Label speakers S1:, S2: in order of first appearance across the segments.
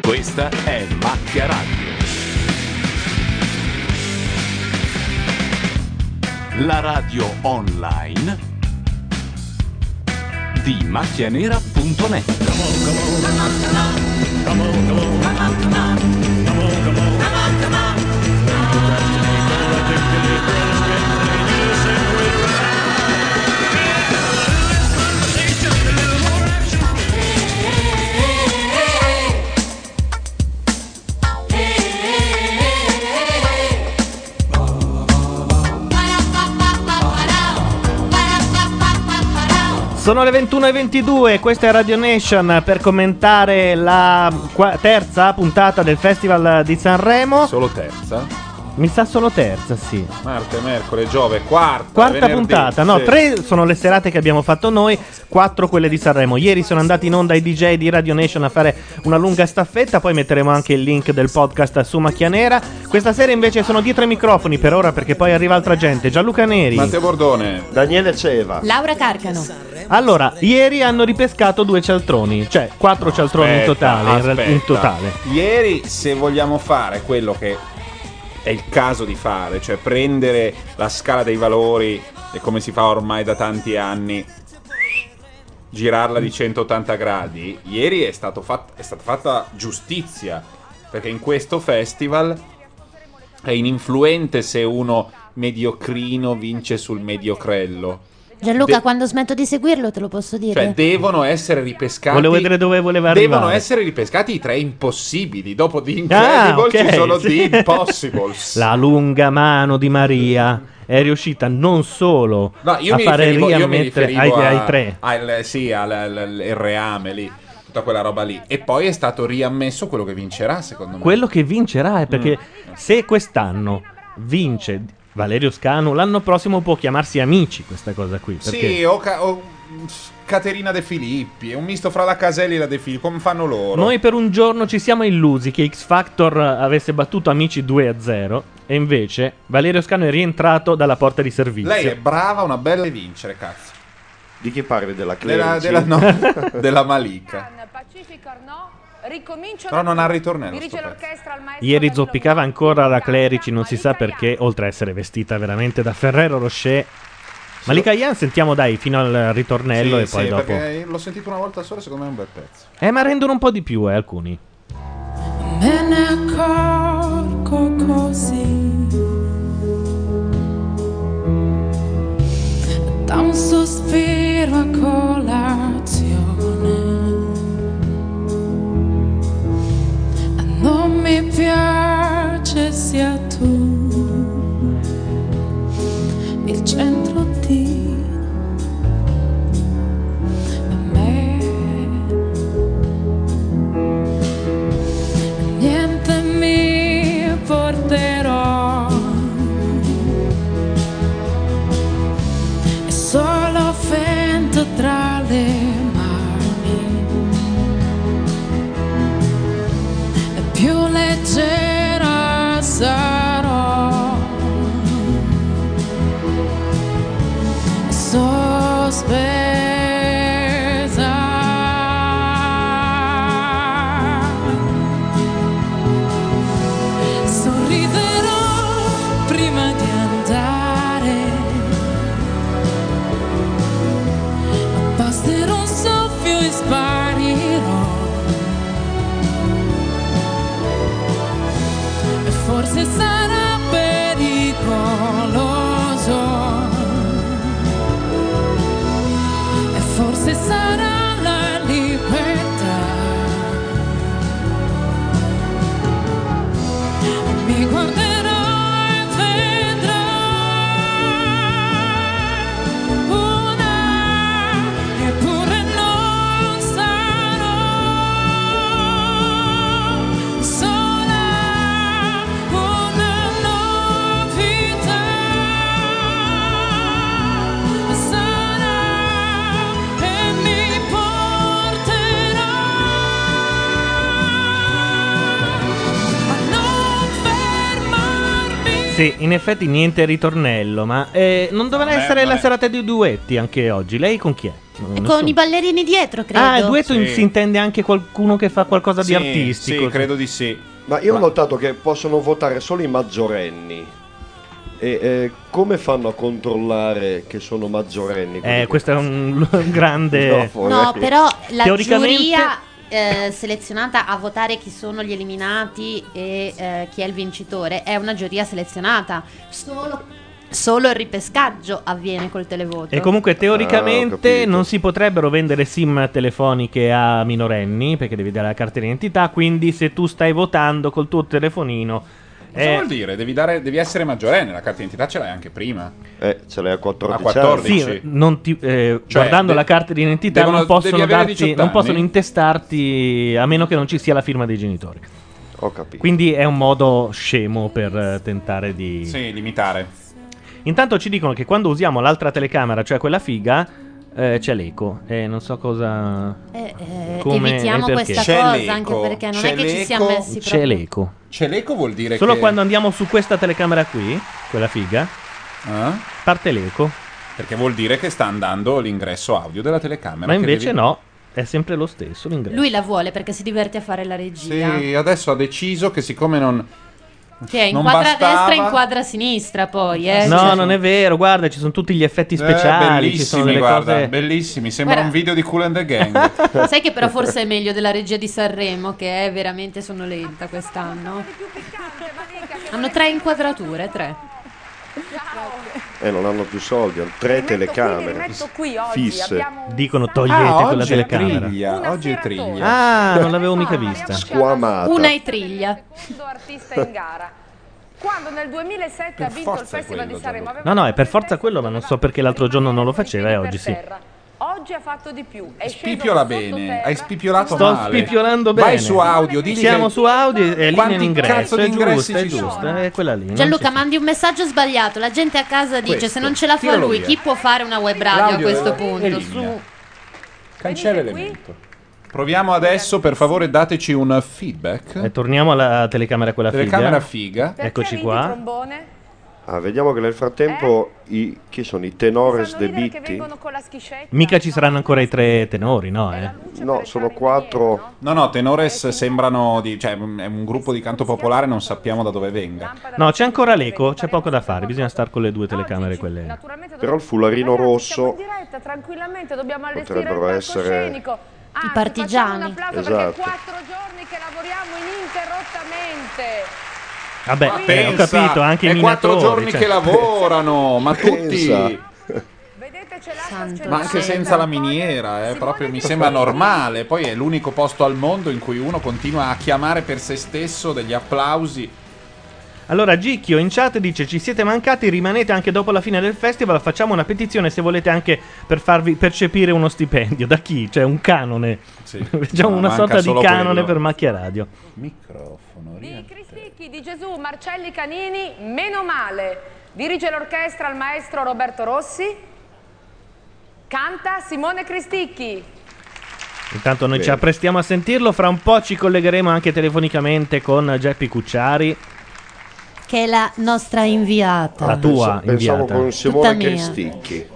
S1: Questa è Macchia Radio. La radio online di macchianera.net.
S2: Sono le 21.22, questa è Radio Nation per commentare la qua- terza puntata del Festival di Sanremo.
S3: Solo terza?
S2: Mi sa solo terza, sì.
S3: Marte, mercoledì, Giove, quarta.
S2: Quarta
S3: venerdì,
S2: puntata, no,
S3: sì.
S2: tre sono le serate che abbiamo fatto noi, quattro quelle di Sanremo. Ieri sono andati in onda i DJ di Radio Nation a fare una lunga staffetta, poi metteremo anche il link del podcast su Macchia Nera. Questa sera invece sono dietro i microfoni per ora perché poi arriva altra gente. Gianluca Neri.
S3: Matteo Bordone.
S2: Daniele Ceva.
S4: Laura Carcano.
S2: Allora, ieri hanno ripescato due cialtroni, cioè quattro cialtroni in
S3: Aspetta,
S2: totale. in real- in
S3: aspetta.
S2: totale.
S3: Ieri, se vogliamo fare quello che è il caso di fare, cioè prendere la scala dei valori e come si fa ormai da tanti anni, girarla di 180 gradi, ieri è, stato fat- è stata fatta giustizia, perché in questo festival è ininfluente se uno mediocrino vince sul mediocrello.
S5: Gianluca,
S3: De-
S5: quando smetto di seguirlo te lo posso dire.
S3: Cioè, devono essere ripescati.
S2: Volevo vedere dove voleva
S3: Devono
S2: arrivare.
S3: essere ripescati i tre impossibili. Dopo di Incredible
S2: Ah, ok,
S3: ci sono
S2: sì.
S3: The Impossibles.
S2: La lunga mano di Maria è riuscita non solo
S3: No, io
S2: a
S3: mi
S2: fare
S3: riferivo, io mi
S2: riammettere ai,
S3: riferivo a-
S2: ai tre.
S3: Al, sì, al, al- al- il reame lì, tutta quella roba lì. E poi è stato riammesso quello che vincerà, secondo me.
S2: Quello che vincerà è perché
S3: Mm.
S2: se quest'anno vince Valerio Scanu, l'anno prossimo può chiamarsi amici questa cosa qui. Perché
S3: Sì, o, Ca- o, mm, Caterina De Filippi, è un misto fra la Caselli e la De Filippi, come fanno loro.
S2: Noi per un giorno ci siamo illusi che X Factor avesse battuto Amici 2-0 e invece Valerio Scano è rientrato dalla porta di servizio.
S3: Lei è brava, una bella e vincere, cazzo.
S6: Di chi parli? Della
S3: Della,
S6: Clerici?
S3: della, no, della Malika.
S7: Pacific or no? Ricomincio.
S3: Però non ha il ritornello.
S7: Dirige
S3: sto pezzo.
S7: l'orchestra al maestro.
S2: Ieri zoppicava ancora la Clerici, non si sa perché, oltre a essere vestita veramente da Ferrero Rocher. Malika Ian sentiamo dai fino al ritornello
S3: Sì,
S2: e poi
S3: sì,
S2: dopo.
S3: perché l'ho sentito una volta sola, secondo me è un bel pezzo.
S2: Eh ma rendono un po' di più eh alcuni.
S8: Me ne accorgo così. Da un sospiro a colazione. Non mi piace sia tu il centro di me. niente mi porterò. È solo vento tra le mani. E più leggera sarò. Sospesa. Sorriderò prima di andare. Basterò un soffio e sparirò. E forse sarà pericoloso. E forse sarà la libertà. Mi guarderò e vedrò una, eppure non sarò sola, una novità sarà e mi porterò. a non
S2: Sì, in effetti niente ritornello, ma eh, non dovrà
S3: Vabbè,
S2: essere la
S3: vabbè.
S2: serata di duetti anche oggi. Lei con chi è?
S5: Con i ballerini dietro, credo.
S2: Ah, il duetto in-
S3: Sì.
S2: si intende anche qualcuno che fa qualcosa di artistico.
S3: di sì.
S9: Ma io ho notato che possono votare solo i maggiorenni. E eh, come fanno a controllare che sono maggiorenni?
S2: Eh, questo è un, un grande...
S9: No, fuori.
S3: eh.
S5: No, però la
S2: Teoricamente-
S5: giuria eh, selezionata a votare chi sono gli eliminati e eh, chi è il vincitore è una giuria selezionata. Solo, solo il ripescaggio avviene col televoto.
S2: E comunque
S9: Ah, ho
S2: teoricamente
S9: capito.
S2: non si potrebbero vendere sim telefoniche a minorenni perché devi dare la carta d'identità, quindi se tu stai votando col tuo telefonino...
S3: Cosa
S2: eh,
S3: vuol dire? Devi, dare- devi essere maggiorenne, la carta d'identità ce l'hai anche prima.
S9: Eh, ce l'hai a 14
S3: A 14.
S9: anni.
S2: Sì, non ti- eh,
S3: Cioè,
S2: guardando
S3: de-
S2: la carta d'identità
S3: devono-
S2: non, possono
S3: devi avere
S2: darti-
S3: 18
S2: non possono
S3: anni.
S2: intestarti a meno che non ci sia la firma dei genitori.
S9: Ho capito.
S2: Quindi è un modo scemo per eh, tentare di...
S3: Sì, limitare.
S2: Intanto ci dicono che quando usiamo l'altra telecamera, cioè quella figa, eh, c'è l'eco. E non so cosa...
S5: Eh, eh,
S2: Come e
S5: evitiamo
S2: perché?
S5: questa
S3: C'è
S5: cosa
S3: l'eco,
S5: anche perché non
S3: c'è
S5: è che ci siamo
S3: l'eco,
S5: messi
S2: C'è
S5: proprio.
S2: l'eco.
S3: C'è l'eco vuol dire
S2: Solo
S3: che...
S2: quando andiamo su questa telecamera qui, quella figa,
S3: Ah?
S2: parte l'eco.
S3: Perché vuol dire che sta andando l'ingresso audio della telecamera.
S2: Ma
S3: che
S2: invece
S3: devi-
S2: no, è sempre lo stesso l'ingresso.
S5: Lui la vuole perché si diverte a fare la regia.
S3: Sì, adesso ha deciso che siccome non...
S5: Che è
S3: Non
S5: inquadra a destra e
S3: bastava.
S5: inquadra a sinistra poi, eh.
S2: No, non è vero, guarda, ci sono tutti gli effetti speciali,
S3: Eh, bellissimi,
S2: ci sono delle
S3: guarda,
S2: cose...
S3: bellissimi. Sembra
S5: Guarda.
S3: un video di Cool and the Gang.
S5: Sai che però forse è meglio della regia di Sanremo che è veramente sono lenta quest'anno. Hanno tre inquadrature, tre.
S9: Eh, non hanno più soldi, hanno tre
S7: Qui,
S9: telecamere.
S7: rimetto qui oggi.
S9: fisse.
S7: Abbiamo un
S2: Dicono
S7: sacco-
S2: togliete
S3: Ah, oggi
S2: quella
S3: è
S2: telecamera.
S3: Triglia. Oggi è Triglia.
S2: Ah, non l'avevo mica vista.
S9: Squamata.
S5: Una e triglia.
S7: Secondo artista in gara. Quando nel 2007 ha
S3: Per
S7: vinto il
S3: forza è
S7: Festival
S3: quello,
S7: di Sanremo.
S3: Gianluca.
S7: aveva
S2: No, no, è per
S7: fatto
S2: forza
S7: il
S2: quello,
S7: testo
S2: ma non
S7: dove
S2: so perché l'altro giorno non lo faceva e
S7: aveva
S2: oggi
S7: i
S2: sì.
S7: piedi per terra. Oggi ha fatto di più. È sceso
S3: Spippiola bene,
S7: sottoterra.
S3: hai spipiolato
S2: Sto
S3: male.
S2: spipiolando bene.
S3: Vai su audio, digli
S2: Siamo
S3: che-
S2: su audio e linea
S3: Quanti
S2: in ingresso,
S3: cazzo
S2: è
S3: di ingressi
S2: giusto, è
S3: ci sono?
S2: giusto, è quella lì. non ci
S5: Gianluca,
S2: sta.
S5: mandi un messaggio sbagliato. La gente a casa dice:
S3: Questo,
S5: Se non ce la fa
S3: tiralo
S5: lui,
S3: via. eh,
S5: chi può fare una web radio
S3: L'audio
S5: a questo
S3: è-
S5: punto?
S3: elimina.
S5: Su.
S3: Cancella
S7: Venite qui.
S3: l'elemento. Proviamo adesso, per favore, dateci un feedback.
S2: Eh, torniamo alla telecamera quella
S3: Telecamera
S2: figa.
S3: figa.
S7: Perché
S2: Eccoci
S7: ha vinto
S2: qua.
S7: il trombone?
S9: Ah, vediamo che nel frattempo i, chi sono i tenores
S7: Fanno
S9: de
S7: ridere Eh? che
S9: Bitti?
S7: vengono con la schiscetta.
S2: Mica ci saranno ancora i tre tenori, no? Eh?
S9: No, sono quattro.
S3: No, no, Tenores sembrano di. cioè, mm, è un gruppo di canto popolare, non sappiamo da dove venga.
S2: No, c'è ancora l'eco, c'è poco da fare, bisogna star con le due telecamere quelle.
S9: Però il fularino rosso-
S7: diretta, tranquillamente, dobbiamo allestire
S9: Potrebbero
S7: il
S9: essere-
S7: palcoscenico. Anzi,
S5: partigiani.
S7: facciamo Un applauso perché
S9: Esatto.
S7: è quattro giorni che lavoriamo ininterrottamente.
S2: Vabbè, eh, ho
S3: Pensa,
S2: capito, anche i
S3: è quattro
S2: minatori.
S3: giorni
S2: cioè.
S3: che lavorano, ma tutti.
S9: Pensa.
S7: Vedete c'è l'asta
S5: Santo
S3: Ma anche
S5: Sì.
S3: senza la miniera, eh, proprio mi sembra normale. Poi è l'unico posto al mondo in cui uno continua a chiamare per se stesso degli applausi.
S2: Allora, Gicchio in chat dice: Ci siete mancati, rimanete anche dopo la fine del festival. Facciamo una petizione se volete anche per farvi percepire uno stipendio. Da chi? Cioè, un canone.
S3: Sì.
S2: Facciamo
S3: Ma
S2: una
S3: manca
S2: sorta di
S3: solo
S2: canone
S3: quello.
S2: per macchia radio.
S3: Microfono,
S7: Di Cristicchi, di Gesù, Marcelli Canini, meno male. Dirige l'orchestra il maestro Roberto Rossi. Canta Simone Cristicchi.
S2: Intanto noi
S9: Bene.
S2: ci apprestiamo a sentirlo. Fra un po' ci collegheremo anche telefonicamente con Geppi Cucciari,
S5: Che è la nostra inviata.
S2: la tua
S9: Penso- Ah, Pensavo
S2: inviata.
S9: con Simone
S5: Tutta mia.
S9: Cristicchi.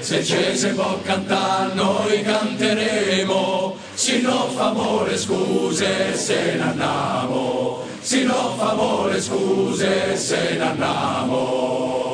S10: Se Cese può cantare, noi canteremo. Se no fa amore scuse, se ne andiamo. Se no fa amore scuse, se ne andiamo.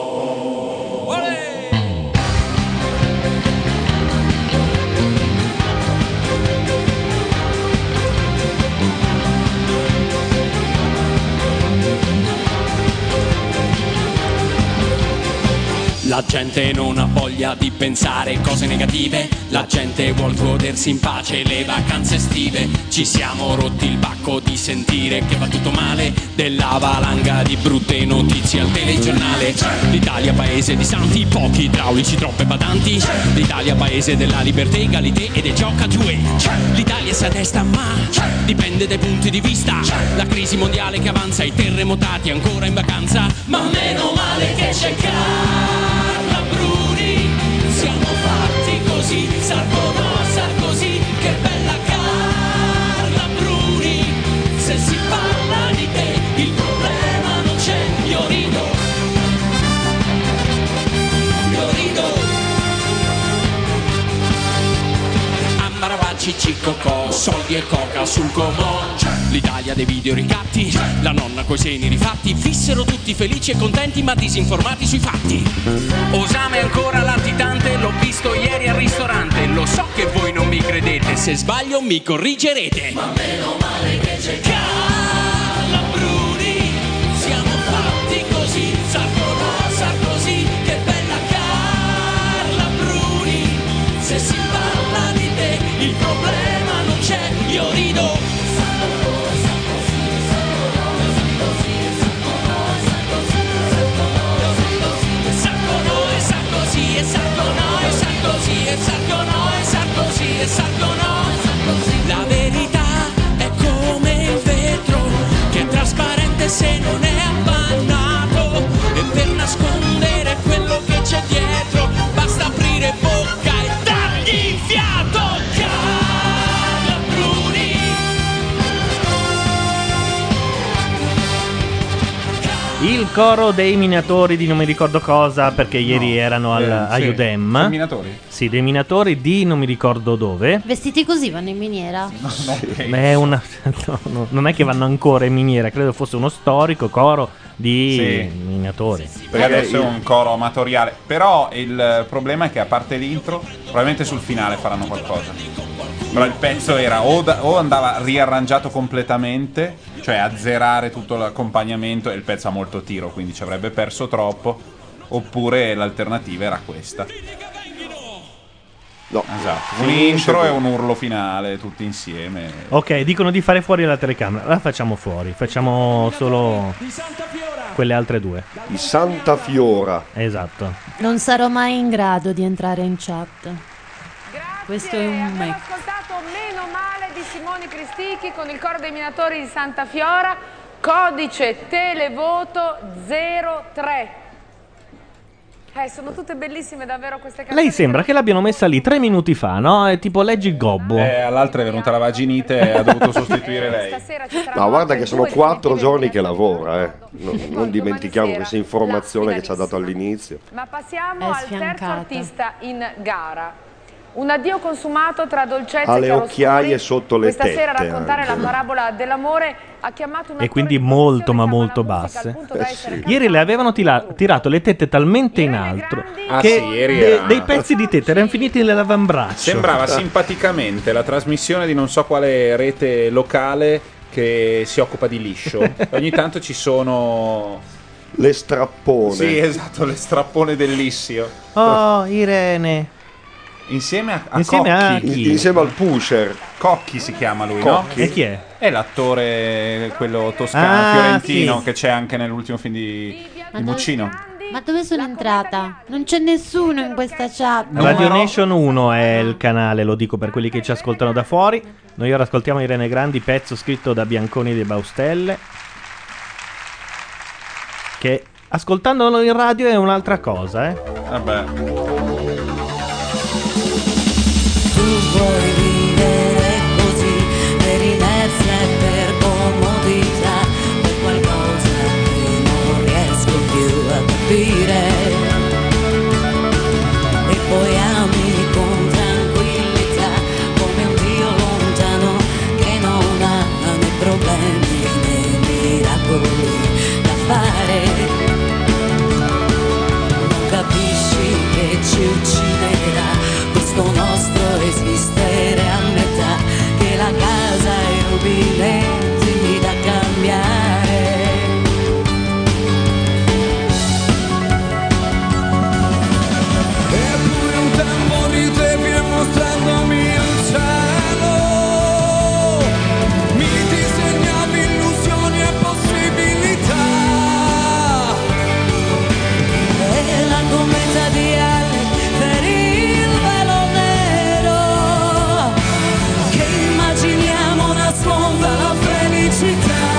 S10: La gente non ha voglia di pensare cose negative, la gente vuol godersi in pace le vacanze estive. Ci siamo rotti il bacco di sentire che va tutto male, della valanga di brutte notizie al telegiornale. L'Italia paese di santi, pochi idraulici, troppe badanti. L'Italia paese della libertà, egalité e del gioca giue. L'Italia si attesta ma dipende dai punti di vista. La crisi mondiale che avanza, i terremotati ancora in vacanza. Ma meno male che c'è Carla Bruni, siamo fatti così, salvo no, Sarkozy, che bella Carla Bruni, se si parla di te il problema e coca sul comò L'Italia dei video ricatti La nonna coi seni rifatti Fissero tutti felici e contenti ma disinformati sui fatti Osame ancora latitante L'ho visto ieri al ristorante Lo so che voi non mi credete Se sbaglio mi corrigerete Ma meno male che c'è Calabruni Siamo fatti così Sarcola, Sarkozy Che bella Carla Bruni Se si parla di te Il problema non c'è Io rido Sarkozy, Sarkozy, Sarkozy, Sarkozy, Sarkozy, Sarkozy, Sarkozy. La verità è come il vetro che è trasparente se non è appannato e per nascondere quello che c'è dietro basta aprire bocca e dargli fiato. Carla Bruni.
S2: Il coro dei minatori di non mi ricordo cosa, perché ieri erano al,
S3: eh,
S2: a
S3: sì.
S2: Udem.
S3: Sono minatori?
S2: Sì, dei minatori di non mi ricordo dove.
S5: Vestiti così vanno in miniera?
S2: Ma è una- no, no, non è che vanno ancora in miniera, credo fosse uno storico coro di
S3: Sì.
S2: minatori.
S3: Perché adesso è un coro amatoriale. Però il eh, problema è che a parte l'intro, probabilmente sul finale faranno qualcosa. Però il pezzo era o, da- o andava riarrangiato completamente, cioè azzerare tutto l'accompagnamento e il pezzo ha molto tiro, quindi ci avrebbe perso troppo. Oppure l'alternativa era questa.
S9: No.
S3: Esatto. Un intro e un urlo finale tutti insieme.
S2: Ok, dicono di fare fuori la telecamera. La facciamo fuori, facciamo solo quelle altre due.
S9: I Santa Fiora.
S2: Esatto.
S5: Non sarò mai in grado di entrare in chat. Questo è un
S7: Abbiamo
S5: me.
S7: ascoltato Meno male di Simone Cristichi con il coro dei minatori di Santa Fiora, codice televoto 03. Eh, sono tutte bellissime davvero queste canzoni.
S2: Lei sembra che l'abbiano messa lì tre minuti fa, no? È tipo leggi il gobbo.
S3: Eh, all'altra è venuta la vaginite e Eh, ha dovuto sostituire lei.
S7: Stasera ci sarà
S9: Ma guarda che sono
S7: due
S9: quattro
S7: definitive
S9: giorni
S7: del
S9: che lavora, eh. Non, non dimentichiamo
S7: sera
S9: questa informazione che ci ha dato all'inizio.
S7: Ma passiamo
S5: È
S7: al terzo
S5: sfiancata.
S7: artista in gara. Un addio consumato tra dolcezza
S9: Ha le
S7: e chiaroscuri.
S9: occhiaie sotto le
S7: Questa sera a
S9: tette
S7: raccontare
S9: anche.
S7: la parabola dell'amore ha chiamato un
S2: E
S7: attore
S2: quindi
S7: in
S2: molto,
S7: produzione
S2: ma
S7: che ama
S2: molto
S7: la musica
S2: basse.
S7: al punto da
S9: Eh
S7: essere
S9: sì.
S2: Ieri le avevano tila- tirato le tette talmente in
S7: Irene
S2: alto
S7: Grandi-
S3: Ah,
S2: che
S3: sì, ieri
S2: de-
S3: era-
S2: dei pezzi di tette erano finiti nell'avambraccio.
S3: Sembrava simpaticamente la trasmissione di non so quale rete locale che si occupa di liscio. Ogni tanto ci sono.
S9: Le strappone.
S3: Sì, esatto, le strappone dell'issio.
S2: Oh, Irene.
S3: Insieme a, a
S2: Insieme a
S3: Cocchi.
S2: chi?
S9: Insieme al pusher.
S3: Cocchi si chiama lui,
S9: Cocchi.
S2: E
S3: no?
S2: chi è?
S3: È l'attore, quello toscano,
S2: Ah,
S3: fiorentino,
S2: sì.
S3: che c'è anche nell'ultimo film di, di Muccino.
S5: Ma dove sono entrata? Non c'è nessuno in questa chat.
S3: Numero-
S2: Radio Nation 1 è il canale, lo dico per quelli che ci ascoltano da fuori. Noi ora ascoltiamo Irene Grandi, pezzo scritto da Bianconi dei Baustelle. Che ascoltandolo in radio è un'altra cosa, eh.
S3: Ah, Vabbè,
S11: Tu vuoi vivere così per inerzia e per comodità, per qualcosa che non riesco più a capire. E poi ami con tranquillità come un Dio lontano che non ha né problemi né miracoli da fare. Non capisci che ci ucciderà questo nostro esistere a metà, che la casa è rubilenti da cambiare.
S10: Eppure un tempo di te viene mostrandomi il cielo Mi disegnavi illusioni e possibilità
S11: E la cometa di Ale per il velo nero, che immaginiamo nasconda la fredda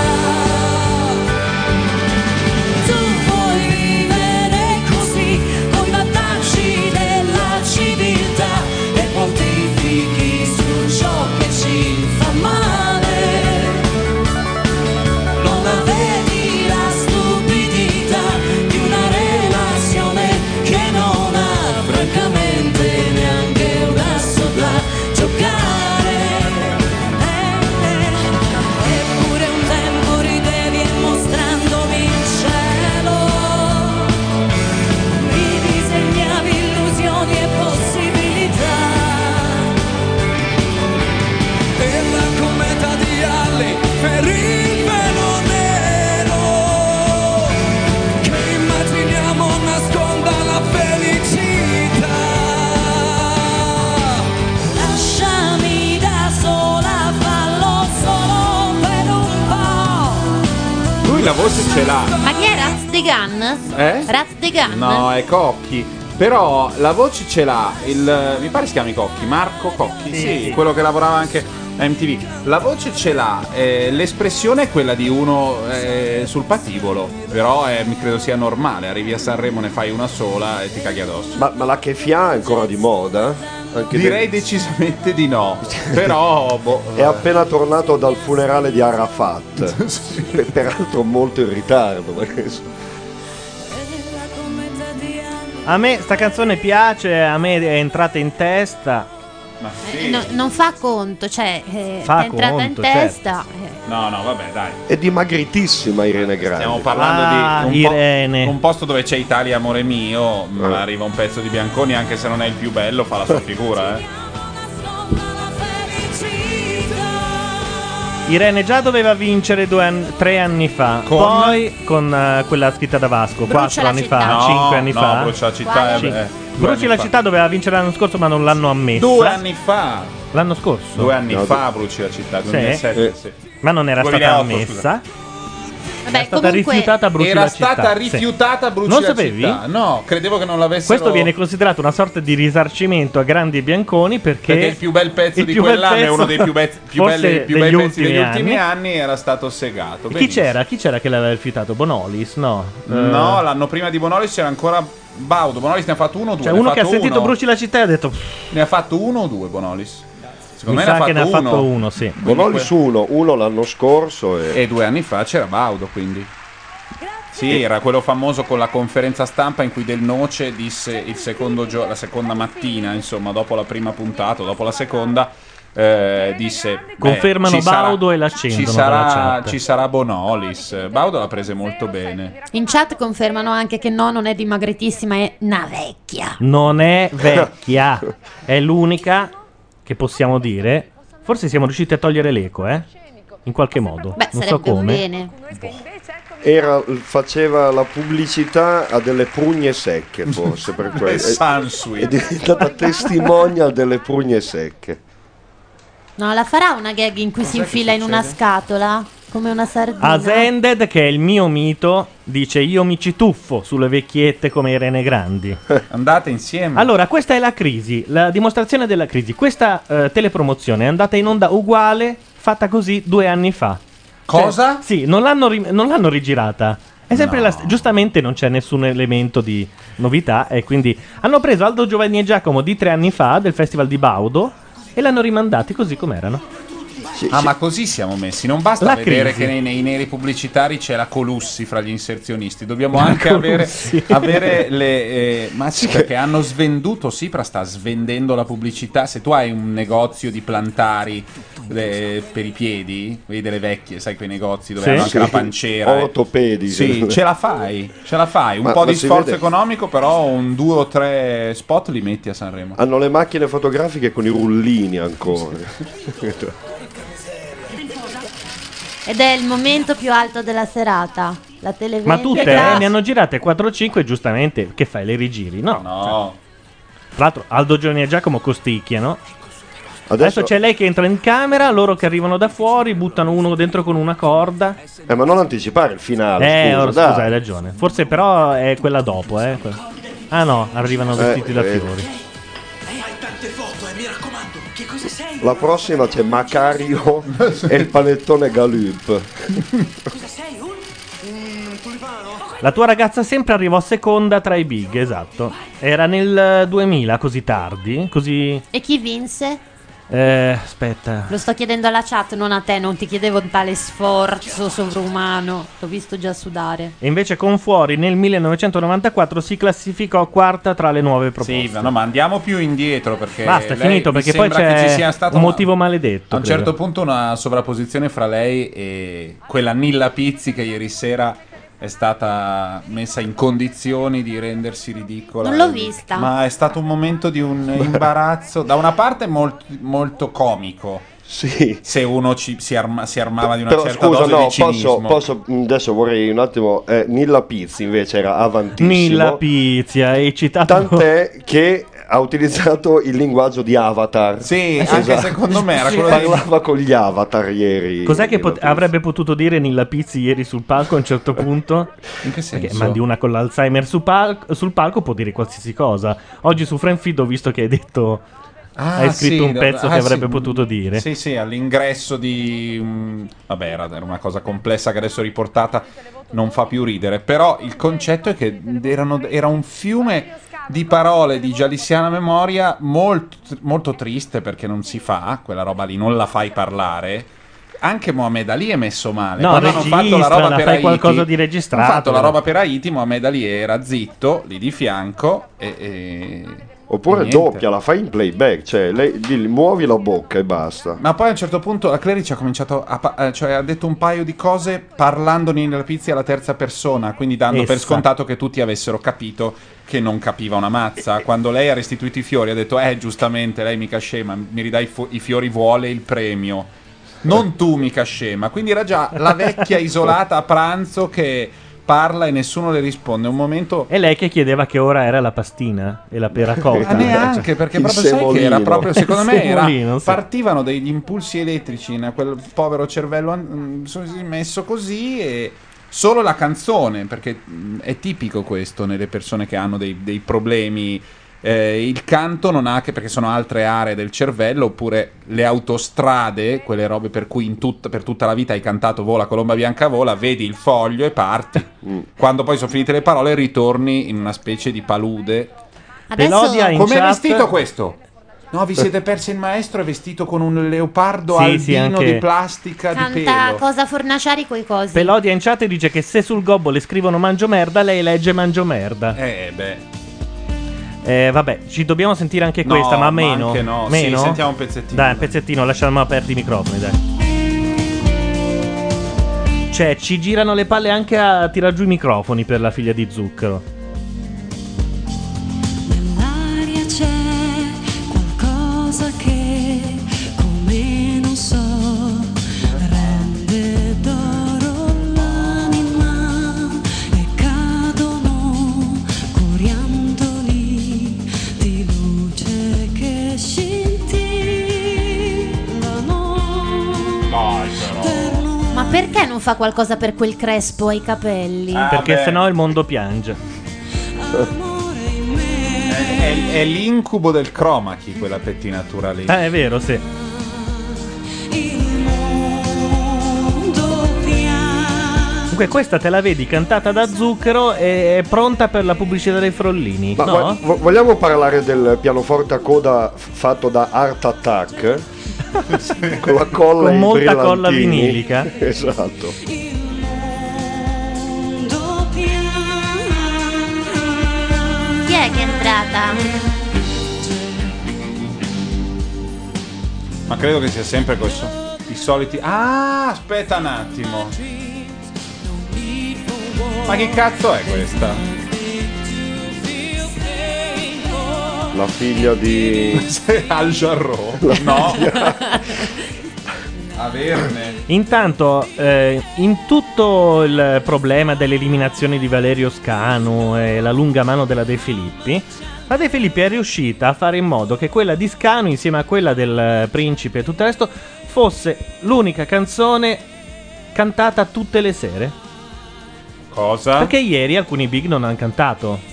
S3: la voce ce l'ha.
S5: Ma chi è Raz de Gun?
S3: Eh?
S5: Raz de Gun?
S3: No, è Cocchi. Però la voce ce l'ha, il, mi pare si chiami Cocchi, Marco Cocchi, sì,
S2: sì.
S3: quello che lavorava anche a MTV. La voce ce l'ha, eh, l'espressione è quella di uno eh, sul patibolo, però eh, mi credo sia normale, arrivi a Sanremo, ne fai una sola e ti caghi addosso.
S9: Ma, ma la Kefia è ancora di moda? Anche
S3: Direi
S9: del-
S3: decisamente di no, però boh,
S9: È appena tornato dal funerale di Arafat, Per- peraltro molto in ritardo. perché so-
S2: A me sta canzone piace, a me è entrata in testa.
S3: ma
S5: Eh,
S3: sì.
S5: no- non fa conto, cioè eh,
S2: Fa
S5: è entrata in
S2: conto, certo.
S5: testa. eh.
S3: No, no, vabbè, dai.
S9: È dimagritissima Irene Grandi.
S3: Stiamo parlando
S2: Ah,
S3: di un, po-
S2: Irene.
S3: un posto dove c'è Italia, amore mio. ma
S9: Eh.
S3: Arriva un pezzo di Bianconi, anche se non è il più bello, fa la sua figura. Eh.
S2: Irene già doveva vincere due anni- tre anni fa,
S3: Con?
S2: poi con eh, quella scritta da Vasco,
S5: Brucia
S2: quattro
S5: la
S2: anni
S5: città.
S2: fa,
S5: No,
S2: cinque anni
S3: no,
S2: fa.
S3: Brucia la città.
S5: Quale?
S3: eh,
S2: Sì.
S3: eh, due
S2: Bruci
S3: anni
S2: la
S3: fa.
S2: città doveva vincere l'anno scorso, ma non l'hanno ammesso.
S3: Due anni fa.
S2: L'anno scorso?
S3: Due anni
S9: No,
S3: fa, Bruci la città. 2007,
S9: Eh.
S3: sì.
S2: Ma non era stata
S3: 2008,
S2: ammessa.
S5: Vabbè,
S2: È stata rifiutata Bruci
S3: Era
S2: la città.
S3: stata
S2: sì.
S3: rifiutata Bruci
S2: Non
S3: la
S2: sapevi?
S3: città. No, credevo che non l'avessero.
S2: Questo viene considerato una sorta di risarcimento a Grandi e Bianconi perché,
S3: perché il più bel pezzo
S2: il
S3: di
S2: più bel
S3: quell'anno è
S2: pezzo-
S3: uno dei più, be- più
S2: forse
S3: belli, più
S2: degli
S3: bei pezzi degli
S2: ultimi
S3: ultimi
S2: anni.
S3: anni. Era stato segato.
S2: E Chi
S3: Benissimo.
S2: c'era? Chi c'era che l'aveva rifiutato? Bonolis? No.
S3: No,
S2: Eh,
S3: l'anno prima di Bonolis c'era ancora Baudo. Bonolis ne ha fatto uno o due.
S2: cioè
S3: Ne
S2: uno che ha
S3: fatto
S2: sentito
S3: uno.
S2: Bruci la città e ha detto "Pff,
S3: Ne ha fatto uno o due Bonolis?
S2: mi
S3: Secondo
S2: sa che ne ha fatto uno, sì.
S9: Bonolis uno, uno l'anno scorso eh. e...
S3: E due anni fa c'era Baudo, quindi. Sì, era quello famoso con la conferenza stampa in cui Del Noce disse il secondo gio- la seconda mattina, insomma, dopo la prima puntata, dopo la seconda, eh, disse... "Beh,
S2: Confermano
S3: ci sarà-
S2: Baudo e
S3: Ci
S2: l'accendono dalla
S3: sarà,
S2: chat."
S3: ci sarà Bonolis. Baudo l'ha prese molto bene.
S5: In chat confermano anche che no, non è dimagritissima, è una vecchia.
S2: Non è vecchia, è l'unica che possiamo dire. Forse siamo riusciti a togliere l'eco, eh? In qualche modo.
S5: Beh,
S2: non so
S5: sarebbe un
S2: come.
S5: bene.
S9: Era- faceva la pubblicità a delle prugne secche, forse per
S3: E
S9: quello. È, è
S3: Sansui.
S9: diventata testimonial delle prugne secche.
S5: No, la farà una gag in cui si infila in una scatola? Come una sardina.
S2: Ah, Asended, che è il mio mito, dice io mi ci tuffo sulle vecchiette come Irene Grandi.
S3: Andate insieme.
S2: Allora, questa è la crisi, la dimostrazione della crisi. Questa eh, telepromozione è andata in onda uguale, fatta così due anni fa. Cioè,
S3: Cosa?
S2: sì, non l'hanno, ri- non l'hanno rigirata. È sempre
S3: No.
S2: la st- giustamente non c'è nessun elemento di novità e quindi hanno preso Aldo Giovanni e Giacomo di tre anni fa del festival di Baudo e l'hanno rimandati così com'erano.
S3: Ah, ma così siamo messi. Non basta
S2: La
S3: vedere
S2: crisi.
S3: che nei, nei neri pubblicitari c'è la colussi fra gli inserzionisti. Dobbiamo anche avere,
S2: colussi.
S3: avere le. eh, ma sì, perché hanno svenduto. Sipra sta svendendo la pubblicità. Se tu hai un negozio di plantari eh, per i piedi, vedi delle vecchie, sai quei negozi dove
S2: Sì.
S3: hanno anche la
S9: Sì.
S3: panciera. eh.
S9: Ortopedi,
S3: Sì,
S9: sì.
S3: ce la fai. Ce la fai. Un
S9: Ma-
S3: po'
S9: ma
S3: di
S9: si
S3: sforzo
S9: vede?
S3: economico, però un due o tre spot li metti a Sanremo.
S9: Hanno le macchine fotografiche con i rullini ancora.
S5: Ed è il momento più alto della serata. La televendita.
S2: Ma tutte eh, ne hanno girate 4 o 5 giustamente che fai le rigiri? No.
S3: No.
S2: Tra l'altro Aldo Giovanni e Giacomo costicchiano. Adesso
S9: Adesso,
S2: c'è lei che entra in camera, loro che arrivano da fuori, buttano uno dentro con una corda.
S9: eh, ma non anticipare il finale.
S2: Eh,
S9: scusa,
S2: ora,
S9: dai.
S2: scusa, hai ragione. Forse però è quella dopo, eh. que- Ah no, arrivano vestiti da
S9: eh.
S2: fiori.
S9: La prossima c'è Macario e il panettone Galup.
S2: La tua ragazza sempre arrivò seconda tra i big, esatto. Era nel eh, 2000, così tardi, così...
S5: E chi vinse?
S2: Eh, aspetta.
S5: Lo sto chiedendo alla chat, non a te, non ti chiedevo tale sforzo sovrumano. T'ho visto già sudare.
S2: E invece con Fuori nel 1994 si classificò quarta tra le nuove proposte.
S3: Sì, ma no, ma andiamo più indietro perché
S2: Basta, è
S3: lei-
S2: finito,
S3: mi
S2: perché poi
S3: sembra che
S2: c'è
S3: ci sia stato
S2: un
S3: una-
S2: motivo maledetto,
S3: A un
S2: credo.
S3: certo punto una sovrapposizione fra lei e quella Nilla Pizzi che ieri sera è stata messa in condizioni di rendersi ridicola.
S5: Non l'ho vista.
S3: Ma è stato un momento di un imbarazzo, da una parte molt- molto comico.
S9: Sì.
S3: Se uno ci- si, arma- si armava di una
S9: Però
S3: certa
S9: scusa,
S3: dose
S9: no,
S3: di cinismo.
S9: posso, posso- mh, adesso vorrei un attimo. eh, Nilla Pizzi invece era avantissimo.
S2: Nilla Pizia, eccitato.
S9: Tant'è che ha utilizzato il linguaggio di avatar. esatto.
S3: Sì, anche secondo me era quello dei-
S9: Parlava con gli avatar ieri.
S2: Cos'è che pot- avrebbe potuto dire Nilla Pizzi ieri sul palco a un certo punto?
S3: In che senso?
S2: Perché mandi una con l'Alzheimer sul, pal- sul palco, può dire qualsiasi cosa. Oggi su Friendfeed ho visto che hai detto.
S3: Ah,
S2: hai scritto
S3: sì,
S2: un
S3: da-
S2: pezzo
S3: ah,
S2: che
S3: sì.
S2: avrebbe potuto dire.
S3: Sì, sì, all'ingresso di... mm, vabbè, era era una cosa complessa che adesso riportata non fa più ridere, però il concetto è che erano- era un fiume di parole di gialissiana memoria molto, molto triste perché non si fa, quella roba lì non la fai parlare. Anche Mohamed Ali è messo male.
S2: No,
S3: Quando hanno fatto la roba
S2: registrala,
S3: per
S2: fai
S3: Haiti,
S2: qualcosa di
S3: hanno
S2: registrato.
S3: fatto la roba per Haiti, Mohamed Ali era zitto, lì di fianco e... e- e
S9: Oppure
S3: niente.
S9: doppia, la fai in playback, cioè lei, gli- muovi la bocca e basta.
S3: Ma poi a un certo punto la Clerici ha cominciato a pa- eh, cioè ha detto un paio di cose parlando nella pizzi alla terza persona, quindi dando per
S2: Essa.
S3: scontato che tutti avessero capito che non capiva una mazza. Quando lei ha restituito i fiori ha detto "Eh, giustamente, lei mica scema, mi ridai i fu- i fiori vuole il premio". Non tu mica scema. Quindi era già la vecchia isolata a pranzo che parla e nessuno le risponde. Un momento
S2: E lei che chiedeva che ora era la pastina e la pera
S3: Ah,
S2: cotta.
S3: neanche perché
S9: Il
S3: proprio sai che era
S9: semolino.
S3: proprio secondo me
S2: Il
S3: era,
S2: semolino, sì.
S3: partivano degli impulsi elettrici in quel povero cervello an- mm, so- messo così e solo la canzone perché mm, è tipico questo nelle persone che hanno dei, dei problemi eh, il canto non ha che perché sono altre aree del cervello oppure le autostrade quelle robe per cui in tut- per tutta la vita hai cantato vola colomba bianca vola vedi il foglio e parti quando poi sono finite le parole ritorni in una specie di palude
S5: Adesso
S2: Pelodia in-
S3: Com'è
S2: chat.
S3: vestito questo? No, vi siete persi il maestro, è vestito con un leopardo
S2: Sì,
S3: albino
S2: sì, anche-
S3: di plastica di
S5: canta
S3: pelo.
S5: cosa fornaciari coi cosi.
S2: Pelodia in chat dice che se sul gobbo le scrivono mangio merda, lei legge mangio merda.
S3: Eh beh,
S2: Eh, vabbè, ci dobbiamo sentire anche
S3: No,
S2: questa, ma
S3: ma
S2: meno.
S3: anche no. Sì,
S2: Meno?
S3: sentiamo un pezzettino,
S2: Dai, un
S3: dai.
S2: pezzettino, lasciamo aperti i microfoni, dai. Cioè, ci girano le palle anche a tirar giù i microfoni per la figlia di Zucchero.
S8: Nell'aria c'è qualcosa che come non so rende d'oro l'anima e cadono coriandoli di luce che scintillano per noi.
S5: Ma perché non fa qualcosa per quel crespo ai capelli?
S3: Ah,
S2: perché
S3: beh.
S2: sennò il mondo piange.
S3: è, è l'incubo del chroma key quella pettinatura lì.
S2: Ah, è vero, sì.
S8: Il mondo via
S2: Comunque, questa te la vedi cantata da Zucchero e è pronta per la pubblicità dei Frollini.
S9: Ma
S2: no?
S9: vo- vo- vogliamo parlare del pianoforte a coda f- fatto da Art Attack? con la colla
S2: Con
S9: e i
S2: molta
S9: brillantini.
S2: colla vinilica.
S9: Esatto.
S8: il mondo piano
S5: Chi è che è entrata?
S3: Ma credo che sia sempre questo. I soliti. Ah, aspetta un attimo. Ma che cazzo è questa?
S9: La figlia di...
S3: Al Jarreau? No. Averne.
S2: Intanto, eh, in tutto il problema dell'eliminazione di Valerio Scanu e la lunga mano della De Filippi, la De Filippi è riuscita a fare in modo che quella di Scanu, insieme a quella del eh, Principe e tutto il resto, fosse l'unica canzone cantata tutte le sere.
S3: Cosa?
S2: Perché ieri alcuni big non hanno cantato.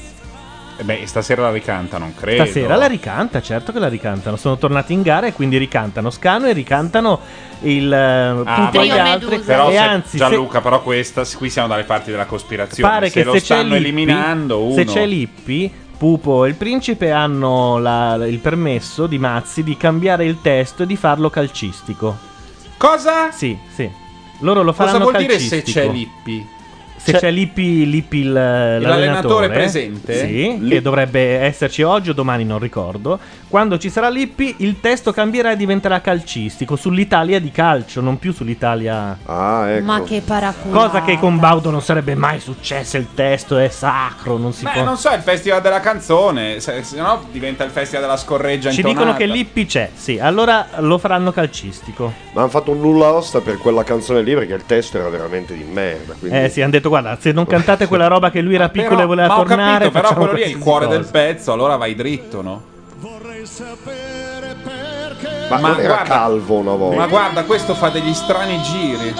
S3: Eh beh, stasera la ricanta, non credo.
S2: Stasera la ricanta, certo che la ricantano. Sono tornati in gara e quindi ricantano Scanu e ricantano il eh,
S3: Ah,
S2: tutti gli
S5: vabbè.
S2: altri.
S3: Però
S2: e
S3: se-
S2: anzi, se-
S3: Gianluca, però questa, qui siamo dalle parti della cospirazione.
S2: pare
S3: se
S2: che
S3: lo
S2: se c'è,
S3: stanno
S2: Lippi,
S3: eliminando uno.
S2: se c'è Lippi, Pupo e il principe hanno la- il permesso di Mazzi di cambiare il testo e di farlo calcistico.
S3: Cosa?
S2: Sì, sì. Loro lo
S3: Cosa
S2: faranno
S3: vuol dire
S2: calcistico.
S3: se c'è Lippi?
S2: Se
S3: Cioè,
S9: C'è-
S2: c'è Lippi, Lippi il, l'allenatore
S3: presente?
S2: Sì,
S9: Lippi.
S2: che dovrebbe esserci oggi o domani, non ricordo. Quando ci sarà Lippi, il testo cambierà e diventerà calcistico sull'Italia di calcio, non più sull'Italia.
S9: Ah, ecco.
S5: Ma che paraculata.
S2: Cosa che con Baudo non sarebbe mai successa, il testo è sacro, non si
S3: Beh,
S2: può.
S3: non so, è il festival della canzone. Se, se no diventa il festival della scorreggia
S2: Ci
S3: intonata.
S2: dicono che Lippi c'è, sì, allora lo faranno calcistico.
S9: Ma hanno fatto un nulla osta per quella canzone lì perché il testo era veramente di merda. Quindi...
S2: Eh sì, hanno detto guarda, se non cantate quella roba che lui era
S3: Però-
S2: piccolo e voleva
S3: ma ho
S2: tornare...
S3: capito, però
S2: facciamo
S3: quello lì è il cuore
S2: qualsiasi cosa."
S3: del pezzo, allora vai dritto, no?
S12: vorrei sapere perché.
S9: Ma, non era calvo una volta.
S3: Ma guarda, questo fa degli strani giri.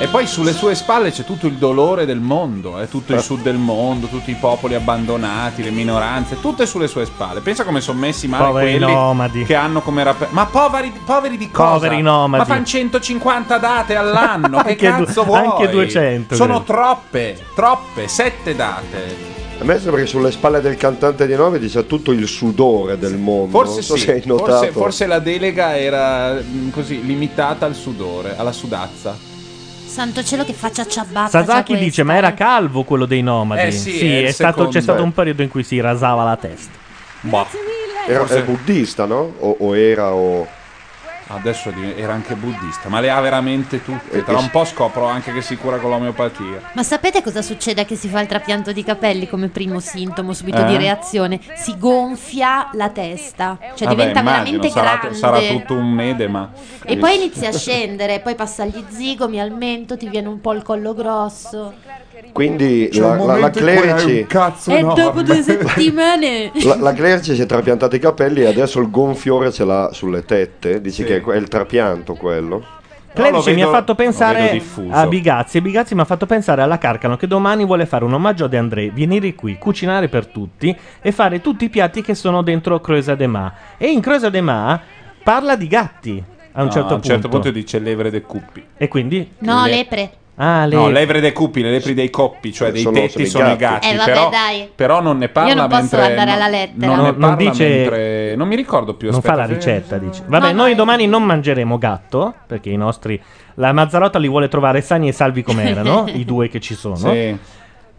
S3: E poi sulle sue spalle c'è tutto il dolore del mondo, eh, tutto il sud del mondo, tutti i popoli abbandonati, le minoranze, tutte sulle sue spalle. Pensa come sono messi male
S2: Poveri
S3: quelli
S2: nomadi.
S3: che hanno come rappe- Ma poveri, poveri di cosa?
S2: Poveri nomadi.
S3: Ma fanno 150 date all'anno, che
S2: Anche du-
S3: cazzo vuoi?
S2: anche 200,
S3: Sono
S2: credo.
S3: troppe, troppe, sette date.
S9: A me sembra che sulle spalle del cantante di Novi c'è tutto il sudore del mondo.
S3: Forse
S9: non so
S3: sì,
S9: se hai notato.
S3: forse, forse la delega era mh, così limitata al sudore, alla sudazza.
S5: Santo cielo che faccia ciabatta.
S2: Sasaki
S5: c'ha
S2: dice: Ma era calvo quello dei nomadi?
S3: Eh sì, è il
S2: è stato-
S3: secondo.
S2: c'è stato un periodo in cui si rasava la testa.
S3: Boh.
S9: Era,
S3: Forse-
S9: è buddista, no? O, o era o.
S3: Adesso è diven- era anche buddista, Eh, ma le ha veramente tutte.
S9: Eh,
S3: Tra
S9: sì.
S3: un po' scopro anche che si cura con l'omeopatia.
S5: Ma sapete cosa succede a chi si fa il trapianto di capelli come primo sintomo subito
S3: Eh?
S5: di reazione? Si gonfia la testa, cioè
S3: Vabbè,
S5: diventa
S3: immagino,
S5: veramente
S3: sarà,
S5: grande.
S3: sarà tutto un edema.
S5: E poi inizia a scendere, poi passa agli zigomi, al mento, ti viene un po' il collo grosso.
S9: Quindi la, la, la clerici.
S3: cazzo
S5: e dopo due settimane.
S9: La, la clerici si è trapiantata i capelli e adesso il gonfiore ce l'ha sulle tette. Dici
S3: Sì.
S9: che è que- è il trapianto quello.
S3: Però lo
S2: Clerici mi
S3: vedo-
S2: ha fatto
S3: lo vedo
S2: pensare
S3: diffuso.
S2: a Bigazzi e Bigazzi mi ha fatto pensare alla Carcano che domani vuole fare un omaggio a De André, venire qui, cucinare per tutti e fare tutti i piatti che sono dentro Croesa de Ma. E in Croesa de Ma parla di gatti a un,
S3: No,
S2: certo,
S3: a un certo punto
S2: punto.
S3: dice levre dei cuppi.
S2: E quindi...
S5: No,
S3: Le-
S5: lepre.
S2: Ah, le...
S3: No, levre dei cuppi, le lepri dei coppi, cioè dei
S9: Sono-
S3: tetti
S9: sono
S3: sono,
S9: i
S3: i gatti.
S9: gatti.
S5: Eh, vabbè,
S3: però,
S5: dai.
S3: però non ne parla
S5: Io non posso
S3: mentre.
S5: andare alla lettera.
S3: Non,
S2: No,
S3: ne
S2: non
S3: parla
S2: dice-
S3: mentre- non mi ricordo più.
S2: non fa la
S3: aspetta, Eh, se-
S2: ricetta, dice. Vabbè,
S5: No, no,
S2: noi
S5: è-
S2: domani non mangeremo gatto, perché i nostri... La Mazzarotta li vuole trovare sani e salvi come erano, i due che ci sono.
S3: Sì.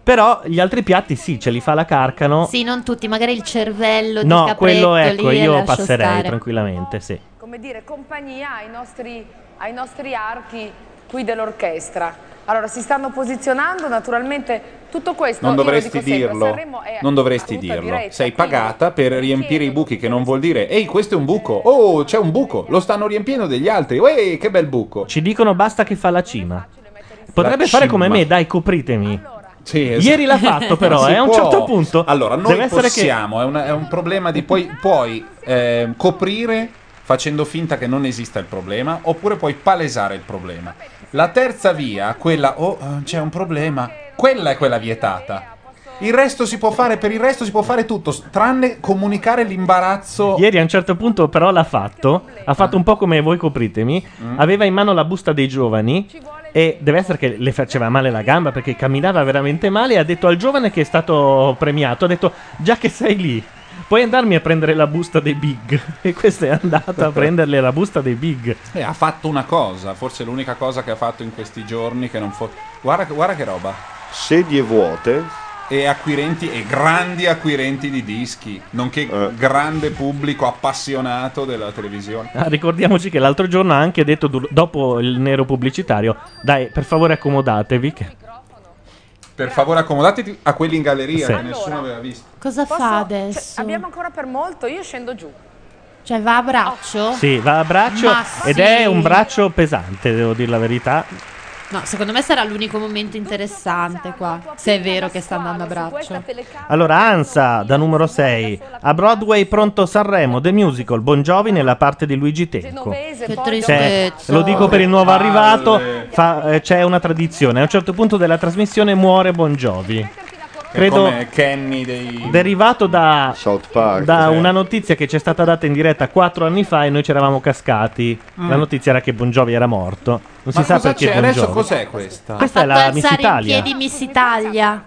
S2: Però gli altri piatti sì, ce li fa la Carcano.
S5: Sì, non tutti, magari il cervello di
S2: no,
S5: capretto
S2: quello ecco,
S5: lì,
S2: io
S5: lascio
S2: passerei
S5: stare.
S2: tranquillamente, sì.
S7: come dire, compagnia ai nostri, ai nostri archi qui dell'orchestra. Allora, si stanno posizionando naturalmente tutto questo.
S3: Non
S7: io lo
S3: dovresti
S7: dico sempre,
S3: dirlo,
S7: Sanremo è
S3: non dovresti
S7: a ruta
S3: dirlo.
S7: diretta,
S3: Sei
S7: quindi
S3: pagata per riempire i buchi che non vuol dire ehi, questo è un buco. Oh, c'è un buco, lo stanno riempiendo degli altri. Uè, che bel buco.
S2: Ci dicono basta che fa la cima. Potrebbe
S3: La
S2: fare
S3: cima.
S2: come me, dai, copritemi.
S3: Sì, esatto.
S2: Ieri l'ha fatto però,
S3: Si
S2: eh, a un
S3: può.
S2: certo punto.
S3: Allora, noi
S2: deve essere che-
S3: possiamo, è, una- è un problema di puoi, puoi, eh, coprire facendo finta che non esista il problema, oppure puoi palesare il problema. La terza via, quella, oh, eh, c'è un problema, quella è quella vietata. Il resto si può fare, per il resto si può fare tutto, s- tranne comunicare l'imbarazzo.
S2: Ieri a un certo punto però l'ha fatto, ha fatto un po' come voi copritemi, aveva in mano la busta dei giovani e deve essere che le faceva male la gamba perché camminava veramente male e ha detto al giovane che è stato premiato, ha detto già che sei lì puoi andarmi a prendere la busta dei big e questa è andata a prenderle la busta dei big.
S3: Eh, ha fatto una cosa, forse l'unica cosa che ha fatto in questi giorni che non fo- guarda, guarda che roba.
S9: Sedie vuote.
S3: e acquirenti e grandi acquirenti di dischi, nonché
S9: Eh.
S3: grande pubblico appassionato della televisione.
S2: Ah, ricordiamoci che l'altro giorno ha anche detto du- dopo il nero pubblicitario, dai per favore accomodatevi. che-"
S3: Per favore accomodatevi a quelli in galleria
S2: Sì.
S3: che nessuno aveva visto.
S5: Cosa
S7: Posso-
S5: fa
S7: cioè,
S5: adesso?
S7: abbiamo ancora per molto, io scendo giù.
S5: Cioè va a braccio?
S2: Oh. Sì, va a braccio
S5: Ma
S2: ed
S5: sì.
S2: è un braccio pesante, devo dire la verità.
S5: No, secondo me sarà l'unico momento interessante qua, se è vero che sta andando a braccio.
S2: Allora, Ansa, da numero 6. A Broadway pronto Sanremo, The Musical, Bon Jovi nella parte di Luigi Tenco.
S7: Genovese,
S5: Che
S7: poi
S2: Cioè,
S5: tristezza.
S2: lo dico per il nuovo
S3: Palle.
S2: arrivato, fa- eh, c'è una tradizione. A un certo punto della trasmissione muore Bon Jovi. Credo
S3: Come Kenny dei
S2: derivato da,
S9: South Park.
S2: da
S3: sì.
S2: una notizia che ci è stata data in diretta 4 anni fa e noi ci eravamo cascati. La notizia era che Bon Jovi era morto. Non si
S3: Mm. Ma
S2: sa
S3: cosa
S2: perché
S3: c'è?
S2: Bon
S3: Adesso
S2: Jovi.
S3: cos'è questa?
S2: Questa è
S5: Fatto
S2: la Miss
S5: alzare in
S2: Italia.
S5: piedi Miss Italia.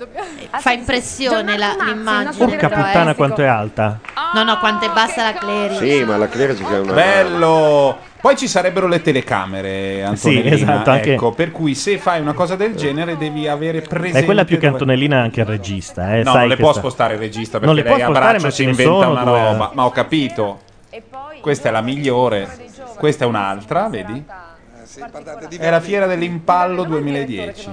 S5: Eh, Fa impressione la-
S7: Gianmarco Mazzi,
S5: l'immagine.
S7: il
S2: Porca
S7: nostro
S5: però, eh.
S2: puttana quanto è alta.
S5: No, no, quanto è bassa la clerici.
S9: Sì, ma la clerici che è una.
S3: Bello! Poi ci sarebbero le telecamere, Antonellina.
S2: esatto, anche-
S3: Ecco, per cui se fai una cosa del genere devi avere presente
S2: È quella più che
S3: dove-
S2: Antonellina anche il regista, eh,
S3: No,
S2: sai
S3: non le
S2: che
S3: può
S2: sta-
S3: spostare il regista
S2: Non
S3: perché
S2: le può
S3: lei a
S2: spostare,
S3: braccio
S2: ma
S3: si
S2: ce ne
S3: inventa
S2: sono
S3: una
S2: due.
S3: roba. Ma ho capito. Questa è la migliore. Questa è un'altra, vedi? È la fiera dell'impallo 2010.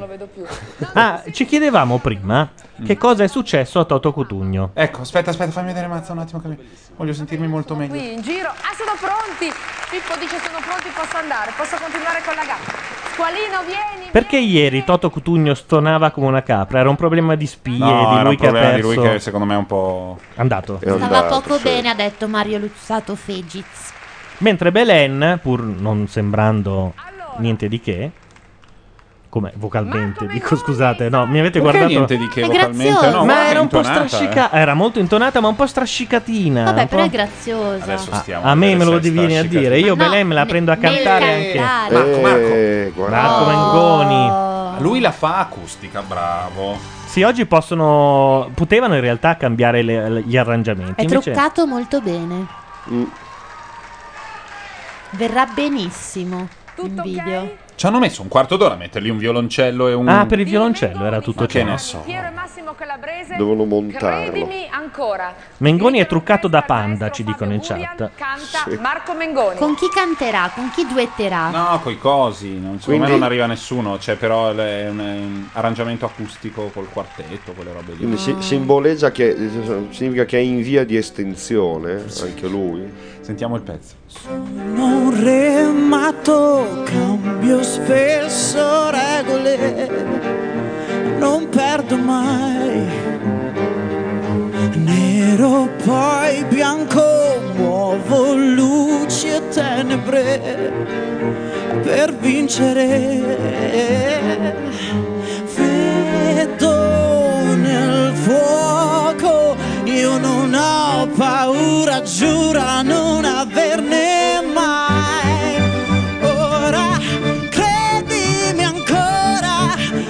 S2: Ah, ci chiedevamo prima che cosa è successo a Toto Cutugno.
S3: Ecco, aspetta, aspetta, fammi vedere Mazza un attimo che mi- voglio sentirmi molto meglio.
S7: Qui in giro. Ah, sono pronti! Pippo dice sono pronti, posso andare, posso continuare con la gara. Pasqualino, vieni!
S2: Perché ieri Toto Cutugno stonava come una capra? Era un problema di spie,
S13: No,
S2: di
S13: era
S2: lui
S13: un
S2: che ha
S13: problema di
S2: perso.
S13: lui che secondo me è un po'.
S2: Andato.
S5: Stava poco bene, ha detto Mario Luzzato Fegiz.
S2: Mentre Belen, pur non sembrando niente di che, come vocalmente, dico scusate, no, mi avete
S13: Perché
S2: guardato.
S13: niente di che È vocalmente? graziosa. No,
S2: ma
S13: guarda,
S2: era un po'
S13: intonata,
S2: strascicata. Era molto intonata, ma un po' strascicatina.
S5: Vabbè,
S2: un
S5: però
S2: po'-
S5: è graziosa.
S2: Ah, a me me lo devieni a dire, io Belen me la prendo a cantare anche.
S13: Eh, Marco,
S5: Eh,
S2: Marco Mengoni.
S5: Oh.
S13: Lui la fa acustica, bravo.
S2: Sì, oggi possono. Potevano in realtà cambiare le- gli arrangiamenti.
S5: È
S2: invece-
S5: truccato molto bene.
S13: Mm.
S5: Verrà benissimo in video.
S13: Ci hanno messo un quarto d'ora a mettergli un violoncello e un.
S2: Ah, per il violoncello era tutto
S13: Ma che
S2: ciò.
S13: ne so.
S7: Piero e Massimo Calabrese,
S2: Devono montarlo.
S7: credimi ancora,
S2: Mengoni è truccato da panda, ci dicono in chat.
S7: canta Marco Mengoni.
S5: Con chi canterà? Con chi duetterà?
S13: No, coi cosi, non, secondo
S5: Quindi-
S13: me non arriva nessuno, c'è però l- è un, è un arrangiamento acustico col quartetto, quelle robe lì.
S9: Quindi si- simboleggia che significa che è in via di estinzione anche lui.
S13: Sentiamo il pezzo.
S14: Non remato, cambio spesso regole, non perdo mai. Nero poi bianco, muovo luci e tenebre per vincere. Vedo nel fuoco, io non ho paura, giura non averne mai. Ora credimi ancora,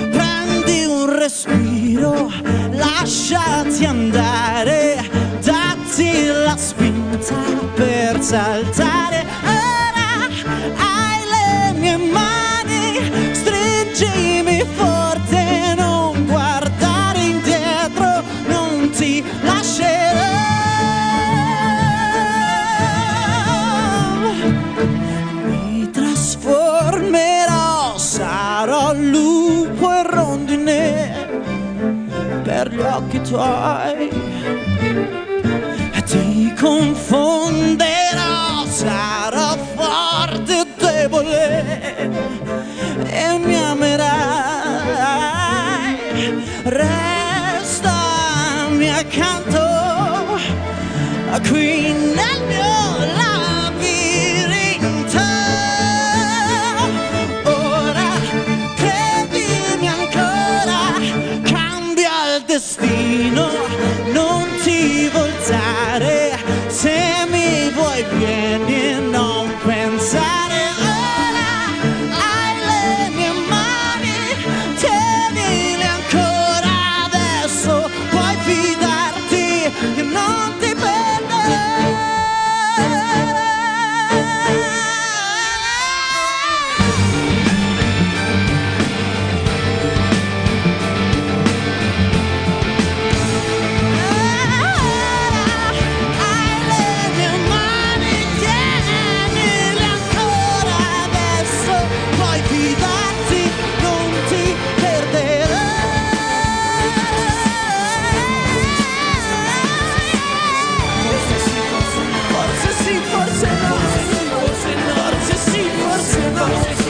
S14: prendi un respiro, lasciati andare, datti la spinta per saltare. Ora hai le mie mani, stringimi forte, non guardare indietro, non ti lascerò. Mi trasformerò, sarò lupo e rondine per gli occhi tuoi. Ti confonderò, sarò forte e debole e mi amerai. Restami accanto qui nel mio labirinto. Ora credimi ancora, cambia il destino, non ti voltare, se mi vuoi bene non pensare. Ora hai le mie mani, tenile ancora adesso, puoi fidarti che non ti perderai. Tienile ancora adesso, puoi fidarti, non ti perderai. Forse sì, forse no. Forse sì, forse no.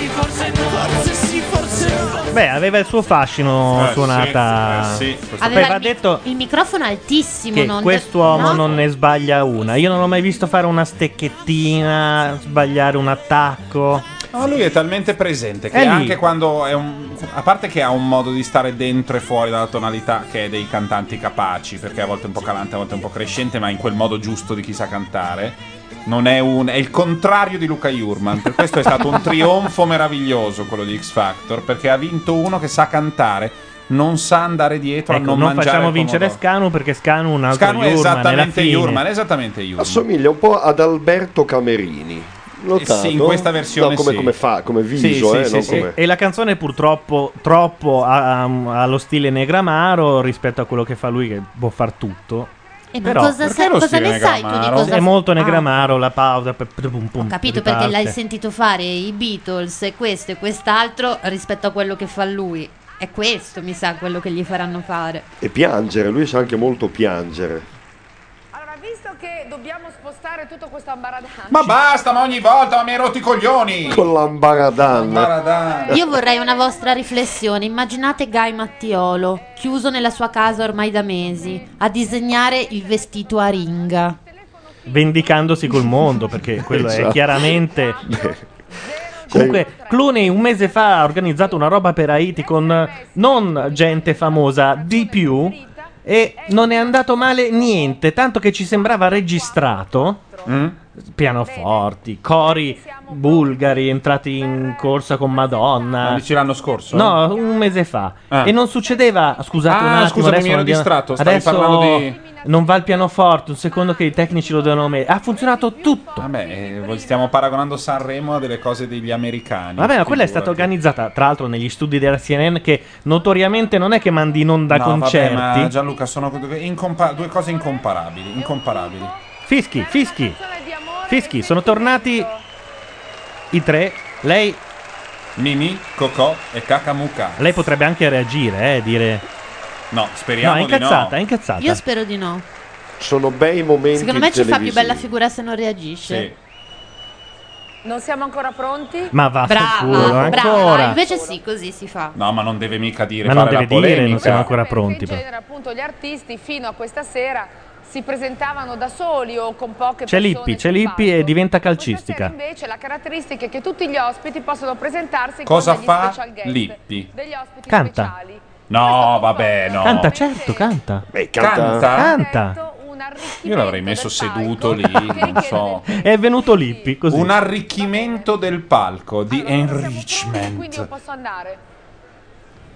S14: Forse sì, forse no.
S2: Beh, aveva il suo fascino
S13: Eh,
S2: suonata.
S13: sì, eh, sì, questo-
S5: Aveva
S2: Aveva
S5: il, mi-
S2: detto
S5: il microfono altissimo.
S2: che
S5: non
S2: quest'uomo
S5: no?
S2: non ne sbaglia una. Io non l'ho mai visto fare una stecchettina, sbagliare un attacco.
S13: No, Ah, lui è talmente presente che
S2: È lì.
S13: anche quando è un. A parte che ha un modo di stare dentro e fuori dalla tonalità che è dei cantanti capaci, perché a volte è un po' calante, a volte è un po' crescente, ma in quel modo giusto di chi sa cantare. Non è un. è il contrario di Luca Jurman. Per questo è stato un trionfo meraviglioso quello di X Factor, perché ha vinto uno che sa cantare, non sa andare dietro
S2: Ecco,
S13: a non,
S2: non,
S13: mangiare.
S2: facciamo
S13: il
S2: vincere
S13: pomodoro.
S2: Scanu perché Scanu è un altro
S13: Scanu è
S2: Jurman, alla
S13: esattamente
S2: fine.
S13: Jurman, esattamente Jurman.
S9: Assomiglia un po' ad Alberto Camerini. Notato?
S13: Eh sì, in questa versione
S9: No, come,
S13: sì.
S9: come fa, come
S13: Sì,
S9: viso,
S13: sì,
S9: eh,
S13: sì,
S9: non
S13: sì.
S9: come-
S2: E la canzone purtroppo troppo a- a- allo stile Negramaro rispetto a quello che fa lui che può far tutto.
S5: Eh, ma
S2: Però,
S5: cosa,
S2: perché
S5: sa-
S2: lo
S5: cosa
S2: stile
S5: ne sai tu di
S2: Negramaro?
S5: cosa
S2: È molto
S5: Ah,
S2: Negramaro la pausa. pe- pe- pum, pum,
S5: Ho capito perché
S2: riparte.
S5: l'hai sentito fare i Beatles e questo e quest'altro rispetto a quello che fa lui. È questo, mi sa, quello che gli faranno fare.
S9: E piangere, lui sa anche molto piangere.
S7: Allora, visto che perché dobbiamo spostare tutto questo ambaradan.
S3: Ma basta, ma ogni volta ma mi hai rotto i coglioni!
S9: Con l'ambaradan.
S5: Io vorrei una vostra riflessione. Immaginate Guy Mattiolo, chiuso nella sua casa ormai da mesi, a disegnare il vestito a ringa.
S2: Vendicandosi col mondo, perché quello è
S5: Esatto.
S2: chiaramente. Comunque, Clooney un mese fa ha organizzato una roba per Haiti con eh, non gente famosa, di più, e non è andato male niente, tanto che ci sembrava registrato.
S3: Mm?
S2: Pianoforti, cori bulgari entrati in corsa con Madonna.
S3: Ma dici l'anno scorso?
S2: No, un mese fa.
S3: Ah.
S2: E non succedeva. Scusate
S3: Ah,
S2: un attimo.
S3: scusami,
S2: adesso
S3: mi ero
S2: non dia-
S3: distratto, stavi
S2: Adesso
S3: parlando di-
S2: non va il pianoforte. Un secondo che i tecnici lo devono mettere. Ha funzionato tutto.
S3: Vabbè, eh, voi stiamo paragonando Sanremo a delle cose degli americani.
S2: Vabbè, ma quella è
S3: figurati.
S2: stata organizzata, tra l'altro, negli studi della CNN, che notoriamente non è che mandi in onda
S3: No,
S2: concerti.
S3: Vabbè, ma Gianluca, sono due, incompa- due cose incomparabili. Incomparabili.
S2: Fischi, fischi. Fischi, sono tornati i tre. Lei.
S3: Mimi, Cocò e Cacamuca.
S2: Lei potrebbe anche reagire, eh, dire.
S3: No, speriamo
S2: No, è
S3: di no.
S2: incazzata, è incazzata.
S5: Io spero di no.
S9: Sono bei momenti
S5: Secondo me ci fa più bella figura se non reagisce.
S7: Non siamo ancora pronti?
S2: Ma va a
S5: Brava,
S2: culo,
S5: Ah, brava.
S2: ancora.
S5: Invece sì, così si fa.
S3: No, ma non deve mica dire
S2: Ma non
S3: fare
S2: deve
S3: la
S2: dire, non
S3: polemica.
S2: siamo ancora pronti. però.
S7: genere appunto gli artisti fino a questa sera si presentavano da soli o con poche
S2: C'è
S7: persone
S2: Lippi, c'è
S7: sul
S2: Lippi
S7: palco.
S2: e diventa
S7: Stasera
S2: calcistica.
S7: invece la caratteristica è che tutti gli ospiti possono presentarsi
S3: Cosa
S7: con degli
S3: fa
S7: special guest
S3: Lippi?
S7: degli ospiti
S2: Canta.
S3: No, vabbè, no.
S2: Canta, certo, canta.
S5: Certo.
S3: canta.
S2: Canta.
S3: Io l'avrei messo seduto lì, non so.
S2: È venuto Lippi, così.
S3: Un arricchimento del palco di
S7: quindi io
S3: enrichment.
S7: posso andare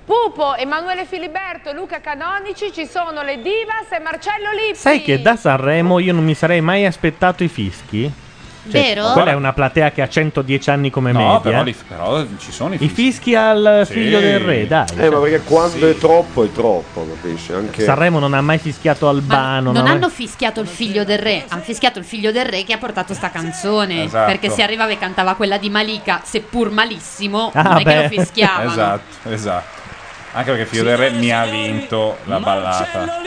S7: Pupo, Emanuele Filiberto, Luca Canonici ci sono le Divas e Marcello Lippi
S2: Sai che da Sanremo io non mi sarei mai aspettato i fischi? Cioè,
S7: Vero?
S2: Quella è una platea che ha 110 anni come
S3: No,
S2: media.
S3: però, li- però ci sono i
S2: I
S3: fischi.
S2: fischi al
S3: Sì.
S2: figlio del re, dai. cioè.
S9: Eh, ma perché quando è troppo è troppo, capisci? Anche...
S2: Sanremo non ha mai fischiato Albano.
S5: Non
S2: no?
S5: hanno fischiato il figlio del re, hanno fischiato il figlio del re che ha portato sta canzone.
S2: Esatto.
S5: Perché se arrivava e cantava quella di Malika, seppur malissimo,
S3: Ah,
S5: non è che
S3: beh.
S5: lo fischiavano.
S3: Esatto, esatto. Anche perché Fiore Re mi ha vinto la ballata.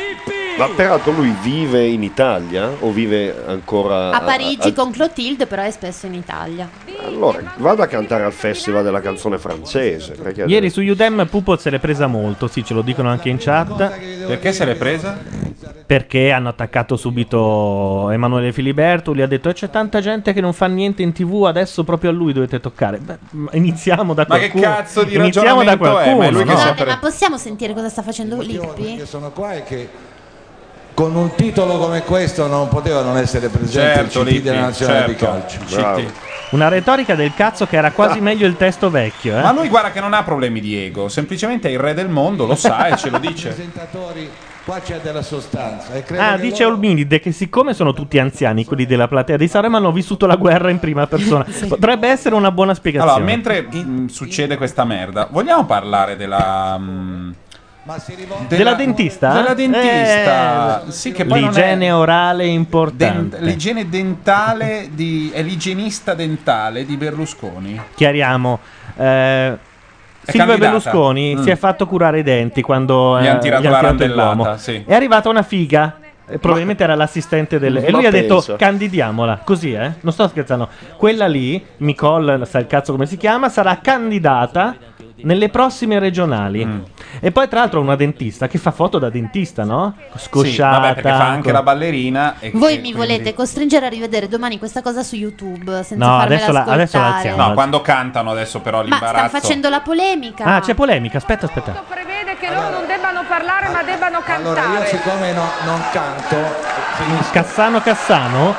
S9: Ma peraltro lui vive in Italia o vive ancora
S5: A Parigi
S9: a-
S5: con Clotilde, però è spesso in Italia.
S9: Allora, vado a cantare al festival della canzone francese. Perché
S2: Ieri su Udem Pupo se l'è presa molto, sì, ce lo dicono anche in chat.
S3: Perché se l'è presa?
S2: Perché hanno attaccato subito Emanuele Filiberto, gli ha detto "Eh, c'è tanta gente che non fa niente in tv, adesso proprio a lui dovete toccare. Beh, ma iniziamo da
S3: Ma che
S2: qualcuno.
S3: cazzo di
S2: iniziamo da
S3: ragionamento è?
S2: qualcuno.
S3: Ma è lui che
S2: no?
S5: Scusate, ma possiamo sentire cosa sta facendo Lippi?
S15: sono qua e che con un titolo come questo non poteva non essere presente
S3: Certo,
S15: il CD
S3: Lippi,
S15: della nazionale
S3: certo.
S15: di
S3: Bravo.
S15: calcio.
S3: CT.
S2: Una retorica del cazzo che era quasi meglio il testo vecchio, eh.
S3: Ah. Ma lui guarda che non ha problemi di ego, semplicemente è il re del mondo, lo sa e ce lo dice.
S15: Presentatori, qua c'è della sostanza. E credo
S2: Ah,
S15: che
S2: dice Olmilide che siccome sono tutti anziani quelli della platea di Sanremo hanno vissuto la guerra in prima persona. Potrebbe essere una buona spiegazione.
S3: Allora, mentre mh, succede questa merda, vogliamo parlare della... mh,
S2: Della dentista?
S3: Della dentista.
S2: Eh,
S3: sì, che poi non è-
S2: L'igiene orale è importante.
S3: L'igiene dentale di... è l'igienista dentale di Berlusconi.
S2: Chiariamo. Eh, Silvio
S3: candidata.
S2: Berlusconi
S3: Mm.
S2: si è fatto curare i denti quando
S3: Gli
S2: eh,
S3: han tirato
S2: gli
S3: la
S2: il
S3: randellata,
S2: pomo.
S3: sì.
S2: È arrivata una figa. eh, Probabilmente era l'assistente del.
S3: Ma
S2: E lui ha
S3: pensa.
S2: detto: candidiamola. Così, eh? Non sto scherzando. Quella lì, Nicole, sa il cazzo come si chiama, sarà candidata nelle prossime regionali.
S3: Mm.
S2: E poi, tra l'altro, una dentista che fa foto da dentista, no? Scosciata.
S3: Sì, vabbè, perché fa anche
S2: con-
S3: la ballerina. E
S5: Voi
S3: e
S5: mi
S3: quindi-
S5: volete costringere a rivedere domani questa cosa su YouTube senza
S2: No,
S5: farmela
S2: adesso la-
S5: ascoltare.
S2: adesso la alziamo.
S3: No, quando cantano adesso però
S5: Ma stanno
S3: l'imbarazzo.
S5: facendo la polemica.
S2: Ah, c'è polemica. Aspetta, aspetta.
S7: prevede che loro non debbano parlare ma debbano cantare
S15: Allora, io siccome no- non canto,
S2: Cassano Cassano?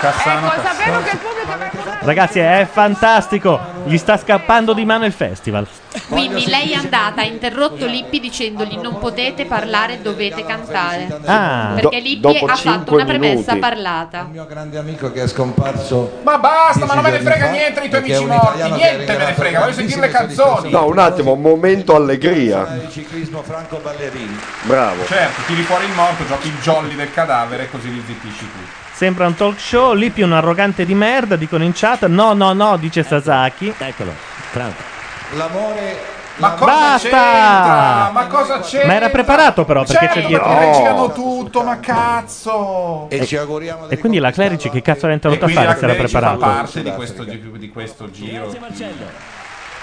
S3: Cassano
S7: ecco sapevo che il pubblico avrebbe
S2: Ragazzi, è fantastico. Gli sta scappando di mano il festival.
S5: Quindi lei è andata, ha interrotto Lippi dicendogli non potete parlare, dovete cantare.
S2: Ah.
S5: Perché
S15: Do-
S5: Lippi
S15: dopo
S5: ha fatto
S15: cinque
S5: una premessa
S15: minuti.
S5: parlata.
S15: mio grande amico che è scomparso.
S3: Ma basta, ma non me ne
S15: Dieci giorni
S3: frega
S15: fa,
S3: niente dei tuoi
S15: eh, perché è
S3: amici
S15: un
S3: morti,
S15: italiano che ha
S3: niente me ne
S15: regalato
S3: frega, voglio sentire le canzoni.
S9: No, un attimo, momento allegria.
S15: Ciclismo Franco Ballerini.
S9: Bravo.
S3: Certo, tiri fuori il morto, giochi il jolly del cadavere così li zittisci tu.
S2: Sembra un talk show. Lippi è un arrogante di merda, dicono in chat. No, no, no, dice Sasaki.
S15: L'amore
S3: Ma cosa
S2: Basta!
S3: c'entra? Ma cosa c'entra?
S2: Ma era preparato però, perché c'è
S3: Certo
S2: dietro-
S3: che
S2: No.
S3: girano tutto, ma cazzo!
S2: E ci auguriamo E quindi la Clerici che cazzo era entrata a
S3: Quindi
S2: fare
S3: la
S2: se era
S3: Clerici fa
S2: preparato?
S3: parte di questo, gi- di questo giro.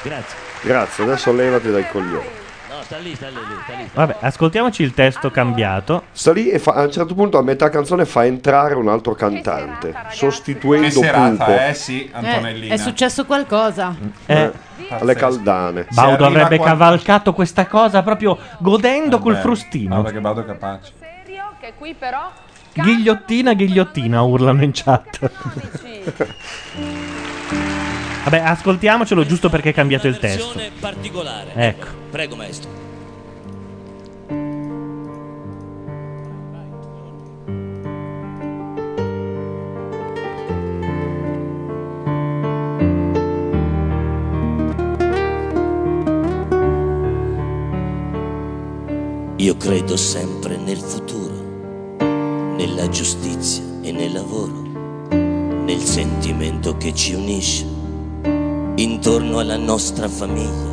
S16: Grazie.
S9: Grazie, adesso levati dai coglioni.
S16: No, sta lì, sta lì, lì, sta lì.
S2: Vabbè, ascoltiamoci il testo cambiato.
S9: Sta lì e fa- a un certo punto a metà canzone fa entrare un altro cantante, sostituendo
S3: Che serata,
S9: Pupo.
S3: eh sì, Antonellina.
S5: è successo qualcosa.
S2: Eh.
S9: Alle caldane.
S3: arriva
S2: Baudo avrebbe
S3: quando- Eh,
S2: cavalcato questa cosa proprio godendo col
S3: Beh,
S2: frustino.
S3: Guarda che vado capace.
S7: Che qui però
S2: Ghigliottina, ghigliottina, urlano in chat. Vabbè, ascoltiamocelo giusto perché è cambiato il testo.
S16: Versione particolare.
S2: Ecco.
S16: Prego, maestro.
S17: Io credo sempre nel futuro, nella giustizia e nel lavoro, nel sentimento che ci unisce intorno alla nostra famiglia.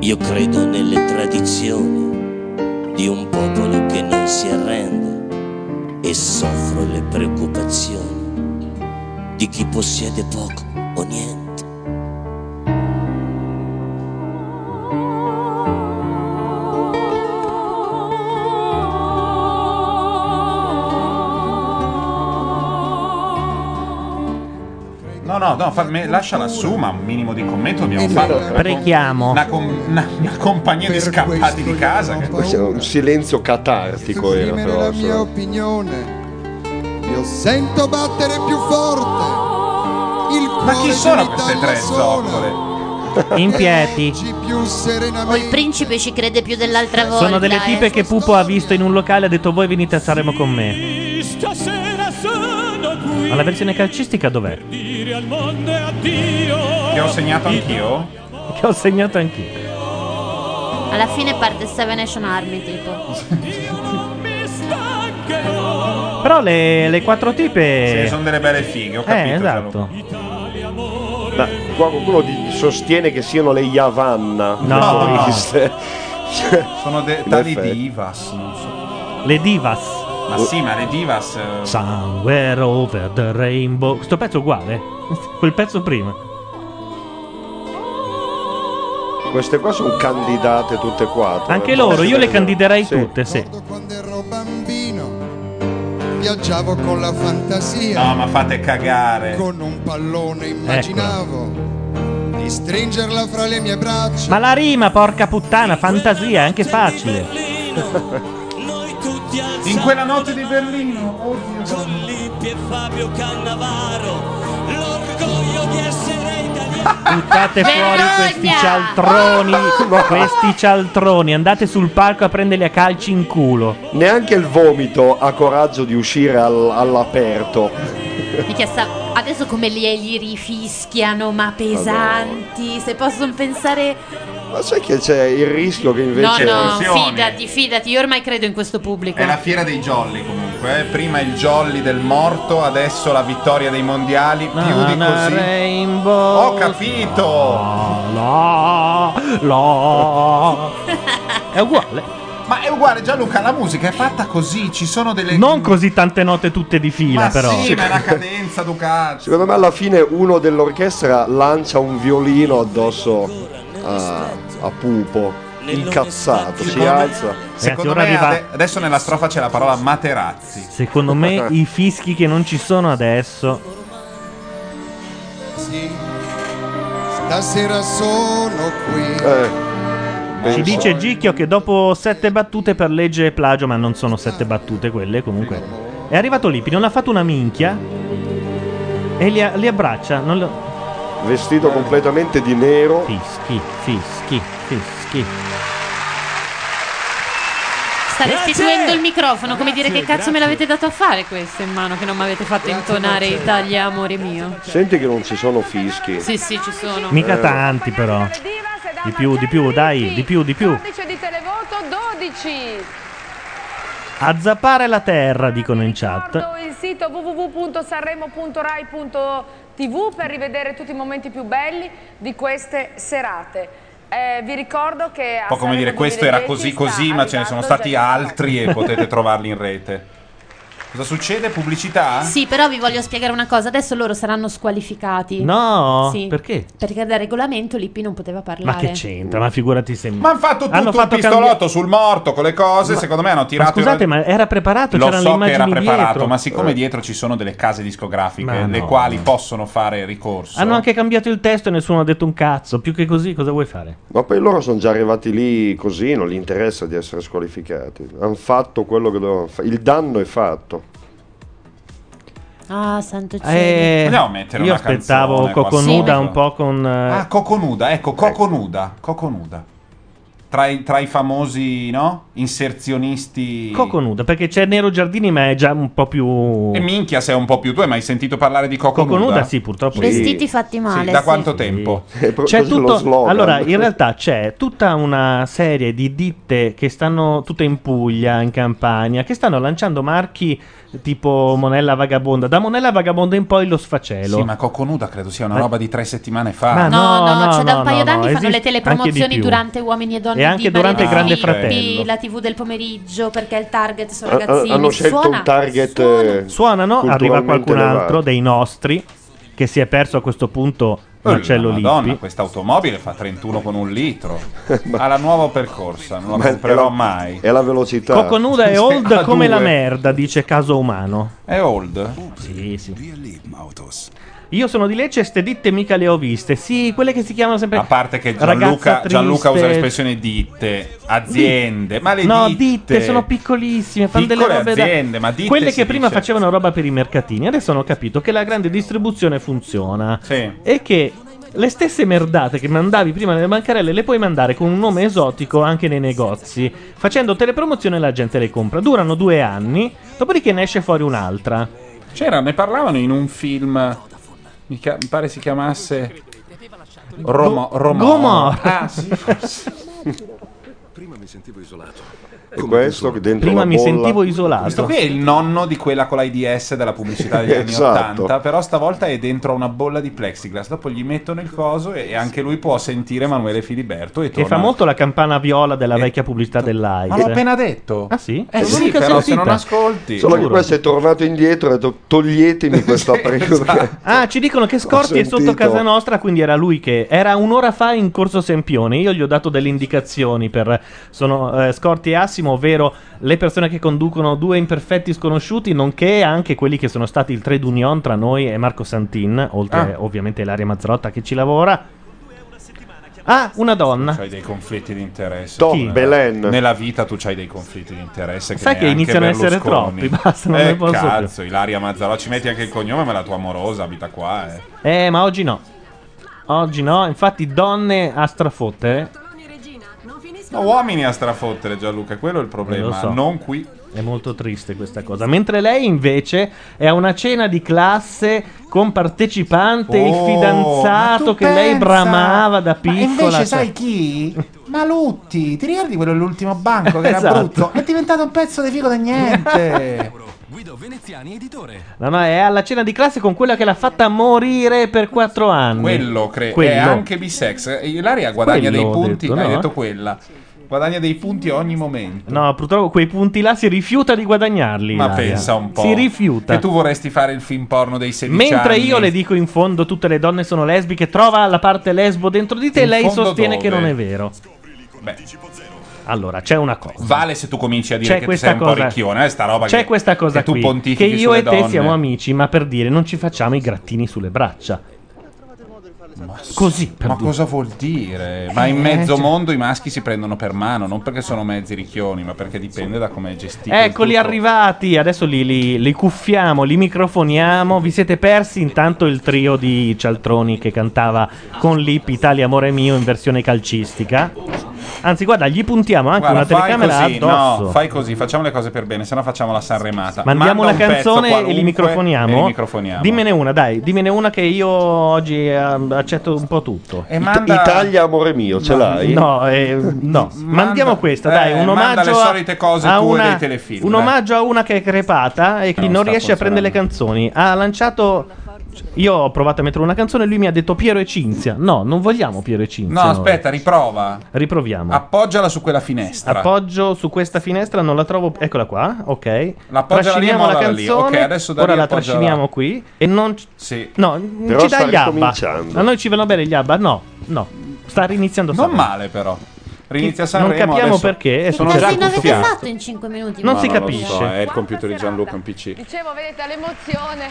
S17: Io credo nelle tradizioni di un popolo che non si arrende e soffro le preoccupazioni di chi possiede poco o niente.
S3: No, no, no, fa- me- lasciala su, ma un minimo di commento dobbiamo
S9: Eh,
S3: fare.
S9: no.
S2: Preghiamo.
S3: Una, com- una- una compagnia di scappati di casa. che-
S9: Questo era un silenzio catartico era
S8: esprimere
S9: però.
S8: la mia
S9: insomma.
S8: opinione. Io sento battere più forte. Il
S3: Ma chi
S8: cuore
S3: sono
S8: di
S3: queste
S8: un'Italia
S3: tre
S8: sola.
S3: zoccole?
S2: Impieti.
S8: Più serenamente.
S5: O il principe ci crede più dell'altra volta.
S2: Sono delle tipe
S5: eh.
S2: che Pupo ha visto in un locale e ha detto voi venite a Sanremo con me.
S18: Stasera sono qui
S2: Ma la versione calcistica dov'è?
S18: dire al mondo e addio.
S3: Che ho segnato anch'io?
S2: Che ho segnato anch'io.
S5: Alla fine parte Seven Nation Army, tipo.
S2: Però le, le quattro
S3: Se
S2: tipe...
S3: ne sono delle belle fighe, ho capito.
S2: eh, esatto.
S9: Ma qua qualcuno di- sostiene che siano le Yavanna.
S2: No.
S9: le soliste.
S2: esatto.
S3: Sono de-
S9: In
S3: tali
S9: effetti.
S3: divas, non so.
S2: Le divas.
S3: Ma sì, ma le divas. eh,
S2: Somewhere over the rainbow. Sto pezzo è uguale. Quel pezzo prima.
S9: Queste qua sono candidate tutte e quattro.
S2: Anche
S9: eh.
S2: loro, io le
S9: Sì.
S2: candiderei tutte, sì.
S8: Viaggiavo con la fantasia.
S3: No, ma fate cagare.
S8: Con un pallone immaginavo di stringerla fra le mie braccia.
S2: Ma la rima, porca puttana, fantasia, è anche facile.
S3: In quella notte di Berlino, oh oddio.
S18: Con Lippi e Fabio Cannavaro, l'orgoglio di essere italiano.
S2: Buttate fuori questi cialtroni. Questi cialtroni, andate sul palco a prenderli a calci in culo.
S9: Neanche il vomito ha coraggio di uscire al- all'aperto.
S5: Minchia, sta- Adesso come li, li rifischiano, ma pesanti. Se possono pensare.
S9: Ma sai che c'è il rischio che invece.
S5: no, no, fidati, fidati. Io ormai credo in questo pubblico.
S3: È la fiera dei jolly comunque, eh. prima il jolly del morto, adesso la vittoria dei mondiali, più di
S2: Na, na,
S3: così.
S2: Rainbow.
S3: Ho capito!
S2: La, la. È uguale.
S3: Ma è uguale Gianluca, la musica è fatta così, ci sono delle...
S2: Non così tante note tutte di fila,
S3: ma
S2: però.
S3: sì, ma è una cadenza Ducati.
S9: Secondo me alla fine uno dell'orchestra lancia un violino addosso a, a Pupo. Incazzato, si
S3: Secondo me-
S9: alza.
S3: Secondo
S2: ora
S3: me
S2: arriva-
S3: ade- adesso nella strofa c'è la parola materazzi.
S2: Secondo me i fischi che non ci sono adesso.
S8: Sì, stasera sono qui.
S9: Eh,
S2: Ci dice Gicchio che dopo sette battute per legge e plagio, ma non sono sette battute quelle comunque. È arrivato Lippi, non ha fatto una minchia. E li, a- li abbraccia. Non lo-
S9: Vestito completamente di nero.
S2: Fischi, fischi, fischi.
S5: Sta
S9: Grazie!
S5: restituendo il microfono, come dire
S9: Grazie,
S5: che cazzo
S9: grazie.
S5: me l'avete dato a fare questo in mano che non mi avete fatto intonare Italia amore mio.
S9: Senti che non ci sono fischi.
S5: Sì, sì, ci sono.
S3: Eh.
S2: Mica tanti però. Di più, di più, dai, di più, di più.
S7: codice di televoto 12.
S2: A zappare la terra, dicono in chat.
S7: Il sito www.sanremo.rai.tv per rivedere tutti i momenti più belli di queste serate. Eh, vi ricordo che a
S3: Un po' come dire,
S7: Sanremo
S3: questo era così
S7: 2010
S3: così,
S7: sta
S3: ma ce ne sono
S7: arrivando
S3: stati
S7: Gianni
S3: altri e
S7: Rocco.
S3: potete trovarli in rete. Cosa succede? Pubblicità?
S5: Sì, però vi voglio spiegare una cosa. Adesso loro saranno squalificati.
S2: No,
S5: Sì.
S2: perché?
S5: Perché dal regolamento Lippi non poteva parlare.
S2: Ma che c'entra? Ma figurati se.
S3: Ma hanno fatto tutto
S2: Hanno fatto
S3: un pistolotto
S2: cambiare-
S3: sul morto con le cose. secondo me hanno
S2: Ma
S3: tirato.
S2: scusate, ma era preparato?
S3: Lo
S2: C'erano le
S3: so che
S2: immagini
S3: era preparato,
S2: dietro?
S3: ma siccome dietro ci sono delle case discografiche
S2: Ma
S3: le
S2: no.
S3: quali possono fare ricorso.
S2: Hanno anche cambiato il testo e nessuno ha detto un cazzo. Più che così, cosa vuoi fare?
S9: Ma poi loro sono già arrivati lì così, non gli interessa di essere squalificati. Hanno fatto quello che dovevano fare. Il danno è fatto.
S5: Ah, santo cielo.
S2: Eh, io aspettavo
S3: canzone qua
S2: Coconuda
S3: sotto.
S2: un po' con. eh,
S3: Ah, Coconuda, ecco, Coconuda, Coconuda. Tra i, tra i famosi, no? Inserzionisti.
S2: Coconuda, perché c'è Nero Giardini, ma è già un po' più.
S3: e minchia se è un po' più tu, hai mai sentito parlare di Coconuda?
S2: Coconuda sì, purtroppo
S5: I vestiti fatti male.
S3: Sì, da
S5: sì.
S3: quanto tempo?
S9: Eh,
S3: Eh,
S2: C'è tutto, allora, in realtà c'è tutta una serie di ditte che stanno tutte in Puglia, in Campania, che stanno lanciando marchi tipo Monella Vagabonda. Da Monella Vagabonda in poi lo sfacelo. Eh.
S3: Sì, ma Coconuda credo sia una
S2: Ma-
S3: roba di tre settimane fa.
S2: Ma
S5: No, no,
S2: no,
S5: c'è Cioè, da
S2: no,
S5: un paio d'anni
S2: no, no,
S5: fanno le
S2: esiste anche di
S5: telepromozioni
S2: più.
S5: durante Uomini e Donne
S2: E anche
S5: di
S2: durante
S5: Maria
S2: Grande
S5: Filippi,
S2: Fratello.
S5: la TV del pomeriggio perché il target sono
S9: Ha- ha-
S5: ragazzini.
S9: Eh, hanno scelto
S5: Suona.
S9: un target. eh,
S2: Suonano, arriva
S9: culturalmente
S2: qualcun
S9: elevato.
S2: altro dei nostri che si è perso a questo punto
S3: Oh,
S2: Marcello
S3: la
S2: Lippi.
S3: Madonna, questa automobile fa 31 con un litro. Ha la nuova percorsa, non la
S9: Ma è
S3: comprerò
S9: la-
S3: mai.
S9: È la
S3: Certo.
S9: velocità.
S2: Coconuda è
S3: Ha
S2: old come la
S3: Ah, due.
S2: merda, dice Caso Umano.
S3: È old?
S2: Sì, sì. Io sono di Lecce e ste ditte mica le ho viste. Sì, quelle che si chiamano sempre.
S3: A parte che
S2: Ragazza
S3: Gianluca,
S2: triste.
S3: Gianluca usa l'espressione ditte, aziende, ma le
S2: no,
S3: ditte,
S2: sono piccolissime, fanno delle
S3: Piccole
S2: robe da-
S3: aziende, ma ditte
S2: Quelle
S3: si
S2: che prima
S3: dice.
S2: facevano roba per i mercatini, adesso hanno capito che la grande distribuzione funziona e che le stesse merdate che mandavi prima nelle bancarelle le puoi mandare con un nome esotico anche nei negozi. Facendo telepromozione la gente le compra. Durano due anni, dopodiché ne esce fuori un'altra.
S3: C'era, ne parlavano in un film, mi, chia- mi pare si chiamasse Romo,
S2: Go-
S3: Romo.
S2: Gomorra.
S3: Ah, sì, forse.
S8: Prima mi sentivo isolato.
S9: E questo che dentro
S2: Prima
S9: la
S2: mi
S9: bolla-
S2: sentivo isolato.
S3: Questo qui è il nonno di quella con l'AIDS della pubblicità degli anni
S9: Esatto.
S3: 80, però stavolta è dentro a una bolla di plexiglass, dopo gli mettono il coso e e anche lui può sentire Emanuele Filiberto e
S2: Che
S3: torna.
S2: fa molto la campana viola della vecchia pubblicità dell'AIDS.
S3: Eh. Ma l'ho appena detto.
S2: Ah sì?
S3: Eh
S2: L'ho
S3: sì,
S2: mica
S3: però se non
S2: sentita.
S3: ascolti...
S9: Solo che questo è tornato indietro e ha detto toglietemi questa prego.
S2: Ah, ci dicono che Scorti è sotto
S9: sentito.
S2: casa nostra, quindi era lui che era un'ora fa in corso Sempione. Io gli ho dato delle indicazioni per sono eh, Scorti e Assimo, ovvero le persone che conducono due imperfetti sconosciuti, nonché anche quelli che sono stati il trade union tra noi e Marco Santin, oltre
S3: Ah.
S2: ovviamente Ilaria Mazzarotta che ci lavora. Ah, una donna.
S3: Tu hai dei conflitti di interesse.
S2: Tom
S3: Tu, eh,
S2: Belen.
S3: Nella vita tu hai dei conflitti di interesse. Che
S2: Sai che
S3: neanche
S2: iniziano a essere
S3: Berlusconi.
S2: troppi, basta, non
S3: eh,
S2: ne posso più.
S3: cazzo, Ilaria Mazzarò, ci metti anche il cognome, ma la tua amorosa abita qua, eh.
S2: Eh, ma oggi no. Oggi no, infatti donne a strafottere.
S3: No, uomini a strafottere, Gianluca, quello è il
S2: Eh, Lo
S3: problema.
S2: so.
S3: Non qui.
S2: È molto triste questa cosa. Mentre lei invece è a una cena di classe con partecipante e il
S3: Oh, ma
S2: fidanzato
S3: tu
S2: che lei
S3: pensa?
S2: bramava da
S3: Ma
S2: piccola.
S3: invece
S2: cioè-
S3: sai chi? Malutti, ti ricordi quello dell'ultimo banco
S2: che era Esatto. brutto?
S3: È diventato un pezzo di figo da
S2: niente.
S8: Guido Veneziani, editore.
S2: No, no, è alla cena di classe con quella che l'ha fatta morire per quattro anni.
S3: Quello, cre- è
S2: Quello.
S3: anche bisex. Ilaria guadagna
S2: Quello
S3: dei
S2: ho
S3: punti.
S2: detto,
S3: hai
S2: no?
S3: detto quella. Guadagna dei punti ogni momento.
S2: No, purtroppo quei punti là si rifiuta di guadagnarli.
S3: Ma
S2: Ilaria.
S3: pensa un po'.
S2: Si rifiuta.
S3: Che tu vorresti fare il film porno dei 16
S2: Mentre
S3: anni.
S2: io le dico in fondo tutte le donne sono lesbiche, trova la parte lesbo dentro di te e
S3: In
S2: lei
S3: fondo
S2: sostiene che
S3: dove?
S2: non è vero.
S3: Beh,
S2: Allora, c'è una cosa.
S3: vale se tu cominci a dire
S2: C'è
S3: che tu
S2: questa
S3: sei un po'
S2: cosa-
S3: ricchione, eh, sta roba
S2: C'è
S3: che,
S2: questa cosa
S3: che tu
S2: qui, che
S3: pontifichi
S2: io
S3: sulle
S2: e te
S3: donne.
S2: siamo amici, ma per dire non ci facciamo i grattini sulle braccia. Così, per
S3: Ma
S2: dire.
S3: cosa vuol dire? Ma in
S2: Eh,
S3: mezzo
S2: cioè-
S3: mondo i maschi si prendono per mano, non perché sono mezzi ricchioni, ma perché dipende da come è gestito. il
S2: Eccoli
S3: tutto.
S2: Ecco, arrivati, adesso li, li- li cuffiamo, li microfoniamo, vi siete persi intanto il trio di cialtroni che cantava con Lip Italia Amore Mio in versione calcistica. Anzi, guarda, gli puntiamo anche
S3: Guarda,
S2: una telecamera
S3: fai così,
S2: addosso.
S3: no, fai così, facciamo le cose per bene, sennò facciamo la Sanremata.
S2: Mandiamo
S3: Manda
S2: una
S3: un pezzo
S2: canzone e
S3: qualunque
S2: li microfoniamo.
S3: E li microfoniamo.
S2: Dimmene una, dai, dimmene una che io oggi ehm, accetto un po' tutto.
S3: E It- manda-
S9: Italia, amore mio, ce l'hai?
S2: No, eh, no. mandiamo questa, dai,
S9: eh,
S2: un
S9: manda
S2: omaggio
S9: le
S2: a-
S9: solite cose
S2: a
S9: tue
S2: una,
S9: dei telefilm,
S2: Un
S9: dai.
S2: omaggio a una che è crepata e che
S9: Non
S2: non
S9: sta
S2: riesce a prendere le canzoni. Ha lanciato Io ho provato a mettere una canzone e lui mi ha detto Piero e Cinzia. No, non vogliamo Piero e Cinzia.
S3: No,
S2: noi.
S3: aspetta, riprova.
S2: Riproviamo.
S3: Appoggiala su quella finestra.
S2: Appoggio su questa finestra, non la trovo. Eccola qua, ok.
S3: L'appoggia là
S2: Trasciniamo
S3: lì,
S2: la
S3: mollala lì.
S2: canzone.
S3: Ok, adesso da
S2: ora
S3: lì
S2: la
S3: appoggia
S2: trasciniamo
S3: là.
S2: qui. E non.
S3: Sì.
S2: No, n-
S3: Però
S2: ci
S3: sta
S2: dai gli abba.
S3: ricominciando.
S2: A noi ci vanno bene gli abba? No, no. Sta riniziando
S3: Non
S2: Sanremo.
S3: male, però. Rinizia
S2: Chi-
S3: Sanremo.
S2: non capiamo
S3: adesso.
S2: perché, è
S5: Che
S2: sono già
S5: casino avete
S2: accoppiato.
S5: fatto in 5 minuti?
S2: Non
S5: Ma
S2: si
S5: lo
S2: capisce.
S5: so, eh.
S13: il computer di Gianluca, è un PC.
S7: Dicevo, vedete, l'emozione.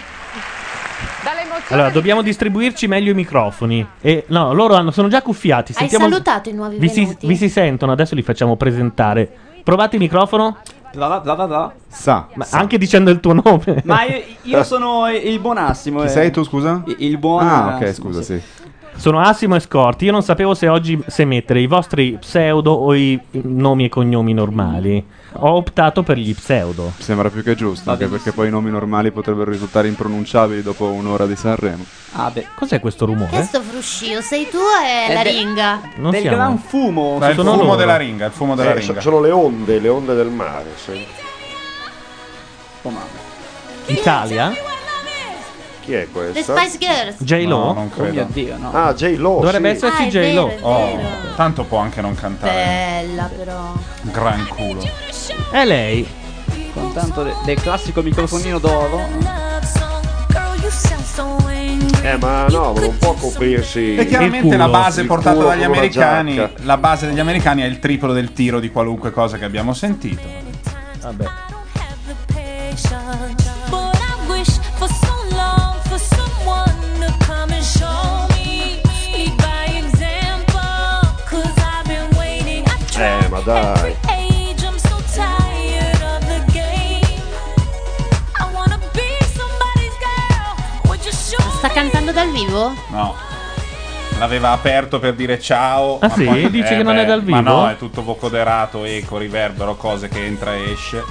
S7: Dall'emozione.
S2: Allora, dobbiamo distribuirci meglio i microfoni. E, no, loro hanno- sono già cuffiati.
S5: Hai
S2: Sentiamo-
S5: salutato i nuovi
S2: vi si,
S5: venuti?
S2: vi si sentono, adesso li facciamo presentare. Provate il microfono. Sa. Ma anche dicendo il tuo nome.
S19: Ma io, io sono il buonassimo.
S2: Chi
S19: eh.
S2: sei tu,
S18: scusa?
S19: Il, il buon
S18: Ah, ok,
S19: Assimo,
S18: scusa, sì.
S2: Sono Assimo e Scorti. Io non sapevo se oggi se mettere i vostri pseudo o i nomi e cognomi normali. Ho optato per gli pseudo.
S18: Mi sembra più che giusto, anche perché poi i nomi normali potrebbero risultare impronunciabili dopo un'ora di Sanremo.
S19: Ah, beh.
S2: Cos'è questo rumore? Eh?
S5: Questo fruscio sei tu e
S19: Eh,
S5: la
S19: de-
S5: ringa.
S2: Non
S19: del
S2: siamo.
S19: gran fumo.
S3: Ma il
S19: sono
S3: fumo
S19: loro.
S3: della ringa, il fumo della
S9: Eh, so-
S3: ringa.
S9: sono le onde, le onde del mare. sì.
S3: Oh,
S2: Italia?
S9: Chi è questo?
S5: The Spice Girls.
S2: J-Lo?
S3: No, non credo.
S2: Oh mio
S19: Dio, no.
S9: Ah, J-Lo.
S2: Dovrebbe
S9: sì.
S2: esserci
S5: Ah, è
S2: J-Lo.
S5: vero, è
S3: Oh, tanto può anche non cantare.
S5: Bella però.
S3: Gran culo.
S2: È lei.
S19: Con tanto de- del classico microfonino d'oro.
S9: Eh, ma no, ma non può coprirsi.
S3: E chiaramente
S9: il
S3: la
S9: culo.
S3: base
S9: Il
S3: portata
S9: culo
S3: dagli
S9: con una
S3: americani,
S9: giacca.
S3: la base degli americani è il triplo del tiro di qualunque cosa che abbiamo sentito.
S2: Vabbè.
S8: But I wish for so long for someone to come and show me. Lead by example, cause I've been waiting. I
S9: Eh, ma dai.
S8: age, I'm so tired of the game. I wanna be somebody's girl. Would you show
S5: Sta cantando dal vivo?
S3: No. L'aveva aperto per dire ciao.
S2: Ah,
S3: ma eh,
S2: sì? Dici che non è dal
S3: Ma
S2: vivo?
S3: no, è tutto vocoderato, eco, riverbero, cose che entra e esce.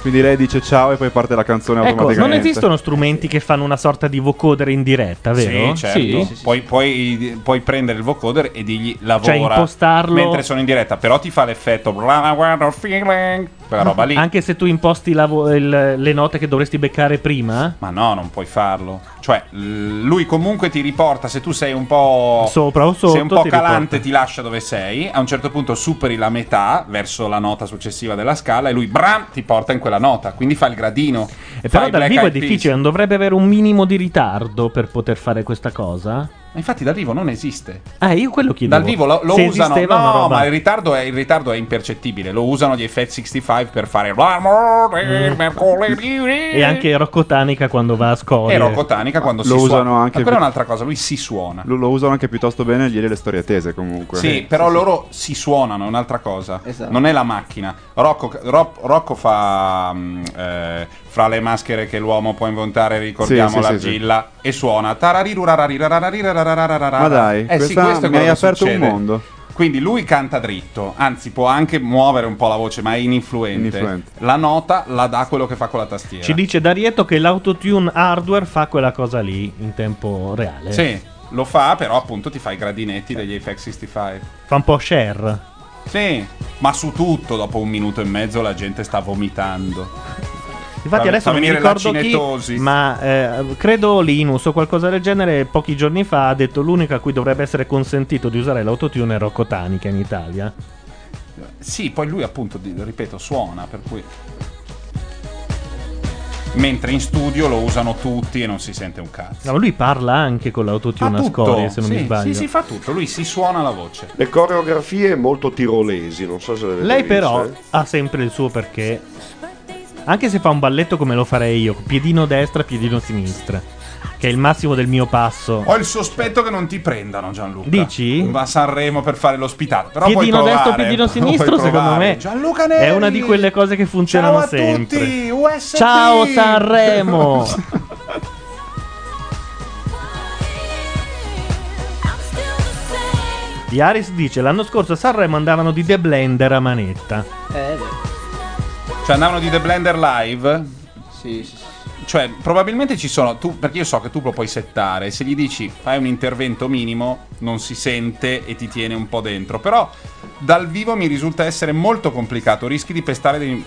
S18: Quindi lei dice ciao e poi parte la canzone
S2: Ecco, non
S18: automaticamente.
S2: esistono strumenti che fanno una sorta di vocodere in diretta, vero?
S3: Sì, certo. Puoi, puoi- puoi prendere il vocoder e dirgli lavora.
S2: Cioè, impostarlo-
S3: Mentre sono in diretta, però ti fa l'effetto. "Bla, bla, bla, feeling", Quella roba lì.
S2: Anche se tu imposti la vo- il- le note che dovresti beccare prima?
S3: Ma no, non puoi farlo. Cioè, l- lui comunque ti riporta se tu sei un po'
S2: Sopra o
S3: sei un
S2: sotto,
S3: po'
S2: ti
S3: calante,
S2: riporta.
S3: ti lascia dove sei. A un certo punto superi la metà verso la nota successiva della scala e lui bram ti porta in quella nota. Quindi fa il gradino.
S2: E però dal vivo è difficile,
S3: Ma
S2: non dovrebbe avere un minimo di ritardo per poter fare questa cosa?
S3: infatti Eh, dal vivo non esiste.
S2: Ah, io quello chiedo.
S3: Dal vivo lo, lo
S2: Se
S3: usano.
S2: esisteva
S3: No,
S2: una roba.
S3: ma il ritardo, è, il ritardo è impercettibile. Lo usano gli F65 per fare.
S2: Mm. E anche Rocco Tanica quando va a scuola.
S3: E Eh, Rocco Tanica quando
S18: Lo
S3: si
S18: usano
S3: suona.
S18: anche
S3: Ma quella è
S18: per-
S3: un'altra cosa, lui si suona.
S18: Lo, lo usano anche piuttosto bene gli le storie tese comunque.
S3: Sì, però loro si suonano, è un'altra cosa. Non è la macchina. Rocco, Ro- Rocco fa. mm, eh, fra le maschere che l'uomo può inventare, ricordiamo
S18: Sì, sì, sì,
S3: l'argilla. E suona. Ma
S18: Ma dai,
S3: eh sì,
S18: questa
S3: questo è
S18: mi
S3: quello
S18: hai
S3: che
S18: aperto
S3: succede.
S18: un mondo.
S3: Quindi lui canta dritto, anzi può anche muovere un po' la voce, ma è ininfluente.
S18: Ininfluente.
S3: La nota la dà quello che fa con la tastiera.
S2: Ci dice Darietto che l'autotune hardware fa quella cosa lì in tempo reale.
S3: Sì, lo fa, però appunto ti fa i gradinetti degli Apex 65.
S2: Fa un po' share.
S3: Sì, ma su tutto dopo un minuto e mezzo la gente sta vomitando.
S2: Infatti
S3: Fa-
S2: adesso
S3: fa
S2: non mi
S3: venire la
S2: ricordo chi,
S3: cinetosi.
S2: ma eh, credo Linus o qualcosa del genere pochi giorni fa ha detto l'unico a cui dovrebbe essere consentito di usare l'autotune è Rocco Tanica in Italia.
S3: Sì, poi lui appunto, di- ripeto, suona, per cui... Mentre in studio lo usano tutti e non si sente un cazzo.
S2: No, ma lui parla anche con l'autotune a scorie, se non
S3: sì,
S2: mi sbaglio.
S3: Sì, sì, fa tutto, lui si suona la voce.
S9: Le coreografie molto tirolesi, non so se le avete
S2: Lei
S9: viste.
S2: però ha sempre il suo perché. Anche se fa un balletto come lo farei io, piedino destra, piedino sinistra, che è il massimo del mio passo.
S3: Ho il sospetto che non ti prendano Gianluca.
S2: Dici?
S3: Va a Sanremo per fare l'ospitato. Però
S2: piedino
S3: puoi provare,
S2: destro, piedino
S3: puoi
S2: sinistro, secondo
S3: provare.
S2: me
S3: Gianluca Neri.
S2: è una di quelle cose che funzionano
S3: Ciao a
S2: sempre.
S3: tutti, USB.
S2: Ciao Sanremo! Iaris dice: L'anno scorso a Sanremo andavano di The Blender a manetta.
S19: Eh,
S3: Cioè andavano di The Blender Live? Sì, sì, Cioè, probabilmente ci sono. Tu, perché io so che tu lo puoi settare. Se gli dici fai un intervento minimo, non si sente e ti tiene un po' dentro. Però dal vivo mi risulta essere molto complicato. Rischi di pestare dei,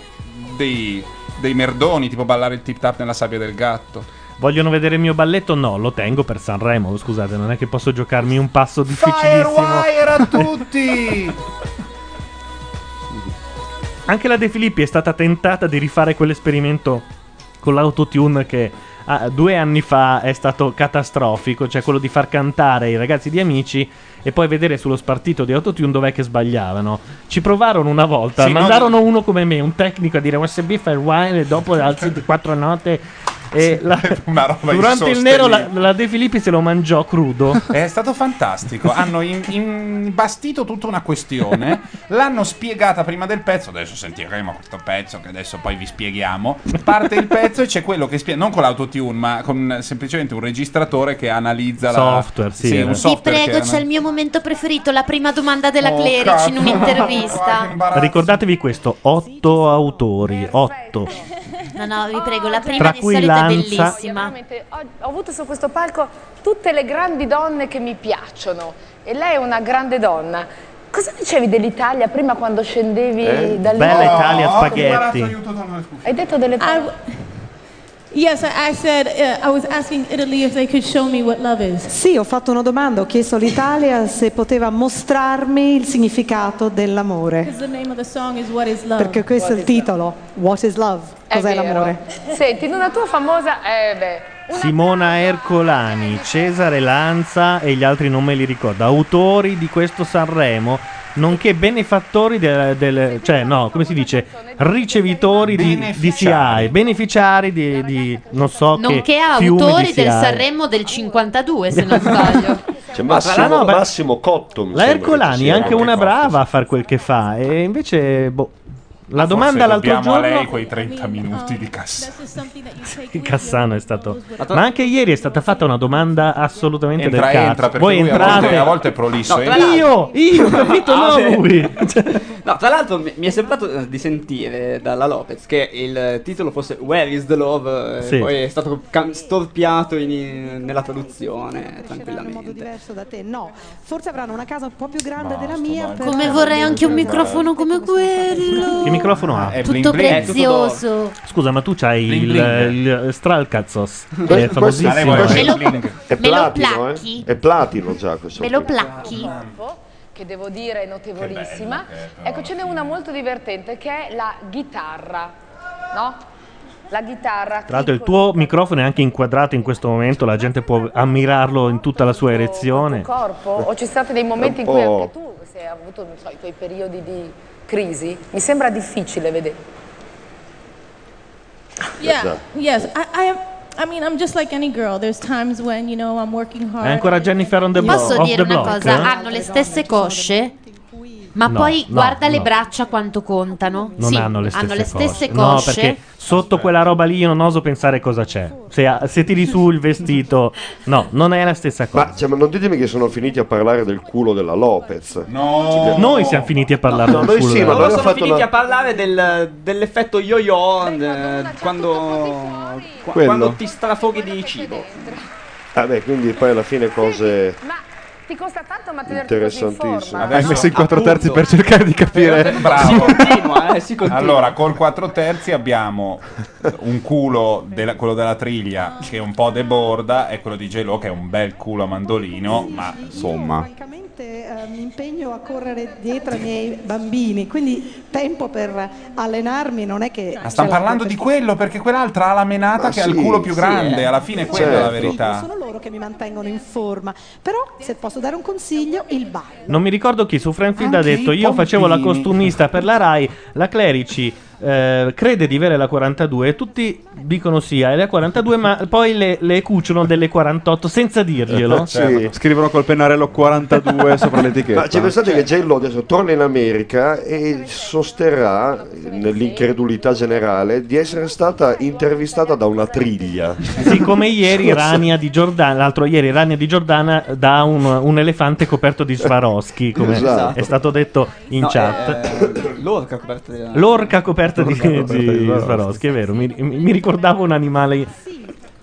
S3: dei, dei merdoni, tipo ballare il tip tap nella sabbia del gatto.
S2: Vogliono vedere il mio balletto? No, lo tengo per Sanremo. Scusate, non è che posso giocarmi un passo difficilissimo.
S14: Firewire a tutti!
S2: Anche la De Filippi è stata tentata di rifare quell'esperimento con l'autotune che ah, due anni fa è stato catastrofico, cioè quello di far cantare i ragazzi di amici e poi vedere sullo spartito di autotune dov'è che sbagliavano. Ci provarono una volta,
S3: Sì, no,
S2: mandarono uno come me, un tecnico a dire USB Firewire e dopo alzi di quattro note. E la-
S3: Una roba
S2: durante il nero la, la De Filippi se lo mangiò crudo.
S3: È stato fantastico. Hanno im- imbastito tutta una questione. L'hanno spiegata prima del pezzo. Adesso sentiremo questo pezzo che adesso poi vi spieghiamo. Parte il pezzo e c'è quello che spiega, non con l'autotune, ma con semplicemente un registratore che analizza la-
S2: Software, sì, eh. era.
S3: un
S2: Vi
S5: Vi
S3: software.
S5: prego,
S3: che
S5: c'è il mio momento preferito, la prima domanda della
S3: Oh,
S5: Clerici
S3: cazzo.
S5: in un'intervista.
S2: Ricordatevi questo: otto autori, otto.
S5: No, no, vi prego, la prima
S2: Tra
S5: di
S2: cui
S5: solito è
S2: Lanza.
S5: bellissima.
S7: Ho, ho avuto su questo palco tutte le grandi donne che mi piacciono e lei è una grande donna. Cosa dicevi dell'Italia prima quando scendevi
S2: Eh?
S7: dal
S2: Bella
S7: No,
S2: Italia
S7: ho
S2: spaghetti.
S7: imparato Hai detto delle
S5: Ah,
S7: parole.
S20: Yes, I I said uh, I was asking Italy if they could show me what love is.
S21: Sì, ho fatto una domanda, ho chiesto all'Italia se poteva mostrarmi il significato dell'amore.
S20: Because the name of the song is Ah, What is Love.
S21: Perché questo è il titolo, What is Love?
S7: È
S21: Cos'è
S7: vero.
S21: l'amore?
S7: Senti, in una tua famosa... Eh beh,
S2: Simona Ercolani, Cesare Lanza e gli altri non me li ricordo, autori di questo Sanremo, nonché benefattori del, del- cioè no, come si dice, ricevitori di, di SIAE, beneficiari di, di non so
S5: Nonché
S2: che fiumi di
S5: autori del
S2: SIAE.
S5: Sanremo del 52, se non sbaglio.
S9: C'è Massimo,
S2: Ah, no, ma-
S9: Massimo Cotto. mi
S2: La
S9: sembra che ci
S2: Ercolani è
S9: sia.
S2: anche una brava a far quel che fa e invece boh, la
S3: Forse
S2: domanda l'altro
S3: dobbiamo
S2: giorno
S3: a lei quei 30
S5: oh,
S3: minuti di cassa.
S2: Cassano è stato. Ma anche ieri è stata fatta una domanda assolutamente
S3: Entra,
S2: del cazzo.
S3: entra, perché
S2: Voi
S3: lui a volte-
S2: entrate.
S3: a volte è prolisso,
S19: No,
S3: eh.
S19: tra
S2: io, io, capito?
S19: Ah,
S2: No,
S19: sì.
S2: lui.
S19: No, tra l'altro mi, mi è sembrato eh, di sentire dalla Lopez che il eh, titolo fosse Where is the Love? eh,
S2: Sì.
S19: Poi è stato cam- storpiato in- in- nella traduzione,
S21: Hanno un
S19: tranquillamente.
S21: modo diverso da te? No, forse avranno una casa un po' più grande della mia. però-
S5: Come vorrei anche un microfono come quello.
S2: Che microfono ha?
S5: Tutto
S3: Ecco,
S5: prezioso.
S2: Scusa, ma tu c'hai
S5: Bling
S2: il,
S5: bling.
S2: il Stralcazzos.
S9: Questo-
S2: Che è
S9: questo-
S2: famosissimo.
S9: questo-
S5: Me lo-
S9: È
S5: me lo
S9: platino, eh?
S5: placchi?
S9: È platino già questo.
S5: Me lo placchi?
S7: che devo dire è notevolissima. ecco, ce n'è una molto divertente che è la chitarra, no? La chitarra.
S2: Tra l'altro, il tuo microfono è anche inquadrato in questo momento. La gente può ammirarlo in tutta la sua erezione.
S7: corpo? O ci sono stati dei momenti in
S2: Un
S7: cui
S2: po'.
S7: anche tu sei avuto non so, i tuoi periodi di crisi? Mi sembra difficile vedere.
S20: Yeah, yes. I, I am. I mean, I'm just like any girl. There's times when, you know, I'm working hard.
S2: È ancora Jennifer on the block.
S5: Posso
S2: off
S5: dire
S2: the
S5: una
S2: block,
S5: cosa?
S2: eh?
S5: Hanno le stesse cosce, ma
S2: No,
S5: poi
S2: no,
S5: guarda le
S2: no.
S5: braccia quanto contano.
S2: Non
S5: Sì,
S2: hanno le stesse,
S5: stesse
S2: No,
S5: cosce.
S2: perché sotto quella roba lì io non oso pensare cosa c'è. Se, ha- se tiri su il vestito, no, non è la stessa cosa.
S9: Ma, cioè, ma non ditemi che sono finiti a parlare del culo della Lopez.
S3: No,
S2: Noi siamo finiti a parlare
S9: No,
S2: del
S9: noi
S2: culo
S9: sì,
S2: della
S9: ma
S2: Lopez.
S9: noi
S19: Sono
S9: ho fatto
S19: finiti
S9: una...
S19: a parlare del- dell'effetto yo-yo eh, quando, qua-
S9: Quello.
S19: quando ti strafoghi di cibo.
S9: Ah, beh, quindi poi alla fine cose
S7: Ti costa tanto mantenerti così in
S9: interessantissime.
S7: forma.
S18: Hai messo i 4 terzi per cercare di capire.
S3: Bravo.
S19: si
S18: continua.
S3: Allora, col 4 terzi abbiamo un culo, della- quello della triglia che un po' deborda e quello di Gelo che è un bel culo a mandolino, ma
S18: insomma.
S21: Eh, mi impegno a correre dietro ai miei bambini, quindi tempo per allenarmi non è che... cioè,
S3: Ma Ah, stanno parlando di quello perché quell'altra ha la menata
S21: Ma
S3: che ha il
S21: sì,
S3: culo più
S18: sì,
S3: grande,
S18: eh.
S3: alla fine quella è la
S18: Certo.
S3: verità.
S21: Sono loro che mi mantengono in forma, però se posso dare un consiglio, il ballo.
S2: Non mi ricordo chi su Franfield ha
S21: Anche i
S2: detto: Io facevo la
S18: pompini."
S2: costumista per la Rai, la Clerici eh, crede di avere la 42 e tutti dicono sì, è la 42, ma poi le, le cuciono delle 48 senza dirglielo.
S18: Sì. Scrivono col pennarello 42 sopra l'etichetta.
S9: Ma ci pensate che Gello adesso torna in America e sosterrà, eh, nell'incredulità generale, di essere stata intervistata da una triglia.
S2: Sì, come ieri Rania di Giordana, l'altro ieri Rania di Giordana dà un, un elefante coperto di Swarovski, come
S19: Esatto.
S2: è stato detto in
S19: No,
S2: chat.
S19: eh, l'orca coperta di-
S2: L'orca coperta di,
S19: L'orca coperta di
S2: di
S19: Swarovski.
S2: Swarovski, è vero, mi, mi- mi ricordavo un animale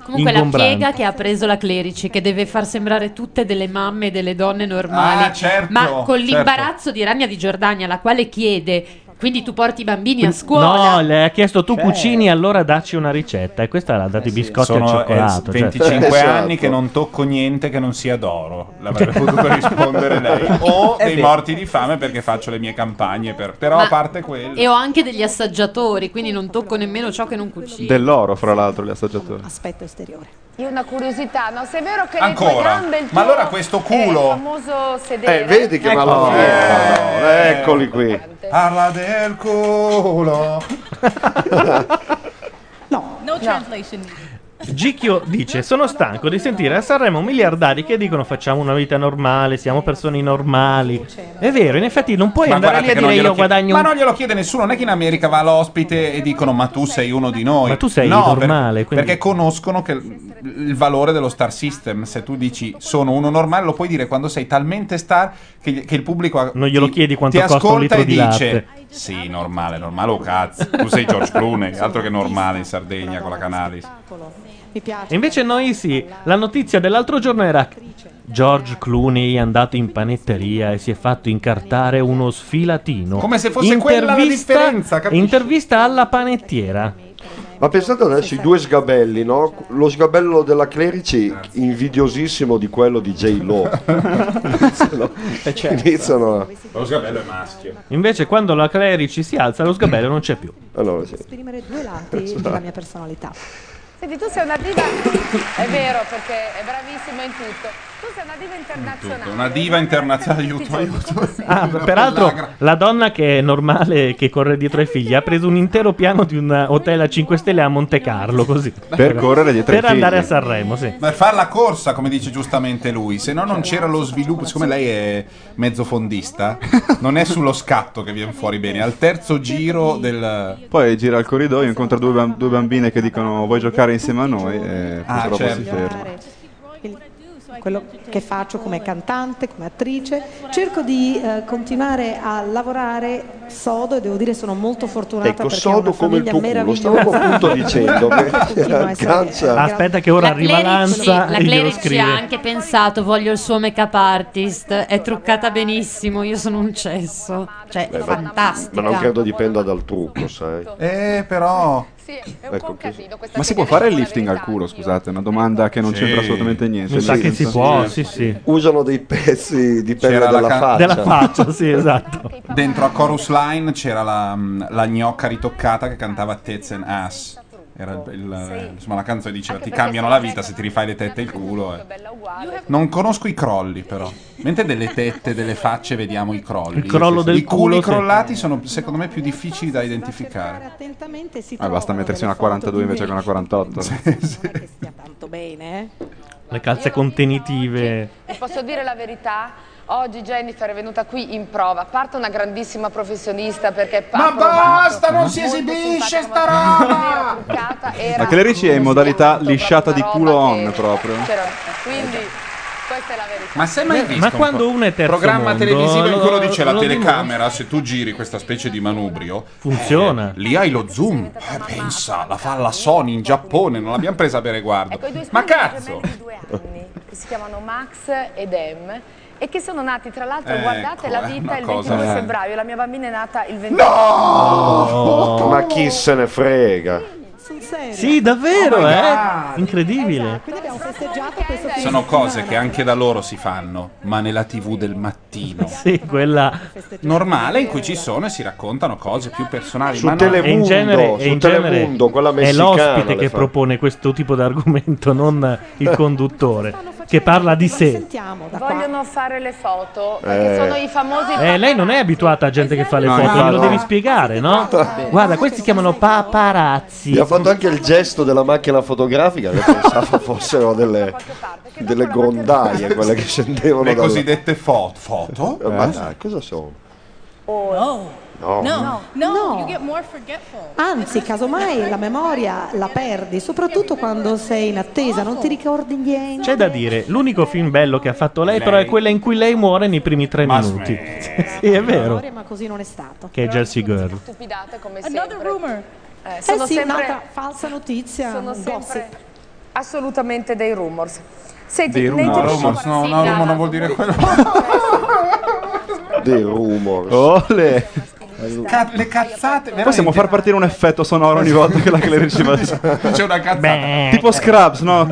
S5: Comunque la
S2: ingombrante.
S5: piega che ha preso la Clerici, che deve far sembrare tutte delle mamme e delle donne normali,
S3: Ah, certo,
S5: ma con
S3: certo.
S5: l'imbarazzo di Rania di Giordania, la quale chiede Quindi tu porti i bambini a scuola.
S2: No, le ha chiesto
S19: Eh.
S2: tu cucini, allora dacci una ricetta. E questa l'ha dato i biscotti
S3: Sono
S2: al
S3: eh,
S2: cioccolato. cioè-
S3: 25 anni che non tocco niente che non sia d'oro. L'avrebbe
S2: Cioè.
S3: potuto rispondere lei. O
S5: È
S3: dei
S5: vero.
S3: morti di fame perché faccio le mie campagne. per- Però
S5: Ma-
S3: a parte quello.
S5: E ho anche degli assaggiatori, quindi non tocco nemmeno ciò che non cucino.
S18: Dell'oro, fra l'altro, gli assaggiatori.
S21: Aspetto esteriore.
S7: Io ho una curiosità, no? Se è vero che le tue
S18: Ancora?
S7: gambe il tuo-
S18: Ma allora questo culo?
S7: eh, il famoso sedere.
S9: Eh, vedi che
S7: Ecco.
S9: malavita. Eh, Eccoli qui.
S3: Eh. Parla del culo.
S20: No translation needed.
S2: Gicchio dice: Sono stanco di sentire a Sanremo miliardari che dicono facciamo una vita normale, siamo persone normali. È vero, in effetti non puoi
S3: Ma
S2: andare
S3: guardate
S2: lì a
S3: che non
S2: dire
S3: glielo
S2: io
S3: chiede-
S2: guadagno.
S3: Ma non glielo chiede nessuno, non è che in America va l'ospite e dicono ma tu sei uno di noi.
S2: Ma tu sei
S3: No, per-
S2: normale, quindi-
S3: Perché conoscono che l- il valore dello star system. Se tu dici sono uno normale, lo puoi dire quando sei talmente star che, gli- che il pubblico ha-
S2: Non glielo
S3: ti-
S2: chiedi quanto
S3: ti
S2: costa un
S3: ascolta
S2: litro
S3: e
S2: di
S3: dice
S2: latte.
S3: sì, normale, normale o cazzo. Tu sei George Clooney, altro che normale in Sardegna con la Canalis.
S21: Mi piace.
S2: E invece noi sì, la notizia dell'altro giorno era George Clooney è andato in panetteria e si è fatto incartare uno sfilatino.
S3: Come se fosse quella la differenza, capisci?
S2: Intervista alla panettiera.
S9: Ma pensate adesso i due sgabelli, no? Lo sgabello della Clerici, invidiosissimo di quello di J. Lo. Iniziano a...
S3: Lo sgabello è maschio.
S2: Invece quando la Clerici si alza lo sgabello non c'è più.
S9: Allora sì.
S21: Esprimere due lati della mia personalità.
S7: Senti, tu sei una diva, è vero perché è bravissimo in tutto. Tu sei una diva internazionale.
S3: Una diva internazionale, aiuto, aiuto.
S2: Ah, peraltro la donna che è normale che corre dietro ai figli ha preso un intero piano di un eh, hotel a 5 stelle a Monte Carlo così.
S18: Per correre dietro ai
S2: Per andare a
S18: figli.
S2: Sanremo, Oh, sì.
S3: Per fare la corsa, come dice giustamente lui, se no non c'era lo sviluppo. Siccome lei è mezzo fondista, non è sullo scatto che viene fuori bene. Al terzo giro del.
S18: Poi gira al corridoio, incontra due, bam- due bambine che dicono vuoi giocare insieme a noi e
S3: Ah,
S18: purtroppo
S3: certo.
S18: si ferma.
S21: Il- quello che faccio come cantante, come attrice, cerco di eh, continuare a lavorare sodo e devo dire sono molto fortunata
S9: Ecco,
S21: perché
S9: sodo
S21: ho una
S9: come il
S21: famiglia
S9: tuo
S21: meravigliosa.
S9: culo, stavo appunto dicendo che
S21: Continuo a essere-
S9: aggancia.
S2: Aspetta che ora
S5: La
S2: arriva
S5: Clerici,
S2: l'Ansa
S5: la
S2: e glielo
S5: Clerici ha
S2: scrive.
S5: anche pensato, voglio il suo make-up artist, è truccata benissimo, io sono un cesso. Cioè,
S9: Beh,
S5: è
S9: ma-
S5: fantastica.
S9: Ma non credo dipenda dal trucco, sai.
S3: Eh, però.
S18: Ecco, Ma si può fare il lifting al culo, scusate, è una domanda che non
S9: Sì.
S18: c'entra assolutamente niente.
S2: Mi sa
S18: Nel
S2: che si
S18: senso-
S2: può, sì, sì.
S9: Usano dei pezzi di pelle
S3: C'era la
S9: della
S3: ca-
S9: faccia.
S3: della faccia,
S2: sì, esatto.
S3: Dentro a Chorus Line c'era la, mm, la gnocca ritoccata che cantava Tets and Ass. Era il- il- insomma, la canzone diceva: Ti cambiano la vita se ti rifai le tette e il culo. eh." Non conosco i crolli, però. Mentre delle tette, delle facce, vediamo i crolli.
S2: Il crollo del
S3: I culi
S2: culo, sì.
S3: crollati sono, secondo me, più difficili da identificare.
S21: Attentamente si
S18: Ah, basta mettersi una 42 invece che una 48.
S21: tanto bene, eh?
S2: Le calze contenitive.
S7: Vi Posso dire la verità? Oggi Jennifer è venuta qui in prova. A parte una grandissima professionista perché
S3: Ma basta, non si esibisce sta roba!
S18: La Clerici è in modalità lisciata di culo on proprio.
S7: Quindi questa è la verità.
S3: Ma sei mai
S18: Ma-
S3: visto
S18: ma
S3: un
S18: quando
S3: pro-
S18: uno è terzo
S3: programma
S18: mondo,
S3: televisivo in
S18: lo-
S3: cui lo dice la
S18: lo
S3: telecamera, se tu giri questa specie di manubrio,
S2: funziona.
S3: lì hai lo zoom. Eh, pensa, la fa la Sony in Giappone, non l'abbiamo presa per riguardo.
S7: Ecco, i due
S3: Ma
S7: spiriti
S3: cazzo!
S7: gemelli di due anni, che si chiamano Max ed Em, e che sono nati, tra l'altro,
S3: Ecco,
S7: guardate la
S3: è
S7: vita
S3: una
S7: il
S3: cosa-
S7: 22
S3: eh.
S7: febbraio, la mia bambina è nata il 22
S9: No! Oh, Ma chi se ne frega?
S2: Oh. Sì, davvero,
S9: Oh my
S2: eh?
S9: God.
S2: Incredibile.
S21: Quindi abbiamo festeggiato questo
S3: Sono cose che anche da loro si fanno, ma nella TV del mattino.
S2: Sì, quella
S3: Normale in cui ci sono e si raccontano cose più personali.
S2: Su
S3: ma no.
S2: E in genere, e in genere è l'ospite che propone questo tipo di argomento, non il conduttore, che parla di sé.
S7: Vogliono fare le foto,
S2: Eh.
S7: perché sono i famosi
S2: Eh, lei non è abituata a gente che fa le
S9: Esatto. No,
S2: foto,
S9: infatti
S2: glielo
S9: no. Esatto.
S2: devi spiegare, no? Guarda, questi si chiamano paparazzi.
S9: Mi ha fatto anche il gesto della macchina fotografica che pensavo fossero delle, delle grondaie quelle che scendevano
S3: Le
S9: dalla-
S3: cosiddette foto. Foto?
S9: Eh, Ma
S3: Eh.
S9: dai, cosa sono?
S20: No.
S9: No.
S20: Oh. No, no,
S21: No.
S20: you get more forgetful.
S21: Anzi, casomai la memoria la perdi, soprattutto quando sei in attesa, non ti ricordi niente.
S2: C'è da dire, l'unico film bello che ha fatto lei, però è quella in cui lei muore nei primi tre minuti. sì, è vero.
S21: Ma così non è stato.
S2: Che è Jersey Girl.
S7: stupidate come
S21: Another
S7: sempre.
S21: rumor.
S7: Eh,
S21: Eh
S7: sono
S21: sì,
S7: sempre-
S21: un'altra falsa notizia.
S7: sono
S21: un
S7: sempre
S21: gossip.
S7: assolutamente dei rumors. Senti,
S3: Dei
S7: nei
S3: rumors?
S7: giorni
S3: No, no, no, rumor non vuol dire quello.
S9: Dei rumor.
S18: Ole!
S3: Ca- le cazzate,
S18: Possiamo
S3: veramente.
S18: far partire un effetto sonoro ogni volta che la Clerici va su.
S3: C'è una cazzata.
S18: Tipo Scrubs, no?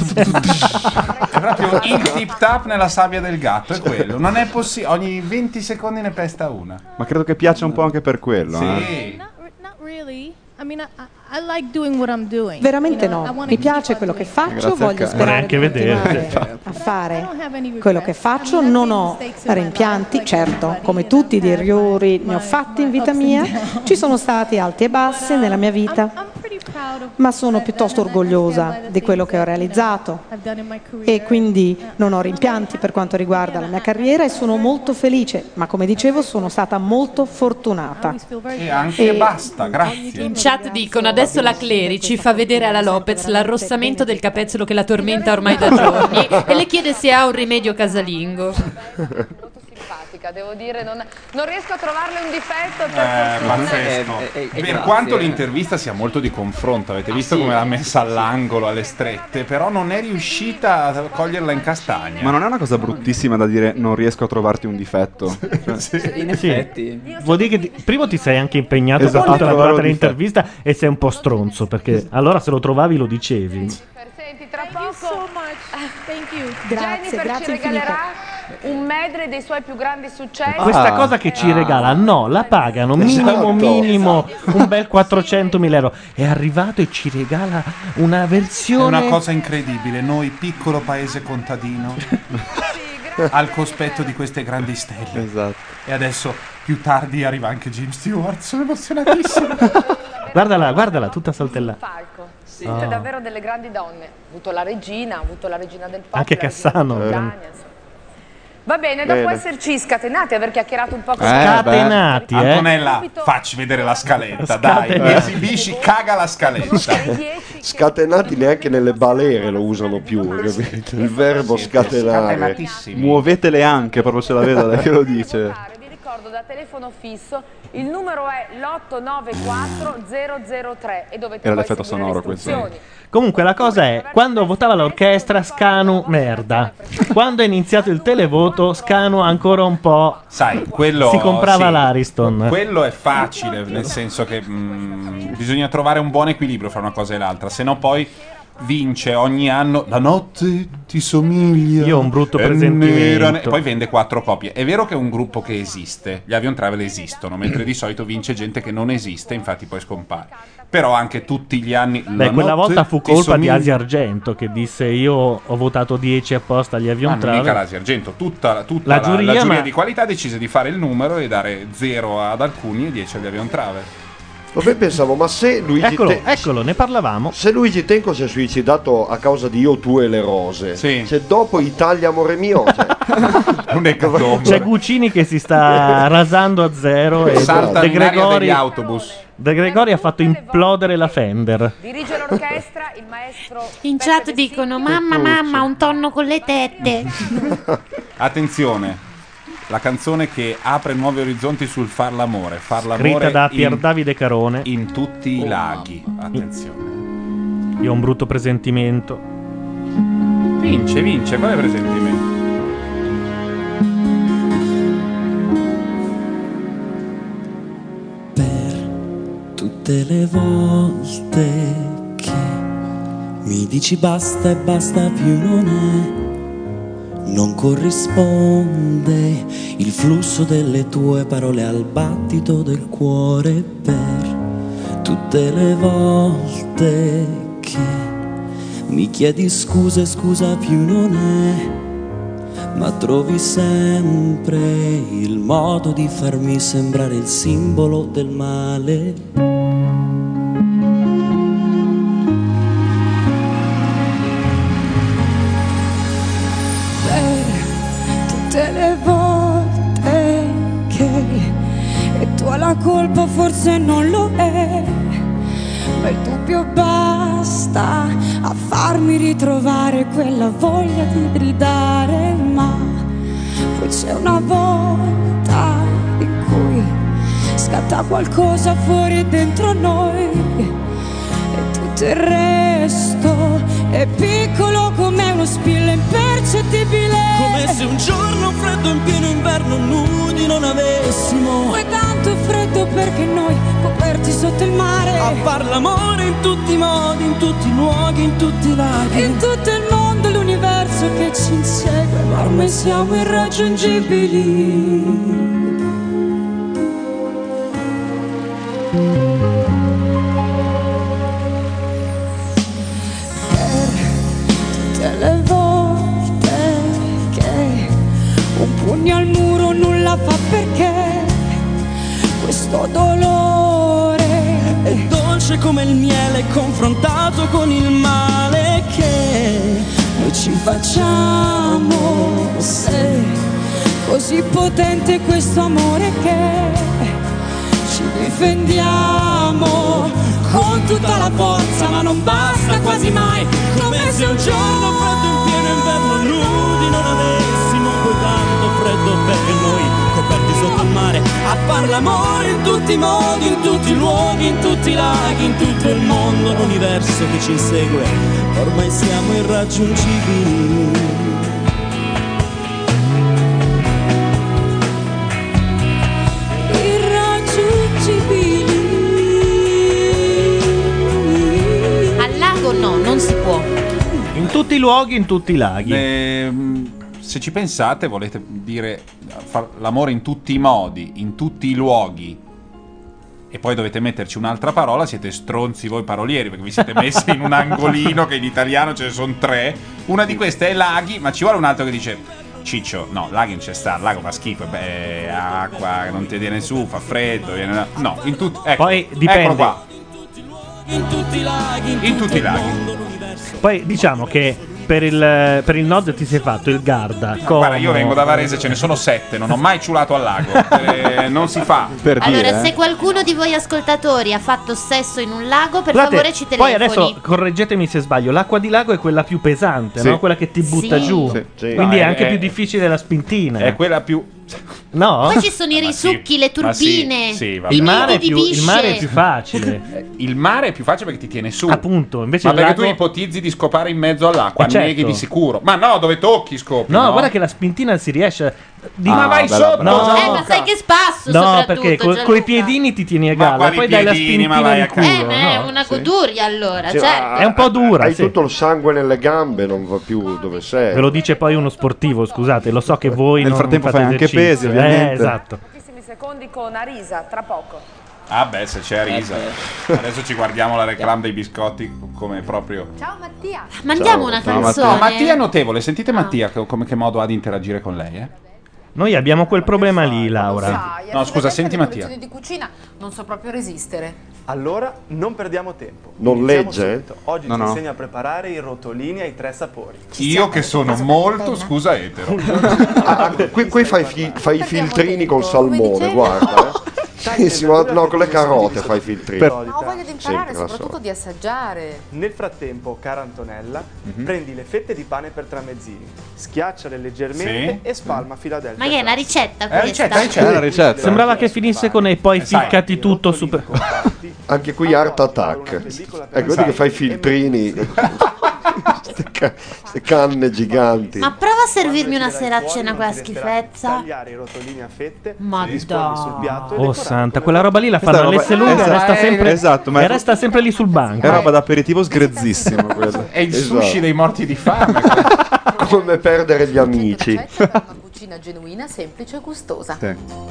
S3: È proprio il tip tap nella sabbia del gatto, è quello. Non è possibile. Ogni 20 secondi ne pesta una.
S18: Ma credo che piaccia un po' anche per quello. eh.
S11: Not really. I mean, I, I- I like doing what I'm doing.
S21: Veramente
S11: you know? I
S21: no,
S11: wanna
S21: mi
S11: do
S21: piace
S11: what
S21: quello
S11: I
S21: che
S11: do.
S21: faccio,
S18: Grazie al
S21: voglio
S18: cazzo.
S21: sperare di
S18: Vorrei anche
S21: continuare
S18: vedere.
S21: a fare quello che faccio, non ho rimpianti, certo, come tutti di errori ne ho fatti in vita mia, ci sono stati alti e bassi nella mia vita, ma sono piuttosto orgogliosa di quello che ho realizzato
S11: I've done in my career.
S21: e quindi non ho rimpianti per quanto riguarda la mia carriera e sono molto felice, ma come dicevo sono stata molto fortunata.
S3: E anche
S21: E-
S3: basta, grazie.
S5: In chat dicono adesso la Clerici fa vedere alla Lopez l'arrossamento del capezzolo che la tormenta ormai da giorni e le chiede se ha un rimedio casalingo.
S7: simpatica, devo dire, non, non riesco a trovarle un difetto. Per
S3: Eh,
S7: fortuna.
S3: pazzesco.
S19: Eh, eh, eh,
S3: per
S19: grazie.
S3: quanto l'intervista sia molto di confronto, avete visto come l'ha messa all'angolo, alle strette, però non è riuscita a coglierla in castagna.
S18: Ma non è una cosa bruttissima da dire non riesco a trovarti un difetto. Cioè,
S19: In
S2: Sì.
S19: effetti.
S2: Vuol dire che ti- prima ti sei anche impegnato
S18: Esatto,
S2: per tutta la
S18: trovavo
S2: durata
S18: difetti.
S2: dell'intervista e sei un po' stronzo perché allora se lo trovavi lo dicevi.
S7: Senti, tra poco.
S11: Thank you.
S21: Grazie,
S7: Jennifer ci
S21: grazie infinite.
S7: regalerà un medley dei suoi più grandi successi.
S3: Ah.
S2: Questa cosa che ci regala, no, la pagano minimo,
S7: Ah. Esatto.
S2: minimo un bel 400.000 euro. È arrivato e ci regala una
S3: È
S2: versione.
S3: una cosa incredibile, noi piccolo paese contadino al cospetto di queste grandi stelle. E adesso più tardi arriva anche James Stewart, sono emozionatissimo.
S2: Guardala, guardala, tutta saltellata.
S7: Falco.
S2: Ah.
S7: Siete davvero delle grandi donne. Ha avuto la regina, ha avuto la regina del pop.
S2: Anche
S7: la regina
S2: Cassano.
S7: di Giordania, insomma. Va bene, dopo
S3: Bene.
S7: esserci scatenati, aver chiacchierato un po' con
S2: Scatenati, eh.
S3: Antonella, facci vedere la scaletta, dai.
S9: Scatenati.
S3: Esibisci, caga la scaletta.
S9: Scatenati neanche nelle balere lo usano più, capito? Il verbo
S3: eh.
S9: scatenare.
S3: scatenatissimi.
S18: Muovetele anche, proprio ce la vedo da che lo dice.
S7: Vi ricordo da telefono fisso, il numero è l'894003 e dovete
S2: Era
S7: poi
S2: l'effetto
S7: seguire
S2: sonoro
S7: le istruzioni.
S2: Comunque la cosa è, quando votava l'orchestra, Scanu merda. Quando è iniziato il televoto, Scanu ancora un po'.
S3: Sai, quello-
S2: Si comprava
S3: sì.
S2: l'Ariston.
S3: Quello è facile, nel senso che mm, bisogna trovare un buon equilibrio fra una cosa e l'altra, se no poi vince ogni anno la notte ti somiglia.
S2: Io ho un brutto
S3: è
S2: presentimento.
S3: nera, ne- E poi vende quattro copie. È vero che è un gruppo che esiste, gli Avion Travel esistono, mentre di solito vince gente che non esiste, infatti poi scompare. Però anche tutti gli anni la
S2: Beh, quella
S3: notte
S2: volta fu
S3: ti
S2: colpa di
S3: somiglia-
S2: Asia Argento che disse io ho votato 10 apposta agli
S3: Ah,
S2: Avion
S3: non mica
S2: Travel.
S3: l'Asia Argento, tutta, tutta
S2: La
S3: la, la giuria,
S2: giuria, ma-
S3: di qualità decise di fare il numero e dare 0 ad alcuni e 10 agli Avion Travel.
S9: Vabbè, pensavo, ma se Luigi
S3: Eccolo,
S2: eccolo, ne parlavamo.
S9: Se Luigi Tenco si è suicidato a causa di Io, tu e le rose, se dopo Italia, amore mio, cioè,
S3: un ecatombe.
S2: C'è Guccini che si sta rasando a zero e
S3: Salta
S2: De
S3: in aria
S2: Gregori,
S3: degli autobus.
S2: De Gregori ha fatto implodere la Fender.
S7: Dirige l'orchestra il maestro
S5: In chat dicono mamma mamma un tonno con le tette.
S3: Attenzione, la canzone che apre nuovi orizzonti sul far l'amore. Far
S2: Scritta
S3: l'amore
S2: da
S3: in-
S2: Pier Davide Carone.
S3: In tutti i laghi. Attenzione.
S2: Io ho un brutto presentimento.
S3: Vince, vince, quale presentimento?
S22: Tutte le volte che mi dici basta e basta più non è, non corrisponde il flusso delle tue parole al battito del cuore per tutte le volte che mi chiedi scusa e scusa più non è, ma trovi sempre il modo di farmi sembrare il simbolo del male.
S8: per tutte le volte che e tu hai la colpa forse non lo è ma il dubbio basta a farmi ritrovare quella voglia di gridare ma poi c'è una volta in cui scatta qualcosa fuori dentro noi e tutto il resto È piccolo come uno spillo impercettibile
S22: Come se un giorno freddo in pieno inverno nudi non avessimo
S8: Poi tanto freddo perché noi coperti sotto il mare
S22: A far l'amore in tutti i modi, in tutti i luoghi, in tutti i laghi
S8: In tutto il mondo l'universo che ci insegue Ma ormai siamo irraggiungibili Tutte le volte che un pugno al muro nulla fa perché questo dolore
S22: È dolce come il miele confrontato con il male che
S8: noi ci facciamo se così potente è questo amore che ci difendiamo con tutta la forza ma non basta quasi mai come se un giorno freddo in pieno inverno
S22: nudi non avessimo poi tanto freddo perché noi coperti sotto il mare a far l'amore in tutti i modi, in tutti i luoghi, in tutti i laghi, in tutto il mondo, l'universo che ci insegue, ormai siamo irraggiungibili.
S8: irraggiungibili
S5: Al lago no, non si può.
S2: In tutti i luoghi, in tutti i laghi.
S3: Ehm, se ci pensate, volete dire far l'amore in tutti i modi, in tutti i luoghi. E poi dovete metterci un'altra parola, siete stronzi voi parolieri, perché vi siete messi in un angolino che in italiano ce ne sono tre. Una di queste è laghi, ma ci vuole un altro che dice ciccio, no, laghi non c'è sta, lago fa schifo, beh, acqua, non ti viene su, fa freddo, viene... no, in tutti... Ecco, poi
S2: dipende.
S3: Eccolo qua,
S22: In tutti i laghi, in,
S3: in tutti i laghi.
S2: Poi diciamo che per il, per il nord ti sei fatto il Garda.
S3: Guarda, io vengo da Varese, ce ne sono sette, non ho mai ciulato al lago. Eh, non si fa. Per
S5: Allora,
S2: eh?
S5: se qualcuno di voi ascoltatori ha fatto sesso in un lago, per
S2: Guardate,
S5: favore ci telefoni.
S2: poi adesso correggetemi se sbaglio. L'acqua di lago è quella più pesante,
S3: Sì.
S2: no? quella che ti butta
S5: Sì.
S2: giù.
S3: Sì, sì.
S2: Quindi
S3: No,
S2: è
S3: è-
S2: anche
S3: è-
S2: più difficile la spintina.
S3: È quella più.
S2: No?
S5: Poi ci sono i risucchi, le
S3: Ma sì,
S5: turbine.
S3: sì, vabbè.
S2: il, mare è più, il mare è più facile.
S3: Eh, Il mare è più facile perché ti tiene su.
S2: Appunto, invece
S3: Ma
S2: il
S3: perché
S2: lago-
S3: tu ipotizzi di scopare in mezzo all'acqua,
S2: Eh, certo.
S3: neghi di sicuro. Ma no, dove tocchi scopi.
S2: No,
S3: No,
S2: guarda che la spintina si riesce. Di...
S3: Ah, Ma vai bella, sotto, brava.
S5: Eh, ma sai che spasso
S2: No,
S5: soprattutto,
S2: perché co-
S5: Gianluca.
S2: coi piedini ti tieni a galla,
S3: quali
S2: poi dai la
S3: piedini, ma
S2: spintina
S3: vai
S2: in
S3: a
S2: culo.
S5: Eh, ma è
S2: no?
S5: una goduria allora,
S9: Cioè,
S5: certo.
S9: ha- Hai
S2: sì.
S9: tutto il sangue nelle gambe, non va più dove sei.
S2: Ve lo dice poi uno sportivo, scusate, lo so che voi
S9: Nel
S2: non
S9: frattempo
S2: fate
S9: fai anche
S2: esercizio.
S9: pesi, ovviamente.
S2: Eh, esatto.
S7: Pochissimi secondi con Arisa, tra poco.
S3: Ah, beh, se c'è risa.
S5: Eh,
S3: Adesso ci guardiamo la reclam dei biscotti come proprio.
S7: Ciao Mattia.
S5: Mandiamo una canzone. Ah.
S3: Mattia è notevole, sentite Mattia co- come che modo ha di interagire con lei, eh?
S2: Noi abbiamo quel problema lì, Laura.
S3: No, scusa, senti Mattia.
S20: di cucina non so proprio resistere.
S15: Allora non perdiamo tempo.
S9: Non
S15: Iniziamo
S9: legge?
S15: subito. Oggi
S9: No,
S15: ti
S9: no.
S15: insegno a preparare i rotolini ai tre sapori.
S3: Io che sono molto, scusa, etero.
S9: Ah, ah, qui, qui fai, fi- fai i filtrini col salmone, guarda. eh. Sì, sì, guarda- no, con le carote fai i filtrini.
S15: Per-
S20: Ma ho voglia di imparare,
S15: Sempre la
S20: soprattutto di assaggiare.
S15: Nel frattempo, cara Antonella,
S3: Mhm.
S15: prendi le fette di pane per tramezzini, schiacciale leggermente
S5: Sì.
S15: e spalma Filadelfia.
S5: Ma che è una ricetta
S2: Eh,
S5: questa?
S15: certo.
S2: Sembrava che finisse con e poi
S15: Sai.
S2: ficcati tutto super. Oh,
S9: Anche qui Art Attack. Ecco, vedi che fai i filtrini. Ste ca- ste canne giganti.
S5: Ma prova a servirmi una sera a cena quella schifezza.
S15: Tagliare i rotolini a fette,
S5: Ma
S15: disporli sul piatto e
S2: Oh santa, quella roba lì la
S15: Questa
S2: fanno
S15: roba-
S2: all'esse lunga e
S15: Esatto,
S2: resta
S15: eh,
S2: sempre
S15: esatto, ma
S2: e
S15: è-
S2: resta sempre lì sul banco.
S15: È roba
S18: da aperitivo sgrezzissimo quello.
S3: È il
S9: Esatto.
S3: sushi dei morti di fame.
S9: Come perdere gli amici.
S20: Cucina genuina, semplice e gustosa.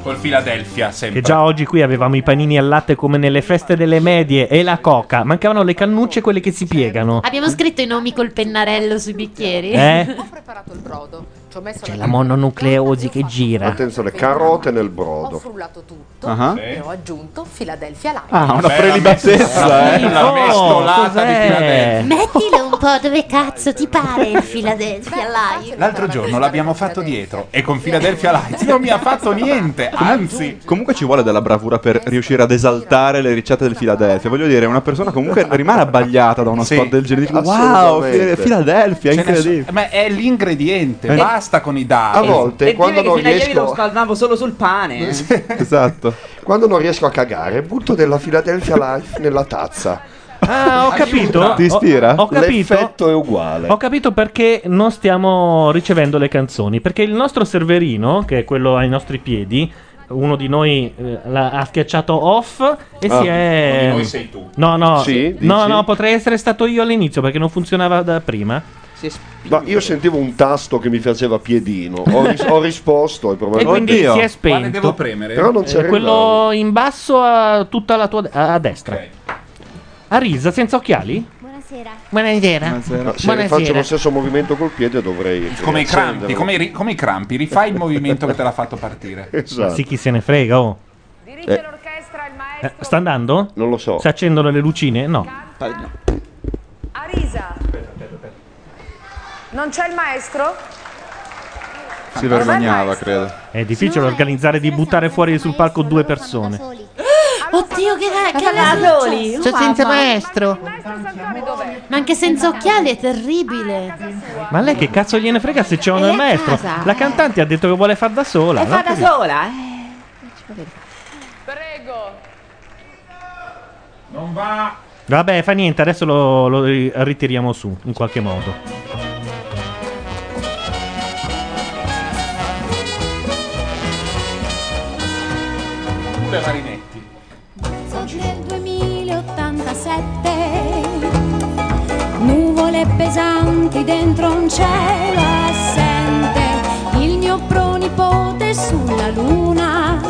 S3: Col Philadelphia, sempre.
S2: Che già oggi qui avevamo i panini al latte come nelle feste delle medie e la coca. Mancavano le cannucce quelle che si piegano.
S5: Abbiamo scritto i nomi col pennarello sui bicchieri.
S2: Eh?
S20: Ho preparato il brodo, ci ho messo
S2: C'è
S20: la
S2: la mononucleosi che gira.
S9: Attenzione, carote nel
S20: ho
S9: brodo.
S20: frullato tutto
S9: Ah.
S20: e ho aggiunto Philadelphia Light.
S9: Ah, una
S2: prelibatezza, eh.
S3: La
S2: Oh,
S3: mestolata di
S2: cos'è?
S3: Philadelphia.
S5: Mettilo un po' dove cazzo ti pare il Philadelphia Live.
S3: L'altro giorno l'abbiamo fatto dietro e con Philadelphia Light non mi ha fatto niente, anzi.
S18: Comunque ci vuole della bravura per riuscire ad esaltare le ricette del Philadelphia. Voglio dire, una persona comunque rimane abbagliata da uno spot del genere. Dico, wow,
S9: Assolutamente.
S18: Philadelphia,
S3: Ce ne so-
S18: incredibile.
S3: Ma è l'ingrediente,
S18: Eh.
S3: basta con i dati.
S9: A volte,
S20: Eh,
S9: E dire quando che non fino a ieri riesco-
S19: Lo scaldavo solo sul pane.
S18: Esatto.
S9: Quando non riesco a cagare, butto della Philadelphia Life nella tazza.
S2: Ah, ho capito.
S18: Ti
S2: Ho-
S18: ispira?
S2: Ho, capito.
S18: L'effetto
S9: è uguale.
S2: Ho capito perché non stiamo ricevendo le canzoni. Perché il nostro serverino, che è quello ai nostri piedi, uno di noi eh, l'ha- ha schiacciato off e
S3: Ah.
S2: si è.
S3: Uno di noi sei tu.
S2: No, no,
S9: Sì,
S2: no,
S9: dici?
S2: no, potrei essere stato io all'inizio perché non funzionava da prima.
S9: Ma io sentivo un tasto che mi faceva piedino. Ho, ris- ho risposto e
S2: E
S9: probabilmente.
S2: quindi si è spento.
S9: Però non
S2: Eh,
S9: c'è
S2: quello in basso a tutta la tua de- a a destra. A risa, senza occhiali?
S8: Buonasera.
S2: Buonasera.
S9: se faccio lo stesso movimento col piede dovrei.
S3: Come i crampi,
S9: riaccenderlo.
S3: come i, ri- come i crampi, rifai il movimento che te l'ha fatto partire.
S18: Esatto.
S2: Ma Sì, chi se ne frega, oh.
S7: Dirige l'orchestra il maestro
S2: Eh, sta andando?
S9: Non lo so.
S2: Si accendono le lucine? No.
S7: Arisa. Non c'è il maestro?
S18: Si vergognava, credo.
S2: È difficile organizzare di buttare fuori sul palco due persone.
S5: Oddio, che
S7: Ma
S5: cacchio!
S7: parla
S5: è
S7: soli,
S5: successo?
S7: Cioè, senza mamma.
S5: maestro. Ma anche senza occhiali è terribile.
S2: Ma lei che cazzo gliene frega se c'è
S5: È
S2: un
S5: a
S2: maestro?
S5: casa,
S2: La cantante ha detto che vuole far da sola.
S23: E
S2: no?
S23: fa da
S2: Così.
S23: sola, eh.
S7: Prego.
S3: Non va.
S2: Vabbè, fa niente, adesso lo, lo ri- ritiriamo su in qualche modo.
S3: Pure Marinetti.
S8: marzo del 2087 Nuvole pesanti dentro un cielo assente Il mio pronipote sulla luna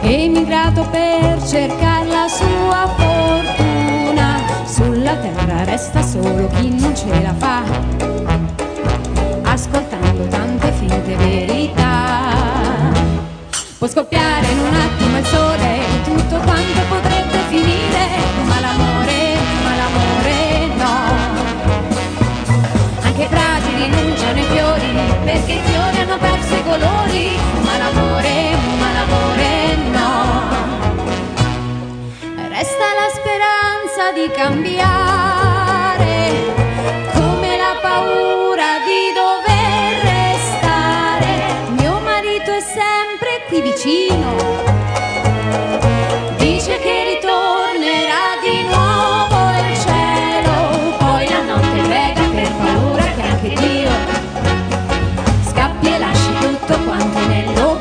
S8: Emigrato per cercare la sua fortuna Sulla terra resta solo chi non ce la fa Ascoltando tante finte verità Può scoppiare in un attimo il sole, tutto quanto potrebbe finire, ma l'amore, ma l'amore no. Anche i prati rinunciano ai fiori, perché i fiori hanno perso i colori, ma l'amore, ma l'amore no. Resta la speranza di cambiare come la paura di dover restare. Mio marito è sempre qui vicino, dice che ritornerà di nuovo il cielo, poi la notte prega per paura che anche Dio scappi e lasci tutto quanto nell'oblio.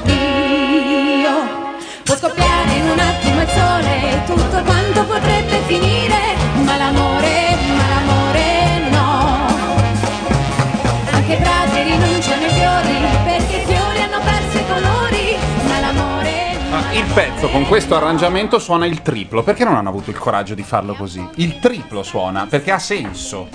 S8: Può scoppiare in un attimo il sole, tutto quanto potrebbe finire, ma l'amore, ma l'amore no. Anche i prati rinunciano ai fiori, perché i fiori hanno perso i colori, ma l'amore...
S3: Ma il pezzo con questo arrangiamento suona il triplo. Perché non hanno avuto il coraggio di farlo così? Il triplo suona perché ha senso.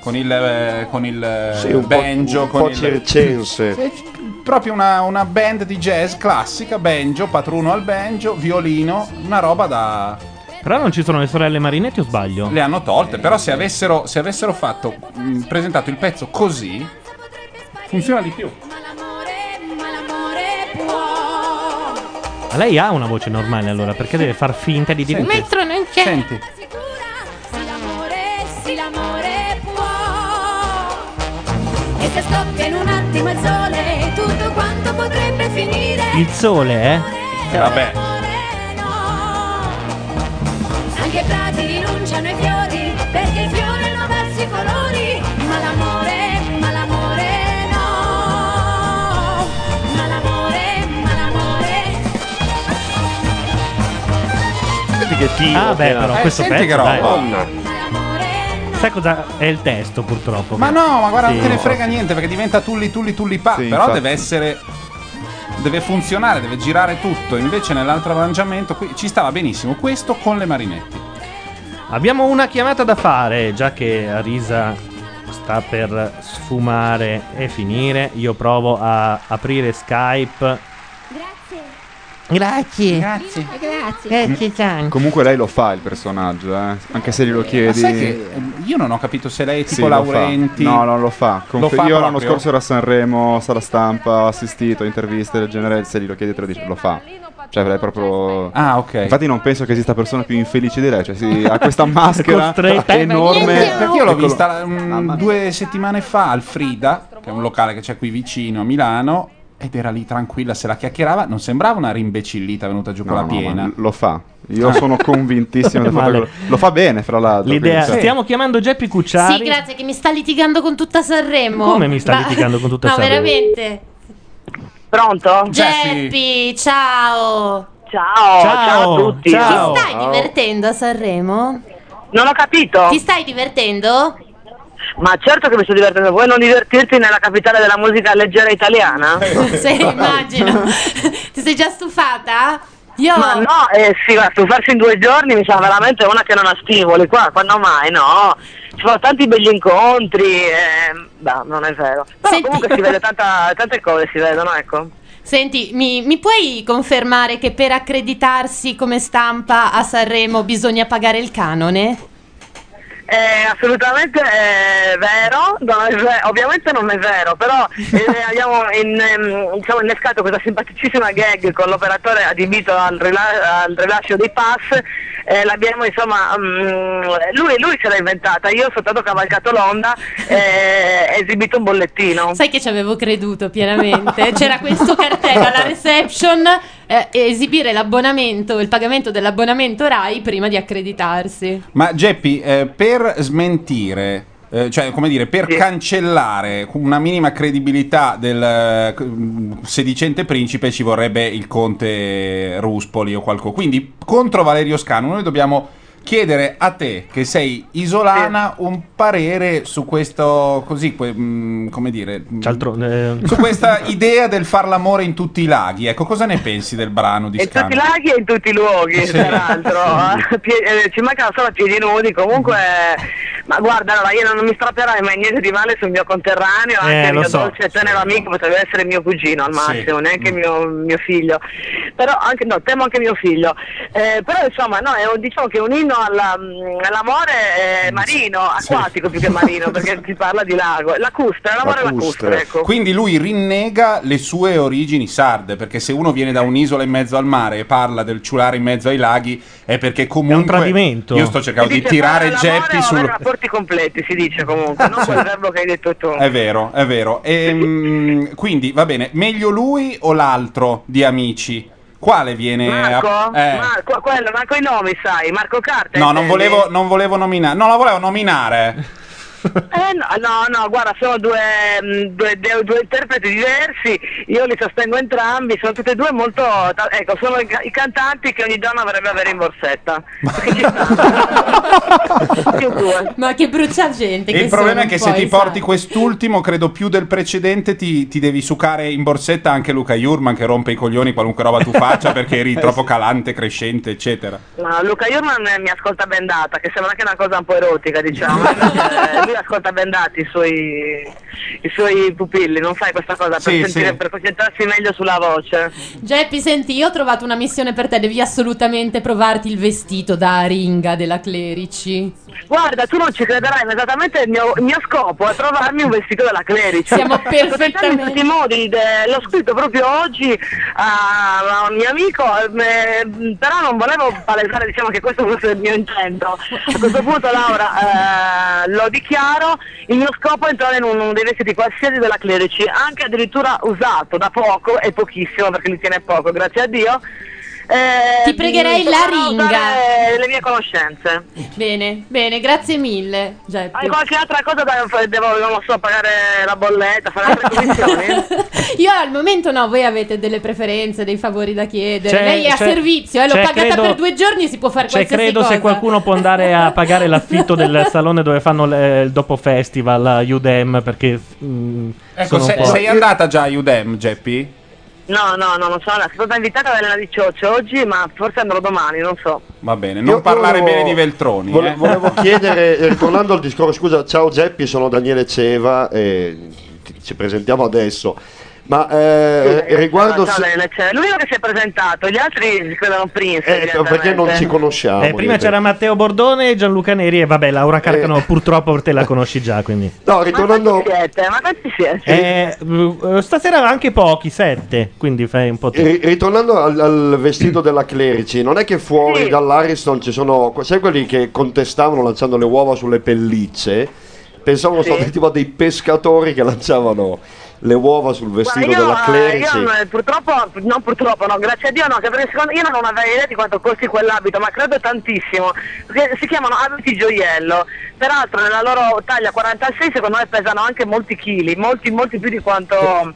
S3: Con il, eh, con il eh,
S9: Sì, un po'-
S3: banjo,
S9: un
S3: con
S9: po'
S3: il
S9: circense.
S3: Sì, Proprio una, una band di jazz classica, banjo, patruno al banjo, violino, una roba da.
S2: Però non ci sono le sorelle Marinetti o sbaglio?
S3: Le hanno tolte, però se avessero, se avessero fatto, mh, presentato il pezzo così, funziona di più.
S2: Ma lei ha una voce normale allora, perché deve far finta di dire...
S8: Senti. Maestro,
S2: non c'è. Senti.
S8: l'amore, sì l'amore può. E se scoppia in un attimo il sole, tutto quanto potrebbe finire.
S2: Il sole, eh?
S3: Vabbè.
S8: Anche i prati rinunciano ai fiori, perché i fiori hanno perso i colori. Ma l'amore, ma l'amore no. Ma l'amore, ma l'amore.
S9: Senti che tiro.
S2: Ah beh,
S9: che-
S2: però
S9: Eh,
S2: questo
S9: senti
S2: pezzo...
S9: che roba.
S2: dai.
S9: Madonna.
S2: Sai cosa è il testo purtroppo?
S3: Ma no, ma guarda,
S2: Sì.
S3: non te ne frega niente perché diventa tulli tulli tulli pa.
S2: Sì,
S3: però
S2: infatti.
S3: deve essere. Deve funzionare, deve girare tutto. Invece nell'altro arrangiamento qui ci stava benissimo. Questo con le marinetti.
S2: Abbiamo una chiamata da fare, già che Arisa sta per sfumare e finire. Io provo a aprire Skype. Grazie.
S3: Grazie.
S18: Eh.
S8: Grazie.
S18: Comunque lei lo fa il personaggio, eh. Anche se glielo chiedi.
S3: Ma sai che eh, io non ho capito se lei è tipo
S18: Sì, lo fa.
S3: Laurenti.
S18: No, no, lo fa. Conf-
S3: Lo fa
S18: io l'anno
S3: proprio?
S18: scorso ero a Sanremo, sala stampa, ho assistito, interviste del genere, se glielo chiedi te lo dice, lo fa. Cioè, lei è proprio.
S3: Ah, ok.
S18: Infatti, non penso che esista persona più infelice di lei. Cioè, si ha questa maschera
S3: Costretta. Eh,
S18: enorme. Ecco.
S3: Perché io l'ho mm,
S18: Eccolo.
S3: vista mm, due settimane fa al Frida, che è un locale che c'è qui vicino a Milano. Ed era lì tranquilla, se la chiacchierava, non sembrava una rimbecillita venuta giù con la
S18: no,
S3: piena. Ah.
S18: ma lo fa. Io sono convintissimo del fatto
S3: Male.
S18: che lo- lo fa bene, fra l'altro.
S2: L'idea,
S18: quindi, cioè-
S2: stiamo chiamando Geppi Cucciari.
S5: Sì, grazie, che mi sta litigando con tutta Sanremo.
S2: Come mi sta
S5: Ma-
S2: litigando con tutta
S5: no,
S2: Sanremo? Cioè,
S5: veramente.
S24: Pronto?
S5: Geppi, ciao.
S24: Ciao,
S2: Ciao, ciao a tutti. ciao.
S5: Ti stai
S24: Ciao.
S5: divertendo a Sanremo?
S24: Non ho capito.
S5: Ti stai divertendo?
S24: Ma certo che mi sto divertendo, vuoi non divertirti nella capitale della musica leggera italiana?
S5: Sì,
S3: Ecco.
S5: immagino. Ti sei già stufata? Io
S24: Ma no, eh sì, guarda, stufarsi in due giorni mi sa veramente una che non ha stimoli qua, quando mai, no? Ci sono tanti belli incontri, ehm, no, non è vero. Però comunque si vede tanta- tante cose, si vedono, ecco.
S5: Senti, mi, mi puoi confermare che per accreditarsi come stampa a Sanremo bisogna pagare il canone?
S24: È assolutamente eh, vero, non è ve- ovviamente non è vero, però eh, abbiamo in, ehm, diciamo, innescato questa simpaticissima gag con l'operatore adibito al, rila- al rilascio dei pass, eh, l'abbiamo insomma, mm, lui, lui ce l'ha inventata, io ho soltanto cavalcato l'onda eh, e esibito un bollettino.
S5: Sai che ci avevo creduto pienamente. C'era questo cartello alla reception eh, esibire l'abbonamento, il pagamento dell'abbonamento RAI prima di accreditarsi.
S3: Ma Geppi, eh, per smentire, eh, cioè come dire, per cancellare una minima credibilità del eh, mh, sedicente principe ci vorrebbe il conte Ruspoli o qualcosa. Quindi contro Valerio Scanu noi dobbiamo chiedere a te, che sei isolana, un parere su questo, così, que- mh, come dire... mh, Su questa idea del far l'amore in tutti i laghi, ecco, cosa ne pensi del brano di
S24: In tutti i
S3: Scanu?
S24: laghi e in tutti i luoghi,
S3: Sì.
S24: tra l'altro. Pie- eh, ci mancano solo piedi nudi, comunque. Ma guarda, allora io non mi strapperai mai niente di male sul mio conterraneo,
S15: Eh,
S24: anche il
S15: lo
S24: mio
S15: so.
S24: dolce e tenero amico potrebbe essere mio cugino al
S15: Sì. Mm.
S24: massimo, neanche mio, mio figlio. Però anche no, temo anche mio figlio. Eh, però insomma no, è un- diciamo che è un inno alla- mm, all'amore eh,
S15: Mm.
S24: marino, acquatico più che marino, perché si parla di lago. Lacustre, l'amore lacustre, ecco.
S3: Quindi lui rinnega le sue origini sarde, perché se uno viene da un'isola in mezzo al mare e parla del ciulare in mezzo ai laghi, è perché comunque...
S2: tradimento.
S3: Io sto cercando
S24: Si
S3: di
S24: dice
S3: tirare
S24: fare l'amore
S3: Geppi
S24: o avere
S3: sul...
S24: rapporti completi si dice comunque, non quel verbo che hai detto tu.
S3: È vero, è vero. Ehm, quindi, va bene, meglio lui o l'altro di amici? Quale viene...
S24: Marco?
S3: eh,
S24: Marco, quello, Marco i nomi sai, Marco Carta. eh,
S3: no, non
S24: intendi?
S3: volevo, non volevo nominare. No, la volevo nominare.
S24: Eh, no, no, no, guarda, sono due, mh, due- de- due interpreti diversi, io li sostengo entrambi, sono tutti e due molto... ta- Ecco, sono i, ca- i cantanti che ogni donna vorrebbe avere in borsetta.
S5: Ma che brucia gente.
S3: Il problema è che se ti porti quest'ultimo, credo più del precedente, ti, ti devi sucare in borsetta anche Luca Jurman che rompe i coglioni qualunque roba tu faccia perché
S2: Eh
S3: eri troppo calante, crescente, eccetera.
S24: No, Luca Jurman eh, mi ascolta bendata, che sembra anche una cosa un po' erotica, diciamo. Invece, eh, Lui ascolta bendati i suoi, i suoi pupilli, non fai questa cosa per,
S3: Sì,
S24: sentire,
S3: sì.
S24: per concentrarsi meglio sulla voce.
S5: Geppi, senti, io ho trovato una missione per te. Devi assolutamente provarti il vestito da aringa della Clerici.
S24: Guarda, tu non ci crederai, ma esattamente il mio, il mio scopo è trovarmi un vestito della Clerici.
S5: Siamo
S24: perfettamente... in tutti i modi, de- l'ho scritto proprio oggi a, a un mio amico, eh, però non volevo palesare diciamo, che questo fosse il mio intento. A questo punto, Laura, eh, lo dichiaro, il mio scopo è entrare in uno dei vestiti qualsiasi della Clerici, anche addirittura usato da poco e pochissimo, perché li tiene poco, grazie a Dio. Eh,
S5: Ti pregherei la
S24: proverò a
S5: ringa.
S24: usare Le mie conoscenze.
S5: Bene, bene, grazie mille. Geppi.
S24: Hai qualche altra cosa da fare? Devo, non lo so, pagare la bolletta, fare altre commissioni?
S5: Io al momento no, voi avete delle preferenze, dei favori da chiedere.
S2: C'è-
S5: Lei è a
S2: c'è-
S5: servizio, eh, l'ho
S2: c'è,
S5: pagata
S2: credo-
S5: per due giorni, si può fare
S2: Cioè,
S5: qualsiasi
S2: credo
S5: cosa.
S2: se qualcuno può andare a pagare l'affitto del salone dove fanno le- il dopo festival a Udem perché mm,
S3: Ecco,
S2: sono un
S3: se-
S2: po'-
S3: sei andata già a Udem, Geppi?
S24: No, no, no, non so, sono stata invitata da Elena di Cioccio oggi, ma forse andrò domani, non so.
S3: Va bene, non
S24: Io
S3: parlare
S24: volevo-
S3: bene di Veltroni.
S24: vole-
S3: eh.
S24: volevo
S9: chiedere, eh, tornando al discorso, scusa, ciao Geppi, sono Daniele Ceva e ti- ci presentiamo adesso. Ma eh, riguardo...
S24: Ciao,
S9: se-
S24: Daniele, c'è- L'unico che si è presentato, gli altri credono Prince.
S9: eh, perché non ci conosciamo.
S2: Eh, prima
S9: io e te.
S2: c'era Matteo Bordone, Gianluca Neri e vabbè, Laura Carcano purtroppo te la conosci già, quindi.
S9: No, ritornando...
S24: Ma quanti siete? Ma quanti siete?
S2: Eh, eh, stasera anche pochi, sette, quindi fai un po' tu.
S9: Ri- Eh, Ritornando al, al vestito della Clerici, non è che fuori dall'Ariston ci sono. Sai quelli che contestavano lanciando le uova sulle pellicce? Pensavo
S24: Sì.
S9: stati tipo dei pescatori che lanciavano le uova sul vestito
S24: Guarda,
S9: Eh, della Clerici.
S24: Io eh, purtroppo, no purtroppo, no, grazie a Dio no, che perché secondo, io non avevo idea di quanto costi quell'abito, ma credo tantissimo, perché si chiamano abiti gioiello, peraltro nella loro taglia 46 secondo me pesano anche molti chili, molti, molti più di quanto...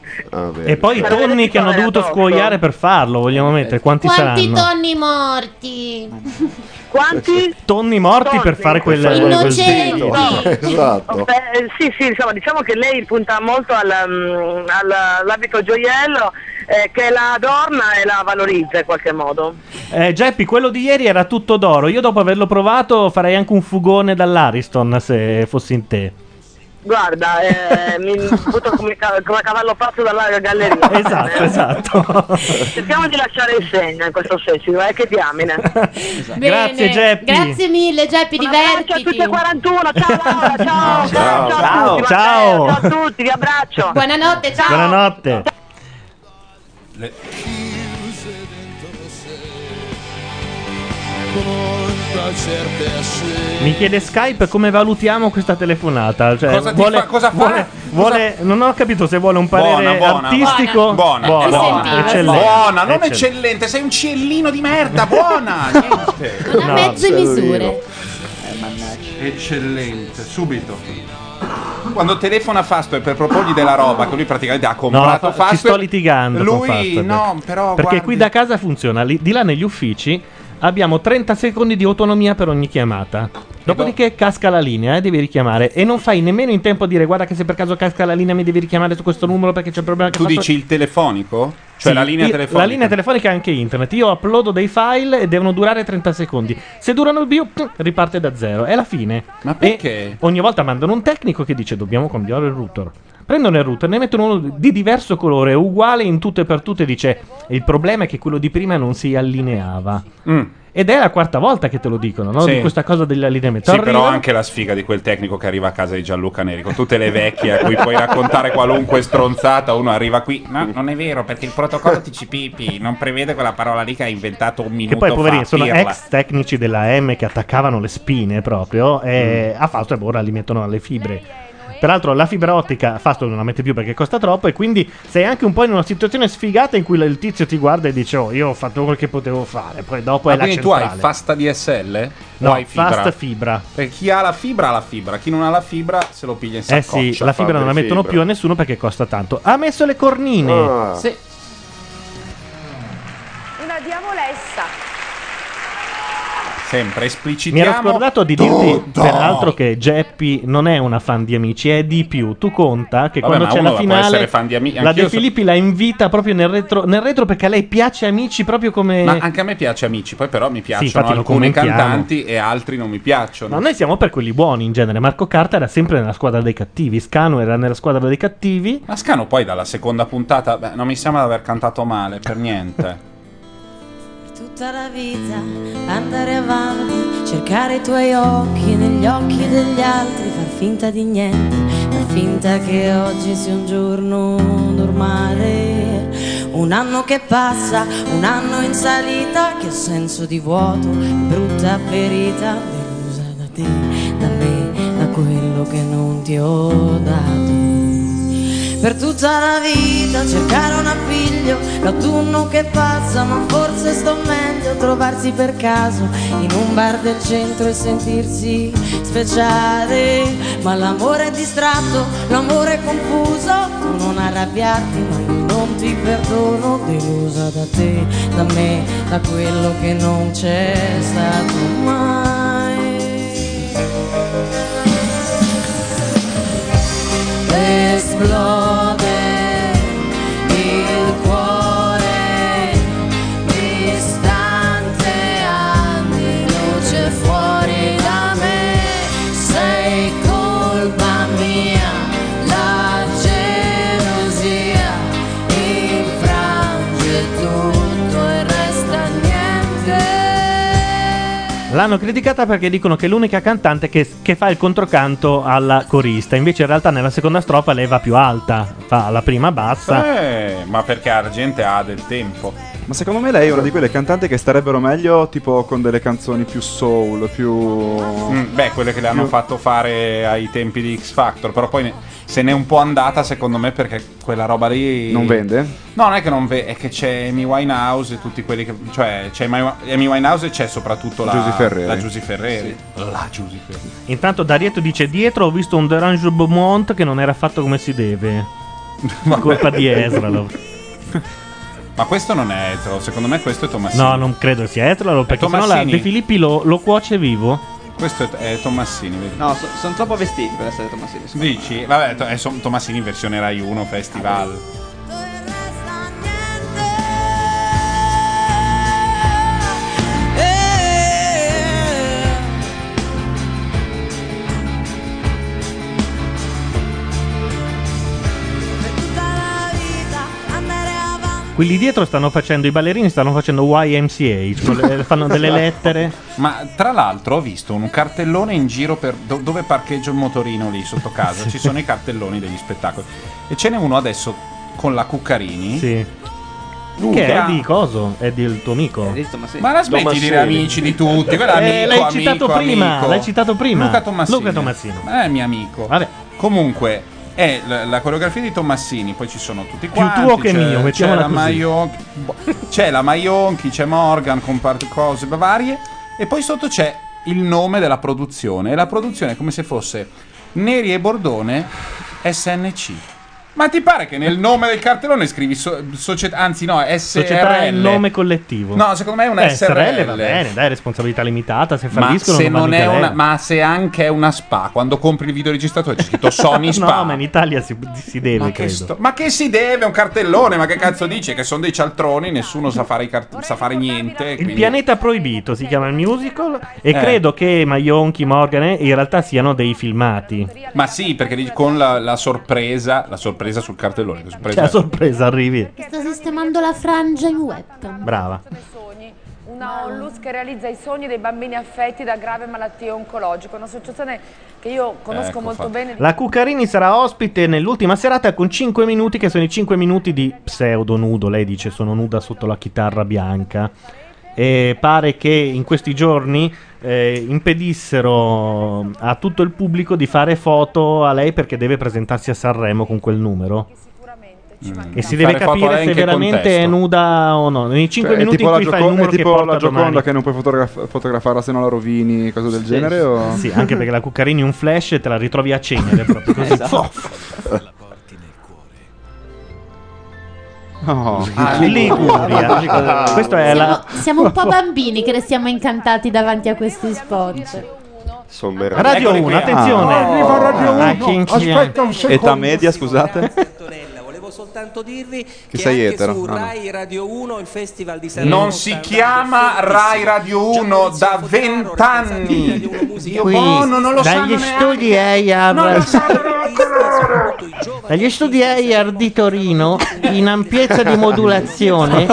S2: E poi i tonni che hanno dovuto scuoiare per farlo, vogliamo mettere, quanti,
S5: Quanti
S2: saranno? Eh,
S5: tonni morti?
S24: Quanti?
S2: Tonni morti per fare quel, quel vestito.
S9: esatto.
S24: Eh, sì, sì, insomma, diciamo che lei punta molto al, mm, al- all'abito gioiello eh, che la adorna e la valorizza in qualche modo.
S2: Eh, Geppi, quello di ieri era tutto d'oro. Io dopo averlo provato farei anche un fugone dall'Ariston se fossi in te.
S24: Guarda, eh, mi butto come, ca- come cavallo pazzo dalla galleria. Eh.
S2: Esatto, esatto.
S24: Cerchiamo di lasciare il segno in questo senso, eh, che diamine.
S2: Esatto. Grazie, Geppi.
S5: Grazie mille Geppi, divertiti. Ciao a tutti
S24: 41, ciao Laura, ciao.
S2: Ciao. Ciao.
S24: Ciao a tutti, vi abbraccio.
S5: Buonanotte, ciao.
S2: Buonanotte. Mi chiede Skype come valutiamo questa telefonata. Cioè,
S3: Cosa ti
S2: vuole,
S3: fa- cosa fa?
S2: vuole- vuole- Non ho capito se vuole un
S3: Buona,
S2: parere
S3: buona,
S2: artistico.
S3: buona, buona, buona,
S2: eccellente.
S3: buona, non eccellente.
S2: Eccellente.
S3: sei un ciellino di merda, buona, niente.
S2: Una No, mezze misure. Eh,
S3: Eccellente, Cioè, subito. Quando telefona Fastweb per proporgli della roba che lui praticamente ha
S2: No, la
S3: comprato
S2: fa- ci sto
S3: Fastweb,
S2: litigando. con
S3: lui
S2: Fastweb.
S3: no, però
S2: Perché
S3: guardi-
S2: qui da casa funziona, lì- di là negli uffici abbiamo 30 secondi di autonomia per ogni chiamata. Dopodiché casca la linea e devi richiamare. E non fai nemmeno in tempo a dire guarda che se per caso casca la linea mi devi richiamare su questo numero perché c'è un problema che
S3: tu
S2: ho fatto-
S3: dici il telefonico? Cioè
S2: Sì,
S3: la linea
S2: io-
S3: telefonica.
S2: La linea telefonica è anche internet. Io uploado dei file e devono durare 30 secondi. Se durano il bio, riparte da zero. È la fine. Ma
S3: perché?
S2: ogni volta mandano un tecnico che dice dobbiamo cambiare il router. Prendono il router, ne mettono uno di diverso colore, uguale in tutto e per tutto, e dice il problema è che quello di prima non si allineava. Ed è la quarta volta che te lo dicono, no?
S3: Mm. Sì.
S2: Di questa cosa dell'allineamento.
S3: Sì,
S2: Arrivano-
S3: però anche la sfiga di quel tecnico che arriva a casa di Gianluca Neri con tutte le vecchie a cui puoi raccontare qualunque stronzata. Uno arriva qui, no, non è vero perché il protocollo TCP/IP non prevede quella parola lì che ha inventato un minuto
S2: Che poi, poverini,
S3: fa.
S2: sono
S3: pirla.
S2: ex tecnici della M che attaccavano le spine proprio e
S3: Mm.
S2: a Fastweb ora li mettono alle fibre. Peraltro la fibra ottica Fastweb non la mette più perché costa troppo e quindi sei anche un po' in una situazione sfigata in cui il tizio ti guarda e dice oh io ho fatto quel che potevo fare, poi dopo
S3: Ma
S2: è la
S3: quindi tu
S2: centrale.
S3: hai fasta DSL?
S2: No,
S3: o hai fibra?
S2: fast fibra.
S3: Perché chi ha la fibra ha la fibra, chi non ha la fibra se lo piglia in
S2: eh
S3: saccoccia.
S2: sì, la fibra non la mettono più a nessuno perché costa tanto. Ha messo le cornine.
S3: Ah.
S19: Sì.
S7: Una diavolessa.
S3: Sempre
S2: Mi
S3: esplicitiamo.
S2: ero scordato di dirti, peraltro, che Geppi non è una fan di amici, è di più. Tu conta che
S3: Vabbè,
S2: quando
S3: ma
S2: c'è
S3: uno
S2: la
S3: può
S2: finale,
S3: essere fan di Ami-
S2: la
S3: anch'io
S2: De
S3: so-
S2: Filippi la invita proprio nel retro, nel retro perché a lei piace amici proprio come.
S3: Ma anche a me piace Amici, poi però mi piacciono
S2: infatti lo
S3: alcuni
S2: commentiamo.
S3: cantanti e altri non mi piacciono.
S2: Ma noi siamo per quelli buoni in genere. Marco Carta era sempre nella squadra dei cattivi, Scano era nella squadra dei cattivi.
S3: Ma Scano poi dalla seconda puntata, beh, non mi sembra di aver cantato male per niente.
S11: Tutta la vita andare avanti, cercare i tuoi occhi negli occhi degli altri, far finta di niente, far finta che oggi sia un giorno normale. Un anno che passa, un anno in salita, che senso di vuoto, brutta ferita, delusa da te, da me, da quello che non ti ho dato. Per tutta la vita cercare un appiglio, l'autunno che passa, ma forse sto meglio trovarsi per caso in un bar del centro e sentirsi speciale. Ma l'amore è distratto, l'amore è confuso, tu non arrabbiarti, ma io non ti perdono, delusa da te, da me, da quello che non c'è stato mai. esplode il cuore distante anni luce fuori da me sei colpa mia la gelosia infrange tutto e resta niente
S2: L'hanno criticata perché dicono che è l'unica cantante che, che fa il controcanto alla corista. Invece, in realtà, nella seconda strofa lei va più alta, fa la prima bassa.
S3: Eh, ma perché la gente ha del tempo.
S18: Ma secondo me lei è una di quelle cantanti che starebbero meglio tipo con delle canzoni più soul, più...
S3: Mm, beh, quelle che le hanno fatto fare ai tempi di X Factor, però poi ne- se n'è un po' andata secondo me perché quella roba lì...
S18: Non vende?
S3: No, non è che non vende, è che c'è Amy Winehouse e tutti quelli che... Cioè, c'è Amy Amy Winehouse e c'è soprattutto la...
S18: Giusy Ferreri.
S3: La Giusy Ferreri. La Giusy Ferreri.
S2: Intanto Darietto dice dietro ho visto un Derange Beaumont che non era fatto come si deve. Colpa di Ezralov.
S3: Ma questo non è Ezra, secondo me questo è Tommassini.
S2: No, non credo sia Ezralov perché sennò la
S3: Tomassini?
S2: De Filippi lo, lo cuoce vivo.
S3: Questo è, è Tommassini, vedi?
S19: No, so- sono troppo vestiti per essere Tommasini.
S3: Dici? Vabbè, to- è son- Tommassini in versione Rai 1 Festival.
S2: Quelli dietro stanno facendo, i ballerini stanno facendo YMCA, cioè le- fanno delle lettere.
S3: Ma tra l'altro ho visto un cartellone in giro per do- dove parcheggio il motorino lì sotto casa. Ci sono i cartelloni degli spettacoli. E ce n'è uno adesso con la Cuccarini.
S2: Sì.
S3: Luca.
S2: Che è di coso? È del tuo amico.
S3: Ma la smetti di dire amici di tutti, quella
S2: Eh,
S3: amico,
S2: l'hai
S3: amico,
S2: citato prima,
S3: amico.
S2: l'hai citato prima.
S3: Luca Tommassini.
S2: Luca Tommassini.
S3: Ma è mio amico. Comunque, è la, la coreografia di Tommassini, poi ci sono tutti
S2: Più
S3: quanti.
S2: tuo che
S3: c'è-
S2: mio,
S3: c'è
S2: mettiamola
S3: la
S2: così.
S3: Maionchi, boh, c'è la Maionchi, c'è Morgan con par- cose varie e poi sotto c'è il nome della produzione e la produzione è come se fosse Neri e Bordone SNC. Ma ti pare che nel nome del cartellone scrivi so- società, anzi no, SRL?
S2: Società è il nome collettivo.
S3: No, secondo me è una
S2: Eh, SRL. va
S3: SRL.
S2: bene, dai, responsabilità limitata. Se
S3: Ma
S2: falliscono,
S3: se, non
S2: vanno in
S3: è una,
S2: galera.
S3: ma se anche è una spa, quando compri il videoregistratore c'è scritto Sony Spa.
S2: No, ma in Italia si, si deve,
S3: ma, che
S2: credo.
S3: sto- ma che si deve? Un cartellone? Ma che cazzo dice? Che sono dei cialtroni, nessuno sa fare, i cart- sa fare niente.
S2: Il
S3: quindi-
S2: pianeta proibito si chiama il musical e
S3: Eh.
S2: credo che Maionchi, Morgan eh, in realtà siano dei filmati. Cioè,
S3: Ma sì, perché lì con la, la sorpresa, la sorpresa sul cartellone. La sorpresa,
S2: Cioè, a sorpresa arrivi.
S5: Sta sistemando la frangia in webcam.
S2: Brava.
S7: Una onlus che realizza i sogni dei bambini affetti da grave malattia oncologica, un'associazione che io conosco
S2: Ecco
S7: molto
S2: fatto.
S7: bene.
S2: La Cuccarini sarà ospite nell'ultima serata con 5 minuti che sono i 5 minuti di pseudo nudo. Lei dice sono nuda sotto la chitarra bianca. E pare che in questi giorni eh, impedissero eh, a tutto il pubblico di fare foto a lei perché deve presentarsi a Sanremo con quel numero. Mm. E si deve
S18: Fare foto a
S2: capire
S18: lei in
S2: se
S18: che
S2: veramente è
S18: contesto.
S2: nuda o no. Nei 5
S18: Cioè, è
S2: minuti
S18: tipo
S2: in
S18: la
S2: cui fa il
S18: Gioco-
S2: numero
S18: è tipo
S2: che porta
S18: la Gioconda
S2: domani.
S18: che non puoi fotograf- fotografarla se no la rovini, cose del genere? o-
S2: Sì, anche perché la Cuccarini un flash e te la ritrovi a cenere proprio così.
S18: Esatto. No.
S2: Ah, Liguria. Liguria. Questo è la...
S5: Siamo, siamo un po' bambini che restiamo incantati davanti a questi spot.
S9: Sommerà.
S2: Radio
S9: Eccoli
S2: 1,
S9: qui.
S2: attenzione.
S9: Ah, arriva Radio
S2: Ah,
S9: 1.
S2: chi- chi è?
S9: Aspetta un secondo.
S18: Età media, scusate?
S17: Volevo soltanto dirvi che,
S18: sei
S17: anche
S18: etero.
S17: su
S18: Ah, no.
S17: Rai Radio 1 il Festival di Sanremo
S3: Non si chiama Rai Radio 1 da vent'anni. Io
S17: Qui,
S3: buono, non lo sanno
S17: dagli
S3: neanche.
S17: studi
S2: EIAR
S3: Non lo
S2: dagli studi EIAR di Torino in ampiezza di modulazione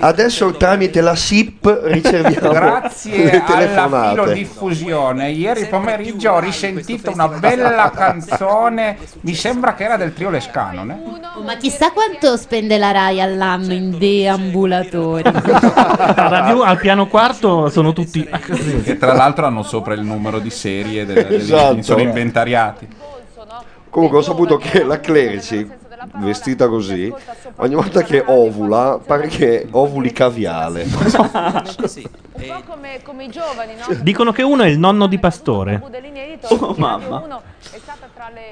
S9: Adesso tramite la SIP riceviamo
S3: Grazie
S9: le
S3: alla
S9: telefonate.
S3: filodiffusione, ieri pomeriggio ho risentito una bella canzone, mi sembra che era del trio Lescano, eh?
S5: Oh, ma chissà quanto spende la Rai all'anno in deambulatori.
S2: A Radio- al piano quarto sono tutti ah, così.
S3: Che tra l'altro hanno sopra il numero di serie, del- degli-
S9: Esatto.
S3: sono inventariati.
S9: Comunque ho saputo che la Clerici, vestita così, ogni volta che ovula pare che ovuli caviale.
S7: Un po' come, come i giovani, no?
S2: dicono che uno è il nonno di Pastore
S7: Oh,
S2: mamma.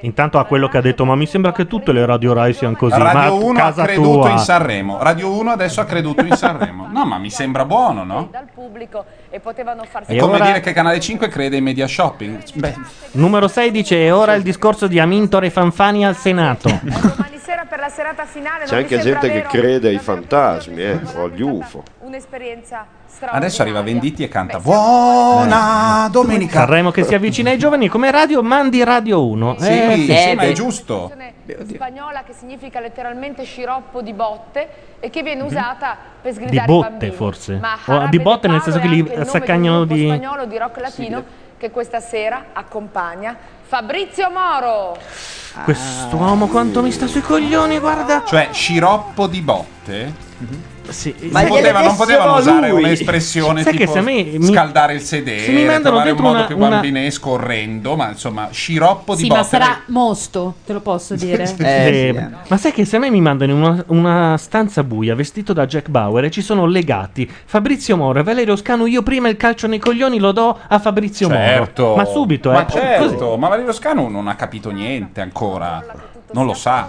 S2: intanto a quello che ha detto ma mi sembra che tutte le radio Rai siano così ma
S3: Radio 1 ha
S2: casa
S3: creduto
S2: tua
S3: in Sanremo, Radio 1 adesso ha creduto in Sanremo. No, ma mi sembra buono, no?
S7: dal pubblico e potevano farsi
S2: Ecco.
S3: È come dire che Canale 5 crede in media shopping. Beh,
S2: numero 6 dice "E ora il discorso di Amintore Fanfani al Senato
S7: domani sera per la serata finale
S9: C'è
S7: non mi
S9: anche
S7: sembra
S9: gente che
S7: vero
S9: crede ai fantasmi, eh, o agli UFO.
S7: un'esperienza
S3: adesso arriva Venditti e canta
S2: buona
S3: domenica
S2: Sanremo che si avvicina ai giovani come radio mandi Radio 1
S3: Sì, sì, ma è giusto.
S7: spagnola che significa letteralmente sciroppo di botte e che viene usata per
S2: Mhm. di
S7: sgridare i
S2: botte
S7: bambini.
S2: forse
S7: Ma
S2: o di botte nel senso che
S7: Paolo è
S2: li
S7: anche il nome
S2: saccagnano
S7: del gruppo
S2: di
S7: spagnolo di rock latino che questa sera accompagna Fabrizio Moro.
S2: quest'uomo quanto mi sta sui coglioni guarda
S3: Cioè, sciroppo di botte? Non
S2: gliele
S3: poteva, non
S2: dessero
S3: potevano
S2: a
S3: usare
S2: lui.
S3: un'espressione
S2: Sai
S3: tipo
S2: che se a me mi-
S3: scaldare il sedere,
S2: se mi mandano
S3: trovare un
S2: dentro
S3: modo
S2: una-
S3: più
S2: una-
S3: bambinesco, orrendo, ma insomma, sciroppo di
S25: Sì,
S3: botte.
S25: ma sarà mosto, te lo posso dire.
S2: Eh, Ma sai che se a me mi mandano in una, una stanza buia vestito da Jack Bauer e ci sono legati Fabrizio Moro e Valerio Scanu, io prima il calcio nei coglioni lo do a Fabrizio
S3: Certo.
S2: Moro. Ma subito,
S3: Ma
S2: eh.
S3: certo,
S2: Così.
S3: ma Valerio Scanu non ha capito niente ancora. Non lo sa.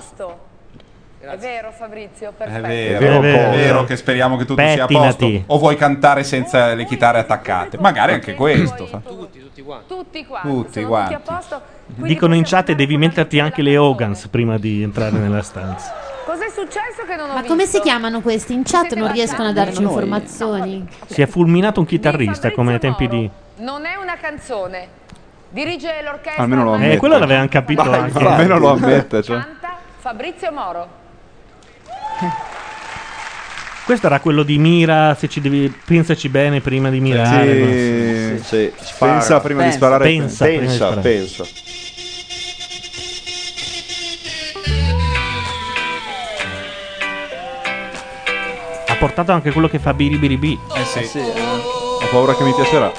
S7: È vero Fabrizio,
S3: È
S7: perfetto.
S3: vero,
S2: vero,
S3: è
S2: vero.
S3: vero, che speriamo che tutto sia a
S2: Pettinati.
S3: posto. O vuoi cantare senza le chitarre attaccate? Magari anche questo.
S7: Tutti, tutti quanti. Tutti
S3: Tutti
S7: sono
S3: quanti.
S7: tutti a posto. Quindi
S2: Dicono in chat devi metterti anche le Hogans prima di entrare nella stanza.
S7: cos'è successo che non ho
S5: Ma come si chiamano questi? In chat non riescono a darci informazioni.
S2: Si è fulminato un chitarrista come ai tempi di...
S7: Non è una canzone. Dirige l'orchestra
S2: Almeno lo
S18: ammette.
S2: Eh, quello l'avevano capito
S18: Ma
S2: anche.
S18: infatti. Almeno lo ammette,
S2: cioè.
S7: Fabrizio Moro.
S2: Questo era quello di Mira, se ci devi pensaci bene prima di mirare.
S9: Sì, sì, sì. Pensa prima di sparare.
S2: Pensa, prima di
S9: pensa,
S2: sparare.
S9: pensa.
S2: Ha portato anche quello che fa biribiribi.
S3: Eh sì.
S18: Ho paura che mi piacerà.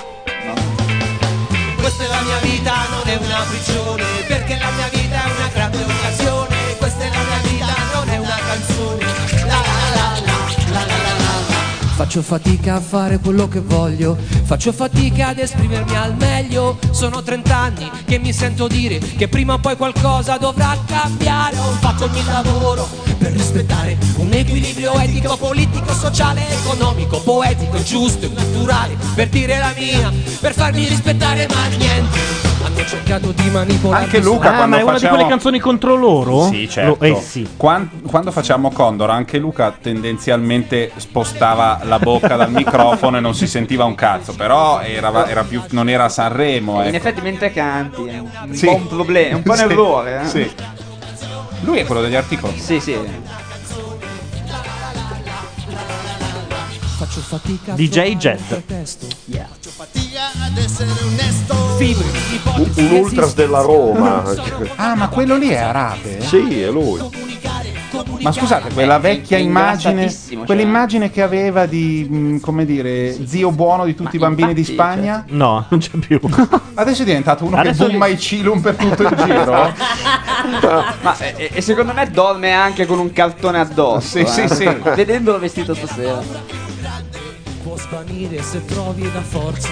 S22: Questa è la mia vita, non è una prigione, perché la mia vita è una grande occasione. Questa è la mia vita, non è una canzone. La la la la la la la la la.
S26: Faccio fatica a fare quello che voglio, faccio fatica ad esprimermi al meglio.
S22: Sono 30 anni che mi sento dire che prima o poi qualcosa dovrà cambiare. Ho fatto il mio lavoro per rispettare un equilibrio etico, politico, sociale, economico, poetico, giusto e culturale. Per dire la mia, per farmi rispettare, ma niente. Hanno cercato di manipolare.
S3: Anche Luca,
S2: ah,
S3: quando
S2: ma è una
S3: facciamo-
S2: di quelle canzoni contro loro?
S3: Sì, certo.
S2: Lo- eh sì.
S3: Quan- Quando, facciamo Condor, anche Luca tendenzialmente spostava la bocca dal microfono e non si sentiva un cazzo. Però era, era più, non era a Sanremo.
S19: In
S3: ecco.
S19: effetti, mentre canti è un
S3: Sì.
S19: po' un problema, è un po' un
S3: Sì,
S19: errore. eh.
S3: sì. Lui è quello degli articoli.
S19: Sì, sì.
S22: Faccio fatica.
S2: DJ Jet.
S22: Faccio fatica ad essere onesto. Fibre,
S9: Un, un ultras della Roma.
S3: Ah, ma quello lì è arabe?
S9: Sì, è lui.
S3: Ma scusate, quella vecchia
S9: è
S3: immagine,
S9: ingrassatissimo,
S5: cioè.
S3: quell'immagine che aveva di, mh, come dire, zio buono di tutti i bambini di Spagna,
S5: cioè.
S2: No, non c'è più.
S3: adesso è diventato uno
S2: Adesso
S3: che
S2: lì-
S3: bomba i cilum per tutto il giro.
S19: Ma eh, e, e secondo me dorme anche con un cartone addosso.
S3: Sì, sì,
S19: eh.
S3: sì.
S19: Vedendolo vestito stasera.
S22: può svanire se trovi la forza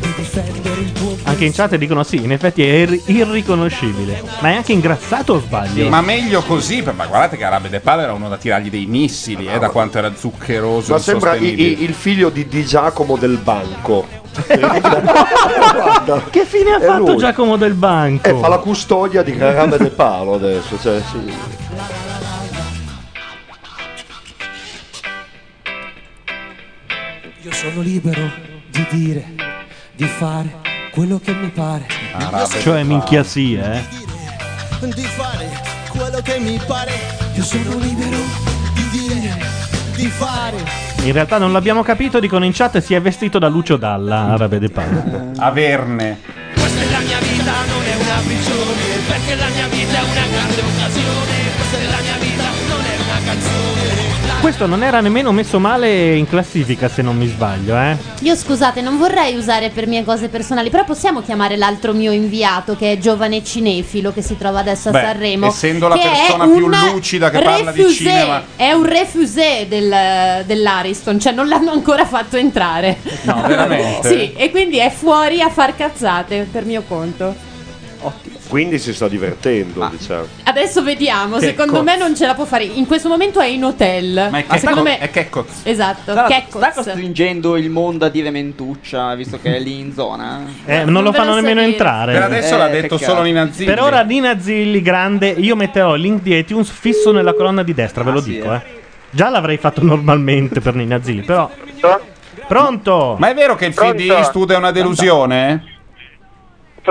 S22: di difendere il tuo
S2: Anche in chat dicono sì, in effetti è ir- irriconoscibile. Ma è anche ingrassato o sbaglio?
S3: Ma meglio così, per- ma guardate che Arabe De Palo era uno da tirargli dei missili, eh, da quanto era zuccheroso
S9: Ma
S3: e
S9: sembra i-
S3: insostenibile.
S9: i- il figlio di Di Giacomo del Banco.
S2: che fine ha fatto Giacomo del Banco?
S9: Eh, fa la custodia di Carame del Palo adesso. Cioè, sì.
S22: Io sono libero di dire, di fare quello che mi pare.
S2: Cioè, minchia sì, eh.
S22: Di fare quello che mi pare. Io sono libero di dire, di fare.
S2: In realtà non l'abbiamo capito, dicono in chat si è vestito da Lucio Dalla, Ah, Arabe De Palo.
S3: Averne.
S22: Questa è la mia vita, non è una prigione, perché la mia vita è una grande occasione. Questa è la mia vita, non è una canzone. La-
S2: Questo non era nemmeno messo male in classifica, se non mi sbaglio, eh.
S5: Io scusate, non vorrei usare per mie cose personali, però possiamo chiamare l'altro mio inviato che è giovane cinefilo che si trova adesso a
S3: Beh,
S5: Sanremo.
S3: essendo la
S5: che è
S3: persona più
S5: un
S3: lucida che parla di
S5: refusé,
S3: cinema.
S5: È un refusé del- dell'Ariston, cioè non l'hanno ancora fatto entrare.
S3: No, veramente.
S5: sì, e quindi è fuori a far cazzate per mio conto.
S9: Quindi si sta divertendo, diciamo.
S5: Adesso vediamo,
S9: Che
S5: secondo
S9: co-
S5: me non ce la può fare. In questo momento è in hotel.
S19: Ma è che
S5: secondo
S19: co-
S5: me
S19: è
S5: Esatto,
S19: Sta,
S5: che
S19: sta costringendo il mondo a dire mentuccia, visto che è lì in zona. Eh,
S2: Eh, non lo fanno nemmeno entrare. Per ora Nina Zilli, grande. Io metterò il link di iTunes fisso nella colonna di destra, ve lo dico, eh. Già l'avrei fatto normalmente per Nina Zilli, però. Pronto?
S3: Ma è vero che il FIDI studia una delusione?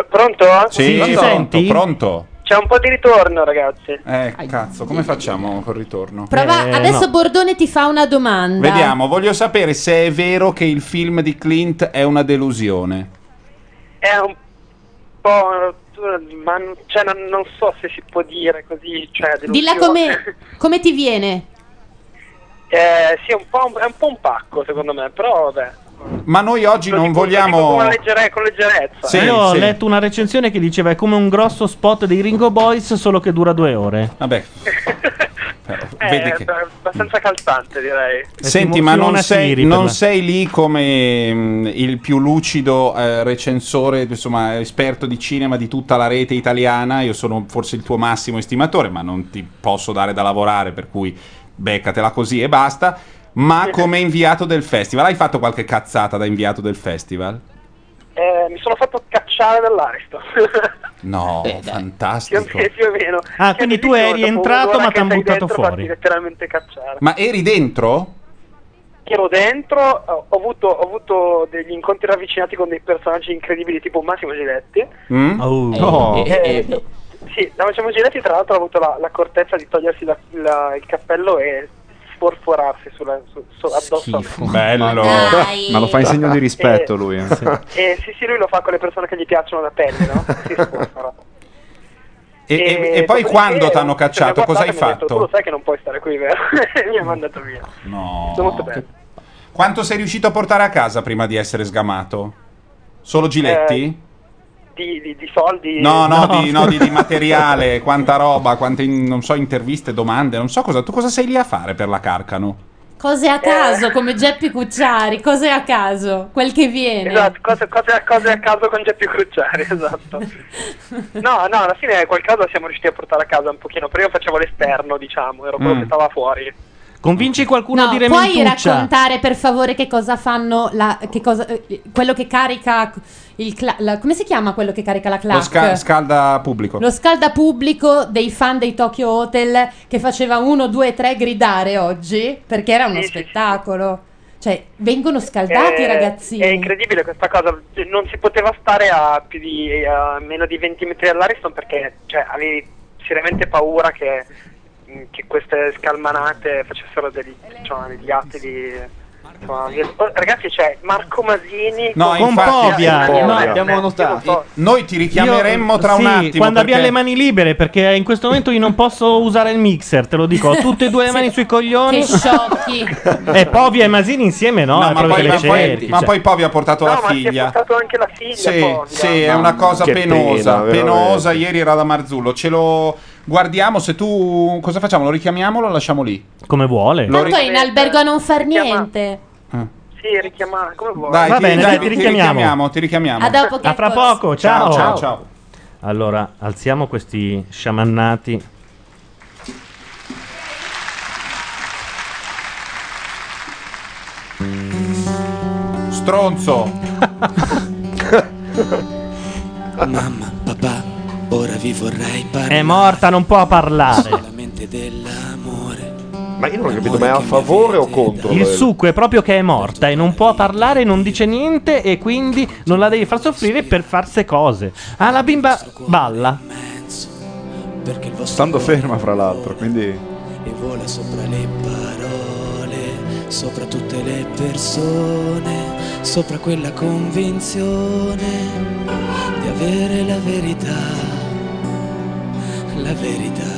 S15: pronto?
S3: Sì,
S15: Sì,
S3: pronto,
S15: senti?
S3: pronto.
S15: C'è un po' di ritorno, ragazzi.
S3: Eh, cazzo, come facciamo col ritorno?
S5: Prova, adesso Bordone ti fa una domanda.
S3: Eh, Vediamo, voglio sapere se è vero che il film di Clint è una delusione.
S15: È un po'. Ma non- cioè, non, non so se si può dire così. Cioè,
S5: Dilla
S15: delusione.
S5: come, come ti viene.
S8: Eh, sì, è un po' un, è un po' un pacco secondo me, però vabbè.
S3: Ma noi oggi non
S8: Dico
S3: vogliamo.
S8: con, leggere- con leggerezza.
S3: Sì,
S2: Io ho
S3: sì.
S2: letto una recensione che diceva è come un grosso spot dei Ringo Boys solo che dura due ore.
S3: Vabbè.
S8: Eh,
S3: Vedi che-
S8: è abbastanza calzante direi.
S3: Senti, ma non sei, non sei lì come mh, il più lucido eh, recensore, insomma, esperto di cinema di tutta la rete italiana. Io sono forse il tuo massimo estimatore, ma non ti posso dare da lavorare, per cui beccatela così e basta. Ma come inviato del festival, hai fatto qualche cazzata da inviato del festival?
S8: Eh, mi sono fatto cacciare dall'Aristo.
S3: No,
S8: più,
S2: Eh,
S8: o
S3: fantastico.
S8: meno- più o meno. Cioè,
S2: Ah, quindi tu eri
S8: dopo
S2: entrato
S8: un'ora
S2: ma
S8: che
S2: ti hanno
S8: sei
S2: buttato
S8: dentro, fatti
S2: fuori.
S8: letteralmente cacciare.
S3: Ma eri dentro?
S8: Ero dentro, ho ho avuto, ho avuto degli incontri ravvicinati con dei personaggi incredibili tipo Massimo Giletti.
S15: Mm?
S3: Oh.
S8: Eh, sì, da Massimo Giletti tra l'altro ha avuto la, l'accortezza di togliersi la- la- il cappello e sforforarsi sulla, su, su- addosso.
S3: Bello.
S8: Dai.
S18: Ma lo fa in segno di rispetto
S8: Eh,
S18: lui. eh.
S8: E sì, sì, lui lo fa con le persone che gli piacciono la pelle, no? Si sforfora.
S3: E, e- e poi
S8: Eh, dopodiché,
S3: quando ti hanno
S8: se mi ha
S3: cacciato, cosa
S8: guardato
S3: hai
S8: e mi ha detto, tu lo
S3: fatto?
S8: sai che non puoi stare qui, vero? E mi ha mandato via.
S3: No.
S8: Sono molto bene.
S3: Quanto sei riuscito a portare a casa prima di essere sgamato? Solo
S8: Eh,
S3: Giletti?
S8: Di, di- di soldi.
S3: no, no, Di, no, di- di materiale, quanta roba, quante in- non so, interviste, domande, non so cosa. Tu cosa sei lì a fare per la Carcano?
S5: Cose
S8: Eh.
S5: a caso, come Geppi Cucciari, cose a caso, quel che viene.
S8: Esatto, cose, cose- cose a caso con Geppi Crucciari, esatto. No, no, alla fine qualcosa siamo riusciti a portare a casa un pochino, però io facevo l'esterno, diciamo, ero quello
S2: Mm.
S8: che stava fuori.
S2: Convinci qualcuno
S5: No,
S2: a dire
S5: puoi
S2: mentuccia.
S5: raccontare per favore che cosa fanno la, che cosa, eh, quello che carica il cla- la- come si chiama quello che carica la
S3: Lo
S5: clac?
S3: sca- scalda pubblico.
S5: Lo scalda pubblico dei fan dei Tokyo Hotel che faceva 1, 2, 3 gridare oggi perché era uno spettacolo. Cioè, vengono scaldati i
S8: Eh, È
S5: ragazzini.
S8: incredibile questa cosa, cioè, non si poteva stare a, più di, a meno di 20 metri dall'Ariston perché cioè, avevi seriamente paura che, mm, che queste scalmanate facessero degli, cioè, degli atti di... insomma, di- oh, ragazzi, c'è Marco Masini
S3: No,
S8: con
S3: infatti-
S2: Fobia,
S8: Eh,
S3: Fobia.
S2: no,
S3: abbiamo notato. Noi ti richiameremmo
S2: Io-
S3: tra
S2: sì,
S3: un attimo.
S2: Quando
S3: perché-
S2: abbiamo le mani libere, perché in questo momento io non posso usare il mixer, te lo dico. Ho tutte e due le mani sui
S3: eh.
S2: coglioni.
S5: Che sciocchi.
S2: E Povia e Masini insieme, no?
S3: No,
S2: È
S3: ma,
S2: proprio
S3: poi,
S2: che
S3: ma,
S2: le
S3: poi,
S2: cerchi,
S3: ma
S2: cioè.
S3: poi Povi ha portato la figlia.
S8: anche la figlia.
S3: Sì,
S8: Fobia.
S3: sì, è una cosa
S18: che
S3: penosa.
S18: pena, veramente.
S3: penosa, ieri era da Marzullo. Ce lo guardiamo. Se tu. Cosa facciamo? Lo richiamiamo o lo lasciamo lì?
S2: Come vuole.
S5: Tanto è in albergo a non far niente.
S2: Mm.
S8: Sì, richiamare, come vuoi.
S3: Dai,
S2: Va
S3: ti,
S2: bene,
S3: dai,
S2: dai,
S3: ti
S2: ti richiamiamo.
S3: richiamiamo. Ti richiamiamo.
S5: A dopo che
S2: A fra
S5: forse-
S2: poco, ciao.
S3: Ciao, ciao.
S2: Allora, alziamo questi sciamannati.
S3: Stronzo.
S22: Mamma, papà, ora vi vorrei
S2: È
S22: parlare
S2: morta, non può parlare.
S22: solamente dell'amore.
S9: Ma io non ho capito, ma è a favore o contro?
S2: Il
S9: Lorena?
S2: succo è proprio che è morta e non può parlare, non dice niente e quindi non la devi far soffrire per farse cose. Ah, la bimba balla.
S22: Perché il vostro
S18: Stando ferma, fra l'altro, quindi.
S22: e vola sopra le parole, sopra tutte le persone, sopra quella convinzione di avere la verità, la verità.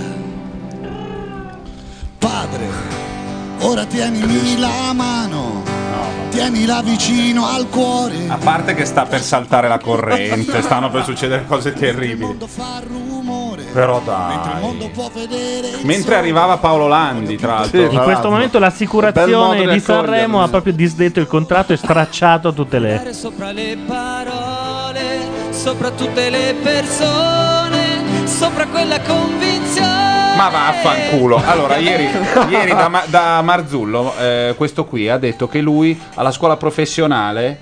S27: Padre, ora tienimi la mano, tienila vicino al cuore.
S3: A parte che sta per saltare la corrente, stanno per succedere cose terribili. Però dai. Mentre arrivava Paolo Landi, tra l'altro.
S2: In questo momento
S3: Bel modo di
S2: l'assicurazione di
S3: accoglierli.
S2: Sanremo ha proprio disdetto il contratto e stracciato tutte le.
S28: Sopra le parole, sopra tutte le persone, sopra quella convinzione.
S3: Ma vaffanculo. Allora, ieri, ieri da, Ma- da Marzullo, eh, questo qui ha detto che lui alla scuola professionale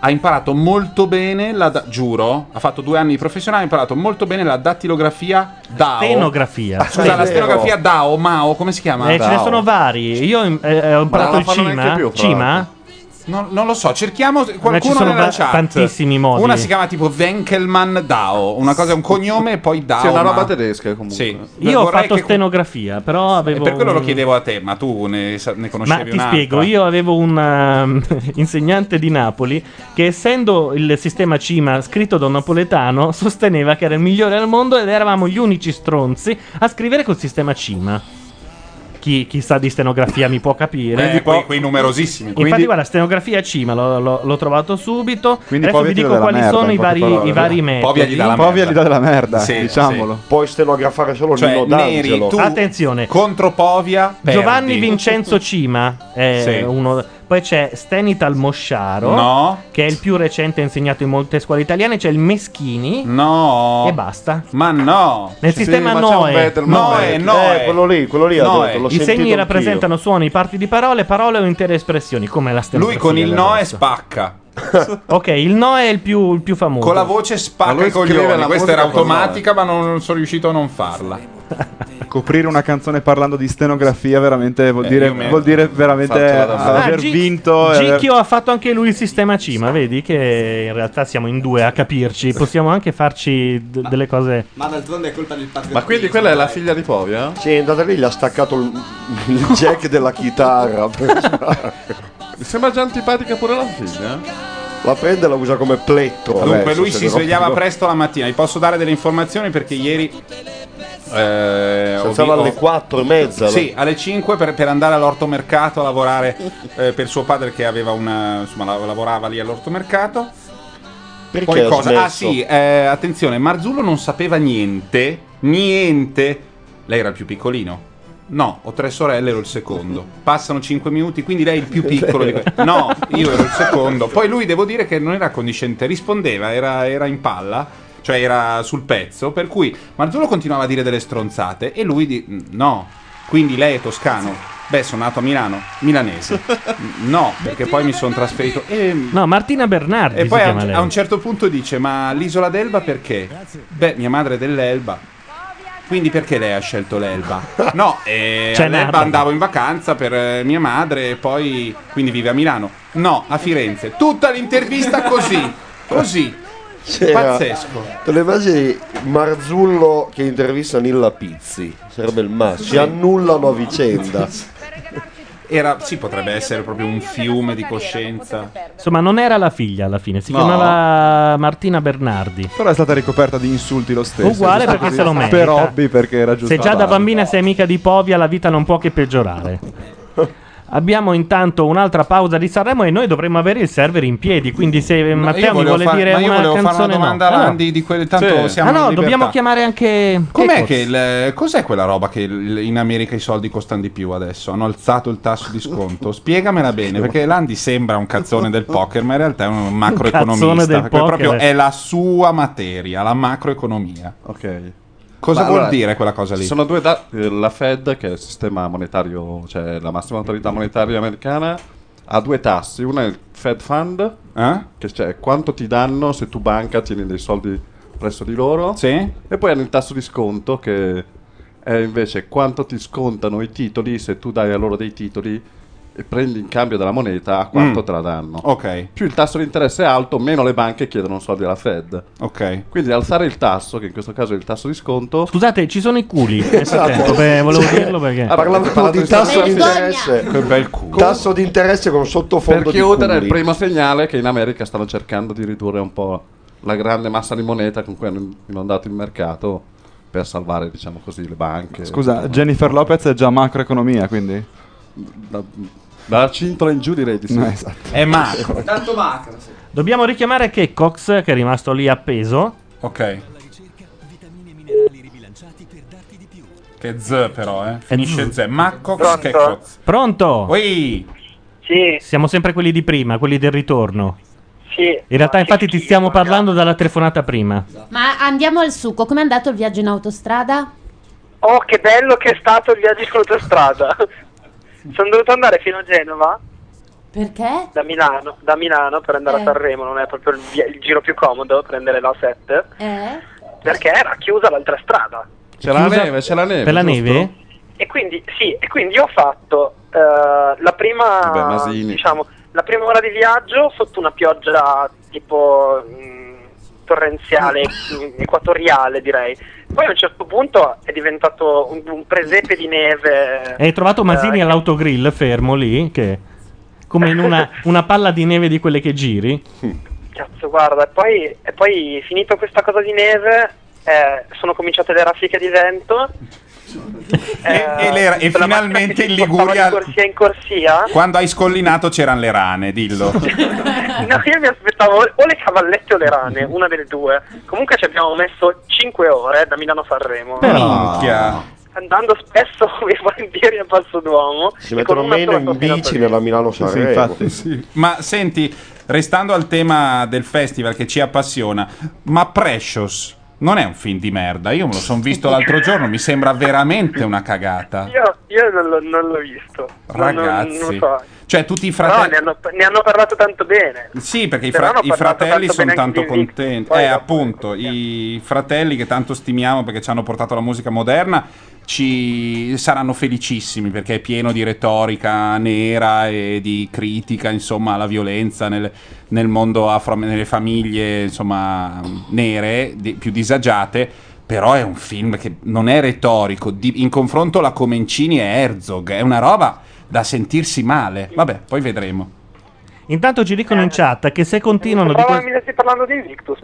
S3: ha imparato molto bene la. da- giuro, ha fatto due anni di professionale, ha imparato molto bene la dattilografia DAO. Ah,
S2: Stenografia.
S3: Scusa, la
S2: Sì.
S3: stenografia DAO, MAO, come si chiama?
S2: Eh, ce ne sono vari. Io eh, eh, ho imparato
S3: la
S2: il
S3: fanno
S2: Cima.
S3: neanche più, fra
S2: Cima?
S3: Non, non lo so, cerchiamo
S2: Ma ci
S3: qualcuno
S2: sono
S3: nella
S2: va-
S3: chat.
S2: tantissimi modi.
S3: Una si chiama tipo Wenkelmann DAO, una cosa è un cognome e poi DAO.
S18: Sì, è una roba
S3: ma-
S18: tedesca comunque.
S3: Sì.
S2: Io ho
S3: Vorrei
S2: fatto
S3: che-
S2: stenografia, però
S3: E
S2: avevo.
S3: per quello
S2: un-
S3: lo chiedevo a te, ma tu ne, sa- ne
S2: Ma
S3: conoscevi
S2: ti
S3: un'altra.
S2: spiego, io avevo un um, insegnante di Napoli che essendo il sistema CIMA scritto da un napoletano sosteneva che era il migliore al mondo ed eravamo gli unici stronzi a scrivere col sistema CIMA. chi, chi sa di stenografia mi può capire.
S3: Quindi quei, quei numerosissimi.
S2: Infatti, guarda, stenografia C, ma l'ho, l'ho- l'ho trovato subito.
S18: Quindi
S2: Adesso
S18: Povia
S2: vi
S18: ti dà
S2: dico
S18: della
S2: quali
S18: merda,
S2: sono i
S18: in
S2: vari,
S18: poche parole.
S2: i vari metodi.
S18: Povia gli dà la Povia merda. gli dà della merda, diciamolo.
S9: Puoi stenografare solo
S2: Cioè,
S9: Nino
S2: Neri,
S9: D'Angelo.
S2: tu- Attenzione.
S3: Contro Povia. perdi.
S2: Giovanni Vincenzo Cima è
S3: Sì.
S2: uno. Poi c'è Stenital Mosciaro,
S3: No.
S2: che è il più recente insegnato in molte scuole italiane. C'è il Meschini.
S3: No.
S2: E basta.
S3: Ma no.
S2: Nel sistema Noe.
S3: Noe, Noe.
S9: quello lì, quello lì ha
S3: Noe.
S9: detto, l'ho
S2: I
S9: sentito
S2: segni
S9: anch'io.
S2: rappresentano suoni, parti di parole, parole o intere espressioni, come la
S3: Lui
S2: stenografia.
S3: con il
S2: del
S3: Noe
S2: resto.
S3: spacca.
S2: Ok, il no è il più, il più famoso.
S3: Con la voce spacca i coglioni. Questa era automatica, ma non, non sono riuscito a non farla.
S18: Coprire una canzone parlando di stenografia veramente vuol
S3: Eh,
S18: dire,
S3: io me-
S18: vuol dire veramente
S3: faccio la domanda.
S18: aver
S2: Ah, Gi-
S18: vinto. e aver-
S2: Gicchio ha fatto anche lui il sistema C, ma vedi che in realtà siamo in due a capirci. Possiamo anche farci d- delle cose.
S19: Ma d'altronde è colpa del patriottismo.
S9: Ma quindi quella è la figlia di Povia? Sì, è andata lì, gli ha staccato il, il jack della chitarra. Mi sembra già antipatica pure la figlia. eh. La prende e la usa come plettro.
S3: Dunque,
S9: adesso,
S3: lui
S9: se
S3: si
S9: ne
S3: svegliava
S9: rompe-
S3: presto la mattina. Vi posso dare delle informazioni perché ieri. Eh,
S9: Si
S3: ho
S9: alzava
S3: vi- ho-
S9: alle 4 e mezza.
S3: Sì, alle 5 per, per andare all'ortomercato a lavorare eh, per suo padre che aveva una, insomma, la- lavorava lì all'ortomercato.
S9: Perché
S3: Poi
S9: ha
S3: cosa?
S9: smesso?
S3: Ah sì, eh, attenzione, Marzullo non sapeva niente, niente. Lei era il più piccolino. No, ho tre sorelle, ero il secondo. Passano 5 minuti, quindi lei è il più piccolo. Di que- no, io ero il secondo. Poi lui, devo dire che non era condiscendente, rispondeva, era, era in palla, cioè era sul pezzo. Per cui Marzullo continuava a dire delle stronzate e lui di- no. Quindi lei è toscano. Beh, sono nato a Milano, milanese. No, perché poi mi sono trasferito. E
S2: No, Martina Bernardi.
S3: e
S2: si
S3: poi a,
S2: chiama lei.
S3: a un certo punto dice: Ma l'isola d'Elba perché? Beh, mia madre è dell'Elba. Quindi perché lei ha scelto l'Elba? No, eh,
S2: C'è
S3: all'Elba
S2: Nardo.
S3: andavo in vacanza per eh, mia madre e poi quindi vive a Milano. No, a Firenze. Tutta l'intervista così, così.
S9: C'era-
S3: Pazzesco.
S9: Te le immagini Marzullo che intervista Nilla Pizzi? Sarebbe il massimo. Ci annullano a vicenda.
S3: Era, sì, potrebbe essere proprio un fiume di coscienza.
S2: Insomma, non era la figlia alla fine, si
S3: No.
S2: chiamava Martina Bernardi.
S18: Però è stata ricoperta di insulti lo stesso.
S2: Uguale
S18: giusto
S2: perché
S18: così.
S2: se lo merita.
S18: Per hobby perché era giusto.
S2: Se già da
S18: farlo.
S2: bambina sei amica di Povia, la vita non può che peggiorare. Abbiamo intanto un'altra pausa di Sanremo e noi dovremmo avere il server in piedi. Quindi, se eh,
S3: No, io
S2: Matteo mi
S3: volevo
S2: vuole
S3: far-
S2: dire
S3: ma io
S2: una
S3: volevo fare una
S2: canzone,
S3: domanda
S2: no.
S3: a Andy di quelle- tanto siamo
S2: Ah, no,
S3: in
S2: dobbiamo
S3: libertà.
S2: chiamare anche.
S3: Com'è
S2: Keiko.
S3: che il- cos'è quella roba che il- in America i soldi costano di più adesso? Hanno alzato il tasso di sconto? Spiegamela bene, perché Landi sembra un cazzone del poker, ma in realtà è un macroeconomista.
S2: cazzone del
S3: che
S2: poker.
S3: proprio è la sua materia, la macroeconomia.
S29: Ok.
S3: Cosa
S29: Ma
S3: vuol
S29: allora,
S3: dire quella cosa lì?
S29: Ci sono due dati. La Fed, che è il sistema monetario, cioè la massima autorità monetaria americana, ha due tassi. Uno è il Fed Fund,
S3: Eh?
S29: che cioè quanto ti danno se tu banca tieni dei soldi presso di loro. E poi hanno il tasso di sconto, che è invece quanto ti scontano i titoli se tu dai a loro dei titoli e prendi in cambio della moneta a quanto
S3: Mm.
S29: te la danno.
S3: Ok.
S29: Più il tasso di interesse è alto, meno le banche chiedono soldi alla Fed.
S3: Ok.
S29: Quindi alzare il tasso, che in questo caso è il tasso di sconto, Esatto.
S2: Scusate, ci sono i culi. nel frattempo, beh, volevo dirlo perché.
S29: Ah, parlavamo
S9: Parlavamo di tasso di interesse.
S29: Che bel culo.
S9: Tasso di interesse con sottofondo
S29: Per
S9: di
S29: chiudere,
S9: culli.
S29: il primo segnale è che in America stanno cercando di ridurre un po' la grande massa di moneta con cui hanno inondato il mercato per salvare, diciamo così, le banche.
S18: Scusa, Jennifer Lopez è già macroeconomia, quindi.
S29: Da, dalla cintola in giù direi di sì.
S18: No, esatto.
S3: È macro.
S19: Tanto macro.
S2: Dobbiamo richiamare Kecox, che è rimasto lì appeso.
S3: Ok. Che z però, eh. Finisce z. Macco che cozzo.
S2: Pronto?
S15: Sì.
S2: Siamo sempre quelli di prima, quelli del ritorno.
S15: Sì.
S2: In realtà, infatti, ti stiamo parlando dalla telefonata prima.
S5: Ma andiamo al succo, com'è andato il viaggio in autostrada?
S15: Oh, che bello che è stato il viaggio in autostrada. Sono dovuto andare fino a Genova.
S5: Perché?
S15: Da Milano, da Milano per andare
S5: Eh.
S15: a Sanremo, non è proprio il, via- il giro più comodo prendere la 7,
S5: Eh?
S15: perché era chiusa l'altra strada.
S29: C'è la
S2: Chiusa-
S29: neve, c'è la neve.
S2: Per la
S29: giusto?
S2: neve?
S15: E quindi, sì, e quindi ho fatto eh, la prima
S29: Vabbè, Masini.
S15: diciamo, la prima ora di viaggio sotto una pioggia tipo mh, torrenziale, mh, equatoriale direi. Poi a un certo punto è diventato un, un presepe di neve. Eh,
S2: E hai trovato Masini all'autogrill fermo lì, che come in una, una palla di neve di quelle che giri.
S15: Cazzo, guarda, e poi, e poi finito questa cosa di neve, eh, sono cominciate le raffiche di vento Eh,
S3: E, e le- e finalmente in Liguria,
S8: corsia in corsia.
S3: quando hai scollinato, c'erano le rane, dillo.
S8: No, io mi aspettavo o le cavallette o le rane, una delle due. Comunque ci abbiamo messo 5 ore da Milano a Sanremo.
S3: Minchia.
S8: Andando spesso come volentieri a Passo Duomo.
S9: Si mettono meno in bici nella Milano Sanremo.
S3: Ma senti, restando al tema del festival che ci appassiona, ma Precious non è un film di merda. Io me lo sono visto l'altro giorno, mi sembra veramente una cagata.
S8: Io, io non, l'ho, non l'ho visto. Non- non- Non,
S3: Ragazzi.
S8: lo so.
S3: Cioè, tutti i
S8: Però
S3: fratelli.
S8: ne hanno, ne hanno parlato tanto bene.
S3: Sì, perché i,
S8: Però
S3: fra-
S8: hanno
S3: i
S8: parlato
S3: fratelli
S8: tanto
S3: sono
S8: bene
S3: tanto
S8: anche di Nick.
S3: contenti. Eh, appunto, i fratelli che tanto stimiamo perché ci hanno portato la musica moderna ci saranno felicissimi perché è pieno di retorica nera e di critica, insomma, alla violenza nel, nel mondo afro, nelle famiglie, insomma, nere, di- più disagiate. Però è un film che non è retorico. di- in confronto la Comencini e Herzog è una roba da sentirsi male. Vabbè, poi vedremo.
S2: Intanto ci dicono in chat che se continuano di,
S8: Sembrava
S2: que-
S8: mi stessi parlando di Invictus.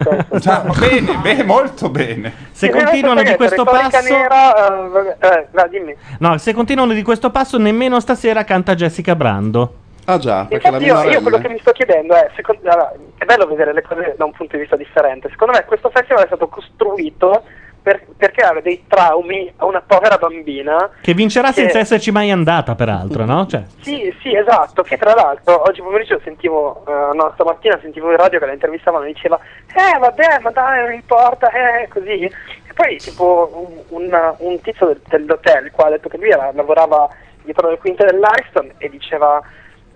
S3: bene, bene, molto bene.
S2: se continuano di questo
S8: retorica
S2: passo
S8: Nera, eh, vabbè, eh, vai, dimmi.
S2: No, se continuano di questo passo nemmeno stasera canta Jessica Brando.
S29: Ah già,
S8: Infatti io, io quello che mi sto chiedendo è, secondo- allora, è bello vedere le cose da un punto di vista differente, secondo me questo festival è stato costruito per, per creare dei traumi a una povera bambina
S2: Che vincerà
S8: Sì.
S2: senza esserci mai andata, peraltro, no? Cioè,
S8: Sì, sì, esatto, che tra l'altro oggi pomeriggio sentivo, eh, no, stamattina sentivo in radio che la intervistavano e diceva Eh vabbè, ma dai, non importa, eh, così E poi tipo un, un- un tizio del- dell'hotel qua ha detto che lui era- lavorava dietro le quinte dell'Ariston e diceva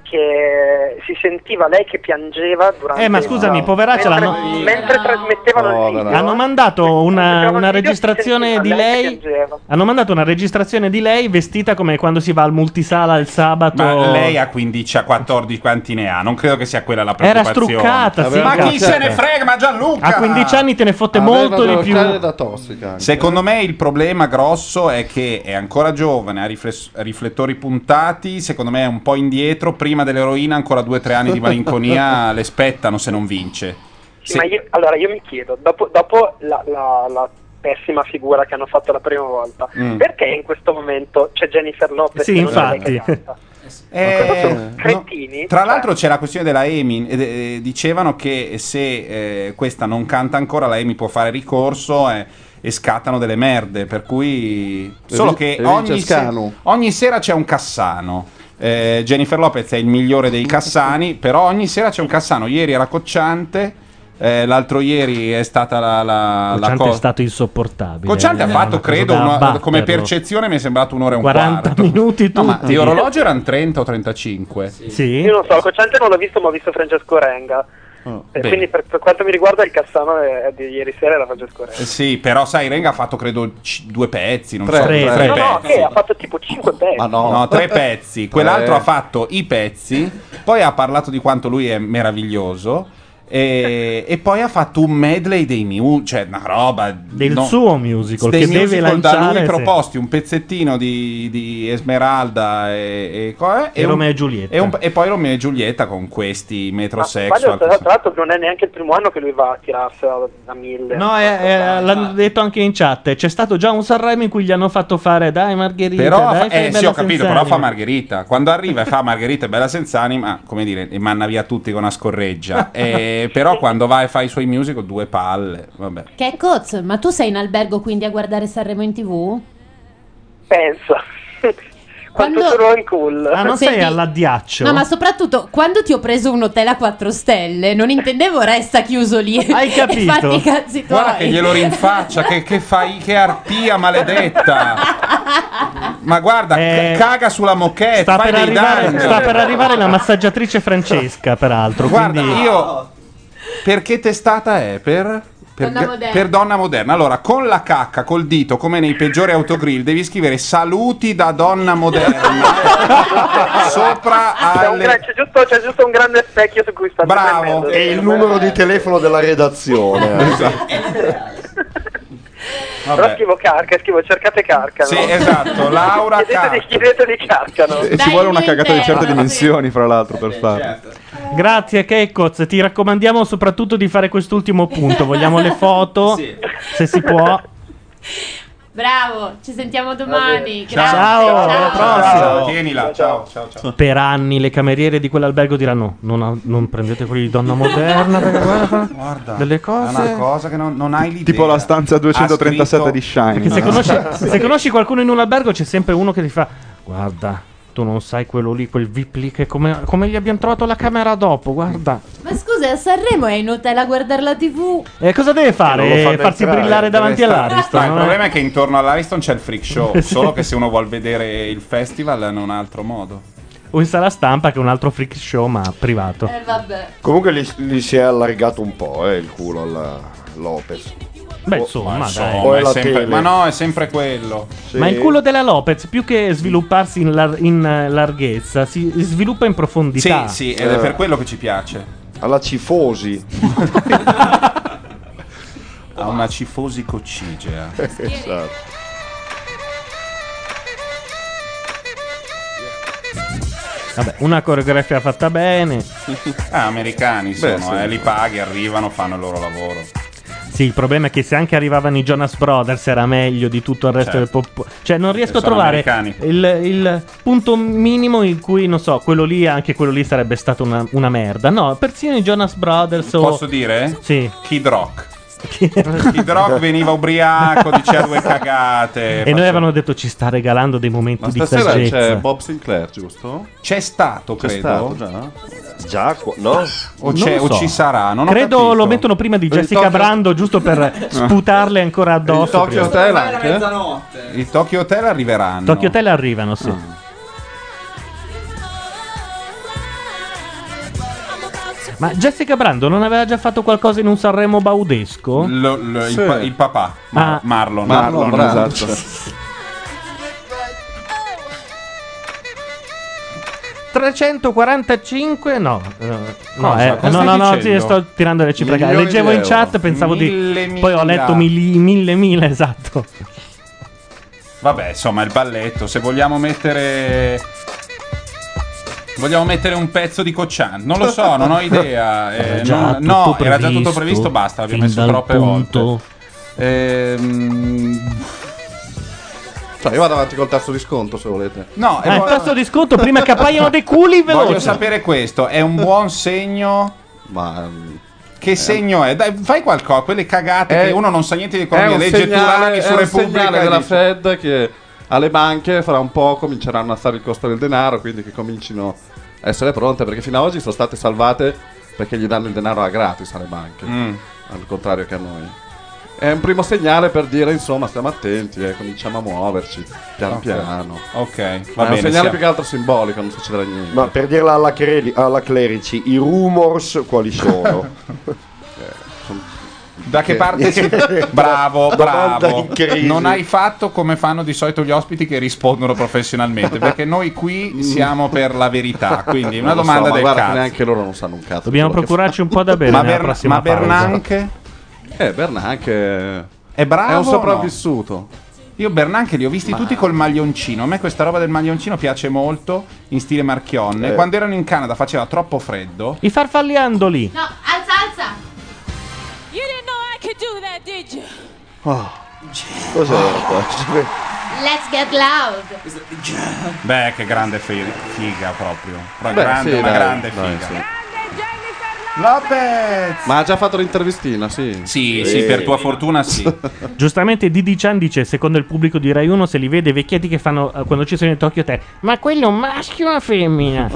S8: che si sentiva lei che piangeva durante
S2: Eh, ma scusami, poveraccia,
S8: mentre,
S2: l'hanno-
S8: mentre trasmettevano il video
S2: hanno mandato una, una
S8: video si
S2: registrazione
S8: sentiva
S2: di
S8: lei che
S2: lei.
S8: piangeva.
S2: Hanno mandato una registrazione di lei vestita come quando si va al multisala il sabato.
S3: Ma lei ha 15, ha 14, quanti ne ha? Non credo che sia quella la
S2: Era
S3: preoccupazione.
S2: struccata, sì,
S3: Ma chi
S2: cazzo.
S3: se ne frega? Ma Gianluca!
S2: A 15 anni te ne fotte molto di più.
S29: da tossica. anche.
S3: Secondo me il problema grosso è che è ancora giovane, ha rifless- riflettori puntati, secondo me è un po' indietro, prima dell'eroina ancora 2-3 anni di malinconia le spettano se non vince.
S8: Sì, ma io- allora io mi chiedo, dopo, dopo la, la- la pessima figura che hanno fatto la prima volta,
S3: Mm.
S8: perché in questo momento c'è Jennifer Lopez?
S3: Sì,
S8: che non è lei
S3: infatti.
S8: che canta?
S3: Eh,
S8: Ma cosa sono,
S3: no.
S8: cretini?
S3: Tra l'altro c'è la questione della Amy, ed, eh, dicevano che se eh, questa non canta ancora la Amy può fare ricorso eh, e scattano delle merde, per cui... Solo
S29: vi- e
S3: che
S29: vince
S3: ogni, se-
S29: Scanu.
S3: ogni sera c'è un Cassano. Eh, Jennifer Lopez è il migliore dei Cassani, però ogni sera c'è un Cassano. Ieri era Cocciante, eh, l'altro ieri è stata la... la, la
S2: Cocciante
S3: co-
S2: è stato insopportabile.
S3: Cocciante ha
S2: Era una
S3: fatto,
S2: cosa
S3: credo,
S2: da
S3: una- come
S2: abbatterlo.
S3: percezione mi è sembrato un'ora e un
S2: 40
S3: quarto.
S2: minuti tutti.
S3: No, ma di orologio erano 30 o 35?
S2: Sì.
S8: Io non so, Cocciante non l'ho visto, ma ho visto Francesco Renga. Eh,
S3: bene.
S8: quindi per, per quanto mi riguarda il Cassano è- è di ieri sera era Francesco Renga.
S3: Eh, Sì, però sai, Renga ha fatto credo c- due pezzi, non
S8: Tre,
S3: so,
S8: tre,
S3: tre
S8: no, no,
S3: pezzi.
S8: che ha fatto tipo 5 pezzi.
S3: No, tre pezzi. Quell'altro
S8: Eh.
S3: ha fatto i pezzi, poi ha parlato di quanto lui è meraviglioso. E, e poi ha fatto un medley dei music, cioè una roba
S2: Del
S3: no-
S2: suo musical
S3: dei
S2: che deve
S3: musical da
S2: lanciare,
S3: lui
S2: sì.
S3: proposti un pezzettino di, di Esmeralda e, e, co-
S2: E Romeo
S3: un-
S2: e Giulietta.
S3: e, un- e poi Romeo e Giulietta con questi
S8: Ma sbaglio,
S3: metrosexual.
S8: tra, tra l'altro non è neanche il primo anno che lui va a tirarsela da- da mille.
S2: No, è- è- l'hanno detto anche in chat. C'è stato già un Sanremo in cui gli hanno fatto fare dai Margherita.
S3: Però,
S2: cioè, dai,
S3: fa-
S2: fai
S3: eh, sì,
S2: bella
S3: ho capito,
S2: Senzani".
S3: però fa Margherita. Quando arriva e fa Margherita e Bella Senzani, ma come dire, li manna via tutti con una scorreggia. Eh, però quando va e fa i suoi musical, due palle. Vabbè.
S5: Che cozzo, ma tu sei in albergo quindi a guardare Sanremo in tv?
S8: Pensa. Quanto
S5: Quando-
S8: sono in cool.
S2: Ah, non sei
S5: Senti-
S2: all'addiaccio?
S5: No, ma soprattutto quando ti ho preso un hotel a 4 stelle, non intendevo resta chiuso lì.
S2: Hai
S5: e
S2: capito?
S5: fatti i cazzi tuoi.
S3: Guarda che glielo rinfaccia, che, che fai, che arpia maledetta. Ma guarda, c- caga sulla moquette,
S2: Eh, Sta
S3: fai
S2: per,
S3: dei
S2: arrivare,
S3: danni.
S2: sta per arrivare la massaggiatrice Francesca, peraltro.
S3: Guarda,
S2: quindi-
S3: io perché testata è per per,
S5: Donna Moderna.
S3: per donna moderna. Allora, con la cacca, col dito, come nei peggiori autogrill, devi scrivere saluti da donna moderna. Sopra
S8: C'è, un gra-
S3: alle
S8: c'è giusto, c'è giusto un grande specchio su cui sta Bravo.
S9: È il numero di telefono della redazione.
S8: Però scrivo Carca, scrivo cercate Carcano.
S9: Sì, esatto,
S18: Laura
S8: chiedete, di, chiedete di Carcano.
S18: E ci vuole una cagata di certe dimensioni, fra l'altro, per
S3: certo.
S18: farlo.
S2: Grazie, Kekoz. Ti raccomandiamo soprattutto di fare quest'ultimo punto. Vogliamo le foto, se si può.
S5: Bravo, ci sentiamo domani.
S2: Ciao.
S5: Grazie.
S2: Ciao, alla prossima.
S3: Ciao, tienila. Ciao, ciao, ciao.
S2: Per anni le cameriere di quell'albergo diranno: Non, non prendete quelli di donna moderna. perché guarda, fa
S3: Guarda,
S2: delle
S3: È una
S2: cose.
S3: cosa che non, non hai l'idea.
S18: Tipo la stanza 237 di
S2: Perché
S18: Shine.
S2: se conosci,
S18: Sì.
S2: se conosci qualcuno in un albergo, c'è sempre uno che ti fa: Guarda, tu non sai quello lì, quel VIP lì, che come, come gli abbiamo trovato la camera dopo. Guarda,
S25: Ma scusa, a Sanremo è in hotel a guardare la TV.
S2: Eh, cosa deve
S3: Non lo
S2: fare?
S3: fate
S2: Farsi
S3: entrare,
S2: brillare
S3: eh, deve
S2: davanti
S3: stare-
S2: all'Ariston.
S3: No, il
S2: no?
S3: problema è che intorno all'Ariston c'è il freak show.
S2: Sì.
S3: Solo che se uno vuol vedere il festival, non ha altro modo.
S2: O in sala stampa, che è un altro freak show, ma privato.
S25: vabbè.
S9: Comunque gli, gli si è allargato un po' eh, il culo alla Lopez.
S2: Beh,
S9: O-
S2: insomma,
S9: ma
S2: dai.
S9: o è
S3: è
S9: la
S3: sempre-
S9: tele.
S3: ma no, è sempre quello.
S2: Ma il culo della Lopez, più che svilupparsi in, lar- in, eh, larghezza, si sviluppa in
S3: Sì,
S2: profondità.
S3: sì, ed è per quello che ci piace.
S9: Alla cifosi.
S3: Ha una cifosi coccigea.
S9: esatto.
S2: Vabbè, una coreografia fatta bene.
S3: Ah, americani
S2: Beh,
S3: sono,
S2: sì.
S3: eh, li paghi, arrivano, fanno il loro lavoro.
S2: Sì, il problema è che se anche arrivavano i Jonas Brothers era meglio di tutto il resto
S3: Certo.
S2: del pop. Cioè, non riesco a
S3: Sono
S2: trovare
S3: americani.
S2: il, il punto minimo in cui, non so, quello lì, anche quello lì sarebbe stato una, una merda. No, persino i Jonas Brothers o...
S3: Posso dire?
S2: Sì.
S3: Kid Rock. Kid Rock veniva ubriaco, diceva due cagate.
S2: E noi avevano detto ci sta regalando dei momenti
S3: Eh, Ma
S2: di
S3: stasera
S2: saggezza.
S3: c'è
S29: Bob Sinclair, giusto?
S3: C'è stato,
S29: C'è
S3: credo.
S29: stato già?
S9: Già, qua- no?
S3: O, c'è,
S2: Non
S3: o
S2: lo so.
S3: ci sarà, non ho
S2: Credo
S3: capito.
S2: lo mettono prima di
S3: Il
S2: Jessica
S3: Tokyo-
S2: Brando giusto per sputarle ancora
S3: Il
S2: addosso.
S3: Tokyo
S2: prima.
S3: Hotel anche? Il Tokyo Hotel arriveranno.
S2: Tokyo Hotel arrivano, sì.
S3: Ah.
S2: Ma Jessica Brando non aveva già fatto qualcosa in un Sanremo baudesco?
S3: Lo- lo- il,
S2: Sì.
S3: pa- il papà,
S2: Ah.
S3: Mar- Marlon.
S2: Marlon,
S3: Brando.
S2: esatto. 345? No, eh, no,
S3: Cosa?
S2: eh,
S3: Cosa stai
S2: no, no, no,
S3: dicendo?
S2: sì, sto tirando le cifre. a caso.
S3: Milioni
S2: Leggevo
S3: di
S2: in
S3: euro.
S2: chat, pensavo
S3: Mille
S2: di. Poi
S3: mila.
S2: ho letto mili- mille, mille, esatto.
S3: Vabbè, insomma, il balletto. Se vogliamo mettere. Vogliamo mettere un pezzo di Cocciante? Non lo so, non ho idea. eh,
S2: Era già
S3: non-
S2: tutto
S3: no, era già tutto previsto.
S2: previsto,
S3: Basta, l'abbiamo
S2: fin
S3: messo
S2: dal
S3: troppe
S2: punto.
S3: volte. Ehm,
S29: Cioè, io vado avanti col tasso di sconto se volete.
S3: No,
S2: Ah, il tasso di sconto prima che appaiano dei culi veloci.
S3: Voglio sapere questo, è un buon segno?
S29: Ma eh.
S3: che segno è? Dai, fai qualcosa, quelle cagate
S29: È-
S3: che uno non sa niente di
S29: è
S3: economia,
S29: un
S3: legge Turani
S29: segnale,
S3: su
S29: è un
S3: Repubblica
S29: segnale
S3: e
S29: della
S3: dice-
S29: Fed che alle banche fra un po' cominceranno a stare il costo del denaro, quindi che comincino a essere pronte, perché fino ad oggi sono state salvate perché gli danno il denaro a gratis alle banche,
S3: Mm.
S29: al contrario che a noi. È un primo segnale per dire insomma stiamo attenti, eh, cominciamo a muoverci piano
S3: Ok.
S29: piano.
S3: Ok,
S29: Ma
S3: va
S29: è un
S3: bene,
S29: segnale
S3: siamo-
S29: più che altro simbolico, non succederà niente.
S9: Ma per dirla alla, Creli- alla Clerici, i rumors quali sono? Eh.
S3: Da
S29: Eh.
S3: che parte si... Bravo,
S9: Domanda
S3: bravo.
S9: in crisi.
S3: Non hai fatto come fanno di solito gli ospiti che rispondono professionalmente, perché noi qui siamo per la verità, quindi una
S29: Non lo so,
S3: domanda
S29: ma
S3: del
S29: guarda che
S3: cazzo.
S29: Neanche loro non sanno un cazzo. di
S2: Dobbiamo
S29: quello che
S2: procurarci un po' da bere
S29: Ma
S2: nella
S29: Bern-
S2: prossima
S29: ma
S2: pausa.
S29: Bernanche? Eh, Bernanche
S3: è bravo
S29: È
S3: o no?
S29: un sopravvissuto.
S3: Io Bernanche li ho visti tutti col maglioncino. A me questa roba del maglioncino piace molto in stile marchionne.
S2: Eh.
S3: Quando erano in Canada faceva troppo freddo.
S2: I farfalliandoli.
S5: No, alza, alza.
S30: You didn't know I could do that, did you?
S9: Cos'era qua?
S5: Let's get loud.
S3: Beh, che grande fi- figa proprio. Una
S29: Beh,
S3: grande,
S29: sì,
S3: una
S29: dai,
S3: grande
S29: dai,
S3: figa.
S29: sì.
S3: Lopez!
S29: Ma ha già fatto l'intervistina, sì.
S3: Sì, sì, per tua fortuna sì.
S2: Giustamente Didi Chan dice, secondo il pubblico di Rai 1, se li vede i vecchietti che fanno eh, quando ci sono i Tokyo Hotel. Ma quello è un maschio o una femmina?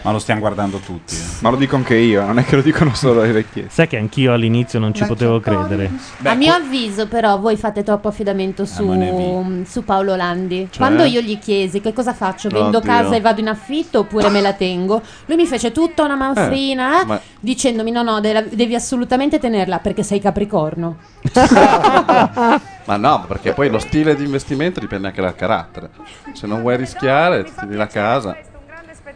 S3: Ma lo stiamo guardando tutti. eh.
S18: Ma lo dico anche io, non è che lo dicono solo i vecchietti.
S2: Sai che anch'io all'inizio non ci potevo credere.
S5: a mio avviso, però, voi fate troppo affidamento su, mm,
S2: ma ne
S5: su Paolo Landi. Quando io gli chiesi che cosa faccio, vendo
S2: Oddio.
S5: casa e vado in affitto oppure me la tengo, lui mi fece tutta una manfrina
S29: ma-
S5: dicendomi: No, no, de- devi assolutamente tenerla perché sei Capricorno.
S29: Ma no, perché poi lo stile di investimento dipende anche dal carattere. Se non vuoi rischiare, ti tieni la casa.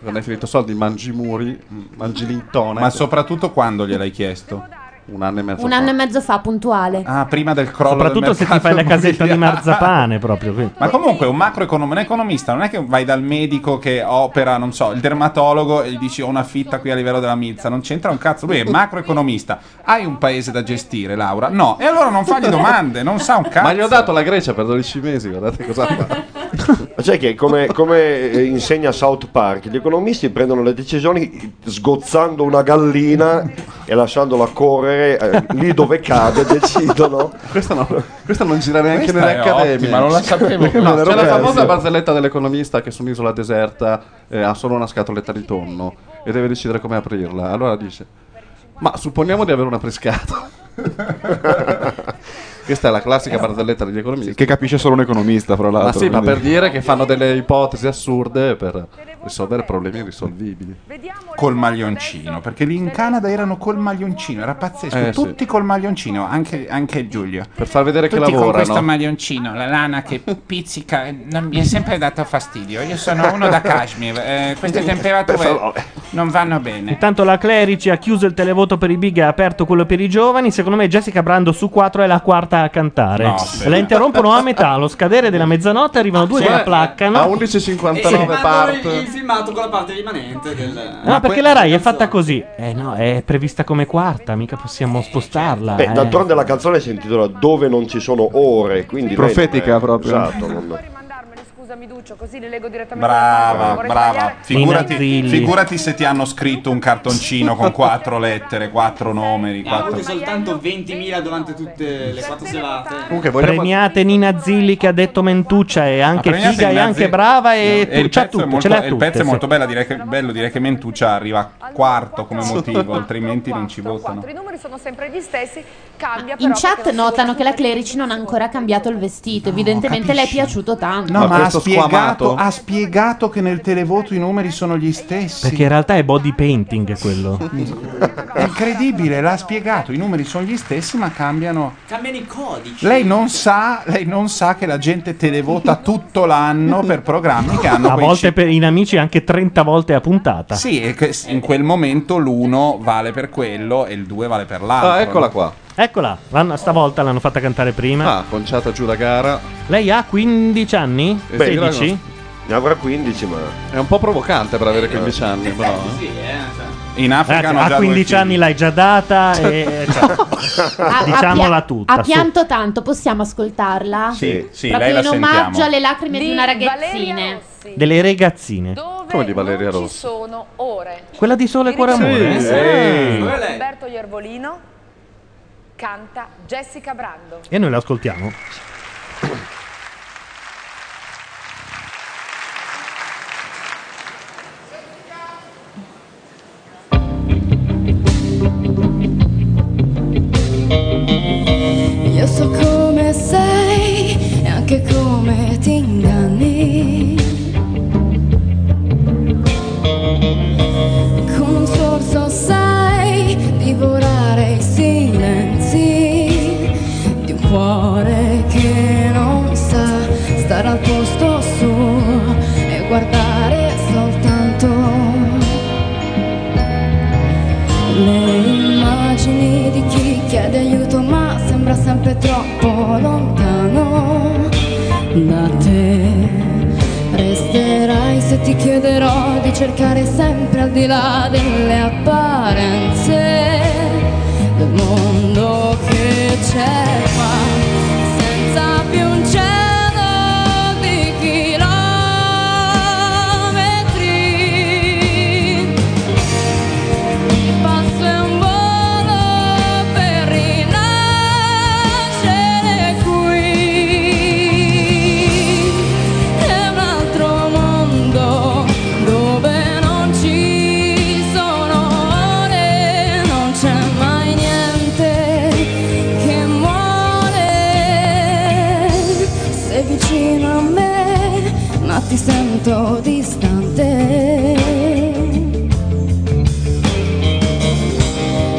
S29: Quando hai finito soldi, mangi i muri, mangi l'intona.
S3: Ma soprattutto quando gliel'hai chiesto?
S29: Un anno e mezzo.
S25: Un anno e mezzo fa, puntuale.
S3: Ah, prima del crollo
S2: Soprattutto
S3: del
S2: se ti fai la
S3: mercato
S2: casetta di
S3: immobiliare.
S2: marzapane proprio. quindi.
S3: Ma comunque un macroeconomista, un economista non è che vai dal medico che opera, non so, il dermatologo e gli dici ho una fitta qui a livello della milza, non c'entra un cazzo, lui è macroeconomista. Hai un paese da gestire, Laura? No, e allora non fagli domande, non sa un cazzo.
S29: Ma gli ho dato la Grecia per 12 mesi, guardate cosa fa.
S9: Ma sai che come, come, eh, insegna South Park, gli economisti prendono le decisioni sgozzando una gallina e lasciandola correre eh, lì dove cade, decidono.
S29: Questa, non gira neanche
S9: Questa
S29: nelle
S9: è
S29: accademie.
S9: ottima, non la sapevo.
S29: No,
S9: Non
S29: c'è
S9: ero
S29: la
S9: perso.
S29: famosa barzelletta dell'economista che su un'isola deserta eh, ha solo una scatoletta di tonno e deve decidere come aprirla. Allora dice: Ma supponiamo di avere una frescata. Questa è la classica barzelletta degli economisti.
S18: Che capisce solo un economista, fra l'altro.
S29: Ma sì, ma
S18: quindi-
S29: per dire che fanno delle ipotesi assurde per risolvere problemi irrisolvibili.
S3: Col maglioncino, perché lì in Canada erano col maglioncino, era pazzesco,
S29: Eh, sì.
S3: tutti col maglioncino, anche, anche Giulio. Per
S29: far vedere
S8: che lavorano.
S3: con questo maglioncino, la lana che pizzica, eh, non- mi è sempre dato fastidio. Io sono uno da cashmere, eh, queste temperature non vanno bene.
S2: Intanto la Clerici ha chiuso il televoto per i big e ha aperto quello per i giovani. Secondo me Jessica Brando su quattro è la quarta a cantare.
S29: No, sì.
S2: La interrompono a metà, allo scadere della mezzanotte arrivano due
S19: Sì,
S2: che la
S19: eh,
S2: placcano.
S19: a
S2: 11.59
S19: Eh, il filmato con la parte rimanente del...
S2: No, perché la Rai è fatta così. Eh no, è prevista come quarta, mica possiamo spostarla.
S9: Beh,
S2: eh.
S9: d'altronde la canzone si intitola Dove non ci sono ore, quindi lei-
S2: Profetica
S9: eh,
S2: proprio.
S9: Esatto, non-
S7: Scusami Duccio, così le leggo direttamente.
S3: Brava,
S7: Vorrei
S3: brava.
S7: sbagliare.
S3: Figurati, figurati se ti hanno scritto un cartoncino con quattro lettere, quattro numeri,
S19: Ne ha
S3: quattro.
S19: avuti soltanto 20.000 durante tutte le quattro serate.
S3: Comunque
S2: Premiate Nina Zilli che ha detto Mentuccia è anche
S3: premiate
S2: figa e
S3: Nina
S2: anche
S3: Zilli. eh,
S2: brava e,
S3: E il
S2: tu- c'ha
S3: pezzo,
S2: tutto,
S3: è molto,
S2: ce l'ha
S3: e il
S2: tutte,
S3: pezzo è
S2: sì.
S3: molto bella, direi che- bello dire che Mentuccia arriva quarto come motivo, altrimenti non ci votano.
S7: I numeri sono sempre gli stessi, cambia
S5: Ah,
S7: però.
S25: In
S7: perché
S25: chat
S7: non si
S25: notano che la Clerici non ha ancora cambiato il vestito, evidentemente le è piaciuto tanto.
S3: No, ma ha spiegato,
S2: squamato?
S3: ha spiegato che nel televoto i numeri sono gli stessi.
S2: Perché in realtà è body painting quello.
S3: È incredibile, l'ha spiegato, i numeri sono gli stessi ma cambiano.
S19: Cambiano i codici.
S3: Lei non sa, lei non sa che la gente televota tutto l'anno per programmi che hanno
S2: a
S3: quei
S2: volte per, in amici anche 30 volte a puntata.
S3: Sì, e che in quel momento l'uno vale per quello e il due vale per l'altro.
S2: Ah, eccola
S3: qua.
S2: Eccola, l'hanno- stavolta l'hanno fatta cantare prima.
S29: Ah, conciata giù da gara.
S2: Lei ha 15 anni?
S29: Eh, sì,
S2: 16?
S9: Ne avrà 15, ma.
S29: È un po' provocante per avere 15 anni, però. eh.
S3: In Africa
S2: Ragazzi,
S3: hanno già
S2: a 15 anni l'hai già data e cioè,
S25: Ha- ha pia-
S2: diciamola tutta.
S25: Ha
S2: su.
S25: pianto tanto, possiamo ascoltarla?
S2: Sì, sì,
S25: Proprio
S2: lei la
S25: in omaggio
S2: sentiamo.
S25: alle lacrime di,
S7: Di
S25: una ragazzina.
S2: Delle ragazzine.
S7: Come
S2: di Valeria
S7: Ci sono ore.
S2: Quella di Sole e Cuore
S7: Sì,
S2: Amore?
S7: sì.
S2: Ah.
S7: Umberto Iervolino canta Jessica Brando.
S2: E noi l'ascoltiamo.
S20: Io so come sei e anche come ti inganni. Come un sorso sai divorare i silenzi di un cuore che non sa stare al posto suo e guardare soltanto le immagini di chi chiede aiuto ma sembra sempre troppo lontano da te. Resterai se ti chiederò di cercare sempre al di là delle apparenze del mondo che c'è qua senza più un cielo di chilometri. Mi passo è un volo per rinascere qui È un altro mondo dove non ci sono ore Non c'è mai niente che muore Sei vicino a me ma ti sento distante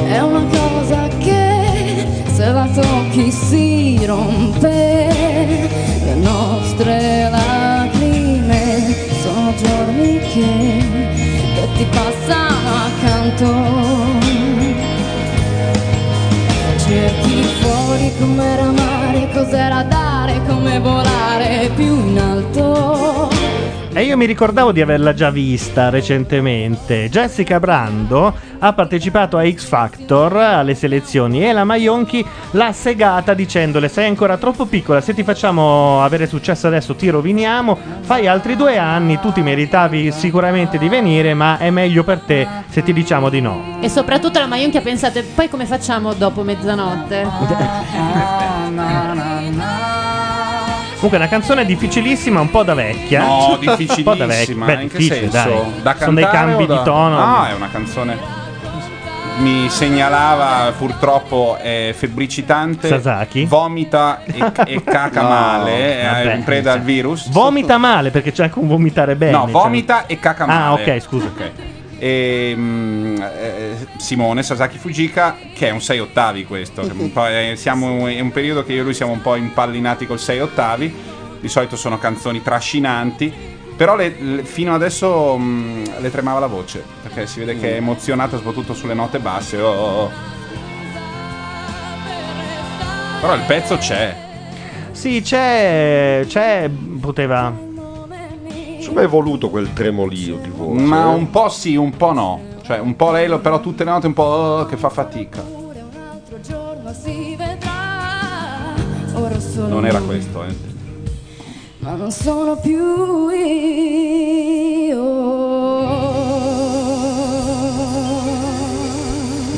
S20: è una cosa che se la tocchi si rompe. Le nostre lacrime sono giorni che, che ti passano accanto. Cerchi fuori com'era amare, cos'era dare, come volare più in alto.
S2: E io mi ricordavo di averla già vista recentemente. Jessica Brando ha partecipato a X Factor alle selezioni e la Maionchi l'ha segata dicendole: Sei ancora troppo piccola, se ti facciamo avere successo adesso ti roviniamo. Fai altri due anni, tu ti meritavi sicuramente di venire, ma è meglio per te se ti diciamo di no.
S25: E soprattutto la Maionchi ha pensato, e poi come facciamo dopo mezzanotte?
S2: Comunque, è una canzone difficilissima, un po' da vecchia.
S3: No,
S2: Un po' da
S3: difficilissima.
S2: vecchia. Beh,
S3: in che
S2: difficile,
S3: senso?
S2: dai.
S3: Da
S2: Sono dei
S3: cantare
S2: cambi
S3: o da-
S2: di tono.
S3: Ah, è una canzone. Mi segnalava purtroppo è febbricitante.
S2: Sasaki.
S3: Vomita e, e caca
S2: No,
S3: male. eh, È
S2: vabbè,
S3: in preda al virus.
S2: cioè, Vomita male perché c'è anche un vomitare bene.
S3: No,
S2: cioè.
S3: vomita e caca male.
S2: Ah, ok, scusa.
S3: Ok. E, mm, eh, Simone Sasaki Fujika, che è un 6 ottavi questo. che un po' è, siamo- è un periodo che io e lui siamo un po' impallinati col 6 ottavi. Di solito sono canzoni trascinanti. Però le- le- fino adesso mm, le tremava la voce, perché si vede che è emozionata soprattutto sulle note basse. oh, oh, oh. Però il pezzo c'è.
S2: Sì, c'è. c'è. poteva.
S9: Insomma, è voluto quel tremolio di voce. eh.
S3: Ma un po' sì, un po' no. Cioè, un po' lei, lo- però tutte le note un po' oh, che fa fatica.
S20: Giorno si vedrà, ora sono
S3: Non era
S20: io,
S3: questo, eh.
S20: Ma non sono più io.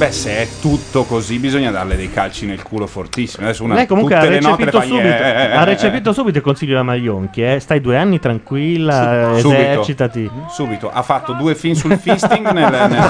S3: Beh, se è tutto così, bisogna darle dei calci nel culo fortissimi. Adesso una
S2: Lei comunque ha
S3: tutte le note Eh, le
S2: recepito,
S3: fa,
S2: subito,
S3: "Yeah".
S2: ha recepito subito il consiglio della Maionchi. Eh. Stai due anni tranquilla, eh,
S3: Subito.
S2: esercitati.
S3: eh, Subito ha fatto due film sul fisting nel, nel-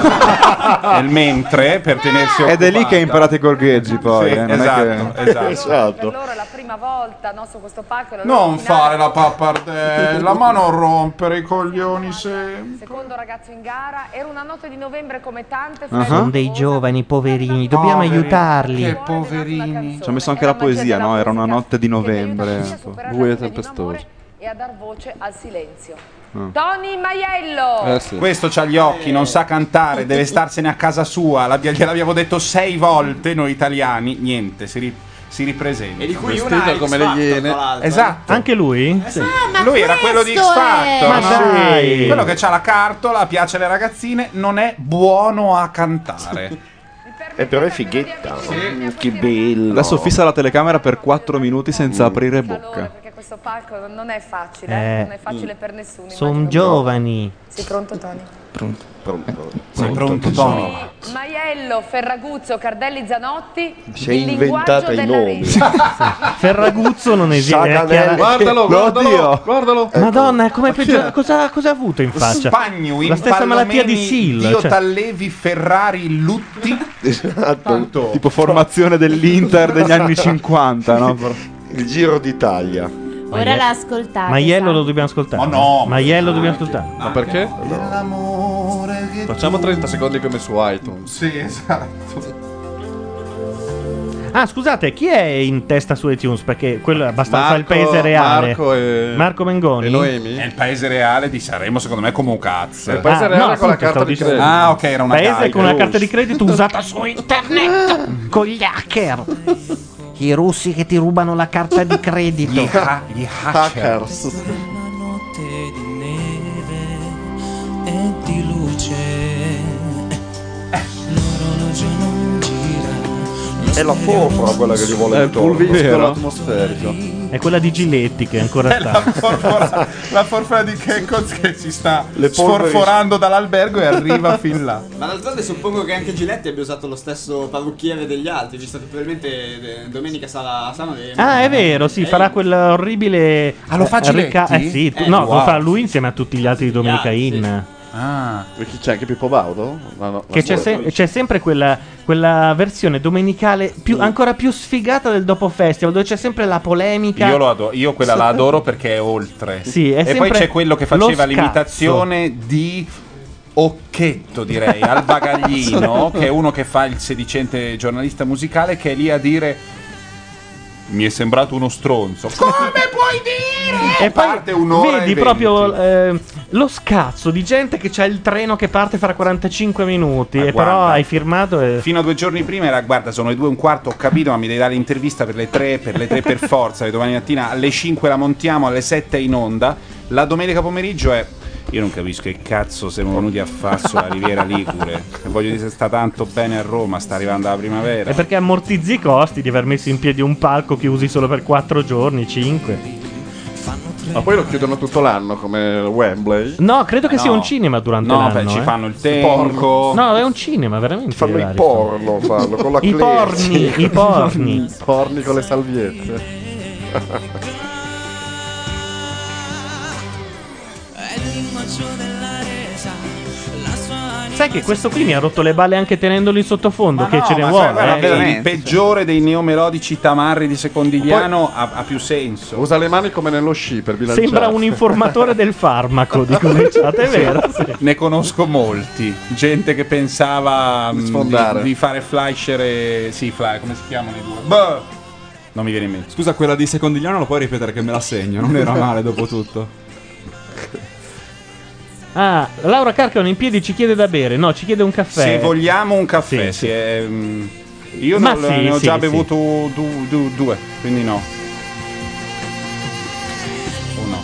S3: nel mentre per tenersi
S18: Ed è lì che
S3: occupata.
S18: hai imparato i gorgheggi poi.
S3: Sì,
S18: eh, non
S3: esatto,
S18: è che...
S3: esatto.
S7: Allora la prima volta no, su questo palco la loro
S3: Non
S7: finale-
S3: fare la pappardella, ma non rompere i coglioni sempre.
S7: Secondo ragazzo in gara, era una notte di novembre come tante,
S3: Uh-huh.
S2: Sono dei giovani poverini, dobbiamo
S18: Poveri.
S2: aiutarli.
S18: Che
S3: poverini.
S18: Ci ho messo anche la poesia, no? Era una notte di novembre. Buia tempestosa.
S7: e a dar voce al silenzio.
S3: Mm.
S7: Tony Maiello!
S3: Eh,
S7: Eh,
S3: Questo c'ha gli occhi, non sa cantare, deve starsene a casa sua. l'abbia- Gliel'abbiamo detto sei volte noi italiani, niente, si, ri- si ripresenta.
S19: E di cui Vestito una è X come le Factor, Iene. tra l'altro. eh.
S3: Esatto.
S2: Anche lui?
S3: Lui era quello di X Factor,
S2: Ma
S3: no?
S2: dai.
S3: Sì. quello che ha la cartola, piace alle ragazzine, non è buono a cantare.
S9: Eh, però è fighetta. Mm, Che bello. Mm.
S18: Adesso fissa la telecamera per 4 minuti senza aprire bocca.
S7: Perché questo palco non è facile,
S18: Eh.
S7: non è facile per nessuno.
S2: Sono giovani.
S7: Sei pronto Tony?
S18: Pronto.
S9: Pronto.
S2: Eh, Sei pronto,
S3: Tono?
S7: Maiello, Ferraguzzo, Cardelli, Zanotti.
S9: Si è
S7: il
S9: inventata
S7: linguaggio
S9: i
S7: della
S9: nomi.
S7: rete.
S2: Ferraguzzo non esiste.
S9: Saganelli.
S2: è chiaro-
S9: Guardalo, guardalo,
S18: guardalo.
S2: Eh, Madonna, come
S3: chi
S2: peggiora?
S3: è?
S2: Cosa, cosa ha avuto in faccia?
S3: Spagnu,
S2: La stessa malattia di
S3: Sil.
S2: Seal.
S3: Dio
S2: cioè.
S3: Tallevi, Ferrari, Lutti.
S9: Esatto.
S18: Tipo formazione dell'Inter degli anni 50, no?
S9: Il Giro d'Italia.
S5: Ora la ascoltate.
S2: Maiello lo dobbiamo ascoltare. Ma no. Maiello dobbiamo ascoltare.
S29: Ma perché? Facciamo 30 secondi come su iTunes.
S3: Sì, esatto.
S2: Ah, scusate, chi è in testa su iTunes? Perché quello è abbastanza
S3: Marco-
S2: il paese reale.
S3: Marco e-
S2: Marco Mengoni.
S3: È il paese reale di Sanremo, secondo me, come un cazzo.
S2: È il paese Ah, reale no, con la appunto, carta stavo di dicendo. credito.
S3: Ah, ok, era una eh,
S2: Paese
S3: carta.
S2: con una carta di credito usata su
S22: internet con gli hacker. I russi che ti rubano la carta di credito.
S3: Gli
S2: Ah,
S3: ha- gli
S22: hackers.
S11: notte di neve e di luce.
S17: Eh.
S11: L'orologio non gira.
S9: È la porpora quella che gli vuole
S18: È il
S9: intorno.
S18: pulviscolo
S9: atmosferico.
S2: È quella di Giletti che è ancora sta.
S3: uh. La forfora di Kekoz che si sta
S2: Le polveri-
S3: sforforando dall'albergo e arriva fin là.
S19: Ma d'altronde suppongo che anche Giletti abbia usato lo stesso parrucchiere degli altri, visto che probabilmente eh, domenica sarà a Sanremo.
S2: Ah, è vero, sì,
S19: Eh,
S2: farà quella orribile.
S19: Ah, lo fa
S2: eh, ricca-
S19: Giletti?
S2: Eh sì, tu-
S19: Eh,
S2: no,
S19: wow.
S2: lo fa lui insieme a tutti gli altri di Domenica In.
S3: Ah.
S18: Perché c'è anche Pippo Baudo? No, no,
S2: Che
S18: la
S2: c'è,
S18: sua-
S2: se- c'è sempre quella, quella versione domenicale
S3: Mm.
S2: più- ancora più sfigata del dopo festival, dove c'è sempre la polemica.
S3: Io, lo adoro, io quella la adoro perché è oltre.
S2: Sì, è
S3: e poi
S2: sempre
S3: c'è quello che
S2: lo
S3: faceva
S2: scazzo.
S3: l'imitazione di Occhetto, direi, al bagaglino, che è uno che fa il sedicente giornalista musicale, che è lì a dire. Mi è sembrato uno stronzo.
S22: Come puoi dire?
S2: E poi
S3: Parte un'ora
S2: vedi
S3: e
S2: proprio eh, lo scazzo di gente che c'ha il treno che parte fra 45 minuti.
S3: Ma
S2: e
S3: guarda.
S2: però hai firmato e.
S3: Fino a due giorni prima era, guarda, sono le due e un quarto, ho capito, ma mi devi dare l'intervista per le tre, per le tre per forza, che domani mattina alle 5 la montiamo, alle 7 in onda, la domenica pomeriggio è... Io non capisco che cazzo siamo venuti a Fasso, la Riviera Ligure. E Voglio dire, se sta tanto bene a Roma, sta arrivando la primavera.
S2: È perché ammortizzi i costi di aver messo in piedi un palco che usi solo per 4 giorni, 5.
S29: Ma poi lo chiudono tutto l'anno come Wembley?
S2: No, credo che sia un cinema durante
S29: Eh, No,
S2: l'anno.
S29: beh, ci
S2: eh.
S29: fanno il tempo.
S2: No, è un cinema, veramente.
S29: Fanno il
S2: Dario.
S29: porno, fanno con la
S2: I
S29: clerici.
S2: porni, i porni.
S29: porni con le salviette.
S2: Sai che questo qui mi ha rotto le balle anche tenendolo in sottofondo, che ce ne vuole. eh.
S3: il cioè peggiore dei neomelodici tamarri di Secondigliano ha, ha più senso.
S29: Usa le mani come nello sci per bilanciare.
S2: Sembra un informatore del farmaco, dicono in chat, è vero.
S3: Ne conosco molti. Gente che pensava mh,
S18: sfondare.
S3: di, di fare flashere. Sì, fly, come si chiamano i due? Boh, Beh, non mi viene in mente.
S18: Scusa, quella di Secondigliano la puoi ripetere che me la segno, non era male dopo tutto.
S2: Ah, Laura Carcano in piedi ci chiede da bere. No, ci chiede un caffè.
S3: Se vogliamo un caffè, sì, è, mm, io
S2: Ma
S3: non-
S2: sì,
S3: ne ho
S2: sì,
S3: già
S2: sì.
S3: bevuto du- du- due, quindi no. O no,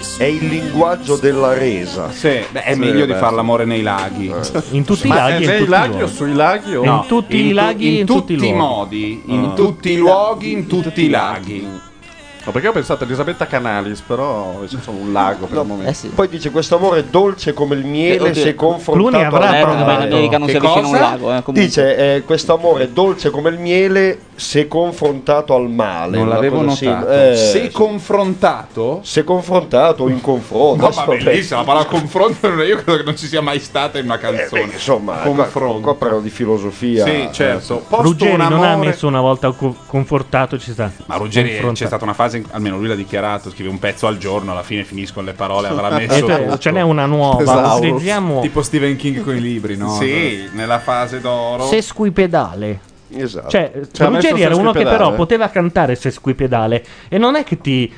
S3: sì.
S9: È il linguaggio della resa. Eh,
S3: Sì, beh, è meglio di far l'amore nei laghi.
S2: In tutti i
S3: Ma
S2: laghi
S3: è nei
S2: e in tutti i
S3: laghi
S2: luoghi.
S3: o sui laghi o
S2: In
S3: no?
S2: tutti i
S3: tu-
S2: laghi e
S3: in,
S2: in tutti i
S3: tutti i
S2: luoghi.
S3: modi, in
S29: Ah.
S3: tutti i luoghi, in tutti i laghi.
S29: No, perché ho pensato a Elisabetta Canalis, però invece sono un lago per il momento.
S9: Poi dice questo amore è dolce come il
S29: Eh,
S9: miele
S29: oddio.
S9: se confrontato
S29: Clooney avrà
S9: al
S29: provato.
S9: mare.
S29: Beh, in America non
S9: Che
S29: si avvicina
S9: cosa?
S29: un lago, eh, comunque.
S9: dice eh, questo amore è dolce come il miele se confrontato al male
S3: Non
S9: Una
S3: l'avevo
S9: cosa simile.
S3: notato.
S9: Eh,
S3: Se confrontato?
S9: se confrontato o in confronto
S3: No, ma bellissima, la parola confronto non è- io credo che non ci sia mai stata in una canzone.
S9: Eh, insomma
S3: confronto.
S9: Qua, qua parlano di filosofia
S3: Sì, certo.
S9: Eh,
S3: Posto
S2: Ruggeri
S3: un
S2: non ha
S3: amore-
S2: messo una volta co- confortato, ci sta.
S3: Ma Ruggeri c'è
S2: Confrontato.
S3: stata una fase, in- almeno lui l'ha dichiarato, scrive un pezzo al giorno, alla fine finiscono le parole, avrà
S2: E
S3: messo Esatto.
S2: cioè,
S3: tutto.
S2: ce n'è una nuova. Utilizziamo
S18: Tipo Stephen King con i libri, no?
S3: Sì, nella fase d'oro.
S2: sesquipedale.
S9: Esatto.
S2: Cioè, Ruggeri era uno che però
S29: eh.
S2: poteva cantare sesquipedale. E non è che ti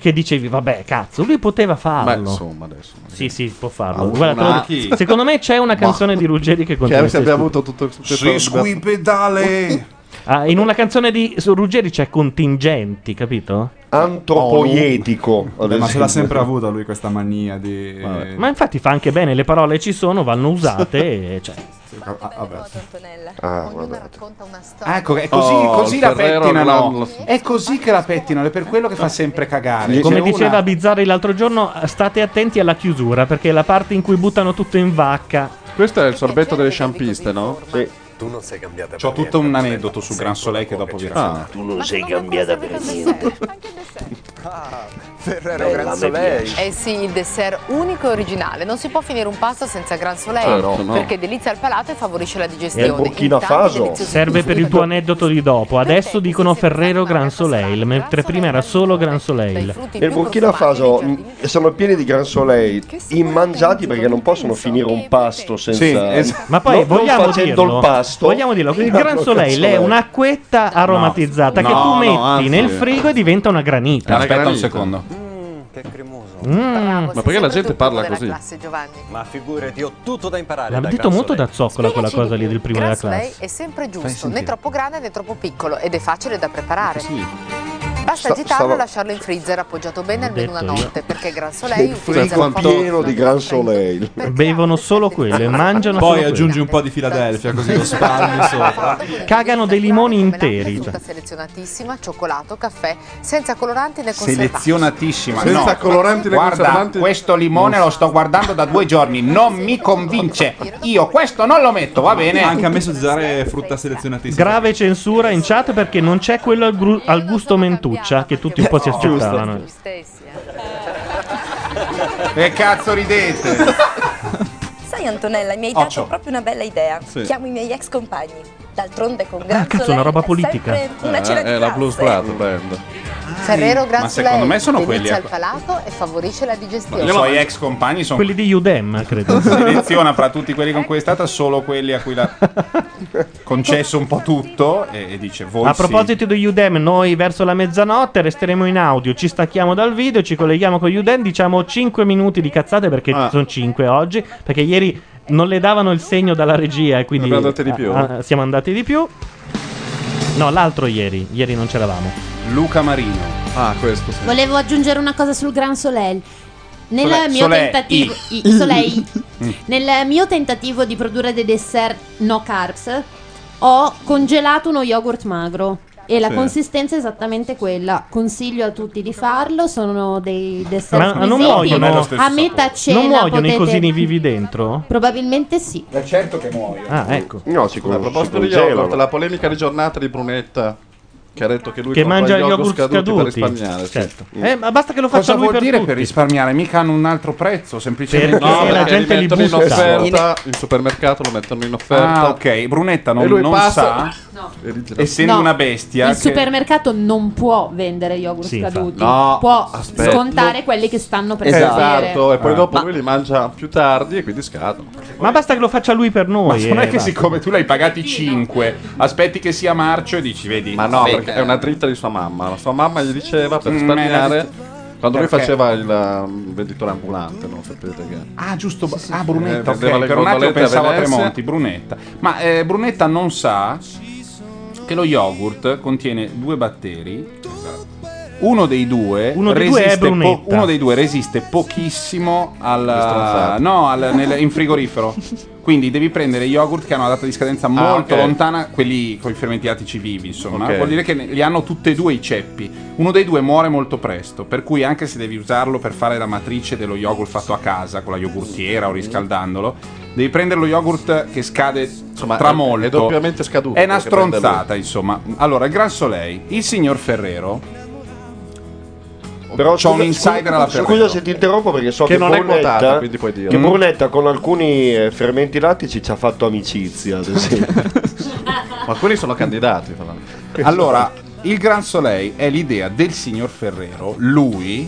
S2: che dicevi, vabbè, cazzo, lui poteva farlo.
S29: Beh, insomma, adesso.
S2: Sì, sì, può farlo.
S29: Ma
S2: Guarda,
S29: una-
S2: te lo- Secondo me c'è una canzone di Ruggeri che contiene.
S29: Che abbiamo
S2: sesquipedale.
S29: avuto tutto
S3: Sì, squipedale.
S2: Ah, in una canzone di su Ruggeri c'è contingenti, capito?
S9: Antropoietico.
S18: Vabbè, ma ce l'ha sempre avuta lui questa mania di...
S2: Ma infatti fa anche bene, le parole ci sono, vanno usate. e, cioè.
S9: Ah,
S3: Ah, Ecco, è così,
S2: Oh,
S3: così
S2: il
S3: la
S2: Ferrero
S3: pettinano.
S2: Roland.
S3: È così che la pettinano, è per quello che fa sempre cagare.
S2: Come
S3: Ah, C'è una-
S2: diceva Bizzarri l'altro giorno, state attenti alla chiusura perché è la parte in cui buttano tutto in vacca.
S29: Questo è il sorbetto delle sciampiste, no?
S9: Sì.
S29: Tu non sei cambiata
S3: C'ho tutto un aneddoto su Gran Soleil che dopo vi racconto.
S9: Ah. tu non sei cambiata per niente
S8: Ferrero
S9: Bella,
S8: Gran
S9: mi
S8: Soleil.
S9: piace.
S8: Eh sì, il dessert unico e originale. Non si può finire un pasto senza Gran Soleil
S2: Certo, no.
S8: perché delizia il palato e favorisce la digestione.
S2: È il Burkina
S8: Intanto
S2: Faso.
S8: deliziosi
S2: Serve per il
S8: biscotti
S2: tuo aneddoto di dopo. Adesso dicono Ferrero Gran Soleil, mentre prima era solo Gran Soleil.
S9: Nel Burkina Faso mh, sono pieni di Gran Soleil, immangiati perché non possono finire un pasto senza.
S2: Sì,
S8: esatto.
S2: es- Ma poi
S9: non, non
S2: vogliamo
S9: facendo
S2: dirlo,
S9: il pasto.
S2: vogliamo dirlo, il Gran Soleil è un'acquetta aromatizzata che
S9: No,
S2: tu
S9: no,
S2: metti
S9: anzi.
S2: nel frigo e diventa una granita.
S3: Aspetta un secondo.
S2: Mm.
S3: Ma perché la gente parla così?
S8: classe, Giovanni.
S17: Ma figurati, ho tutto da imparare.
S2: L'ha
S17: da
S2: detto
S17: Gran
S2: molto
S17: Soleil.
S2: da zoccola quella cosa lì del primo
S8: Gran
S2: della
S8: Soleil
S2: classe.
S8: è sempre giusto,
S2: sentire.
S8: né troppo grande né troppo piccolo ed è facile da preparare. Basta
S9: Sta-
S8: agitarlo
S9: stavo-
S8: e lasciarlo in freezer appoggiato bene
S2: L'ho
S8: al menu una
S2: detto io.
S8: notte perché Gran Soleil
S9: Il
S8: utilizza
S9: frigo
S8: un
S9: è
S8: po'
S9: pieno di Gran Soleil.
S2: Bevono solo quello e mangiano
S18: Poi
S2: solo
S18: aggiungi
S2: quello.
S18: un po' di Filadelfia così lo spalmi sopra.
S2: Cagano dei limoni interi. cioè.
S8: frutta selezionatissima, cioccolato, caffè, senza coloranti né conservanti.
S3: Selezionatissima.
S29: Senza
S3: no.
S29: coloranti né
S3: Guarda,
S29: conservanti.
S3: questo limone lo sto guardando da due giorni, non mi convince. Io questo non lo metto, va bene?
S18: Anche a me so usare eh, frutta selezionatissima.
S2: Grave censura in chat perché non c'è quello al, gru- al gusto mentuccia che tutti un po' si aspettavano.
S3: Che cazzo ridete?
S21: Sai Antonella, mi hai
S3: Occhio.
S21: dato proprio una bella idea.
S3: Sì.
S21: Chiamo i miei ex compagni. D'altronde con Gran
S2: cazzo,
S21: Soleil
S2: una roba
S21: è
S2: politica.
S21: sempre Una cena di
S29: Eh, è la
S21: classe.
S29: Blues Brother Band.
S8: Ferrero Gran
S3: Ma secondo
S8: Soleil
S3: me sono quelli ecco.
S8: delizia
S3: a-
S8: il palato e favorisce la digestione.
S3: I suoi ex compagni sono
S2: Quelli di Udem, credo.
S3: seleziona fra tutti quelli con cui è stata solo quelli a cui l'ha concesso un po' tutto e, e dice voi
S2: A
S3: sì.
S2: proposito di Udem, noi verso la mezzanotte resteremo in audio, ci stacchiamo dal video, ci colleghiamo con Udem, diciamo 5 minuti di cazzate perché
S29: Ah.
S2: sono 5 oggi, perché ieri non le davano il segno dalla regia e quindi
S29: Abbiamo andate di più.
S2: ah, ah, siamo andati di più. No, l'altro ieri, ieri non c'eravamo.
S3: Luca Marino.
S29: Ah, questo sì.
S5: Volevo aggiungere una cosa sul Gran Soleil. Nel
S29: Soleil-
S5: mio
S29: Soleil,
S5: tentativo
S29: I. Mm.
S5: I- Soleil, nel mio tentativo di produrre dei dessert no carbs, ho congelato uno yogurt magro e la
S2: Sì.
S5: consistenza è esattamente quella. Consiglio a tutti di farlo, sono dei
S2: Ma
S5: dessert
S2: ma non
S5: freschi.
S2: muoiono,
S5: a metà cena
S2: non muoiono
S5: potete...
S2: i cosini vivi dentro?
S5: Probabilmente sì.
S3: È certo che muoio.
S2: Ah, ecco.
S9: No, si
S29: A proposito di
S9: congelano.
S29: yogurt, la polemica di giornata di Brunetta che ha detto che lui
S2: Che
S29: compra
S2: mangia
S29: gli
S2: gli
S29: yogurt
S2: yogurt
S29: scaduti per
S2: scaduti.
S29: risparmiare. sì. Mm.
S2: Certo. Eh, ma basta che lo faccia
S3: Cosa
S2: lui
S3: vuol
S2: per
S3: dire
S2: tutti.
S3: per risparmiare? Mica hanno un altro prezzo, semplicemente
S29: No, perché li mettono in offerta,
S3: In-
S29: il supermercato lo mettono in offerta.
S3: Ah, ok, Brunetta non-
S29: E lui
S3: non
S29: passa-
S3: sa,
S5: No.
S3: essendo
S5: No.
S3: una bestia,
S5: Il
S3: che-
S5: supermercato non può vendere yogurt
S29: Sì, infatti.
S5: scaduti,
S29: No,
S5: può
S29: aspetta.
S5: scontare quelli che stanno per
S29: Esatto,
S5: servire.
S29: e
S3: Ah.
S29: poi dopo lui li mangia più tardi e quindi scadono.
S2: Ma basta che lo faccia lui per noi.
S3: Ma non è
S2: eh,
S3: che
S2: basta.
S3: siccome tu l'hai pagati 5, aspetti che sia marcio e dici, vedi.
S29: Ma no, perché è una dritta di sua mamma. La sua mamma gli diceva
S3: Mm,
S29: per risparmiare quando lui
S3: Perché?
S29: faceva il um, venditore ambulante, non sapete che.
S3: Ah, giusto. Ah, Brunetta,
S29: Eh,
S3: ok,
S29: vendeva le
S3: per un attimo
S29: gondolette a
S3: pensavo a
S29: Venezia.
S3: Tremonti, Brunetta. Ma eh, Brunetta non sa che lo yogurt contiene due batteri. Uno dei due,
S2: Uno dei due è
S3: resiste
S2: Brunetta.
S3: uno dei due resiste pochissimo
S2: Le
S3: al,
S2: stronzate.
S3: no, al- nel- in frigorifero. Quindi devi prendere yogurt che hanno una data di scadenza
S19: Ah,
S3: molto
S29: Ah, ok.
S3: lontana, quelli con i fermentatici vivi, insomma.
S29: Ok.
S3: Certo, Vuol dire che ne- li hanno tutti e due i ceppi. Uno dei due muore molto presto, per cui anche se devi usarlo per fare la matrice dello yogurt fatto a casa, con la yogurtiera o riscaldandolo, devi prendere lo yogurt che scade tra
S29: è-
S3: molto.
S29: è doppiamente scaduto
S3: È una
S29: perché prende
S3: stronzata, insomma. Allora, il Gran Soleil, il signor Ferrero,
S9: Però
S3: c'ho un
S9: scusa-
S3: insider alla
S9: scusa,
S3: Ferrero.
S9: scusa se ti interrompo perché so
S3: Che
S9: che,
S3: non è
S9: Brunetta,
S3: quotata, quindi puoi dirlo.
S9: Che
S3: Mm.
S9: Brunetta con alcuni eh, fermenti lattici ci ha fatto amicizia, ad esempio.
S29: Ma quelli sono candidati, fra l'altro.
S3: Allora, il Gran Soleil è l'idea del signor Ferrero, lui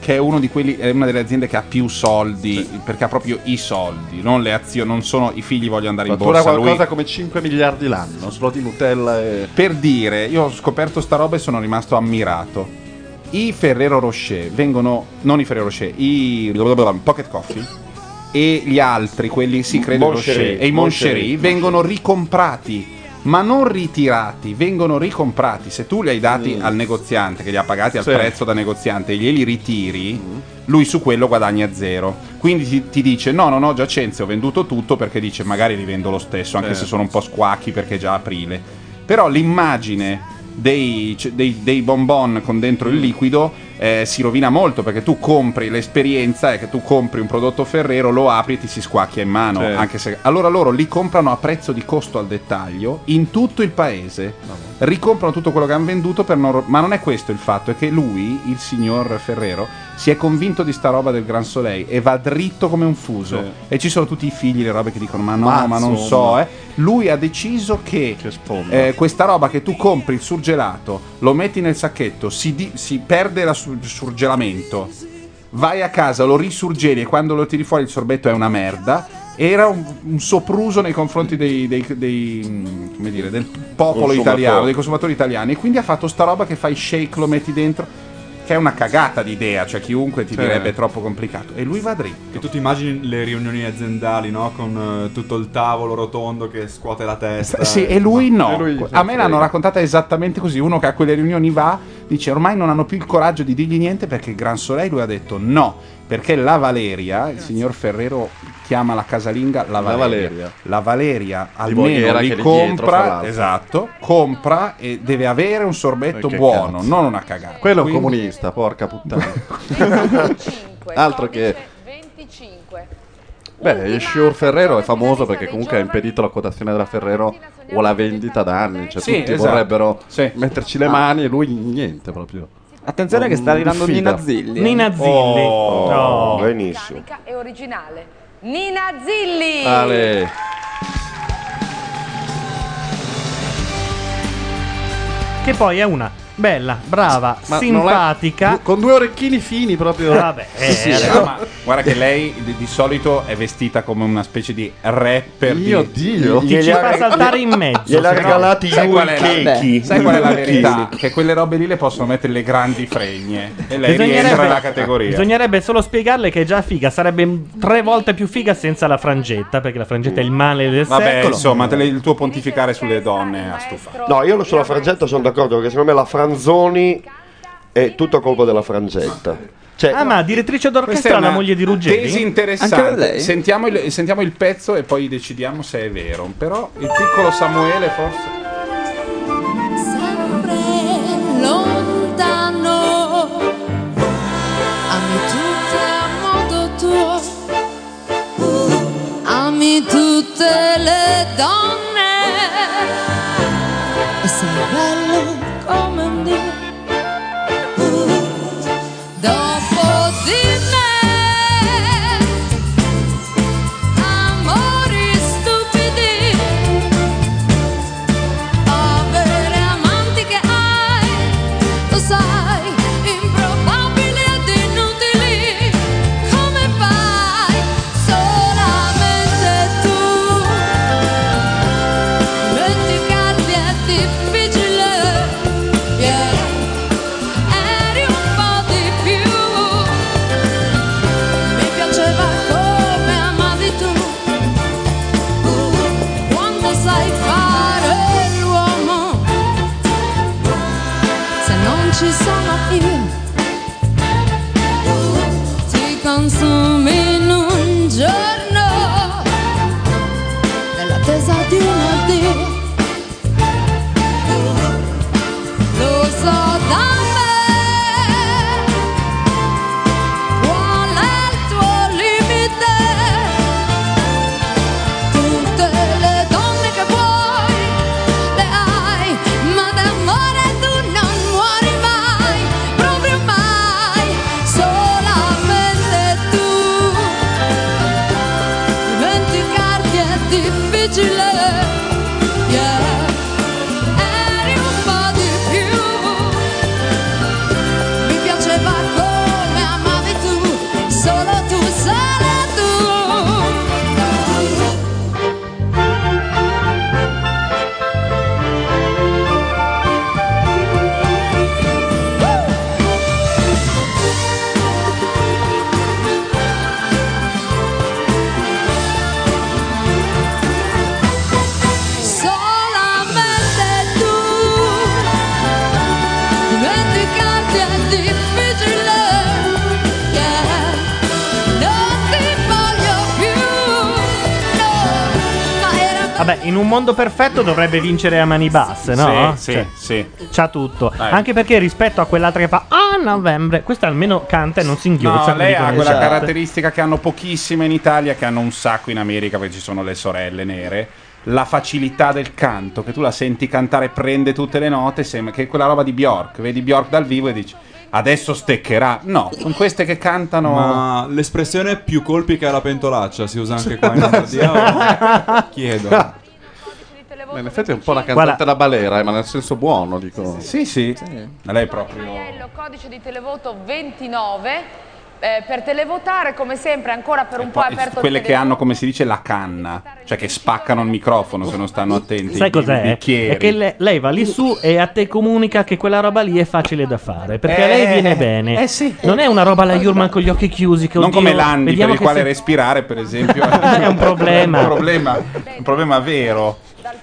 S3: che è, uno di quelli, è una delle aziende che ha più soldi, perché ha proprio i soldi, non le azioni, non sono i figli vogliono andare
S29: Fattura
S3: in borsa.
S29: qualcosa
S3: lui-
S29: come 5 miliardi l'anno, solo di Nutella e.
S3: Per dire, io ho scoperto sta roba e sono rimasto ammirato. I Ferrero Rocher vengono, non i Ferrero Rocher, i Pocket Coffee e gli altri, quelli sì, credo
S9: Moncherie,
S3: Rocher e i Moncherie
S9: Moncherie.
S3: vengono ricomprati. Ma non ritirati, vengono ricomprati. Se tu li hai dati al negoziante, che li ha pagati al
S29: Sì.
S3: prezzo da negoziante, e glieli ritiri, lui su quello guadagna zero. Quindi ti, ti dice: No, non ho giacenze, ho venduto tutto perché dice magari li vendo lo stesso, anche
S29: Sì.
S3: se sono un po' squacchi perché è già aprile. Però l'immagine dei, c- dei- dei bonbon con dentro il liquido eh, si rovina molto perché tu compri l'esperienza è che tu compri un prodotto Ferrero, lo apri e ti si squacchia in mano.
S29: Sì.
S3: Anche se, allora loro li comprano a prezzo di costo al dettaglio in tutto il paese. Ricomprano tutto quello che hanno venduto, per non ro- ma non è questo il fatto, è che lui, il signor Ferrero, si è convinto di sta roba del Gran Soleil e va dritto come un fuso.
S29: Sì.
S3: E ci sono tutti i figli, le robe che dicono ma no,
S29: Mazzo,
S3: ma non so,
S29: no.
S3: eh. Lui ha deciso che, eh, questa roba che tu compri il surgelato, lo metti nel sacchetto, si, di- si perde la su- il surgelamento, vai a casa, lo risurgeli e quando lo tiri fuori il sorbetto è una merda. Era un, un sopruso nei confronti dei, dei- dei, mm, come dire, del popolo
S29: Consumatori.
S3: italiano, dei consumatori italiani. E quindi ha fatto sta roba che fai shake, lo metti dentro, che è una cagata di idea, cioè chiunque ti
S10: Sì.
S3: direbbe è troppo complicato. E lui va dritto.
S10: E tu ti immagini le riunioni aziendali, no? Con eh, tutto il tavolo rotondo che scuote la testa.
S18: Eh,
S3: Sì, e lui no.
S10: E lui-
S3: a me l'hanno raccontata esattamente così. Uno che a quelle riunioni va, dice ormai non hanno più il coraggio di dirgli niente perché il Gran Soleil lui ha detto no, perché la Valeria, il signor Ferrero chiama la casalinga la Valeria.
S29: Valeria.
S3: La Valeria almeno
S29: Voghera
S3: li
S29: che è lì dietro, fra
S3: compra,
S29: l'altro.
S3: esatto, compra e deve avere un sorbetto
S29: Eh, Che
S3: buono,
S29: cazzo.
S3: non una cagata.
S29: Quello è un
S3: Quindi-
S29: comunista, porca puttana. Altro che.
S7: 25.
S29: Beh, il Sure Ferrero è famoso perché comunque ha impedito la quotazione della Ferrero o la vendita da anni. Cioè,
S10: Sì,
S29: tutti
S10: esatto.
S29: vorrebbero metterci le
S10: Ah.
S29: mani e lui niente proprio.
S10: Attenzione che sta arrivando Nina Zilli, eh. Nina Zilli.
S29: Oh,
S10: Oh.
S29: benissimo.
S7: È originale. Nina Zilli.
S29: Ale.
S2: Che poi è una Bella, brava,
S29: Ma non la-
S2: simpatica.
S29: Con due orecchini fini proprio.
S2: Vabbè,
S3: Sì, sì,
S2: eh,
S3: no, ma guarda che lei di, di solito è vestita come una specie di rapper.
S29: Mio
S3: di,
S29: Dio.
S2: Ti ci fa saltare in mezzo,
S3: Gliela
S2: se Eh, no.
S3: regalati
S2: Sai
S3: io
S2: qual
S3: i
S2: è la-
S3: cake.
S2: beh,
S3: Sai qual è la
S2: i cake.
S3: verità? Che quelle robe lì le possono mettere le grandi fregne. E lei rientra
S2: Bisognerebbe-
S3: nella categoria.
S2: Bisognerebbe solo spiegarle che è già figa. Sarebbe tre volte più figa senza la frangetta, perché la frangetta è il male del
S3: Vabbè,
S2: secolo.
S3: insomma, te le- il tuo pontificare sulle donne ha stufato.
S9: No, io sulla frangetta sono d'accordo perché secondo me la Franzoni è tutta colpa della frangetta. Cioè,
S2: Ah, ma
S3: Questa
S2: direttrice
S3: è
S2: d'orchestra
S3: una
S2: la moglie di Ruggeri.
S3: Tesi interessante. Sentiamo il, sentiamo il pezzo e poi decidiamo se è vero. Però il piccolo Samuele forse.
S8: sempre lontano. Ami tutte a modo tuo, ami tutte le donne. E sei bello come un dio. Dopo di me, amori stupidi, Povere amanti che hai, lo sai, improbabili ed inutili, come fai solamente tu? Dimenticarti è difficile, yeah. eri un po' di più, mi piaceva come amavi Uh. tu. Quanto sai fare l'uomo se non ci sono io? Ti consumi in un giorno nell'attesa di un addio. Lo so da me qual è il tuo limite. Tutte le donne che vuoi le hai, ma d'amore tu non muori mai, proprio mai, solamente tu. Dimenticarti è difficile, yeah. eri un po' di più, mi piaceva come amavi tu, solo tu, solo tu. solamente tu. Dimenticarti è difficile, yeah. non ti voglio più, no, ma era
S2: Vabbè, in un mondo perfetto dovrebbe vincere a mani basse, no?
S3: Sì, sì,
S2: Cioè,
S3: sì.
S2: C'ha tutto. Anche perché rispetto a quell'altra che fa a novembre, questa almeno canta e non si
S3: No,
S2: inghiozza. come
S3: lei
S2: dicono Esatto.
S3: ha
S2: le
S3: quella
S2: certe.
S3: caratteristica che hanno pochissime in Italia, che hanno un sacco in America perché ci sono le sorelle nere. La facilità del canto, che tu la senti cantare, prende tutte le note, sembra che è quella roba di Bjork. Vedi Bjork dal vivo e dici adesso steccherà. No, con queste che cantano.
S18: Ma l'espressione più colpi che ha la pentolaccia si usa anche qua in Lombardia? o- Chiedo.
S29: Ma in effetti è un po' la cantante da balera, eh, ma nel senso buono, dico.
S3: Sì, sì. Ma lei è proprio.
S7: Lo codice di televoto 29. eh, per televotare, come sempre, ancora per un po' è aperto
S3: Eh, Quelle
S7: il
S3: che hanno, come si dice, la canna, cioè che spaccano il microfono se non stanno attenti.
S2: Sai
S3: i
S2: cos'è?
S3: bicchieri.
S2: È che le- lei va lì su e a te comunica che quella roba lì è facile da fare. Perché a lei
S3: Eh,
S2: viene bene.
S3: eh sì.
S2: Non è una roba la Yurman con gli occhi chiusi. Che,
S3: non
S2: oddio,
S3: come Landi, per
S2: vediamo
S3: il
S2: che
S3: quale
S2: se-
S3: respirare, per esempio,
S2: È un problema.
S3: un problema. Un problema vero.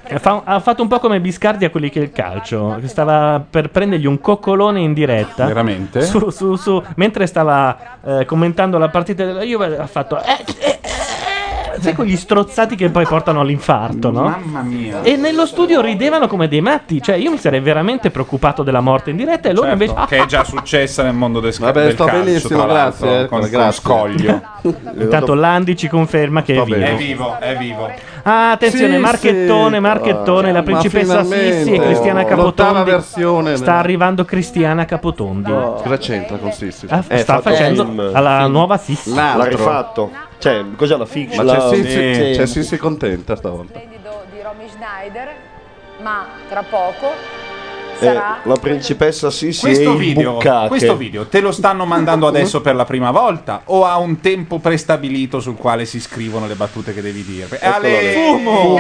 S2: Eh, Fa- ha fatto un po' come Biscardi a quelli che è il calcio. che Stava per prendergli un coccolone in diretta.
S3: Veramente?
S2: Su, su, su, mentre stava eh, commentando la partita della Juve, ha fatto. "Eh, eh, eh", Sai quegli strozzati che poi portano all'infarto, no?
S3: Mamma mia.
S2: E nello studio ridevano come dei matti. Cioè, io mi sarei veramente preoccupato della morte in diretta. E loro
S3: Certo,
S2: invece. ah.
S3: che è già successa nel mondo del, sca-
S2: Vabbè,
S3: del
S2: sto
S3: calcio,
S2: benissimo,
S3: tra l'altro,
S2: grazie,
S3: con,
S2: grazie.
S3: con scoglio.
S2: Intanto Landi ci conferma che è
S3: È
S2: vivo.
S3: vivo, è vivo.
S2: Ah, attenzione,
S3: Sì,
S2: Marchettone,
S3: sì.
S2: Marchettone, la
S3: Ah,
S2: principessa
S3: ma finalmente.
S2: Sissi e Cristiana
S3: Oh,
S2: Capotondi.
S3: l'ottava versione.
S2: Sta arrivando Cristiana Capotondi.
S29: Cosa c'entra con Sissi?
S2: Ah, sta facendo alla nuova Sissi.
S9: L'ha rifatto. Cioè, cos'è la fiction?
S29: Ma c'è Sissi,
S9: Sì.
S29: c'è Sissi contenta stavolta.
S3: Eh,
S7: periodo di Romy Schneider, ma tra poco sarà?
S9: Eh, la principessa Sisi
S3: Questo
S9: e i
S3: video,
S9: buccate.
S3: questo video te lo stanno mandando adesso per la prima volta o ha un tempo prestabilito sul quale si scrivono le battute che devi dire?
S9: Eccolo
S3: Ale-
S9: lì. Fumo!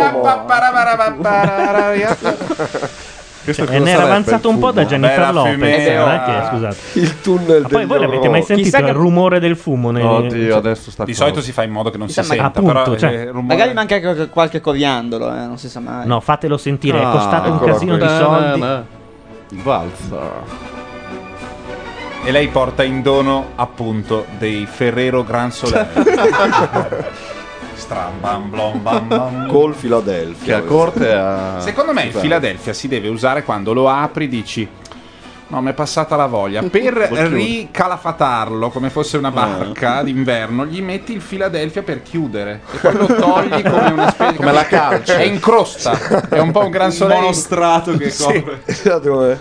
S3: Questo
S2: Cioè,
S3: cosa
S2: ne era
S3: sarebbe
S2: avanzato
S3: il
S2: un po' da
S3: fumo?
S2: Gianni
S3: Beh, la
S2: Lopez,
S3: fumea.
S2: non è che- scusate.
S9: Il tunnel
S2: Ma poi voi
S3: degli
S2: l'avete mai
S3: orrori.
S2: sentito
S3: Chissà che-
S2: il rumore del fumo? nei- cioè-
S3: Di solito si fa in modo che non si
S2: Chissà,
S3: senta,
S2: ma-
S3: però
S2: Appunto, cioè-
S3: eh, rumore-
S19: Magari manca qualche- qualche coriandolo, eh, non si sa mai.
S2: No, fatelo sentire, ecco,
S19: Ah,
S2: è costato un
S19: eccolo
S2: casino
S19: qui.
S2: di
S3: Eh,
S2: soldi.
S19: Na, na, na.
S3: Il E lei porta in dono appunto dei Ferrero Gran Soleil. Stram bam blom bam bam.
S9: Col Philadelphia.
S3: Che a
S29: corte ha-
S3: Secondo me il
S29: Sì,
S3: Philadelphia si deve usare quando lo apri dici No, mi è passata la voglia. Per
S29: Lo chiudi.
S3: ricalafatarlo come fosse una barca d'inverno, gli metti il Philadelphia per chiudere e poi lo togli come una specie
S29: Come la calce.
S3: È in crosta. È un po' un gran Esatto, soleil.
S9: monostrato
S3: che copre.
S9: Guardate com'è.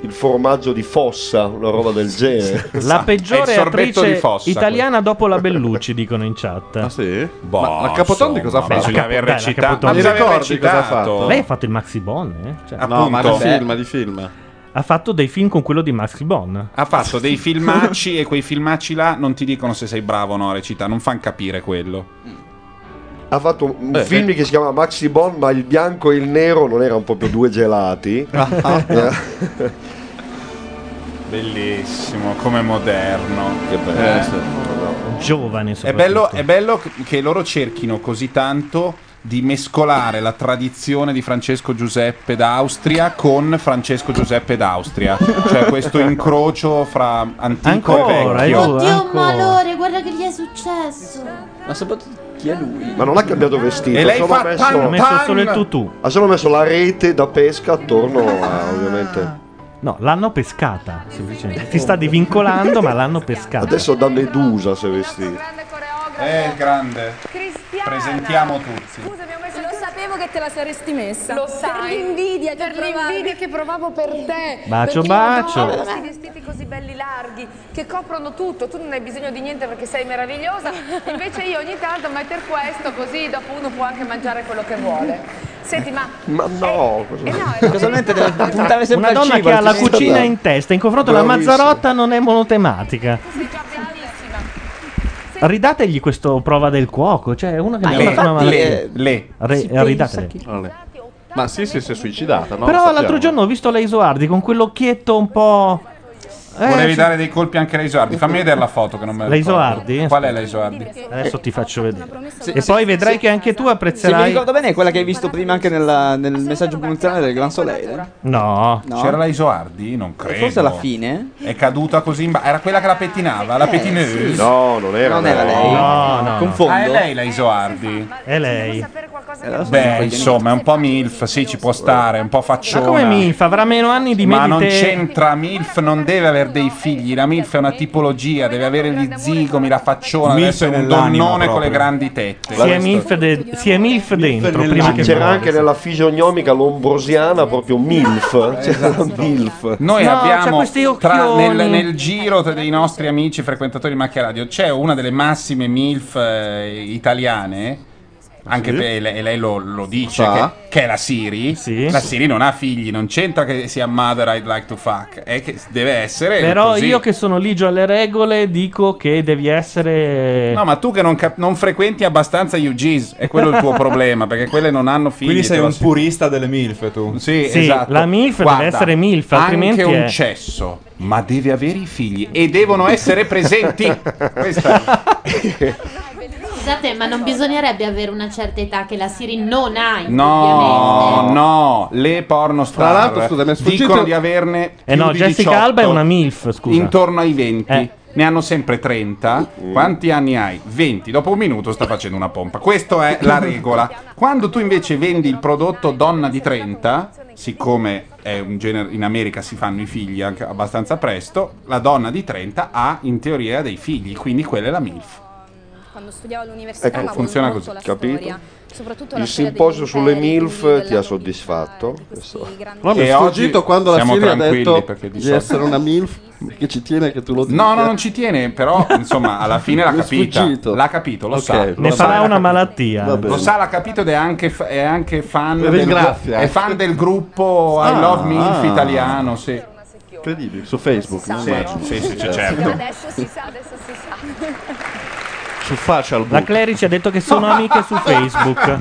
S9: Il formaggio di fossa, una roba del genere.
S29: esatto.
S2: La peggiore attrice italiana dopo la Bellucci, dicono in chat. Ah,
S29: sì?
S3: Boh,
S2: Ma
S29: la Capotondi cosa ha fatto? Bisogna aver recitato. Ma ti ricordi cosa ha fatto?
S2: Lei ha fatto il Maxi Bon, eh? Cioè-
S29: No, ma di film, di film.
S2: Ha fatto dei film con quello di Maxi Bon.
S3: Ha fatto dei filmacci e quei filmacci là non ti dicono se sei bravo o no a recitare, non fanno capire quello.
S9: Ha fatto un
S3: Beh,
S9: film
S3: eh.
S9: che si chiama Maxi Bon, ma il bianco e il nero non erano proprio due gelati.
S2: Ah,
S9: Eh,
S3: Bellissimo, come moderno. Eh,
S9: Che
S2: bello. Eh, Giovane,
S3: È
S2: soprattutto.
S3: bello, è bello che- che loro cerchino così tanto di mescolare la tradizione di Francesco Giuseppe d'Austria con Francesco Giuseppe d'Austria, cioè questo incrocio fra antico
S2: Ancora,
S9: eh,
S3: e vecchio.
S2: Edu, Oddio,
S5: Ecco. Malore, guarda che gli è successo.
S19: Ma soprattutto chi è lui?
S9: ma non ha cambiato vestito.
S3: E lei
S9: solo
S3: fa tan, Ha messo tan.
S2: solo il tutù.
S9: Ha solo messo la rete da pesca attorno a, ovviamente.
S2: No, l'hanno pescata, semplicemente. Ti sta divincolando, ma l'hanno pescata.
S9: Adesso da Medusa si è vestito.
S3: Eh, grande. Presentiamo tutti.
S24: Scusami, ho messo lo sapevo che te la saresti messa.
S7: Lo
S24: per
S7: sai.
S24: l'invidia che
S7: Per
S24: provavi.
S7: l'invidia che provavo per te. Perché
S2: Bacio,
S7: io
S2: bacio.
S7: adoro Questi vestiti così belli larghi che coprono tutto. Tu non hai bisogno di niente perché sei meravigliosa. Invece io ogni tanto metter questo così dopo uno può anche mangiare quello che vuole. Senti, ma
S9: Ma no,
S19: Eh Casualmente deve puntare sempre
S2: Una
S19: al
S2: donna
S19: cibo,
S2: che ha la
S19: altrimenti-
S2: cucina in testa, in confronto alla
S19: Bravissimo.
S2: Mazzarotta, non è monotematica. Ridategli questo prova del cuoco, cioè uno che
S29: Ma
S2: ne ha fatto una
S29: infatti,
S2: marea.
S29: le- le-
S2: Re-
S29: si pensa
S2: ridatele.
S29: che- Ma sì, sì, si è suicidata, no?
S2: Però
S29: Lo sappiamo.
S2: l'altro giorno ho visto lei Isoardi con quell'occhietto un po'. Eh,
S3: Volevi
S2: sì.
S3: dare dei colpi anche a Isoardi. Fammi vedere la foto che non me la
S2: La
S3: ricordo.
S2: Isoardi?
S3: Qual è la Isoardi?
S2: Adesso ti faccio vedere.
S19: Sì,
S2: e
S19: sì,
S2: poi
S19: sì,
S2: vedrai
S19: sì.
S2: che anche tu
S19: Se mi
S2: apprezzerai.
S19: ricordo bene è quella che hai visto prima anche nella- nel messaggio promozionale del Gran Soleil.
S2: No.
S19: No.
S3: C'era la Isoardi? Non credo.
S19: Forse alla fine?
S3: È caduta così in ba- Era quella che la pettinava? La
S19: Eh,
S3: pettineuse?
S19: sì.
S9: No, non era
S19: Non era
S9: lei.
S19: lei.
S3: No, no.
S19: Confondo.
S3: Ah, è lei la Isoardi?
S2: È lei.
S29: Eh,
S3: Beh, insomma, è un po' MILF, sì, ci può stare, è un po'
S2: Ma
S3: facciona.
S2: come MILF? Avrà meno anni di me
S3: Ma
S2: di
S3: non
S2: te.
S3: c'entra, MILF non deve avere dei figli, la MILF è una tipologia, deve avere gli zigomi, la facciona, deve
S29: MILF
S3: essere
S29: è
S3: un
S29: nell'anima
S3: donnone con le
S29: proprio.
S3: grandi tette.
S2: Si è MILF, de- si è MILF dentro. prima che
S9: C'era
S2: muore.
S9: anche nella fisionomica lombrosiana proprio MILF. C'era
S19: Esatto.
S9: MILF.
S3: Esatto. Noi
S2: No, c'ha
S3: abbiamo
S2: questi
S3: tra-
S2: occhioni.
S3: nel, nel giro dei nostri amici frequentatori di Macchia Radio c'è una delle massime MILF eh, italiane. Anche
S29: Sì.
S3: per- e lei, e lei lo, lo dice
S29: Sa.
S3: che, che è la Siri. La Siri non ha figli, non c'entra che sia mother I'd like to fuck. È che deve essere.
S2: Però
S3: così.
S2: io che sono ligio alle regole dico che devi essere.
S3: No, ma tu che non, cap- non frequenti abbastanza UGs, è quello il tuo problema, perché quelle non hanno figli.
S2: Quindi sei un
S3: purista delle MILF tu. Sì,
S2: Sì,
S3: esatto.
S2: la MILF
S3: Guarda,
S2: deve essere MILF, altrimenti
S3: Anche un
S2: è-
S3: cesso, ma deve avere i figli e devono essere presenti. Questa è-
S5: Scusate, ma non bisognerebbe avere una certa età che la Siri non ha.
S3: No, no, le porno star
S29: Tra l'altro, scusa, mi è sfuggito-
S3: dicono di averne
S2: Eh no,
S3: più di
S2: Jessica
S3: 18,
S2: Alba è una MILF, scusa.
S3: Intorno ai 20.
S2: Eh.
S3: Ne hanno sempre 30.
S29: Mm.
S3: Quanti anni hai? 20. Dopo un minuto sta facendo una pompa. Questa è la regola. Quando tu invece vendi il prodotto donna di 30, siccome è un genere, in America si fanno i figli anche abbastanza presto, la donna di 30 ha in teoria dei figli, quindi quella è la MILF.
S24: quando studiavo all'università.
S9: Ecco,
S24: ma
S9: funziona
S24: conosco
S9: così,
S24: la
S9: capito?
S24: storia, soprattutto la
S9: Il
S24: storia
S9: simposio
S24: degli
S9: sulle
S24: imperi,
S9: MILF ti ha soddisfatto?
S29: No, mi è sfuggito quando la Siri ha detto di essere una MILF che ci tiene che tu lo dica.
S3: No, no, non ci tiene, però insomma, alla fine l'ha
S29: Mi è
S3: capita.
S29: sfuggito.
S3: L'ha capito, lo
S29: Ok,
S3: sa.
S29: ne
S3: lo sa,
S29: farà
S3: l'ha
S29: una
S3: capito.
S29: malattia. Va bene.
S3: Lo sa, l'ha capito ed è anche, fa- è anche fan,
S29: Lo
S3: del,
S29: ringrazia.
S3: è fan del gruppo I
S29: Ah,
S3: Love Milf
S29: ah.
S3: italiano, sì.
S29: Incredibile, su Facebook,
S3: Sì,
S29: no?
S3: sì,
S29: Immagino.
S3: sì, sì, c'è
S24: Però
S3: certo.
S24: Adesso si sa, adesso si sa.
S29: Su Facial
S2: La Clerici ha detto che sono amiche su Facebook.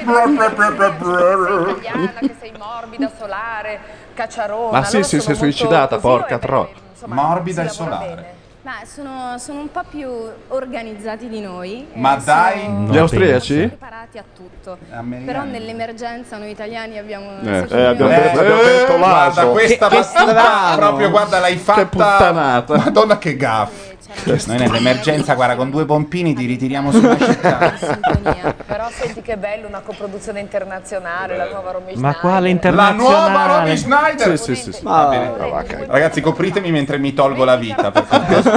S24: italiana, che sei morbida, solare, cacciarona.
S29: Ma sì,
S24: loro sono
S29: sì, si è
S24: molto
S29: suicidata,
S24: così,
S29: porca
S24: vabbè,
S29: troia.
S24: insomma,
S3: Morbida
S24: si
S3: e
S24: lavora
S3: solare.
S24: bene. Ma sono, sono un po' più organizzati di noi. eh,
S3: Ma dai,
S24: sono
S29: Gli austriaci?
S24: preparati a tutto.
S3: Americani.
S24: Però nell'emergenza noi italiani abbiamo...
S29: Eh,
S24: secondo me,
S29: abbiamo
S24: un-
S29: detto- Eh,
S3: guarda,
S29: Laso.
S3: questa
S29: Che- che
S3: bastarda
S29: strano.
S3: proprio, guarda, l'hai
S29: Che
S3: fatta.
S29: puttanata.
S3: Madonna che gaff. Noi nell'emergenza, guarda, con due pompini ti ritiriamo sulla città.
S7: Però senti che bello una coproduzione internazionale, la nuova Romeo
S2: Ma quale
S3: La
S2: internazionale?
S3: nuova Romy Schneider.
S2: Sì, sì, sì, sì.
S29: Ah,
S3: Va bene. Ragazzi, copritemi mentre mi tolgo la vita. per favore.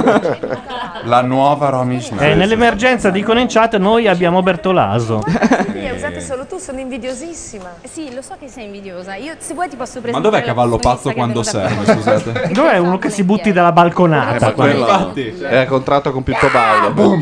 S3: la nuova Romy Schneider.
S2: Eh, nell'emergenza dicono in chat noi abbiamo Bertolaso.
S3: Eh.
S24: Li hai usati solo tu, sono invidiosissima. Sì, lo so che sei invidiosa. Io, se vuoi, ti posso presentare.
S10: Ma dov'è Cavallo
S24: l'opinionista
S10: Pazzo
S24: che
S10: quando
S24: è venuta
S10: serve?
S24: prima.
S10: Scusate.
S2: Dov'è uno che si butti dalla
S29: Eh,
S2: balconata?
S29: ma
S2: qua?
S29: quello
S3: eh,
S29: è a contratto con Pippo Baudo.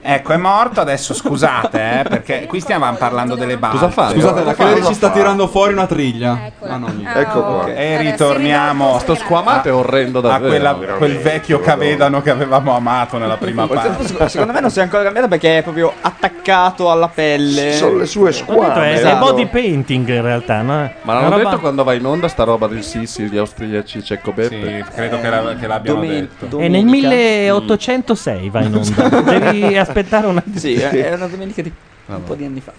S3: Ecco, è morto adesso, scusate, eh, perché qui stiamo parlando delle basi.
S18: Cosa fa? Scusate, la Clerici ci sta tirando fuori una triglia. Ah, no, niente.
S3: Ecco qua. E ritorniamo.
S18: Sto
S3: Ah.
S18: squamato è orrendo
S3: a
S18: davvero.
S3: quella- quel vecchio cavedano che avevamo amato nella prima parte.
S19: Sec- Secondo me non si è ancora cambiato perché è proprio attaccato alla pelle.
S2: Sono le
S9: sue
S2: Eh, Ho detto, è, è
S19: Esatto.
S2: body painting in realtà, no?
S29: Ma l'hanno
S2: Una roba-
S29: detto quando va in onda sta roba del Sissi, gli austriaci, Cecco Beppe?
S3: Sì, credo che, la- che l'abbiano
S29: Domen-
S3: detto.
S2: E nel 1806 va in onda. Devi aspettare una
S19: Sì, è è una domenica di un po' di anni fa.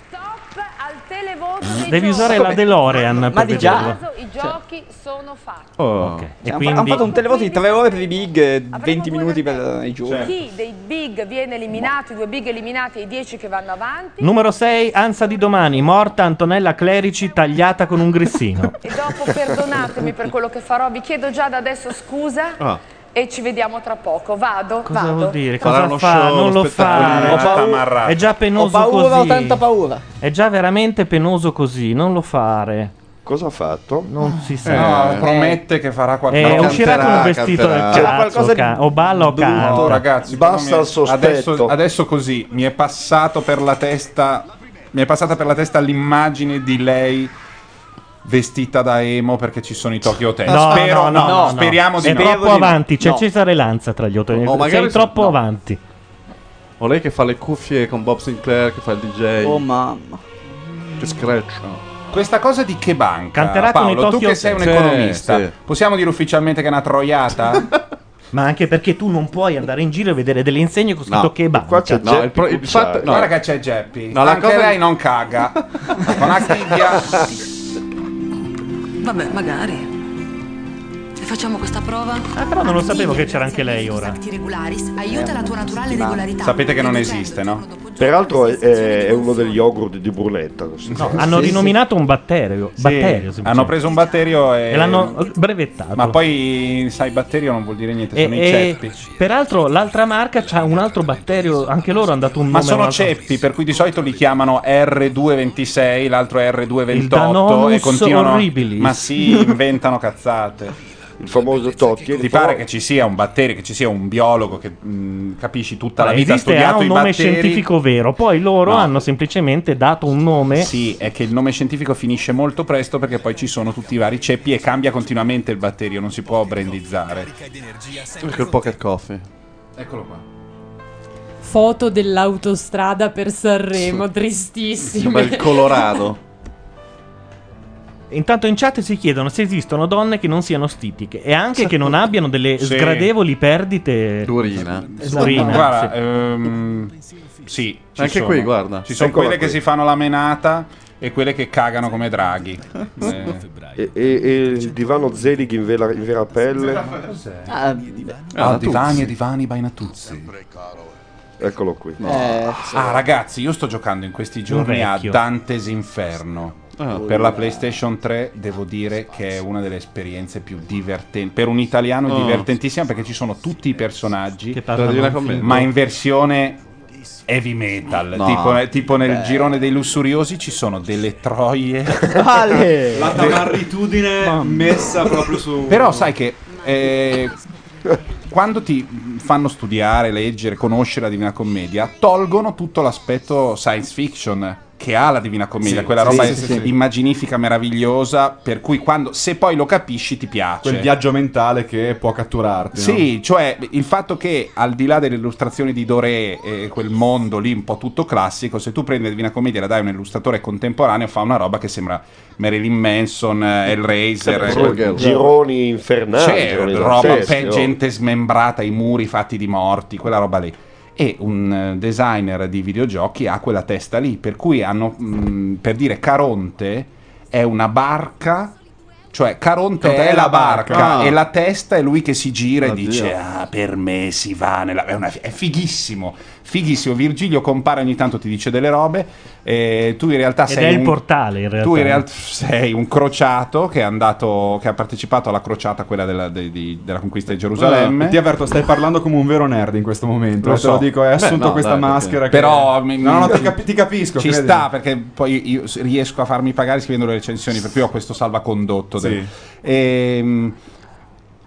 S7: al televoto dei
S2: Devi usare la
S7: giochi.
S2: DeLorean per
S19: di già?
S2: vederlo.
S7: I giochi sono fatti.
S29: Oh.
S2: E
S19: Cioè,
S2: quindi-
S19: Hanno fatto un televoto di 3 ore per i big, eh, 20 minuti per eh, i
S3: Cioè.
S2: Cioè,
S19: giovani.
S7: Chi dei big viene eliminato, i due big eliminati e i 10 che vanno avanti,
S2: Numero 6, Ansa di domani, morta Antonella Clerici tagliata con un grissino.
S7: e dopo perdonatemi per quello che farò, vi chiedo già da adesso scusa
S3: Ah.
S7: e ci vediamo tra poco. Vado,
S2: Cosa
S7: vado.
S2: vuol dire?
S7: Tra-
S2: Cosa
S29: Farà uno
S2: fa?
S29: show,
S2: non
S29: uno
S2: lo
S29: spettacolo
S2: fa.
S29: di Marta Marrà.
S2: È già
S19: Ho
S2: penoso
S19: paura,
S2: così.
S19: ho tanta paura.
S2: È già veramente penoso così, non lo fare.
S9: Cosa ha fatto?
S2: Non si sa.
S3: Eh, No, promette che farà qualcosa.
S2: Eh, uscirà con un vestito del
S3: C'era
S2: cazzo, ca- o balla o canta.
S3: No, ragazzi,
S9: Basta il
S3: secondo me-
S9: sospetto.
S3: Adesso, adesso così mi è passato per la testa. Mi è passata per la testa l'immagine di lei vestita da emo perché ci sono i Tokyo Hotel.
S2: No,
S3: Cioè, Spero,
S2: no, no, no,
S3: speriamo di
S2: È
S3: no. Oh,
S2: troppo avanti, c'è Cesare Lanza tra gli otto.
S29: O magari
S2: Sei
S29: so-
S2: troppo
S29: no.
S2: avanti.
S29: O lei che fa le cuffie con Bob Sinclair che fa il DJ.
S19: Oh mamma.
S29: Che scratch.
S3: Questa cosa di che banca?
S29: Canterà con i
S3: Paolo, tu
S29: Tokyo
S3: che sei un
S29: Hotel. Sì,
S3: economista,
S29: sì.
S3: possiamo dire ufficialmente che è una troiata?
S2: Ma anche perché tu non puoi andare in giro e vedere delle insegne con scritto che banca.
S3: No, il pro- il fatto- Guarda che c'è Geppi.
S2: No, la
S3: Anche
S2: cosa-
S3: lei non caga. Con la chiglia.
S11: Vabbè, magari. E facciamo questa prova? Ah,
S2: Eh, però non lo sapevo che c'era anche lei ora.
S11: Regularis aiuta la tua naturale
S3: Sì, ma-
S11: regolarità.
S3: Sapete che non esiste, no?
S9: Peraltro è, è- è uno degli yogurt di Brunetta. questo.
S2: No, hanno rinominato un batterio.
S3: Sì,
S2: batterio
S3: hanno
S2: semplicemente.
S3: preso un batterio e,
S2: E l'hanno brevettato.
S3: Ma poi, sai, batterio non vuol dire niente,
S2: E,
S3: sono i
S2: e-
S3: ceppi.
S2: peraltro l'altra marca ha un altro batterio, anche loro hanno dato un
S3: Ma
S2: nome.
S3: sono
S2: un'altra-
S3: ceppi, per cui di solito li chiamano R226, l'altro è
S2: Il
S3: R228 e
S2: Danonus
S3: continuano.
S2: horribilis.
S3: Ma si inventano cazzate.
S9: Il famoso Totti.
S3: Ti pare che ci sia un batterio, che ci sia un biologo che mh, capisci tutta la
S2: Allora,
S3: vita ha
S2: esiste ha
S3: studiato
S2: un
S3: i
S2: nome
S3: batteri.
S2: scientifico vero, poi loro
S3: No.
S2: hanno semplicemente dato un nome.
S3: Sì, è che il nome scientifico finisce molto presto perché poi ci sono tutti i vari ceppi e cambia continuamente il batterio, non si può brandizzare.
S29: Perché il pocket coffee.
S3: Eccolo qua.
S25: Foto dell'autostrada per Sanremo, tristissime.
S2: Intanto in chat si chiedono se esistono donne che non siano stitiche e anche che non abbiano delle
S3: Sì.
S2: sgradevoli perdite
S29: d'urina.
S2: d'urina,
S3: Ah, Guarda,
S2: sì.
S3: ehm, sì, ci
S29: Anche
S3: sono.
S29: qui, guarda.
S3: Ci sono
S29: Eccola
S3: quelle che
S29: qui.
S3: si fanno la menata e quelle che cagano come draghi. Eh.
S9: E, e- e il divano Zelig in, vela- in vera pelle.
S19: Ah,
S3: Ah,
S9: Ah,
S3: divani
S9: Tuzzi.
S3: e divani Bainatuzzi.
S9: Eccolo qui.
S19: Eh,
S3: Ah, ragazzi, io sto giocando in questi giorni a
S9: vecchio.
S3: Dante's Inferno.
S9: Ah.
S3: per la PlayStation 3 devo dire che è una delle esperienze più divertenti. Per un italiano è
S29: Oh.
S3: divertentissima perché ci sono tutti i personaggi,
S29: parlano Della Divina in Commedia.
S3: ma in versione
S14: bellissimo.
S3: Heavy metal,
S14: No.
S3: tipo, eh, tipo nel
S14: Beh.
S3: girone dei lussuriosi ci sono delle troie.
S14: Ale!
S10: La tamarritudine messa proprio su.
S3: Però sai che eh, quando ti fanno studiare, leggere, conoscere la Divina Commedia, tolgono tutto l'aspetto science fiction che ha la Divina Commedia,
S14: Sì,
S3: quella
S14: sì,
S3: roba
S14: sì, sì, sì.
S3: immaginifica meravigliosa, per cui quando, se poi lo capisci ti piace.
S10: Quel viaggio mentale che può catturarti. no?
S3: Sì, cioè il fatto che al di là delle illustrazioni di Doré e quel mondo lì un po' tutto classico, se tu prendi la Divina Commedia e la dai a un illustratore contemporaneo fa una roba che sembra Marilyn Manson, eh, Hellraiser, eh,
S9: gironi infernali.
S3: c'è
S9: gironi
S3: roba
S9: pazzeschi,
S3: pe-
S9: oh.
S3: gente smembrata, i muri fatti di morti, quella roba lì. E un eh, designer di videogiochi ha quella testa lì, per cui hanno, mh, per dire, Caronte è una barca, cioè Caronte
S14: Caronte
S3: è la barca
S14: Ah.
S3: e la testa è lui che si gira e
S14: Oddio.
S3: dice, ah, per me si va nella... È, una- è fighissimo, fighissimo. Virgilio compare ogni tanto, ti dice delle robe, e tu in realtà
S2: Ed
S3: sei...
S2: è il
S3: un-
S2: portale in realtà.
S3: tu in realtà sei un crociato che è andato, che ha partecipato alla crociata, quella della, de- di- della conquista di Gerusalemme.
S10: Eh, ti avverto, stai parlando come un vero nerd in questo momento.
S3: Lo
S10: eh, Te lo
S3: so.
S10: dico, hai
S3: Beh,
S10: assunto
S3: no,
S10: questa
S3: dai, perché-
S10: maschera. che-
S3: Però mi-
S10: no, no, ti,
S3: mi-
S10: capi- ti capisco.
S3: Ci
S10: credimi.
S3: sta perché poi io s- riesco a farmi pagare scrivendo le recensioni, per cui ho questo salvacondotto.
S10: Sì.
S3: del- Ehm,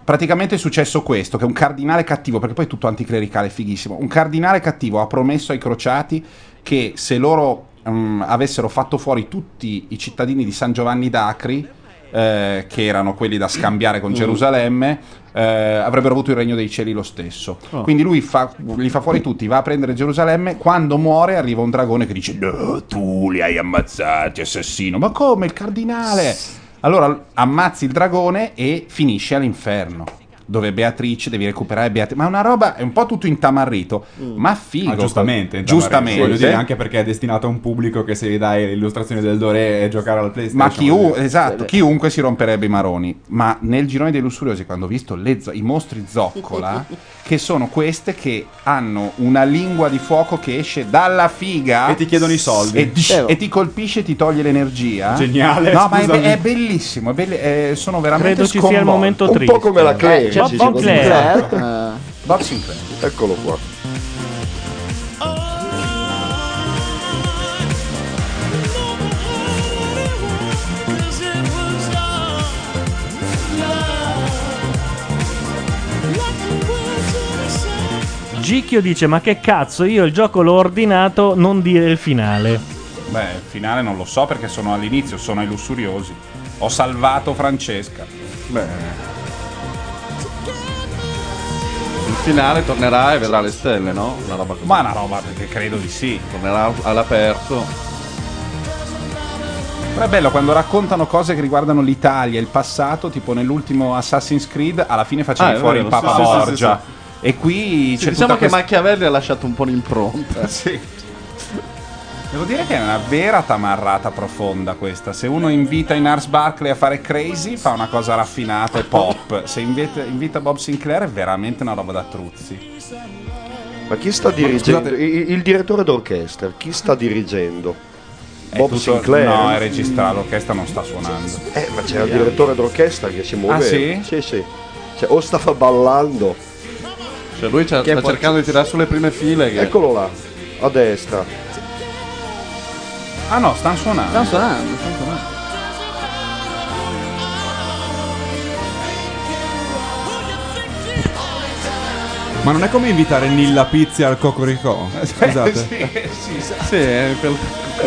S3: praticamente è successo questo, che un cardinale cattivo, perché poi è tutto anticlericale, fighissimo, un cardinale cattivo ha promesso ai crociati che se loro mm, avessero fatto fuori tutti i cittadini di San Giovanni d'Acri, eh, che erano quelli da scambiare con
S14: Mm.
S3: Gerusalemme, eh, avrebbero avuto il regno dei cieli lo stesso.
S14: Oh.
S3: Quindi lui fa- li fa fuori tutti, va a prendere Gerusalemme, quando muore arriva un dragone che dice "No, tu li hai ammazzati, assassino, ma come il cardinale? Allora ammazzi il dragone e finisci all'inferno. Dove Beatrice devi recuperare Beatrice, ma è una roba è un po' tutto intamarrito, ma figo.
S10: Ah, giustamente,
S3: giustamente.
S10: voglio dire, anche perché è destinato a un pubblico che se gli dai le illustrazioni del Doré e giocare alla PlayStation.
S3: Ma chiu-
S10: voglio dire.
S3: esatto, chiunque si romperebbe i maroni. Ma nel girone dei lussuriosi, quando ho visto le zo- i mostri zoccola, che sono queste che hanno una lingua di fuoco che esce dalla figa
S10: E ti chiedono i soldi.
S3: e, dis-
S10: Eh, oh.
S3: e ti colpisce e ti toglie l'energia.
S10: Geniale,
S3: no, ma è,
S10: scusami.
S3: be- è bellissimo. è belle- eh, sono veramente
S2: Credo ci sia il momento
S3: sconvolto.
S2: Un po' triste. come la Claire,
S3: Eh,
S2: ci
S3: Bob
S2: si può
S3: Sinclair.
S9: Certo.
S2: dire.
S3: Bob Sinclair.
S9: Eccolo qua.
S2: Gicchio dice: Ma che cazzo, io il gioco l'ho ordinato, non dire il finale.
S3: Beh, il finale non lo so perché sono all'inizio, sono ai lussuriosi. Ho salvato Francesca. Beh.
S29: Il finale tornerà e vedrà le stelle, no? Una roba così.
S3: Ma una roba perché credo di sì.
S29: Tornerà all'aperto.
S3: Però è bello quando raccontano cose che riguardano l'Italia, il passato, tipo nell'ultimo Assassin's Creed, alla fine facevi
S29: Ah, è
S3: fuori
S29: vero,
S3: il Papa
S29: sì, sì, sì,
S3: Borgia.
S29: sì,
S3: E qui
S29: Sì,
S3: c'è
S29: diciamo
S3: tutta
S29: che
S3: questa-
S29: Machiavelli ha lasciato un po' l'impronta.
S3: sì. Devo dire che è una vera tamarrata profonda questa. Se uno invita in Ars Barclay a fare crazy, fa una cosa raffinata e pop. Se invita, invita Bob Sinclair, è veramente una roba da truzzi.
S9: Ma chi sta dirigendo? Il, il direttore d'orchestra, chi sta dirigendo?
S3: È
S9: Bob
S3: tutto-
S9: Sinclair?
S3: No, è registrato, l'orchestra non sta suonando. Ah,
S9: Eh, ma c'era il direttore d'orchestra che si muoveva.
S3: sì?
S9: Sì, sì. Cioè, o stava ballando.
S29: Cioè, lui sta cercando di tirare sulle prime file. che-
S9: Eccolo là, a destra.
S3: Ah no, stanno suonando.
S19: Stanno suonando, stanno suonando.
S10: Ma non è come invitare Nilla Pizzi al Cocorico. Scusate.
S3: sì, sì.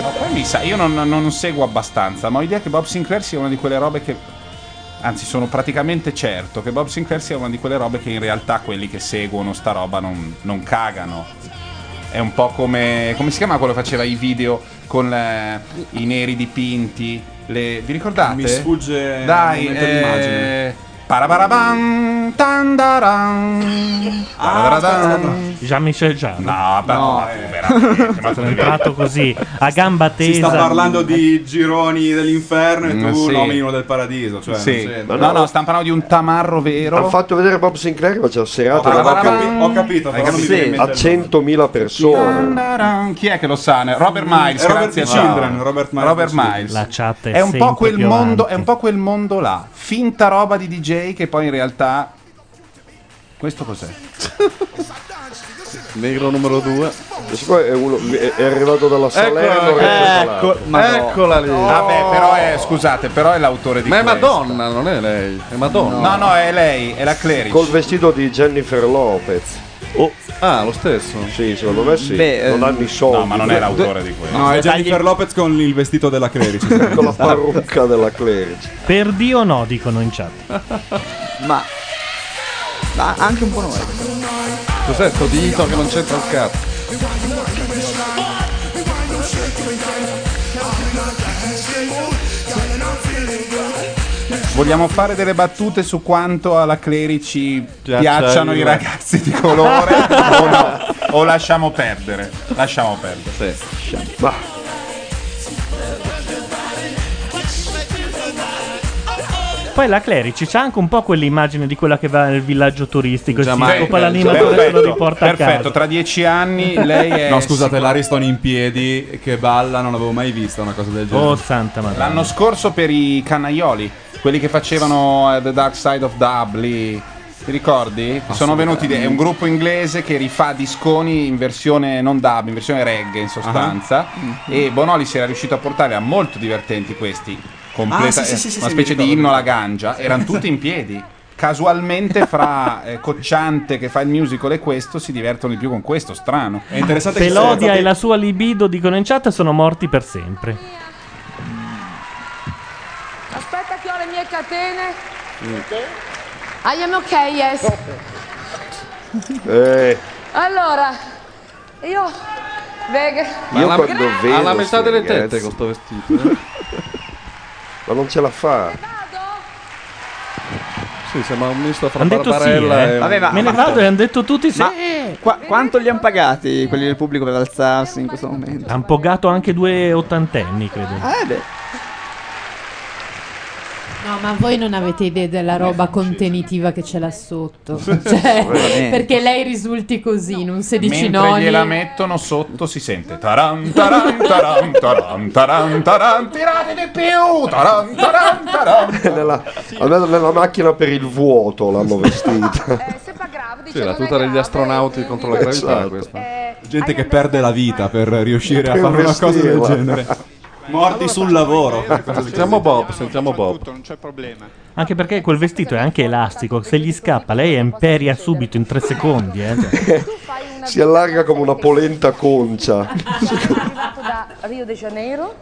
S3: Ma poi mi sa, io non, non seguo abbastanza, ma ho idea che Bob Sinclair sia una di quelle robe che. Anzi, sono praticamente certo che Bob Sinclair sia una di quelle robe che in realtà quelli che seguono sta roba non, non cagano. È un po' come. come si chiama quello che faceva i video con eh, i neri dipinti? Le, vi ricordate?
S10: Mi sfugge
S3: Dai,
S10: un momento l'immagine.
S3: eh, Parabarabam, tandaram. parabaradam.
S2: Jean-Michel Jarre.
S3: No,
S10: No,
S2: è entrato così a gamba tesa.
S10: Si sta parlando di gironi dell'inferno e
S3: eh, Mm,
S10: tu
S3: sì.
S10: nomini uno del paradiso. Cioè,
S3: Sì.
S10: non c'entra.
S3: No, no, stanno parlando di un tamarro vero.
S9: Hanno fatto vedere Bob Sinclair che faceva serata
S3: Ho
S9: davanti a-
S3: capi- ho capito, Hai però non mi capito? viene in
S9: a
S3: mente il
S9: 100.000 persone.
S3: Taran, Chi è che lo sa? Mm, Robert Miles,
S9: È Robert
S3: grazie a
S9: Children,
S3: Dio.
S9: Robert Miles.
S3: Robert Miles.
S2: La chat è,
S3: È un, po
S2: sempre
S3: quel
S2: più
S3: mondo,
S2: avanti.
S3: è un po' quel mondo là, finta roba di DJ che poi in realtà... Questo cos'è?
S29: Negro numero 2.
S9: è, uno- è- è arrivato
S3: Ecco,
S9: dalla Salerno. che è
S29: ecco,
S9: stato
S29: ma
S9: là.
S29: eccola lì.
S3: Vabbè, Ah, però è, scusate, però è l'autore di
S29: Ma è
S3: questa.
S29: Madonna, non è lei. È Madonna.
S3: No, no, è lei, è la Clerici.
S9: Col vestito di Jennifer Lopez.
S29: ah, lo stesso?
S9: Sì, secondo me sì.
S10: Beh,
S9: non
S10: eh,
S9: hanno i soldi.
S3: no, ma non è l'autore di quello.
S10: No, è Jennifer Lopez con il vestito della Clerici. con
S9: la parrucca della Clerici.
S2: Per Dio no, dicono in chat.
S19: Ma, ma anche un po' noi.
S29: Cos'è sto dito che non c'entra un cazzo?
S3: Vogliamo fare delle battute su quanto alla Clerici piacciono
S10: il-
S3: i ragazzi di colore o no? O lasciamo perdere? Lasciamo perdere.
S9: Ma
S2: Poi la Clerici c'ha anche un po' quell'immagine di quella che va nel villaggio turistico. Si
S3: Giamaica,
S2: scopa l'animatore e lo riporta a
S3: perfetto,
S2: casa.
S3: tra dieci anni lei è.
S10: No, scusate, l'Ariston in piedi che balla, non l'avevo mai vista una cosa del genere.
S2: Oh, santa madonna.
S3: L'anno scorso per i cannaioli, quelli che facevano eh, The Dark Side of Dubly. Ti ricordi? Sono venuti de- è un gruppo inglese che rifà disconi in versione non dub, in versione reggae in sostanza.
S10: Ah.
S3: E Bonoli si era riuscito a portare a molto divertenti questi. Completa-
S10: Ah, sì, sì, sì, sì,
S3: una
S10: sì,
S3: specie
S10: mi ricordo,
S3: di
S10: mi
S3: inno alla
S10: ricordo.
S3: gangia. Erano tutti in piedi. Casualmente fra eh, Cocciante che fa il musical e questo si divertono di più con questo, strano. È interessante che siano
S2: Pelodia
S3: stati-
S2: e la sua libido, dicono in chat, sono morti per sempre.
S7: Aspetta che ho le mie catene.
S24: I am ok, yes.
S9: eh,
S7: Allora, io... Vega.
S9: io quando vedo
S29: alla metà
S9: sti
S29: delle
S9: ragazzi-
S29: tette con sto vestito. eh.
S9: Ma non ce la fa.
S29: sì, sembra un misto fra
S2: Han detto sì,
S29: Barbarella
S2: eh.
S29: e
S19: Vabbè, ma-
S2: Me ne
S19: ma- cioè,
S2: vado e hanno detto tutti sì.
S19: Ma qua- quanto li hanno pagati quelli del pubblico per alzarsi in questo momento?
S2: Han pogato anche due ottantenni, credo.
S19: Eh beh.
S25: No, ma voi non avete idea della roba contenitiva che c'è là sotto. Cioè,
S3: Veramente.
S25: perché lei risulti così, in un 16
S3: Mentre
S25: noni.
S3: gliela mettono sotto si sente taran taran taran taran taran taran tirate di più taran taran taran
S9: nella, almeno nella macchina per il vuoto l'hanno vestita.
S29: Sì, la tuta degli astronauti contro la gravità
S9: Esatto.
S29: questa.
S10: Gente che perde la vita per riuscire a
S29: Per
S10: fare una cosa del
S29: vestirla.
S10: genere. Morti sul lavoro.
S29: Sentiamo Bob, sentiamo Bob.
S14: non c'è problema.
S2: Anche perché quel vestito è anche elastico. Se gli scappa, lei imperia subito in tre secondi. Eh.
S9: si allarga come una polenta concia.
S7: Sono arrivato da Rio de Janeiro.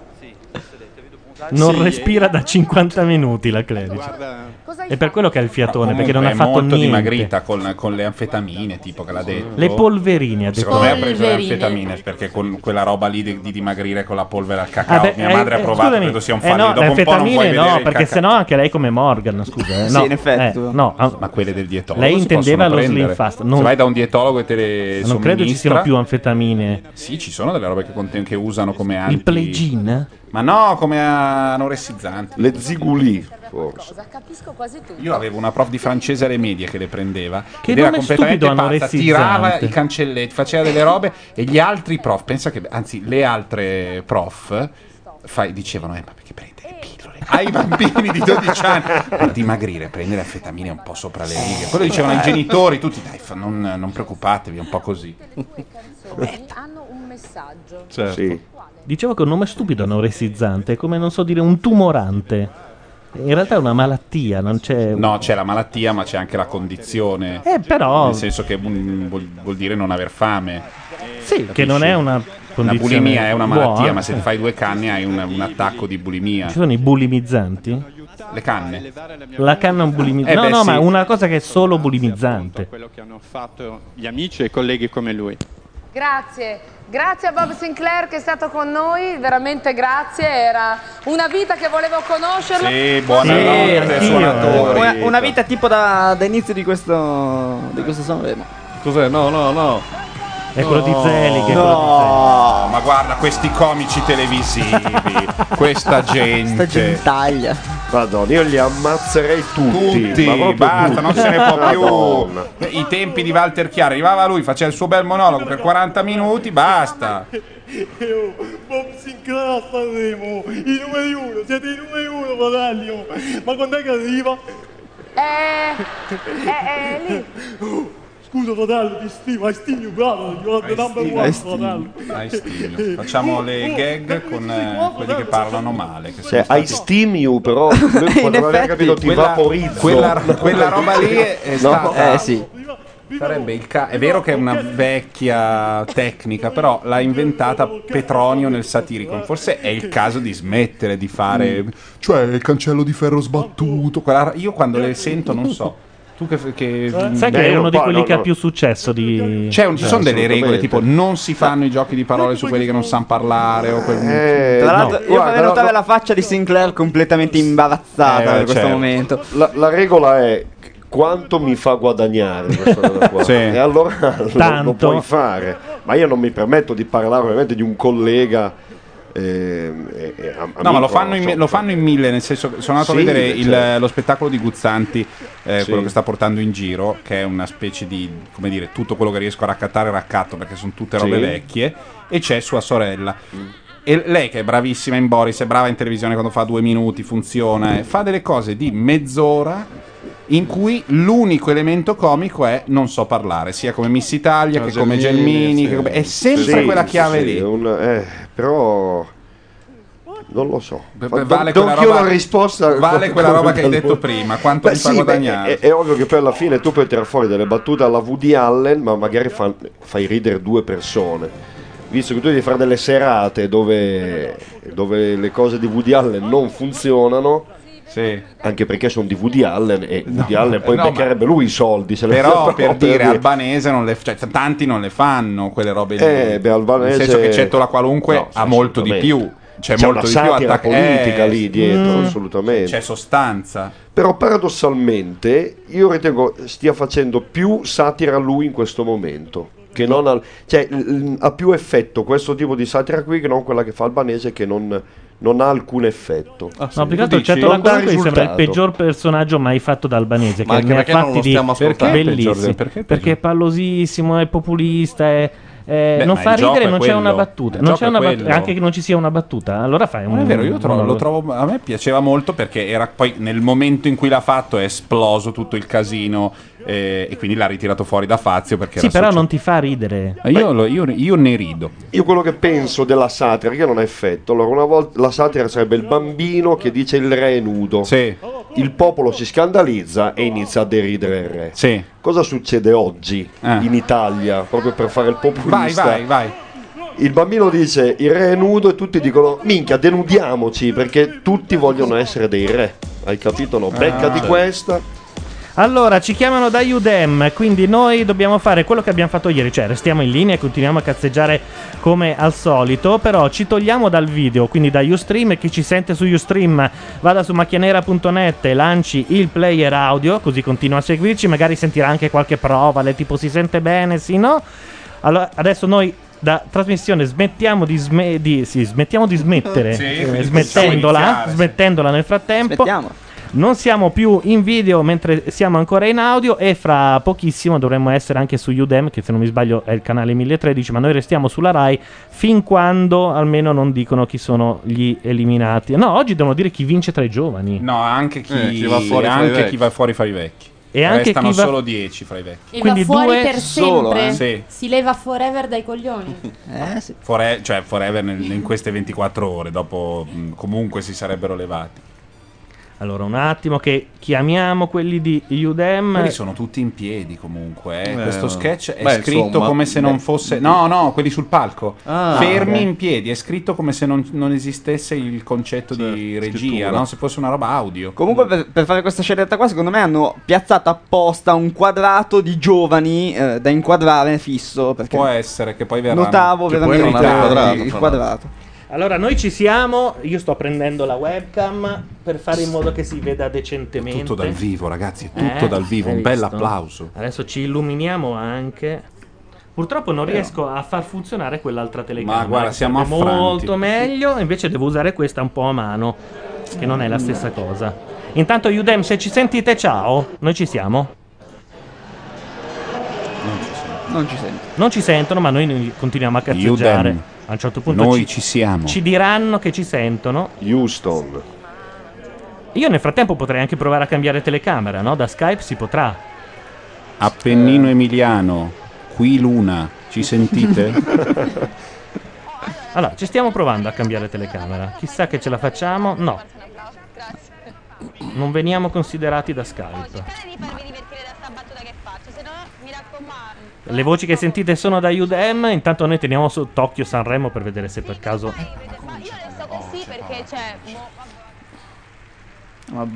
S2: Non
S14: Sì,
S2: respira da 50 minuti la Clerici. È per quello che ha il fiatone, perché non ha
S3: Comunque
S2: fatto
S3: è molto
S2: niente.
S3: dimagrita con, con le anfetamine tipo che l'ha detto
S2: Le polverine, ha
S3: Secondo
S2: detto.
S3: me ha preso le
S2: Polverine.
S3: anfetamine perché con quella roba lì di, di dimagrire con la polvere al cacao.
S2: Ah, beh,
S3: Mia
S2: eh,
S3: madre ha
S2: eh,
S3: provato,
S2: scusami,
S3: credo sia un
S2: eh,
S3: fallo.
S2: no, le
S3: Dopo un po' non puoi
S2: anfetamine
S3: vedere
S2: no,
S3: il
S2: perché
S3: cacao.
S2: sennò anche lei come Morgan, scusa. eh.
S3: Sì,
S2: No,
S3: in effetti.
S2: eh, no, ah,
S3: Ma quelle del dietologo.
S2: Lei
S3: si
S2: intendeva
S3: possono
S2: lo slim
S3: prendere.
S2: fast, non-
S3: Se vai da un dietologo e te le
S2: non credo ci siano
S3: somministra-
S2: più anfetamine.
S3: Sì, ci sono delle robe che, conten- che usano come anti...
S2: Il Playgin?
S3: Ma no, come anoressizzanti.
S9: Le ziguli, forse.
S7: Capisco quasi tutto.
S3: Io avevo una prof di francese alle medie che le prendeva.
S2: Che
S3: ed era
S2: nome
S3: completamente
S2: stupido
S3: pazza, tirava
S2: anoressizzante.
S3: i cancelletti, faceva delle robe e gli altri prof, pensa che, anzi, le altre prof fai- dicevano: Eh, ma perché prende le pillole? Ai bambini di 12 anni per dimagrire, prendere anfetamine un po' sopra le righe. Quello dicevano ai genitori, tutti, dai, fa- non, non preoccupatevi, è un po' così.
S7: Hanno un messaggio.
S3: Cioè. Certo.
S2: Dicevo che è un nome stupido anoressizzante, è come non so dire un tumorante. In realtà è una malattia, non c'è.
S3: No, c'è la malattia, ma c'è anche la condizione. Cioè,
S2: Eh, però-
S3: Nel senso che mm, vuol, vuol dire non aver fame.
S2: Sì, che non è una
S3: La
S2: condizione.
S3: bulimia è una malattia,
S2: buona. Eh,
S3: ma se ti fai due canne hai un, un attacco di bulimia.
S2: Ci sono i bulimizzanti?
S3: Le canne.
S2: La canna è un bulimizzante.
S3: Eh
S2: no,
S3: beh,
S2: no,
S3: sì.
S2: ma è una cosa che è solo bulimizzante.
S14: Quello che hanno fatto gli amici e colleghi come lui.
S7: Grazie. Grazie a Bob Sinclair che è stato con noi, veramente grazie, era una vita che volevo conoscerlo.
S3: Sì,
S19: boh.
S3: buonanotte,
S19: anch'io,
S3: suonatori.
S19: Una, una vita tipo da, da inizio di questo, di questo Sanremo.
S29: Cos'è? No, no, no.
S2: È
S3: quello di Zeli che è quello di
S19: No,
S3: Ma guarda questi comici televisivi, questa gente.
S19: Sta gentaglia.
S9: Madonna, io li ammazzerei tutti.
S3: Tutti,
S9: ma proprio
S3: basta,
S9: tutti.
S3: non se ne può
S9: Madonna.
S3: più. I tempi di Walter Chiari, arrivava lui, faceva il suo bel monologo per 40 minuti, basta.
S26: Io, Bob Sinclair a Sanremo, i numeri uno, siete i numeri uno, oh. Badaglio. Ma quando è che arriva?
S7: Eh, eh, eh, lì.
S26: Scusa fratello, ti stimo, I still you brother, you're the number
S3: Steve.
S26: one
S3: I still-
S26: fratello.
S3: Dai, Stilio. Facciamo le gag con eh, quelli che parlano male. Che
S9: Cioè, I steam you, però lui quando non aveva capito ti
S3: quella-
S9: vaporizzo.
S3: Quella, quella roba lì è,
S9: No.
S3: stata.
S9: Eh, sì.
S3: Sarebbe il ca- è vero che è una vecchia tecnica, però l'ha inventata Petronio nel Satiricon. Forse è il caso di smettere di
S19: Mm.
S3: fare. Cioè, il cancello di ferro sbattuto. quella- Io quando le sento non so. Tu che. che-
S2: Sai
S19: Eh,
S2: che è uno di quelli che ha più successo di...
S3: C'è un- ci sono delle regole tipo non si fanno i giochi di parole su quelli che non sanno parlare o quel...
S19: Eh, Tra
S3: no.
S19: l'altro, io
S3: Guarda,
S19: farei notare
S3: lo-
S19: la faccia di Sinclair completamente imbarazzata
S9: Eh,
S19: per questo
S9: certo.
S19: momento.
S9: La, la regola è quanto mi fa guadagnare questa roba qua. E allora lo- lo,
S2: Tanto.
S9: puoi fare. Ma io non mi permetto di parlare ovviamente di un collega. ehm, eh, eh, am-
S3: No, ma lo
S9: amico,
S3: fanno, in,
S9: insomma.
S3: lo fanno in mille, nel senso che sono andato
S9: Sì,
S3: a vedere il-
S9: certo.
S3: lo spettacolo di Guzzanti, eh,
S9: Sì.
S3: quello che sta portando in giro, che è una specie di, come dire, tutto quello che riesco a raccattare raccatto perché sono tutte robe
S9: Sì. Mm.
S3: vecchie, e c'è sua sorella. E lei che è bravissima in Boris, è brava in televisione quando fa due minuti, funziona, eh, fa delle cose di mezz'ora in cui l'unico elemento comico è non so parlare, sia come Miss Italia che come
S9: Gelmini,
S3: Gelmini, che come- è sempre
S9: Sì,
S3: quella
S9: sì,
S3: chiave
S9: sì,
S3: lì.
S9: un- eh, però non lo so.
S3: Beh,
S9: Ma
S3: beh, vale
S9: do-
S3: quella
S9: do anch'io
S3: roba-
S9: la risposta.
S3: vale quella roba che hai detto prima, quanto
S9: Beh,
S3: mi fa
S9: sì, beh, eh,
S3: guadagnare?
S9: È, è ovvio che poi alla fine tu puoi tirare fuori delle battute alla Woody Allen, ma magari fan- fai ridere due persone. Visto che tu devi fare delle serate dove, dove le cose di Woody Allen non funzionano. Anche perché sono di Woody Allen e Woody Allen poi
S3: no, ma-
S9: beccherebbe lui i eh, soldi. Se le-
S3: Però per dire
S9: dire-
S3: albanese non le, cioè, t- tanti non le fanno quelle robe lì.
S9: Eh, beh, albanese-
S3: Nel senso che Cettola qualunque
S9: No,
S3: ha molto di
S9: assolutamente.
S3: più. C'è,
S9: C'è
S3: molto
S9: una
S3: di più
S9: satira
S3: attac-
S9: politica lì dietro,
S3: mm.
S9: assolutamente.
S3: C'è sostanza.
S9: Però paradossalmente io ritengo stia facendo più satira a lui in questo momento. Che non al- cioè, l- l- ha più effetto questo tipo di satira qui che non quella che fa Albanese che non, non ha alcun effetto.
S2: Ah, No, più che altro il Cetto
S9: Ah, Non dà
S2: Lancomunque mi sembra il
S9: risultato.
S2: peggior personaggio mai fatto da Albanese.
S9: Ma
S2: che
S9: anche
S2: ne ha
S9: perché non lo
S2: fatti di
S9: stiamo ascoltando. Perché
S2: bellissimi.
S9: peggior del-
S2: Perché,
S9: perché
S2: è pallosissimo, è populista, è- è-
S3: Beh,
S2: non
S3: ma
S2: fa
S3: il gioco
S2: ridere,
S3: è
S2: non c'è
S3: quello.
S2: una battuta.
S3: Il
S2: Non
S3: gioco
S2: c'è
S3: è
S2: una battuta.
S3: quello.
S2: Anche che non ci sia una battuta, allora fai un.
S3: Non è vero, io tro-
S2: un-
S3: lo trovo. A me piaceva molto perché era poi nel momento in cui l'ha fatto è esploso tutto il casino. eh, e quindi l'ha ritirato fuori da Fazio perché
S2: Sì,
S3: era
S2: però
S3: successo.
S2: non ti fa ridere.
S3: Ma Io, lo- io- io ne rido.
S9: Io quello che penso della satira, che non ha effetto, allora una volta la satira sarebbe il bambino che dice il re è nudo. Il popolo si scandalizza e inizia a deridere il re. Cosa succede oggi in Italia, proprio per fare il
S3: Vai,
S9: populista?
S3: Ah. vai, vai.
S9: Il bambino dice il re è nudo e tutti dicono minchia denudiamoci perché tutti vogliono essere dei re. Hai capito?
S3: Ah.
S9: No? Becca di
S2: sì.
S9: questa.
S2: Allora, ci chiamano da Udem, quindi noi dobbiamo fare quello che abbiamo fatto ieri, cioè restiamo in linea e continuiamo a cazzeggiare come al solito, però ci togliamo dal video, quindi da Ustream e chi ci sente su Ustream vada su macchianera.net e lanci il player audio, così continua a seguirci, magari sentirà anche qualche prova, le tipo si sente bene, sì no? Allora, adesso noi da trasmissione smettiamo di, sme- di- sì, smettiamo di smettere,
S3: Sì,
S2: eh,
S3: quindi
S2: smettendola,
S3: possiamo iniziare,
S2: smettendola nel frattempo. Non siamo più in video mentre siamo ancora in audio e fra pochissimo dovremmo essere anche su Udem che se non mi sbaglio è il canale 1013 ma noi restiamo sulla Rai fin quando almeno non dicono chi sono gli eliminati. No, oggi devono dire chi vince tra i giovani.
S3: No, anche chi,
S2: Eh, chi va fuori fra i
S3: anche
S2: vecchi.
S3: chi va fuori fra i vecchi.
S2: E anche
S3: Restano
S2: chi va-
S3: solo 10 fra i vecchi.
S25: E va fuori per
S3: solo,
S25: sempre.
S3: eh? Sì.
S25: Si leva forever dai coglioni.
S19: Eh sì.
S3: Fore- cioè, forever nel- in queste 24 ore, dopo mh, comunque si sarebbero levati.
S2: Allora un attimo che chiamiamo quelli di Udem.
S3: Quelli sono tutti in piedi comunque. eh.
S2: Eh,
S3: Questo sketch è
S2: beh,
S3: scritto
S2: insomma,
S3: come se
S2: beh.
S3: non fosse. No, no, quelli sul palco.
S2: Ah,
S3: Fermi
S2: ok.
S3: in piedi. È scritto come se non, non esistesse il concetto di regia,
S19: scrittura.
S3: no? se fosse una roba audio.
S19: Comunque, per, per fare questa sceglietta qua, secondo me hanno piazzato apposta un quadrato di giovani eh, da inquadrare fisso. Perché
S3: Può essere che poi verranno.
S19: Notavo
S3: Che poi
S19: veramente
S3: non hanno
S19: il-
S3: quadrato,
S19: il
S3: fra
S19: quadrato.
S2: Allora noi ci siamo, io sto prendendo la webcam per fare in modo che si veda decentemente.
S3: Tutto dal vivo, ragazzi, è tutto
S2: Eh,
S3: dal vivo.
S2: hai
S3: Un bel
S2: visto?
S3: applauso.
S2: Adesso ci illuminiamo anche. Purtroppo non
S3: Però.
S2: riesco a far funzionare quell'altra telecamera.
S3: Ma guarda,
S2: che
S3: siamo
S2: sarebbe
S3: affranti.
S2: molto meglio. Invece devo usare questa un po' a mano, che non è la stessa cosa. Intanto, Udem, se ci sentite, ciao. Noi ci siamo.
S19: Non ci sento.
S2: Non ci sentono, ma noi noi continuiamo a cazzeggiare.
S3: Udem,
S2: A un certo punto
S3: noi
S2: ci,
S3: ci siamo.
S2: Ci diranno che ci sentono.
S9: Houston.
S2: Io nel frattempo potrei anche provare a cambiare telecamera, no? Da Skype si potrà.
S3: Appennino
S2: Eh.
S3: Emiliano, qui Luna, ci sentite?
S2: Allora, ci stiamo provando a cambiare telecamera. Chissà che ce la facciamo. No. Non veniamo considerati da Skype. Le voci che sentite sono da Udem. Intanto noi teniamo sott'occhio Sanremo per vedere se per caso
S13: Sì, perché c'è.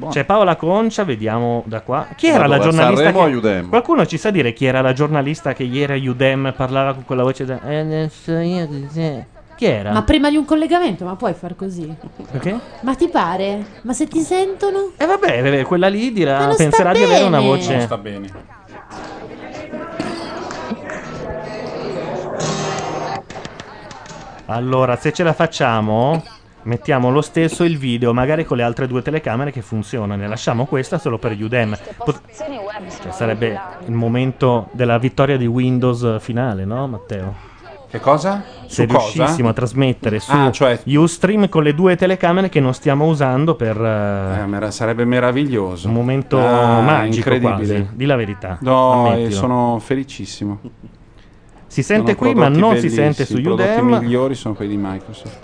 S2: C'è Paola Concia, vediamo da qua. Chi era
S29: Ma
S2: la
S29: dove?
S2: giornalista?
S29: Sanremo
S2: che-
S29: o Udem?
S2: Qualcuno ci sa dire chi era la giornalista che ieri a Udem parlava con quella voce da... Eh, adesso io ti se- Chi era?
S25: Ma prima di un collegamento, ma puoi far così?
S2: Perché?
S25: Ma ti pare? Ma se ti sentono?
S2: Eh vabbè, vabbè, quella lì dirà-
S25: Ma non sta
S2: Ah, penserà di avere una
S25: bene.
S2: voce...
S25: Non sta
S3: bene.
S2: Allora, se ce la facciamo, mettiamo lo stesso il video, magari con le altre due telecamere che funzionano. E lasciamo questa solo per Udem. Pot- cioè, sarebbe il momento della vittoria di Windows finale, no, Matteo?
S3: Che cosa? Su
S2: Se
S3: cosa?
S2: riuscissimo a trasmettere su
S3: Ah, cioè-
S2: Ustream con le due telecamere che non stiamo usando per... eh,
S3: Eh, sarebbe meraviglioso.
S2: Un momento
S3: Ah,
S2: magico
S3: incredibile.
S2: quasi. Di la verità.
S9: Ah,
S3: No,
S2: ammettilo.
S3: eh, sono felicissimo.
S2: Si sente qui, ma non si sente su
S3: I prodotti
S2: Udem.
S3: migliori sono quelli di Microsoft.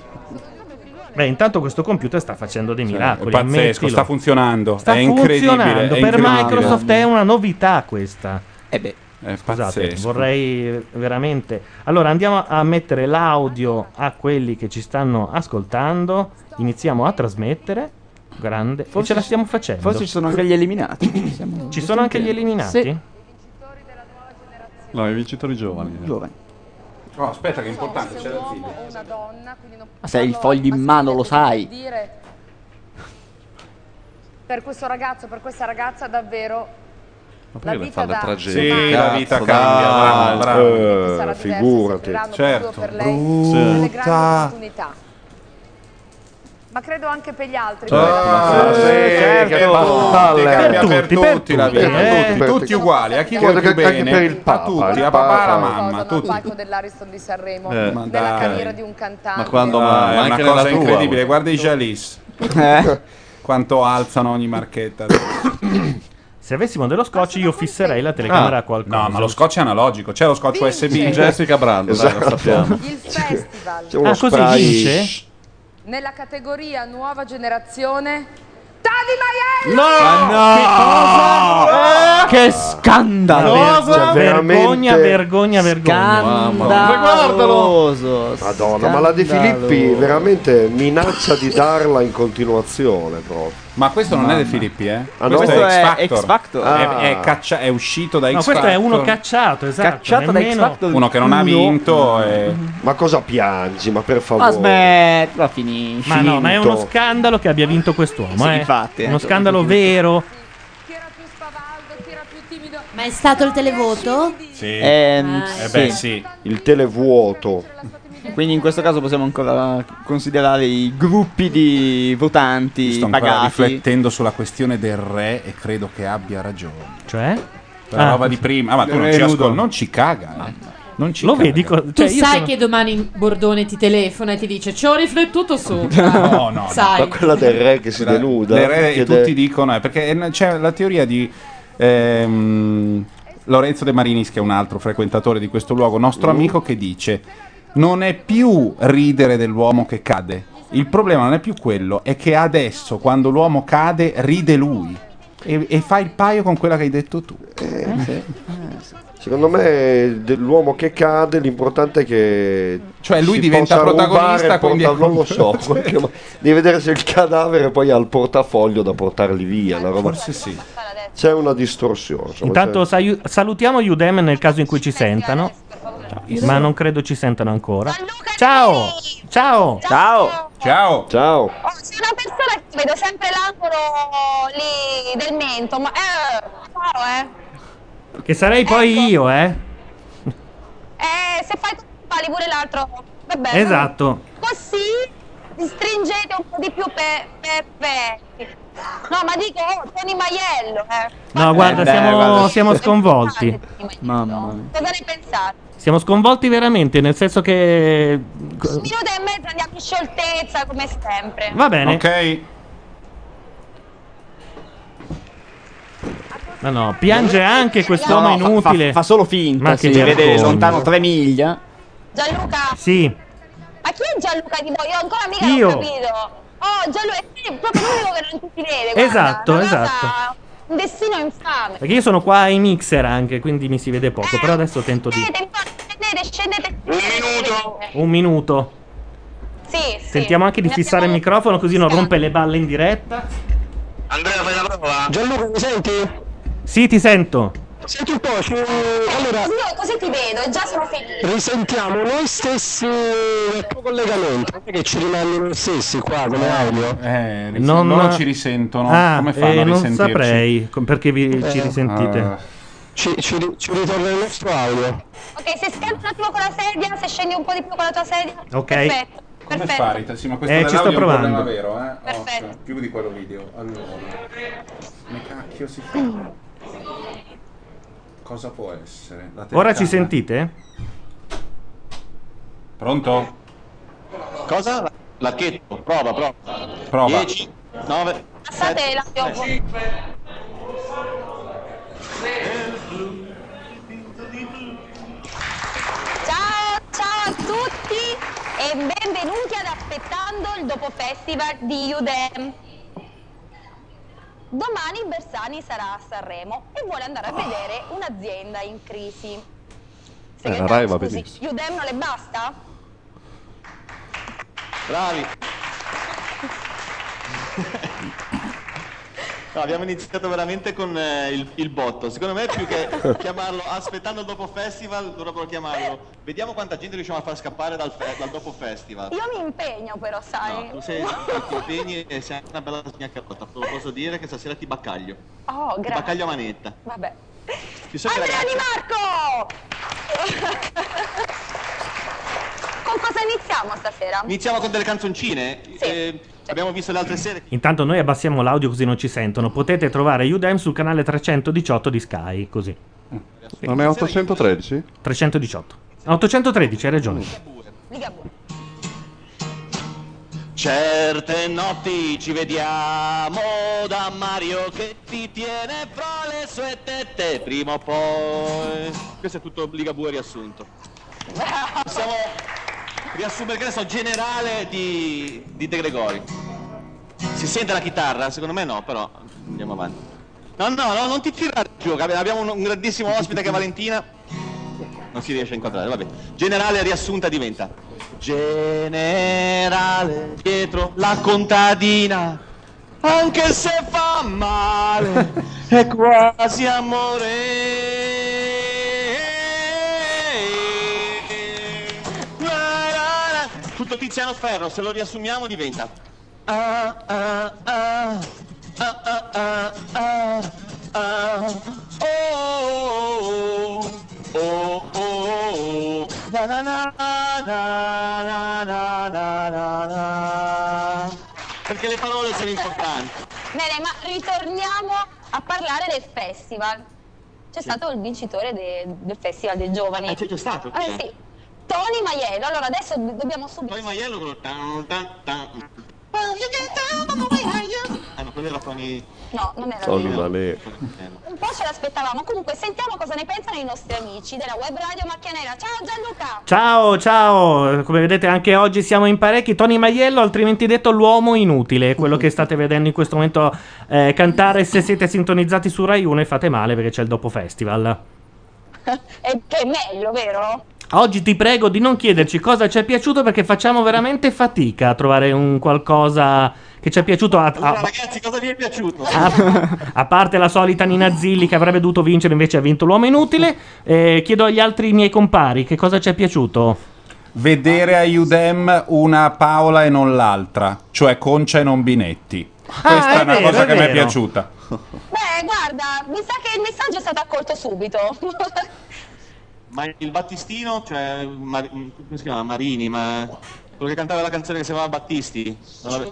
S2: Beh, intanto questo computer sta facendo dei miracoli.
S3: è pazzesco,
S2: ammettilo.
S3: sta funzionando,
S2: Sta
S3: è incredibile,
S2: funzionando.
S3: è
S2: Per
S3: incredibile.
S2: Microsoft è una novità questa.
S3: Eh beh, è
S2: Scusate,
S3: pazzesco.
S2: vorrei veramente. Allora andiamo a mettere l'audio a quelli che ci stanno ascoltando. Iniziamo a trasmettere. Grande. e ce la stiamo facendo.
S19: Forse ci sono anche gli eliminati. Siamo-
S2: Ci sono anche gli eliminati?
S19: Sì.
S29: No, i vincitori giovani.
S19: Giovani.
S3: Oh, aspetta, che è importante, c'è il video.
S19: Ma se hai il foglio in mano lo sai.
S7: Dire per questo ragazzo, per questa ragazza davvero
S29: Ma
S7: perché La
S29: le
S7: vita
S29: fa la
S7: da-
S29: tragedia?
S3: Sì,
S29: Cazzo,
S3: la vita
S29: dai.
S3: cambia, bravo,
S29: Eh,
S7: sarà diversa,
S29: figurati.
S7: serviranno per lui o per lei delle
S29: Brutta.
S7: grandi opportunità. Ma credo anche per gli altri.
S29: eh,
S3: Ah, sì,
S9: certo.
S3: che
S9: Palle.
S3: palle. Cambia
S9: Per
S3: per
S9: tutti, per
S3: tutti la
S9: tutti, eh,
S3: vita,
S9: per
S3: tutti,
S9: tutti.
S3: tutti uguali, a chi
S9: Credo
S3: vuoi più
S9: che anche
S3: bene,
S9: per il Papa,
S3: a tutti,
S9: il
S3: a papà,
S9: Papa.
S3: alla mamma, a
S7: Dal
S3: tutti.
S7: palco dell'Ariston di Sanremo,
S3: Eh, ma
S7: della
S3: dai.
S7: carriera di un cantante.
S3: Dai,
S29: ma- ma
S3: Ah, è
S29: anche
S3: una cosa
S29: nella tua,
S3: incredibile,
S29: guarda.
S3: guarda i Jalis.
S9: Eh.
S3: Quanto alzano ogni marchetta.
S2: Se avessimo dello scotch, io fisserei la telecamera
S3: Ah,
S2: a qualcosa.
S3: No, ma lo scotch è analogico, c'è lo scotch USB.
S29: Jessica Brando, dai, lo sappiamo.
S7: Il festival.
S29: C'è Esatto. uno Ah, così spray. vince?
S7: Nella categoria nuova generazione Tavi Maiello!
S19: No! Che scandalo!
S2: Cosa? Vergogna, vergogna, vergogna.
S19: Scandaloso.
S9: Madonna, ma la De Filippi veramente minaccia di darla in continuazione proprio.
S3: Ma questo non è De Filippi, eh?
S9: Ah, no?
S3: questo, è X Factor.
S9: Ah.
S3: È, è caccia- è uscito da
S9: No,
S3: X
S9: questo
S3: Factor.
S9: è uno
S2: cacciato, esatto,
S9: Cacciato da X nemmeno- Factor.
S3: Uno che non ha
S9: Uno.
S3: vinto. E...
S9: Ma cosa piangi? Ma per favore.
S19: Aspetta, finisci.
S2: Ma no, ma è uno scandalo che abbia vinto quest'uomo.
S19: Sì,
S2: eh.
S19: infatti, eh.
S2: Uno scandalo vero.
S5: Ma è stato il televoto?
S3: Sì.
S19: Ehm,
S5: Ah,
S3: eh beh, sì.
S9: Il televuoto.
S19: Quindi in questo caso possiamo ancora considerare i gruppi di votanti
S3: Sto ancora
S19: pagati.
S3: riflettendo sulla questione del re e credo che abbia ragione.
S2: Cioè?
S3: La
S2: Ah.
S3: roba di prima. Ah, ma tu non
S2: Re
S3: ci
S2: nudo.
S3: ascolti, non ci caga. eh. Non ci
S2: Lo
S3: caga.
S2: vedi? co-
S25: Tu
S2: cioè, io
S25: sai
S2: sono-
S25: che domani Bordone ti telefona e ti dice ci ho riflettuto sopra.
S3: No, no,
S25: sai.
S9: Ma quella del re che si denuda.
S3: Le re
S9: Che
S3: e
S9: de-
S3: tutti dicono, eh, perché eh, c'è la teoria di ehm, Lorenzo De Marinis, che è un altro frequentatore di questo luogo,
S9: Mm.
S3: nostro amico, che dice: Non è più ridere dell'uomo che cade. Il problema non è più quello, è che adesso quando l'uomo cade ride lui e, e fa il paio con quella che hai detto tu.
S9: Eh, Secondo me dell'uomo che cade l'importante è che
S3: Cioè, lui
S9: si
S3: diventa
S9: possa
S3: protagonista,
S9: rubare il
S3: quindi-
S9: porta- non lo so, qualche mo- devi vedere se il cadavere poi ha il portafoglio da portarli via, una roba.
S3: Forse sì.
S9: C'è una distorsione, insomma,
S2: Intanto
S9: c'è-
S2: saiu- salutiamo Udem nel caso in cui ci sentano. Ma non credo ci sentano ancora. Ciao! Ciao!
S19: Ciao!
S3: Ciao!
S9: Ciao!
S13: C'è una persona che vedo sempre l'angolo lì del mento, ma eh, caro, eh.
S2: Che sarei poi io, eh?
S13: Eh, se fai tu pali pure l'altro. Vabbè.
S2: Esatto.
S13: Così stringete un po' di più per pe, pe. No, ma dico, oh, Tony Maiello, eh.
S2: No, guarda,
S19: Eh beh,
S2: siamo,
S19: guarda.
S2: siamo sconvolti.
S19: Mamma mia.
S13: Cosa ne pensate?
S2: Siamo sconvolti veramente, nel senso che.
S13: Un minuto e mezzo andiamo in scioltezza come sempre.
S2: Va bene.
S3: Ok.
S2: No, no, piange anche quest'uomo
S19: No, no, fa-
S2: inutile.
S19: fa- fa solo finta,
S2: Ma che
S19: si vede
S2: vergogna.
S19: lontano tre miglia.
S13: Gianluca,
S2: Sì.
S13: ma chi è Gianluca di voi? Io ancora mica
S19: Io.
S13: l'ho capito. Oh, Gianluca, è proprio l'unico che non ti vede. guarda.
S2: Esatto,
S13: Una cosa-
S2: esatto.
S13: Un destino infame.
S2: Perché io sono qua ai mixer anche, quindi mi si vede poco. Però adesso tento di.
S13: Scendete, scendete, scendete. Un minuto.
S2: Un minuto.
S13: Sì, sì.
S2: Sentiamo anche di
S13: Ne
S2: fissare il microfono così non rompe le balle in diretta.
S15: Andrea fai la prova? Gianluca mi senti?
S2: Sì, ti sento.
S15: Senti un po', ci- allora
S13: Eh, Io così ti vedo, e già sono felice.
S15: risentiamo noi stessi nel tuo collegamento, non è che ci rimani noi stessi qua come audio.
S3: Eh, ris-
S2: Non-
S3: loro ci risentono.
S2: Ah,
S3: Come fanno
S2: eh,
S3: a
S2: non
S3: risentirci? Ah.
S2: saprei com- perché vi, ci
S15: Eh,
S2: risentite.
S15: eh. Ci, ci, ri- ci ritorna il nostro audio.
S13: Ok, se scherzi un attimo con la sedia, se scendi un po' di più con la tua sedia.
S2: Ok.
S13: Perfetto.
S3: Come
S13: perfetto.
S3: fare? Sì, ma questo
S2: Eh, ci
S3: dell'audio
S2: sto
S3: è un problema
S2: provando.
S3: vero, eh? Oh,
S13: Perfetto.
S3: cioè, più di quello video. Allora. Come cacchio si fa? Cosa può essere? La
S2: Ora ci
S3: telecamera?
S2: sentite?
S3: Pronto?
S15: Cosa? Lacchetto, prova, prova.
S3: Prova.
S15: 10, 9.
S13: Passate la
S15: Eh,
S13: pioggia. Ciao, ciao a tutti e benvenuti ad Aspettando il Dopo Festival di Udem. Domani Bersani sarà a Sanremo e vuole andare a vedere un'azienda in crisi.
S29: Eh, la Rai va
S13: Scusi,
S29: benissimo.
S13: Udem non le basta?
S15: Bravi. No, abbiamo iniziato veramente con eh, il, il botto. Secondo me più che chiamarlo aspettando il dopo festival, dovrebbero chiamarlo. Vediamo quanta gente riusciamo a far scappare dal, fe- dal dopo festival.
S13: Io mi impegno però, sai.
S15: Tu sei ti impegni e sei una bella sgnaccarotta, te lo posso dire che stasera ti baccaglio. Ti
S13: Oh, grazie.
S15: baccaglio a manetta.
S13: Vabbè.
S15: Ci sono i ragazzi-
S13: Marco! Con cosa iniziamo stasera?
S15: Iniziamo con delle canzoncine. Eh, abbiamo visto le altre serie.
S2: Intanto noi abbassiamo l'audio così non ci sentono. Potete trovare Udem sul canale 318 di Sky, così.
S29: Non è 813?
S2: 318. 813, hai ragione.
S15: Certe notti ci vediamo da Mario che ti tiene fra le sue tette prima o poi. Questo è tutto Ligabue riassunto. Possiamo riassumere che ne so, generale di, di De Gregori. Si sente la chitarra? Secondo me no, però andiamo avanti. No, no, no, non ti tirare giù, abbi- abbiamo un, un grandissimo ospite che è Valentina. Non si riesce a incontrare, vabbè. Generale riassunta diventa. Generale dietro la contadina. Anche se fa male, è quasi amore. La, la, la. Tutto Tiziano Ferro, se lo riassumiamo diventa. Ah, ah, ah, ah, ah, ah, ah, ah. Oh, oh, oh, oh, oh, oh. Na, na, na, na, na, na, na, na, na. Perché le parole sono importanti.
S13: Bene, ma ritorniamo a parlare del festival. C'è stato il vincitore de- del festival dei giovani.
S15: Ah, c'è già stato?
S13: Eh, sì. Tony Maiello, allora adesso do- dobbiamo subito...
S15: Poi Maiello con lo tan, tan, tan. Ah no, quello era Tony...
S13: No, non era
S9: Tony
S13: lui.
S9: Male.
S13: Un po' ce l'aspettavamo, comunque sentiamo cosa ne pensano i nostri amici della web radio Macchianera. Ciao Gianluca!
S2: Ciao, ciao. Come vedete anche oggi siamo in parecchi. Tony Maiello, altrimenti detto l'uomo inutile, quello che state vedendo in questo momento eh, cantare se siete sintonizzati su Rai 1 e fate male perché c'è il dopo festival.
S13: E che è bello, vero?
S2: Oggi ti prego di non chiederci cosa ci è piaciuto perché facciamo veramente fatica a trovare un qualcosa che ci è piaciuto a,
S15: Allora
S2: a-
S15: ragazzi, cosa vi è piaciuto?
S2: Ah. a parte la solita Nina Zilli che avrebbe dovuto vincere invece ha vinto l'uomo inutile. Eh, chiedo agli altri miei compari che cosa ci è piaciuto.
S3: Vedere a Udem una Paola e non l'altra, cioè Concia e non Binetti.
S2: Ah,
S3: Questa
S13: è
S3: è una
S13: vero,
S3: cosa
S13: è
S3: che mi è
S13: vero.
S3: piaciuta.
S13: Beh, guarda, mi sa che il messaggio è stato accolto subito.
S15: Ma il battistino, cioè... Ma, come si chiama? Marini, ma... Quello che cantava la canzone che si chiamava Battisti. Non l'ave-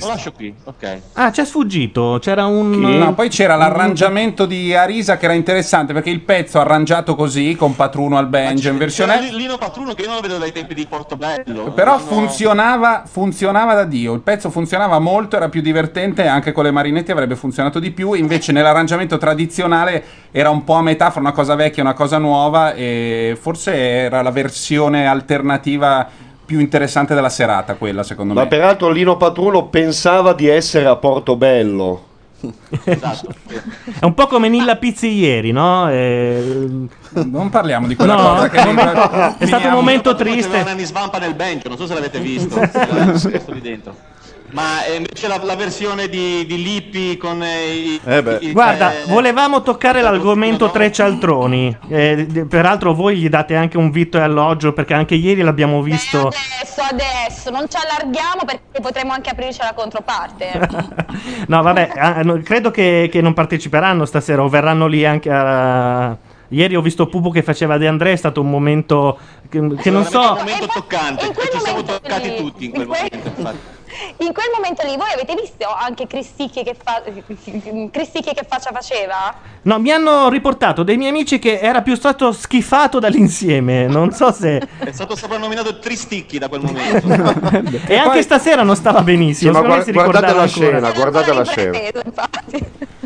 S15: Lo lascio qui, ok.
S2: Ah, c'è sfuggito. C'era un.
S3: No, poi c'era l'arrangiamento di Arisa che era interessante perché il pezzo arrangiato così con Patruno al banjo in
S15: C'era
S3: versione
S15: Li- Lino Patruno che io non lo vedo dai tempi di Portobello.
S3: però
S15: No.
S3: funzionava, funzionava da Dio, il pezzo funzionava molto, era più divertente, anche con le marinette avrebbe funzionato di più, invece nell'arrangiamento tradizionale era un po' a metà fra una cosa vecchia e una cosa nuova e forse era la versione alternativa più interessante della serata quella secondo
S9: Ma
S3: me.
S9: peraltro Lino Patruno pensava di essere a Portobello.
S19: Esatto.
S2: È un po' come Nilla Pizzi ieri, no? Non
S3: parliamo di
S15: quella cosa che-
S2: È stato un momento triste.
S15: C'era una svampa nel banjo, non so se l'avete visto. se l'avete visto lì dentro. Ma eh, invece la, la versione di, di Lippi con eh, i, i-
S2: Guarda,
S15: eh,
S2: volevamo toccare l'argomento tre cialtroni. Eh, d- peraltro voi gli date anche un vitto e alloggio perché anche ieri l'abbiamo visto.
S15: Eh,
S13: Adesso, adesso, non ci allarghiamo perché potremmo anche aprirci alla controparte.
S2: No, vabbè, ah, no, credo che, che non parteciperanno stasera o verranno lì anche a... Ieri ho visto Pupu che faceva De André, è stato un momento che, che non
S15: veramente
S2: so...
S15: un momento toccante, ci siamo toccati
S13: lì-
S15: tutti in quel
S13: in quel-
S15: momento. infatti.
S13: In quel momento lì voi avete visto anche Cristicchi che, fa- Cristicchi che faccia faceva?
S2: No, mi hanno riportato dei miei amici che era più stato schifato dall'insieme, non so se...
S15: È stato soprannominato Tristicchi da quel momento.
S2: E anche stasera non stava benissimo.
S9: Sì, ma
S2: secondo me
S9: guarda-
S2: si
S9: guardate la
S2: ricordava
S9: scena,
S2: ancora.
S9: guardate la scena.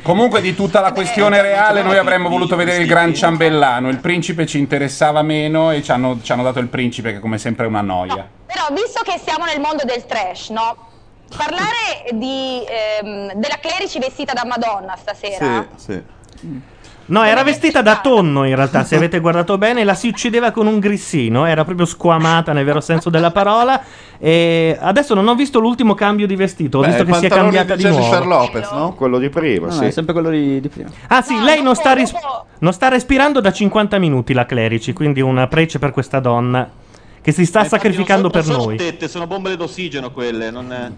S3: Comunque di tutta la questione reale noi avremmo voluto vedere il gran ciambellano, il principe ci interessava meno e ci hanno, ci hanno dato il principe che come sempre è una noia.
S13: Però visto che siamo nel mondo del trash, no? Parlare di, ehm, della clerici vestita da Madonna stasera.
S2: sì. No, era vestita da tonno in realtà, se avete guardato bene, la si uccideva con un grissino, era proprio squamata nel vero senso della parola. E adesso non ho visto l'ultimo cambio di vestito, ho
S9: Beh,
S2: visto
S9: il
S2: che si è
S9: pantalone
S2: cambiata
S9: di
S2: di,
S9: Jennifer
S2: nuovo.
S9: Lopez, no? Quello di prima,
S19: No,
S9: sì.
S19: è sempre quello di, di prima.
S2: Ah sì, lei non sta, ris- non sta respirando da 50 minuti la clerici, quindi una prece per questa donna che si sta sacrificando
S15: Non
S2: per
S15: sono
S2: noi.
S15: tette, sono bombe d'ossigeno quelle. Non è...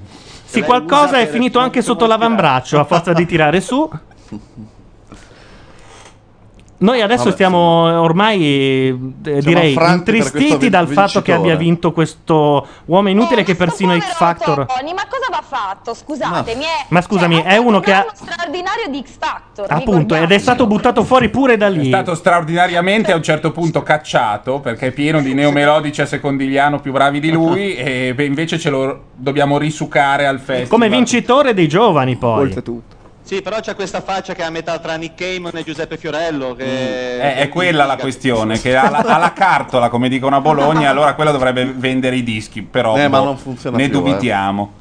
S2: Sì, qualcosa è finito anche sotto l'avambraccio a forza di tirare su. Noi adesso
S15: Vabbè,
S2: stiamo eh, ormai, eh, direi,
S15: affranti per questo
S2: intristiti
S15: vin-
S2: dal fatto che
S15: vincitore.
S2: abbia vinto questo uomo inutile
S13: Eh,
S2: che persino X Factor.
S13: Tony, ma cosa va fatto? Scusatemi, è
S2: Ma scusami, è uno che ha.
S13: straordinario di X Factor.
S2: Appunto, ed è stato buttato fuori pure da lì.
S3: È stato straordinariamente a un certo punto cacciato perché è pieno di neomelodici a secondigliano più bravi di lui e beh, invece ce lo dobbiamo risucare al festival.
S2: Come vincitore dei giovani, poi. Oltretutto.
S15: Sì, però c'è questa faccia che è a metà tra Nick Cayman e Giuseppe Fiorello. Che
S3: Mm, È, è quella la questione, che ha la, ha la cartola, come dicono a Bologna, allora quella dovrebbe vendere i dischi, però
S18: Eh, ma
S3: boh,
S18: non funziona
S3: ne
S18: più, eh.
S3: dubitiamo.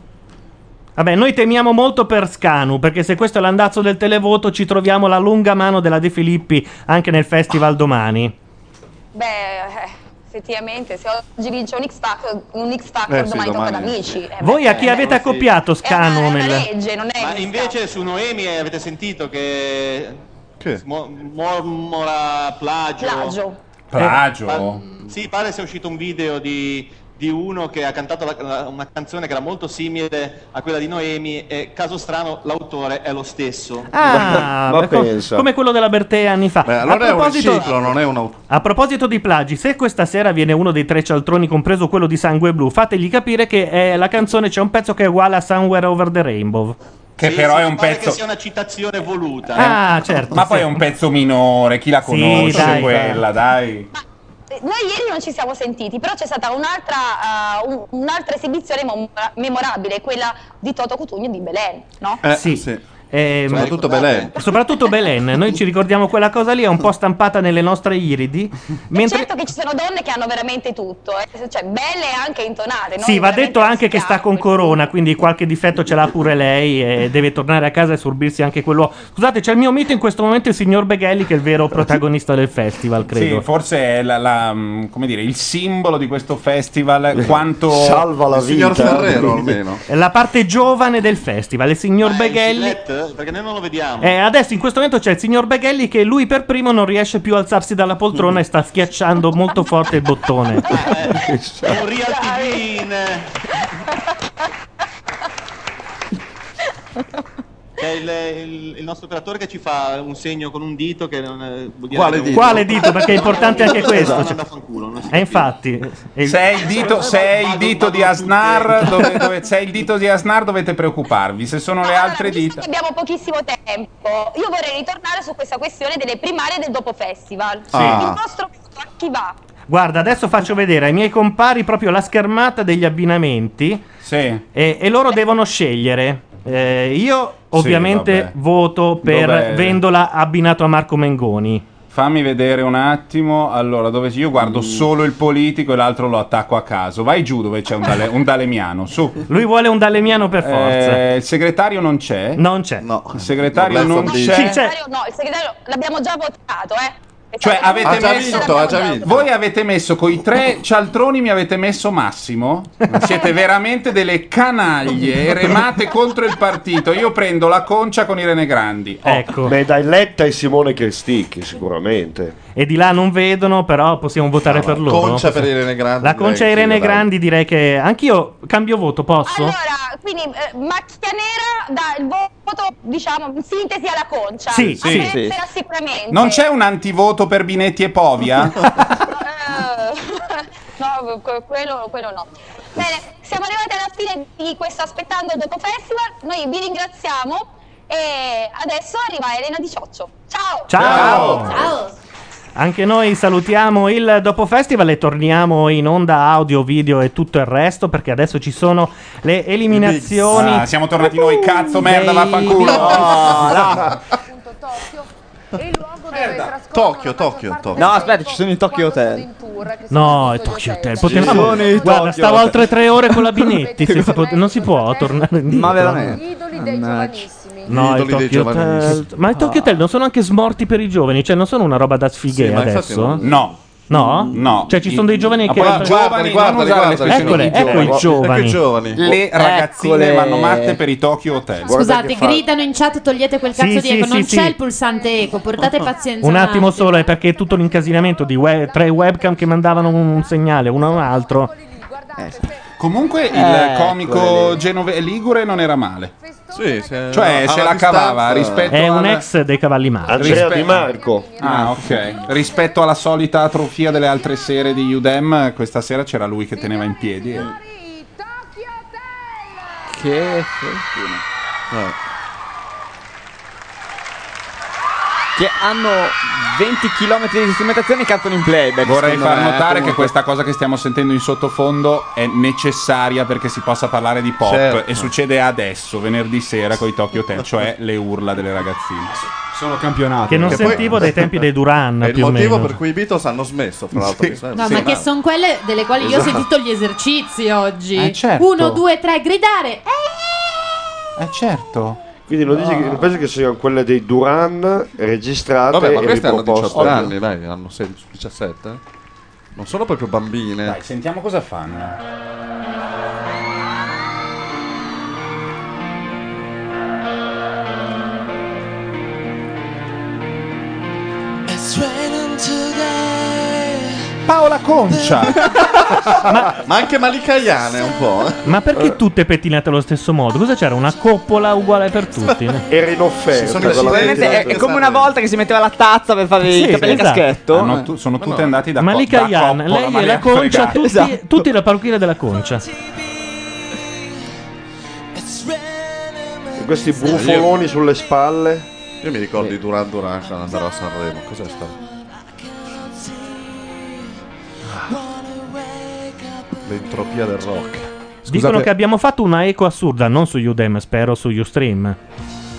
S2: Vabbè, noi temiamo molto per Scanu, perché se questo è l'andazzo del televoto, ci troviamo la lunga mano della De Filippi anche nel festival domani.
S13: Beh, eh, effettivamente, se oggi vince un X Factor, un X Factor
S2: Eh, sì,
S13: domani, tocca da
S2: domani,
S13: amici. Eh,
S2: Voi a chi
S13: eh,
S2: avete
S13: eh,
S2: accoppiato Scanu?
S13: È una
S2: nel...
S13: legge, non è
S15: Ma invece su Noemi eh, avete sentito che. Mo- mormora plagio. Eh,
S13: plagio.
S3: Plagio?
S15: sì, pare sia uscito un video di, di uno che ha cantato la- la- una canzone che era molto simile a quella di Noemi e caso strano l'autore è lo stesso.
S2: Ah,
S15: Ma
S2: beh, co-
S15: pensa.
S2: come quello della Bertè anni fa.
S15: allora
S2: a,
S15: è un
S2: proposito,
S15: riciclo,
S18: non è un aut-
S2: a proposito di plagi, se questa sera viene uno dei tre cialtroni, compreso quello di Sangue Blu, fategli capire che eh, la canzone c'è un pezzo che è uguale a Somewhere Over the Rainbow.
S3: Che però è un
S15: pare
S3: pezzo...
S15: che sia una citazione voluta. eh.
S2: Ah, certo.
S3: Ma poi è un pezzo minore, chi la
S2: Sì,
S3: conosce
S2: dai,
S3: quella, dai.
S13: Eh, Noi ieri non ci siamo sentiti, però c'è stata un'altra, eh, un- un'altra esibizione mom- memorabile, quella di Toto Cutugno di Belen, no?
S2: sì. Ehm,
S18: Soprattutto Belen.
S2: Soprattutto Belen, noi ci ricordiamo quella cosa lì, è un po' stampata nelle nostre iridi. Mentre,
S13: Certo che ci sono donne che hanno veramente tutto, eh, cioè belle e anche intonate. noi
S2: Sì, va
S13: veramente-
S2: detto anche che sta con corona, quindi qualche difetto ce l'ha pure lei e deve tornare a casa e sorbirsi anche quello. Scusate, c'è il mio mito in questo momento, il signor Beghelli, che è il vero protagonista del festival,
S3: Sì,
S2: credo.
S3: forse è la- la, mm, come dire, il simbolo di questo festival, quanto...
S9: Salva la
S3: Il signor
S9: vita.
S3: Ferrero,
S18: almeno.
S2: È La parte giovane del festival, il signor Beghelli.
S15: Gillette? Ah, Perché noi non lo vediamo.
S2: Eh, adesso in questo momento c'è il signor Beghelli che lui per primo non riesce più a alzarsi dalla poltrona e sta schiacciando molto forte il
S15: Eh,
S2: bottone.
S15: È un real TV in, eh, C'è il, il- il nostro operatore che ci fa un segno con un dito che non è- vuol dire
S2: Quale
S15: che-
S2: dito? Quale dito? Perché è importante anche questo,
S15: Esatto,
S2: cioè.
S15: manda a fanculo, non si
S2: E infatti, eh, e-
S3: Se è il dito, se è il dito di Asnar, dove, dove- se è il dito di Asnar dovete preoccuparvi, se sono le altre dita.
S13: Che abbiamo pochissimo tempo. Io vorrei ritornare su questa questione delle primarie del dopo festival.
S2: Sì.
S13: Il vostro voto a chi va?
S2: guarda, adesso faccio vedere ai miei compari proprio la schermata degli abbinamenti. E, e loro devono scegliere. Eh, io ovviamente
S3: vabbè.
S2: voto per
S3: Dov'è?
S2: Vendola abbinato a Marco Mengoni.
S3: Fammi vedere un attimo. Allora, dove io guardo
S2: Mm.
S3: solo il politico e l'altro lo attacco a caso. Vai giù dove c'è un, dale- un dalemiano. Su.
S2: Lui vuole un dalemiano per forza.
S3: Eh, il segretario non c'è.
S2: Non c'è.
S3: Il segretario
S2: Vabbè,
S3: non
S2: sono dei-
S3: c'è.
S2: Sì,
S13: Il segretario no, il segretario l'abbiamo già votato, eh. È
S3: Cioè,
S13: stato
S3: avete
S13: votato,
S3: messo. Esatto.
S13: l'abbiamo già
S3: Voi avete messo coi tre cialtroni, mi avete messo Massimo. Siete veramente delle canaglie. Remate contro il partito. Io prendo la concia con Irene Grandi. Oh.
S2: Ecco.
S9: Beh, dai Letta e Simone Cristicchi, sicuramente.
S2: E di là non vedono, però possiamo votare per loro.
S9: concia per
S2: Irene Grandi. La concia
S9: direi,
S2: Irene
S9: sì, dai.
S2: Grandi direi che anch'io cambio voto, posso?
S13: Ah, Quindi eh, macchia nera dà il voto, diciamo, in sintesi alla concia.
S3: Sì, sì,
S13: A
S3: sì.
S13: Tessera sicuramente.
S3: Non c'è un antivoto per Binetti e Povia?
S13: No, que- quello, quello no. Bene, siamo arrivati alla fine di questo Aspettando il Dopo Festival. Noi vi ringraziamo e adesso arriva Elena Di Cioccio. Ciao!
S2: Ciao! Anche noi salutiamo il Dopo Festival e torniamo in onda audio, video e tutto il resto perché adesso ci sono le eliminazioni.
S3: Ah, siamo tornati noi, cazzo, merda,
S2: dei-
S3: vaffanculo.
S2: Oh, no.
S18: Tokyo, Tokyo, Tokyo.
S19: No, aspetta, ci sono i Tokyo Hotel.
S2: No, il Tokyo Hotel.
S19: Ci
S2: Potevamo...
S19: sono i
S2: Guarda,
S19: Tokyo
S2: stavo
S19: Hotel.
S2: altre tre ore con la Binetti. se si pot- Non si può tornare indietro.
S19: Ma
S2: No,
S19: veramente?
S2: il
S18: Idoli dei
S2: Tokyo Hotel.
S18: giovanissimi.
S2: Ma i Tokyo Hotel non sono anche smorti per i giovani? Cioè, non sono una roba da sfighe
S18: Sì, ma infatti
S2: adesso?
S18: non-
S3: No.
S2: No?
S3: No.
S2: Cioè, ci sono dei giovani
S3: Ma
S2: che.
S3: poi i giovani, non usare l'espressione
S2: Eccole, ecco i giovani. Oh,
S3: Le ragazzine
S2: Eccole.
S3: vanno matte per i Tokyo Hotel.
S5: Scusate, gridano in chat, togliete quel
S2: Sì,
S5: cazzo di
S2: sì,
S5: eco. Non
S2: sì,
S5: c'è
S2: sì.
S5: il pulsante eco, portate pazienza.
S2: Un attimo solo, è perché è tutto l'incasinamento di we- tre webcam che mandavano un segnale uno a un altro.
S3: Eh,
S2: Eh,
S3: Comunque il
S2: Eccole
S3: comico genove Ligure non era male. cioè,
S2: alla
S3: se la
S2: distanza.
S3: cavava rispetto
S2: È
S3: al-
S2: un ex dei cavalli mari.
S3: Rispetto-
S9: Marco.
S3: Ah, ok. Rispetto alla solita atrofia delle altre sere di Udem, questa sera c'era lui che teneva in piedi. e-
S19: Che fortuna.
S3: Eh,
S19: Che hanno 20 km di strumentazione e cantano in playback.
S3: Vorrei
S19: secondo
S3: far
S19: me, eh,
S3: notare
S19: comunque.
S3: che questa cosa che stiamo sentendo in sottofondo è necessaria perché si possa parlare di pop
S18: Certo.
S3: e succede adesso, venerdì sera, con i Tokyo Hotel, cioè le urla delle ragazzine.
S10: Sono campionato.
S2: Che non
S18: Che poi-
S2: sentivo dai tempi dei Duran.
S18: È il
S2: più o
S18: motivo
S2: meno.
S18: per cui i Beatles hanno smesso, fra l'altro. mi sembra.
S5: No, ma che sono quelle delle quali io ho
S18: Esatto.
S5: sentito gli esercizi oggi.
S18: Eh, certo.
S5: Uno, due, tre, gridare. Eh,
S3: Eh certo.
S9: Quindi non, dici che- non penso che siano quelle dei Duran registrate
S18: Vabbè, ma
S9: e
S18: queste hanno
S9: riproposte.
S18: 18 anni, dai, hanno 16, 17. Non sono proprio bambine. Dai,
S3: sentiamo cosa fanno.
S11: It's raining today.
S3: Paola Concia.
S18: ma, ma anche Malicaiane un po'. eh.
S2: Ma
S3: Eh.
S2: perché tutte pettinate allo stesso modo? Cosa c'era? Una coppola uguale per tutti?
S9: Era in offerta.
S19: Sì, probabilmente
S3: esatto,
S19: è, è come una volta che si metteva la tazza per fare
S2: Sì,
S19: i capelli a
S2: esatto.
S19: caschetto.
S2: Hanno
S3: Ah, tu- sono tutte andate da
S2: Ma
S3: co-
S2: lì
S3: da
S2: Kayan,
S3: coppola,
S2: lei
S3: ma
S2: è
S3: li
S2: la
S3: ha
S2: concia,
S3: fregati.
S2: tutti,
S3: Esatto.
S2: tutti la parrucchiera della concia.
S9: Con Questi brufoloni sulle spalle.
S18: Io mi ricordo di Duran Duran quando andavo a Sanremo. Cos'è sta? L'entropia del rock.
S2: Dicono che abbiamo fatto una eco assurda, non su Udem, spero su Ustream.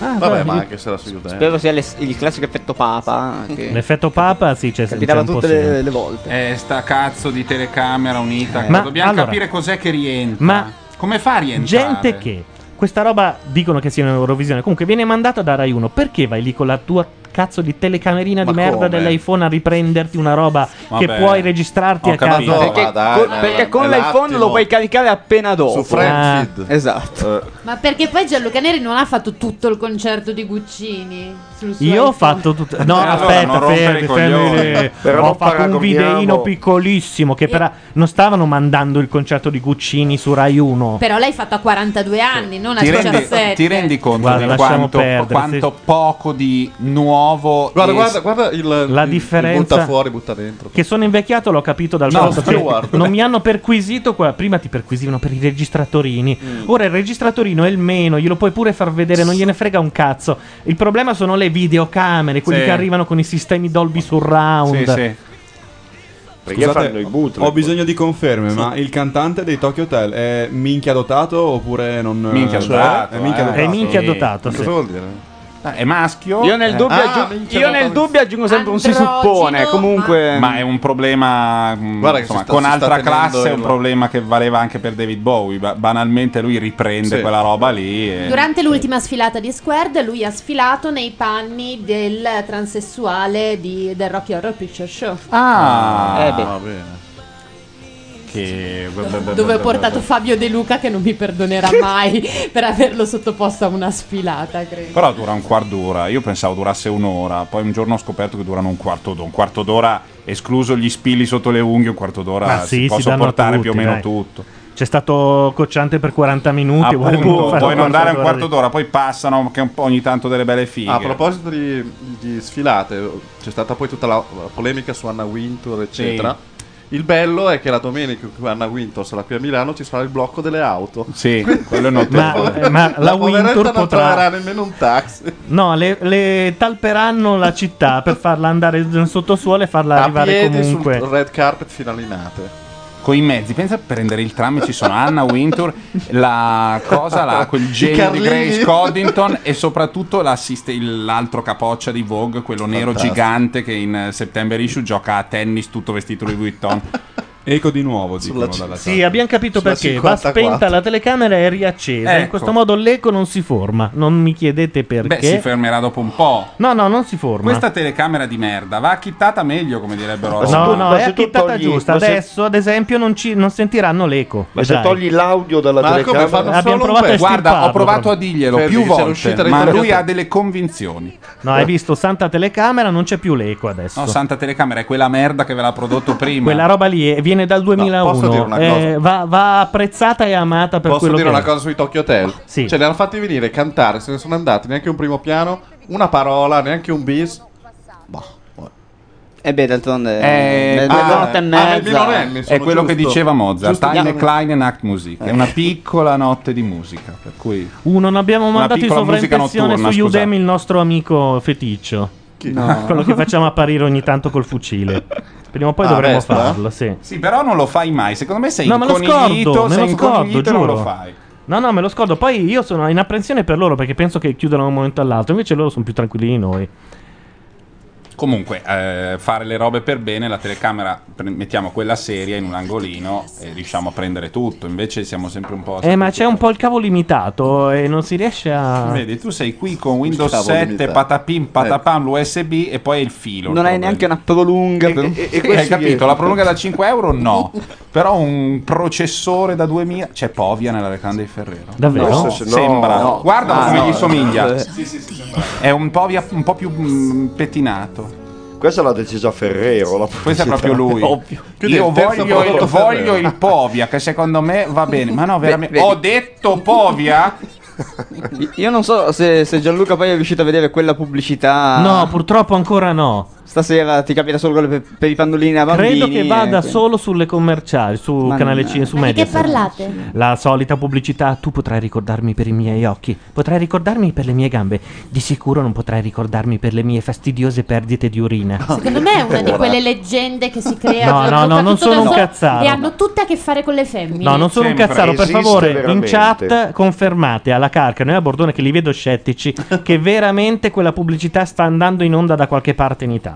S2: Ah,
S18: Vabbè,
S2: dai,
S18: ma
S2: io-
S18: anche se la si chiude.
S19: Spero sia le- il classico effetto papa. Che
S2: L'effetto Papa, sì, c'è, c'è
S19: Capitava
S2: un po'
S19: tutte le-
S2: sempre.
S19: volte.
S3: Eh, sta cazzo di telecamera unita.
S2: Ma
S3: Dobbiamo
S2: allora-
S3: capire cos'è che rientra.
S2: Ma
S19: Ah.
S3: come fa a rientrare?
S2: gente che questa roba dicono che sia in Eurovisione, comunque viene mandata da Rai 1, perché vai lì con la tua cazzo di telecamerina di
S30: Ma
S2: merda
S30: come?
S2: dell'iPhone a riprenderti una roba che
S30: Vabbè.
S2: puoi registrarti
S30: Ho
S2: a casa.
S30: capito, Perché- ma dai,
S19: Co- perché con l'iPhone lo puoi caricare appena
S2: Su
S19: dopo.
S2: Friendfeed.
S19: Ah, Esatto.
S5: Ma perché poi Gianluca Neri non ha fatto tutto il concerto di Guccini? sul suo
S2: Io ho
S5: iPhone.
S2: fatto tutto. No,
S30: Eh, allora
S2: aspetta,
S30: non rompere
S2: fermi,
S30: i coglioni.
S2: fermi.
S30: Però
S2: ho
S30: non
S2: fatto un
S30: paragoniamo-
S2: videino piccolissimo che però non stavano mandando il concerto di Guccini su Rai 1.
S5: Però l'hai fatto a 42 anni, non a
S3: Ti rendi,
S19: Eh,
S5: 17.
S3: ti rendi
S19: certo.
S3: conto
S2: Guarda,
S3: di
S2: lasciamo
S3: quanto,
S2: perdere,
S3: quanto poco di nuovo
S29: Guarda,
S3: e-
S29: guarda, guarda il,
S2: La
S29: il-
S2: differenza-
S29: il butta fuori, butta dentro.
S2: Che sono invecchiato l'ho capito dal
S29: No,
S2: fatto che
S29: Stewart.
S2: non mi hanno perquisito qua. Prima ti perquisivano per i registratorini.
S29: Mm.
S2: Ora il registratorino è il meno, glielo puoi pure far vedere, non gliene frega un cazzo. Il problema sono le videocamere, quelli
S29: Sì.
S2: che arrivano con i sistemi Dolby Surround.
S18: Scusate,
S9: fanno i bootleg.
S18: Ho bisogno di conferme, ma il cantante dei Tokyo Hotel è minchia dotato oppure non.
S10: eh,
S3: Minchia
S18: cioè,
S3: dotato,
S18: È minchia
S3: eh.
S18: dotato.
S3: È minchia Sì. dotato,
S18: Cosa
S3: sì.
S18: vuol dire?
S3: Ah, è maschio?
S19: Io nel
S3: Ah,
S19: dubbio,
S29: Ah,
S19: aggiu- io nel dubbio aggiungo sempre un si suppone. Comunque.
S3: Ma è un problema. mh,
S19: Guarda che
S3: insomma,
S19: si sta-
S3: con
S19: si sta
S3: altra
S19: tenendo
S3: classe è un
S19: il-
S3: problema che valeva anche per David Bowie. Ba- banalmente lui riprende
S18: Sì.
S3: quella roba lì. e-
S5: Durante l'ultima sfilata di Squared, lui ha sfilato nei panni del transessuale di- del Rocky Horror Picture Show.
S3: Ah,
S19: Eh beh.
S3: va bene. Che...
S5: Dove ho portato Fabio De Luca, che non mi perdonerà mai per averlo sottoposto a una sfilata, credo.
S3: Però dura un quarto d'ora. Io pensavo durasse un'ora. Poi un giorno ho scoperto che durano un quarto d'ora. Un quarto d'ora, escluso gli spilli sotto le unghie, un quarto d'ora
S2: Ma sì,
S3: si può
S2: si danno
S3: sopportare
S2: tutti,
S3: più o meno
S2: dai.
S3: tutto.
S2: C'è stato cocciante per 40 minuti. vuoi
S3: Appunto,
S2: fare
S3: puoi non dare un quarto
S2: di-
S3: d'ora, poi passano anche un po' ogni tanto delle belle fighe.
S29: A proposito di, di sfilate, c'è stata poi tutta la polemica su Anna Wintour, eccetera. Il bello è che la domenica che Anna Wintour sarà qui a Milano ci sarà il blocco delle auto.
S3: Sì, quello è
S2: Ma- eh, ma la
S29: poveretta
S2: Wintour
S29: non
S2: potrà-
S29: troverà nemmeno un taxi.
S2: No, le, le talperanno la città per farla andare nel sottosuolo e farla
S29: A
S2: arrivare
S29: piedi
S2: comunque.
S29: sul red carpet fino all'inate.
S3: Con i mezzi, pensa a prendere il tram, ci sono Anna Wintour, la cosa, la, quel
S29: I
S3: genio di
S29: Carlini.
S3: Grace Coddington e soprattutto l'assiste- il- l'altro capoccia di Vogue, quello nero
S18: Fantastico.
S3: gigante che in eh, September Issue gioca a tennis tutto vestito Louis Vuitton.
S18: Eco di nuovo, dicono
S3: dalla
S2: Sì, abbiamo capito
S3: Sulla
S2: perché. Va
S3: 54.
S2: spenta la telecamera e riaccesa. In
S3: Ecco.
S2: questo modo l'eco non si forma. Non mi chiedete perché.
S3: Beh, si fermerà dopo un po'.
S2: no, no, non si forma.
S3: Questa telecamera di merda va chittata meglio, come direbbero.
S2: No, no, è
S3: a
S2: acchittata giusta. Adesso, ad esempio, non, ci- non sentiranno l'eco.
S3: Ma se
S2: Dai.
S3: togli
S9: l'audio dalla
S2: Ma come, telecamera- fanno Abbiamo solo provato un a pezzo.
S3: Guarda, ho
S2: estirparlo,
S3: provato
S2: però.
S3: a dirglielo
S2: Fermi,
S3: più
S2: che c'era
S3: volte,
S2: uscita
S3: ma
S2: dall'interno.
S3: lui ha delle convinzioni.
S2: No, hai visto, santa telecamera, non c'è più l'eco adesso.
S3: No, Santa Telecamera è quella merda che ve l'ha prodotto prima.
S2: Quella roba lì eh, viene dal 2001.
S29: posso dire una
S2: eh,
S29: cosa?
S2: va, va apprezzata e amata per
S29: Posso
S2: quello
S29: dire
S2: che
S29: una
S2: è. Ah,
S29: cosa sui Tokyo Hotel?
S2: Sì.
S29: Ce li hanno fatti venire, cantare, se ne sono andati, neanche un primo piano, una parola, neanche un bis. Boh,
S19: E beh, d'altronde.
S3: Eh,
S19: nel-
S3: ah,
S19: mezzanotte e
S3: ah,
S19: mezza.
S3: è quello che diceva Mozart,
S19: Giusto,
S3: eine
S19: diamo-
S3: kleine Nacht Musik, è una piccola notte di musica, per cui
S2: Uh, non abbiamo
S3: Una
S2: mandato in
S3: piccola musica
S2: sovraimpressione su
S3: notturna,
S2: Udemy
S3: scusate.
S2: il nostro amico feticcio.
S3: No.
S2: Quello che facciamo apparire ogni tanto col fucile. Prima o poi
S3: Ah,
S2: dovremmo
S3: Vespa?
S2: farlo, sì.
S3: Sì, però non lo fai mai, secondo me sei
S2: No, me lo scordo,
S3: inconiglito,
S2: me lo
S3: sei
S2: scordo,
S3: inconiglito e non lo
S2: giuro.
S3: fai.
S2: No, no, me lo scordo. Poi io sono in apprensione per loro perché penso che chiudano da un momento all'altro. Invece loro sono più tranquilli di noi.
S3: Comunque, eh, fare le robe per bene, la telecamera, pre- mettiamo quella seria in un angolino e riusciamo a prendere tutto, invece siamo sempre un po'...
S2: Eh, ma c'è un eh. po' il cavo limitato e non si riesce a.
S3: Vedi, tu sei qui con Windows
S2: Cavolo,
S3: 7,
S2: limitato.
S3: patapim, patapam, l'USB e poi il filo. il
S19: Non
S3: problema.
S19: hai neanche una prolunga. per- Eh,
S3: Sì, Eh, hai capito? La prolunga da 5 euro no, però un processore da 2000 c'è Povia nella reclama dei Ferrero.
S2: Davvero?
S3: No,
S2: No.
S3: sembra.
S2: No.
S3: Guardalo
S2: Ah,
S3: come
S2: no. Eh.
S3: gli somiglia.
S2: Sì,
S3: È un Povia un po' più mm, pettinato.
S9: Questa l'ha decisa Ferrero. La
S3: Questo è proprio lui.
S9: Quindi
S3: Io
S9: il
S3: voglio
S9: terzo
S3: il,
S9: prodotto
S3: voglio
S9: Ferrero.
S3: il Povia, che secondo me va bene. Ma no, veramente.
S19: vedi.
S3: Ho detto Povia?
S19: Io non so se, se Gianluca poi è riuscito a vedere quella pubblicità.
S2: No, purtroppo ancora no.
S19: Stasera ti capita solo quello per, per i pannolini a bambini.
S2: Credo che vada
S19: eh,
S2: solo sulle commerciali, su
S19: Ma
S2: canale
S19: no.
S2: 5, su
S19: Ma di che
S2: Mediaset.
S19: parlate?
S2: La solita pubblicità, tu potrai ricordarmi per i miei occhi, potrai ricordarmi per le mie gambe, di sicuro non potrai ricordarmi per le mie fastidiose perdite di urina.
S5: Secondo me è una di quelle leggende che si crea.
S2: No,
S5: che
S2: no,
S5: hanno
S2: no, non
S5: capito
S2: sono
S5: da
S2: un
S5: solo
S2: cazzaro.
S5: E hanno tutte a che fare con le femmine.
S2: No, non sono un cazzaro, per favore, in chat confermate alla Carcano e a Bordone che li vedo scettici che veramente quella pubblicità sta andando in onda da qualche parte in Italia.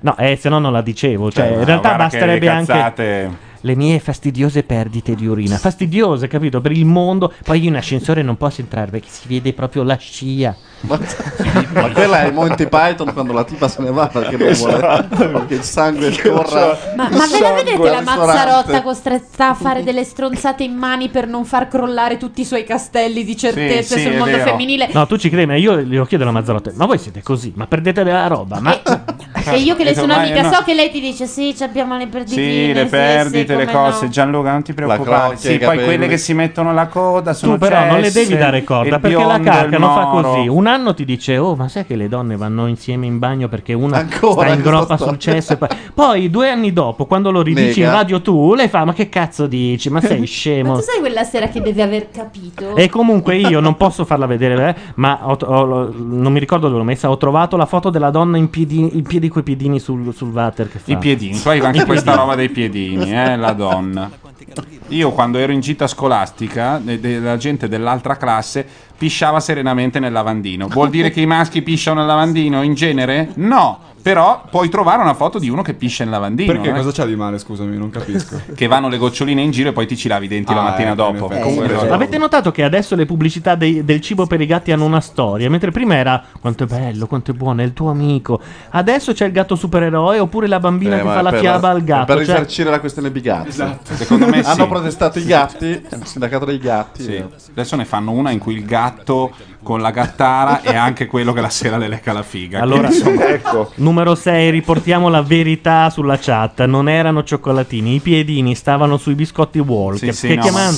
S2: No, eh, se no non la dicevo, cioè
S3: Eh,
S2: in
S3: no,
S2: realtà
S3: guarda che
S2: basterebbe anche
S3: cazzate.
S2: le mie fastidiose perdite di urina. Fastidiose, capito? Per il mondo. Poi io in ascensore non posso entrare perché si vede proprio la scia.
S29: Ma quella è il Monty Python quando la tipa se ne va perché non vuole che il sangue scorra.
S25: Ma, ma
S29: il
S25: ve la
S29: sangue
S25: vedete la
S29: al ristorante?
S25: Mazzarotta costretta a fare delle stronzate in mani per non far crollare tutti i suoi castelli di certezze
S2: Sì, sì,
S25: sul
S2: è
S25: mondo
S2: vero.
S25: femminile?
S2: No, tu ci credi, ma io glielo chiedo alla Mazzarotta. Ma voi siete così, ma perdete della roba. Ma...
S25: E Eh, Cioè, io
S2: Eh,
S25: che le sono
S30: Ormai,
S25: amica,
S30: no.
S25: so che lei ti dice: Sì, ci abbiamo le perdite.
S30: Sì, le perdite, le cose. Gianluca, non ti preoccupare.
S2: crocchia, i
S30: Sì, poi
S2: capelli.
S30: quelle che si mettono la coda sono
S2: tu però non le
S30: cesse,
S2: devi dare corda
S30: il
S2: perché la
S30: biondo, il
S2: cacca non fa
S30: moro.
S2: così. Un anno ti dice: Oh, ma sai che le donne vanno insieme in bagno perché una
S30: Ancora
S2: sta in
S30: questa
S2: groppa
S30: storia.
S2: sul cesso. e poi... poi due anni dopo, quando lo ridici
S25: Nega.
S2: in radio, tu lei fa: Ma che cazzo dici? Ma sei
S25: Ma
S2: scemo.
S25: tu sai quella sera che deve aver capito?
S2: E comunque io non posso farla vedere, eh, ma ho- ho- non mi ricordo dove l'ho messa. Ho trovato la foto della donna in piedi, in piedi coi piedini sul, sul water. Che fa.
S3: I piedini, poi anche
S2: I
S3: questa
S2: piedini.
S3: roba dei piedini, eh, la donna. Io quando ero in gita scolastica, de- de- la gente dell'altra classe pisciava serenamente nel lavandino. Vuol dire che i maschi pisciano nel lavandino in genere? No, però puoi trovare una foto di uno che piscia nel lavandino.
S10: Perché
S3: eh.
S10: cosa c'è di male, scusami, non capisco.
S3: Che vanno le goccioline in giro e poi ti ci lavi i denti la
S10: Ah,
S3: mattina
S10: eh,
S29: ecco,
S3: dopo.
S10: in effetti. Comunque,
S3: Quello-
S2: Avete notato che adesso le pubblicità dei- del cibo per i gatti hanno una storia, mentre prima era quanto è bello, quanto è buono, è il tuo amico. Adesso c'è il gatto supereroe oppure la bambina
S29: Eh,
S2: che
S29: ma
S2: fa la
S29: per-
S2: fiaba al gatto.
S29: Per
S2: cioè-
S29: risarcire la questione Bigazzi.
S3: Esatto. Secondo me sì.
S29: Hanno protestato i gatti, il sindacato dei gatti.
S3: Sì. Adesso ne fanno una in cui il gatto con la gattara è anche quello che la sera le lecca la figa.
S2: Allora,
S3: Quindi, insomma,
S2: numero 6, riportiamo la verità sulla chat. Non erano cioccolatini, i piedini stavano sui biscotti walk. che
S3: sì, no,
S2: chiamano
S3: ma-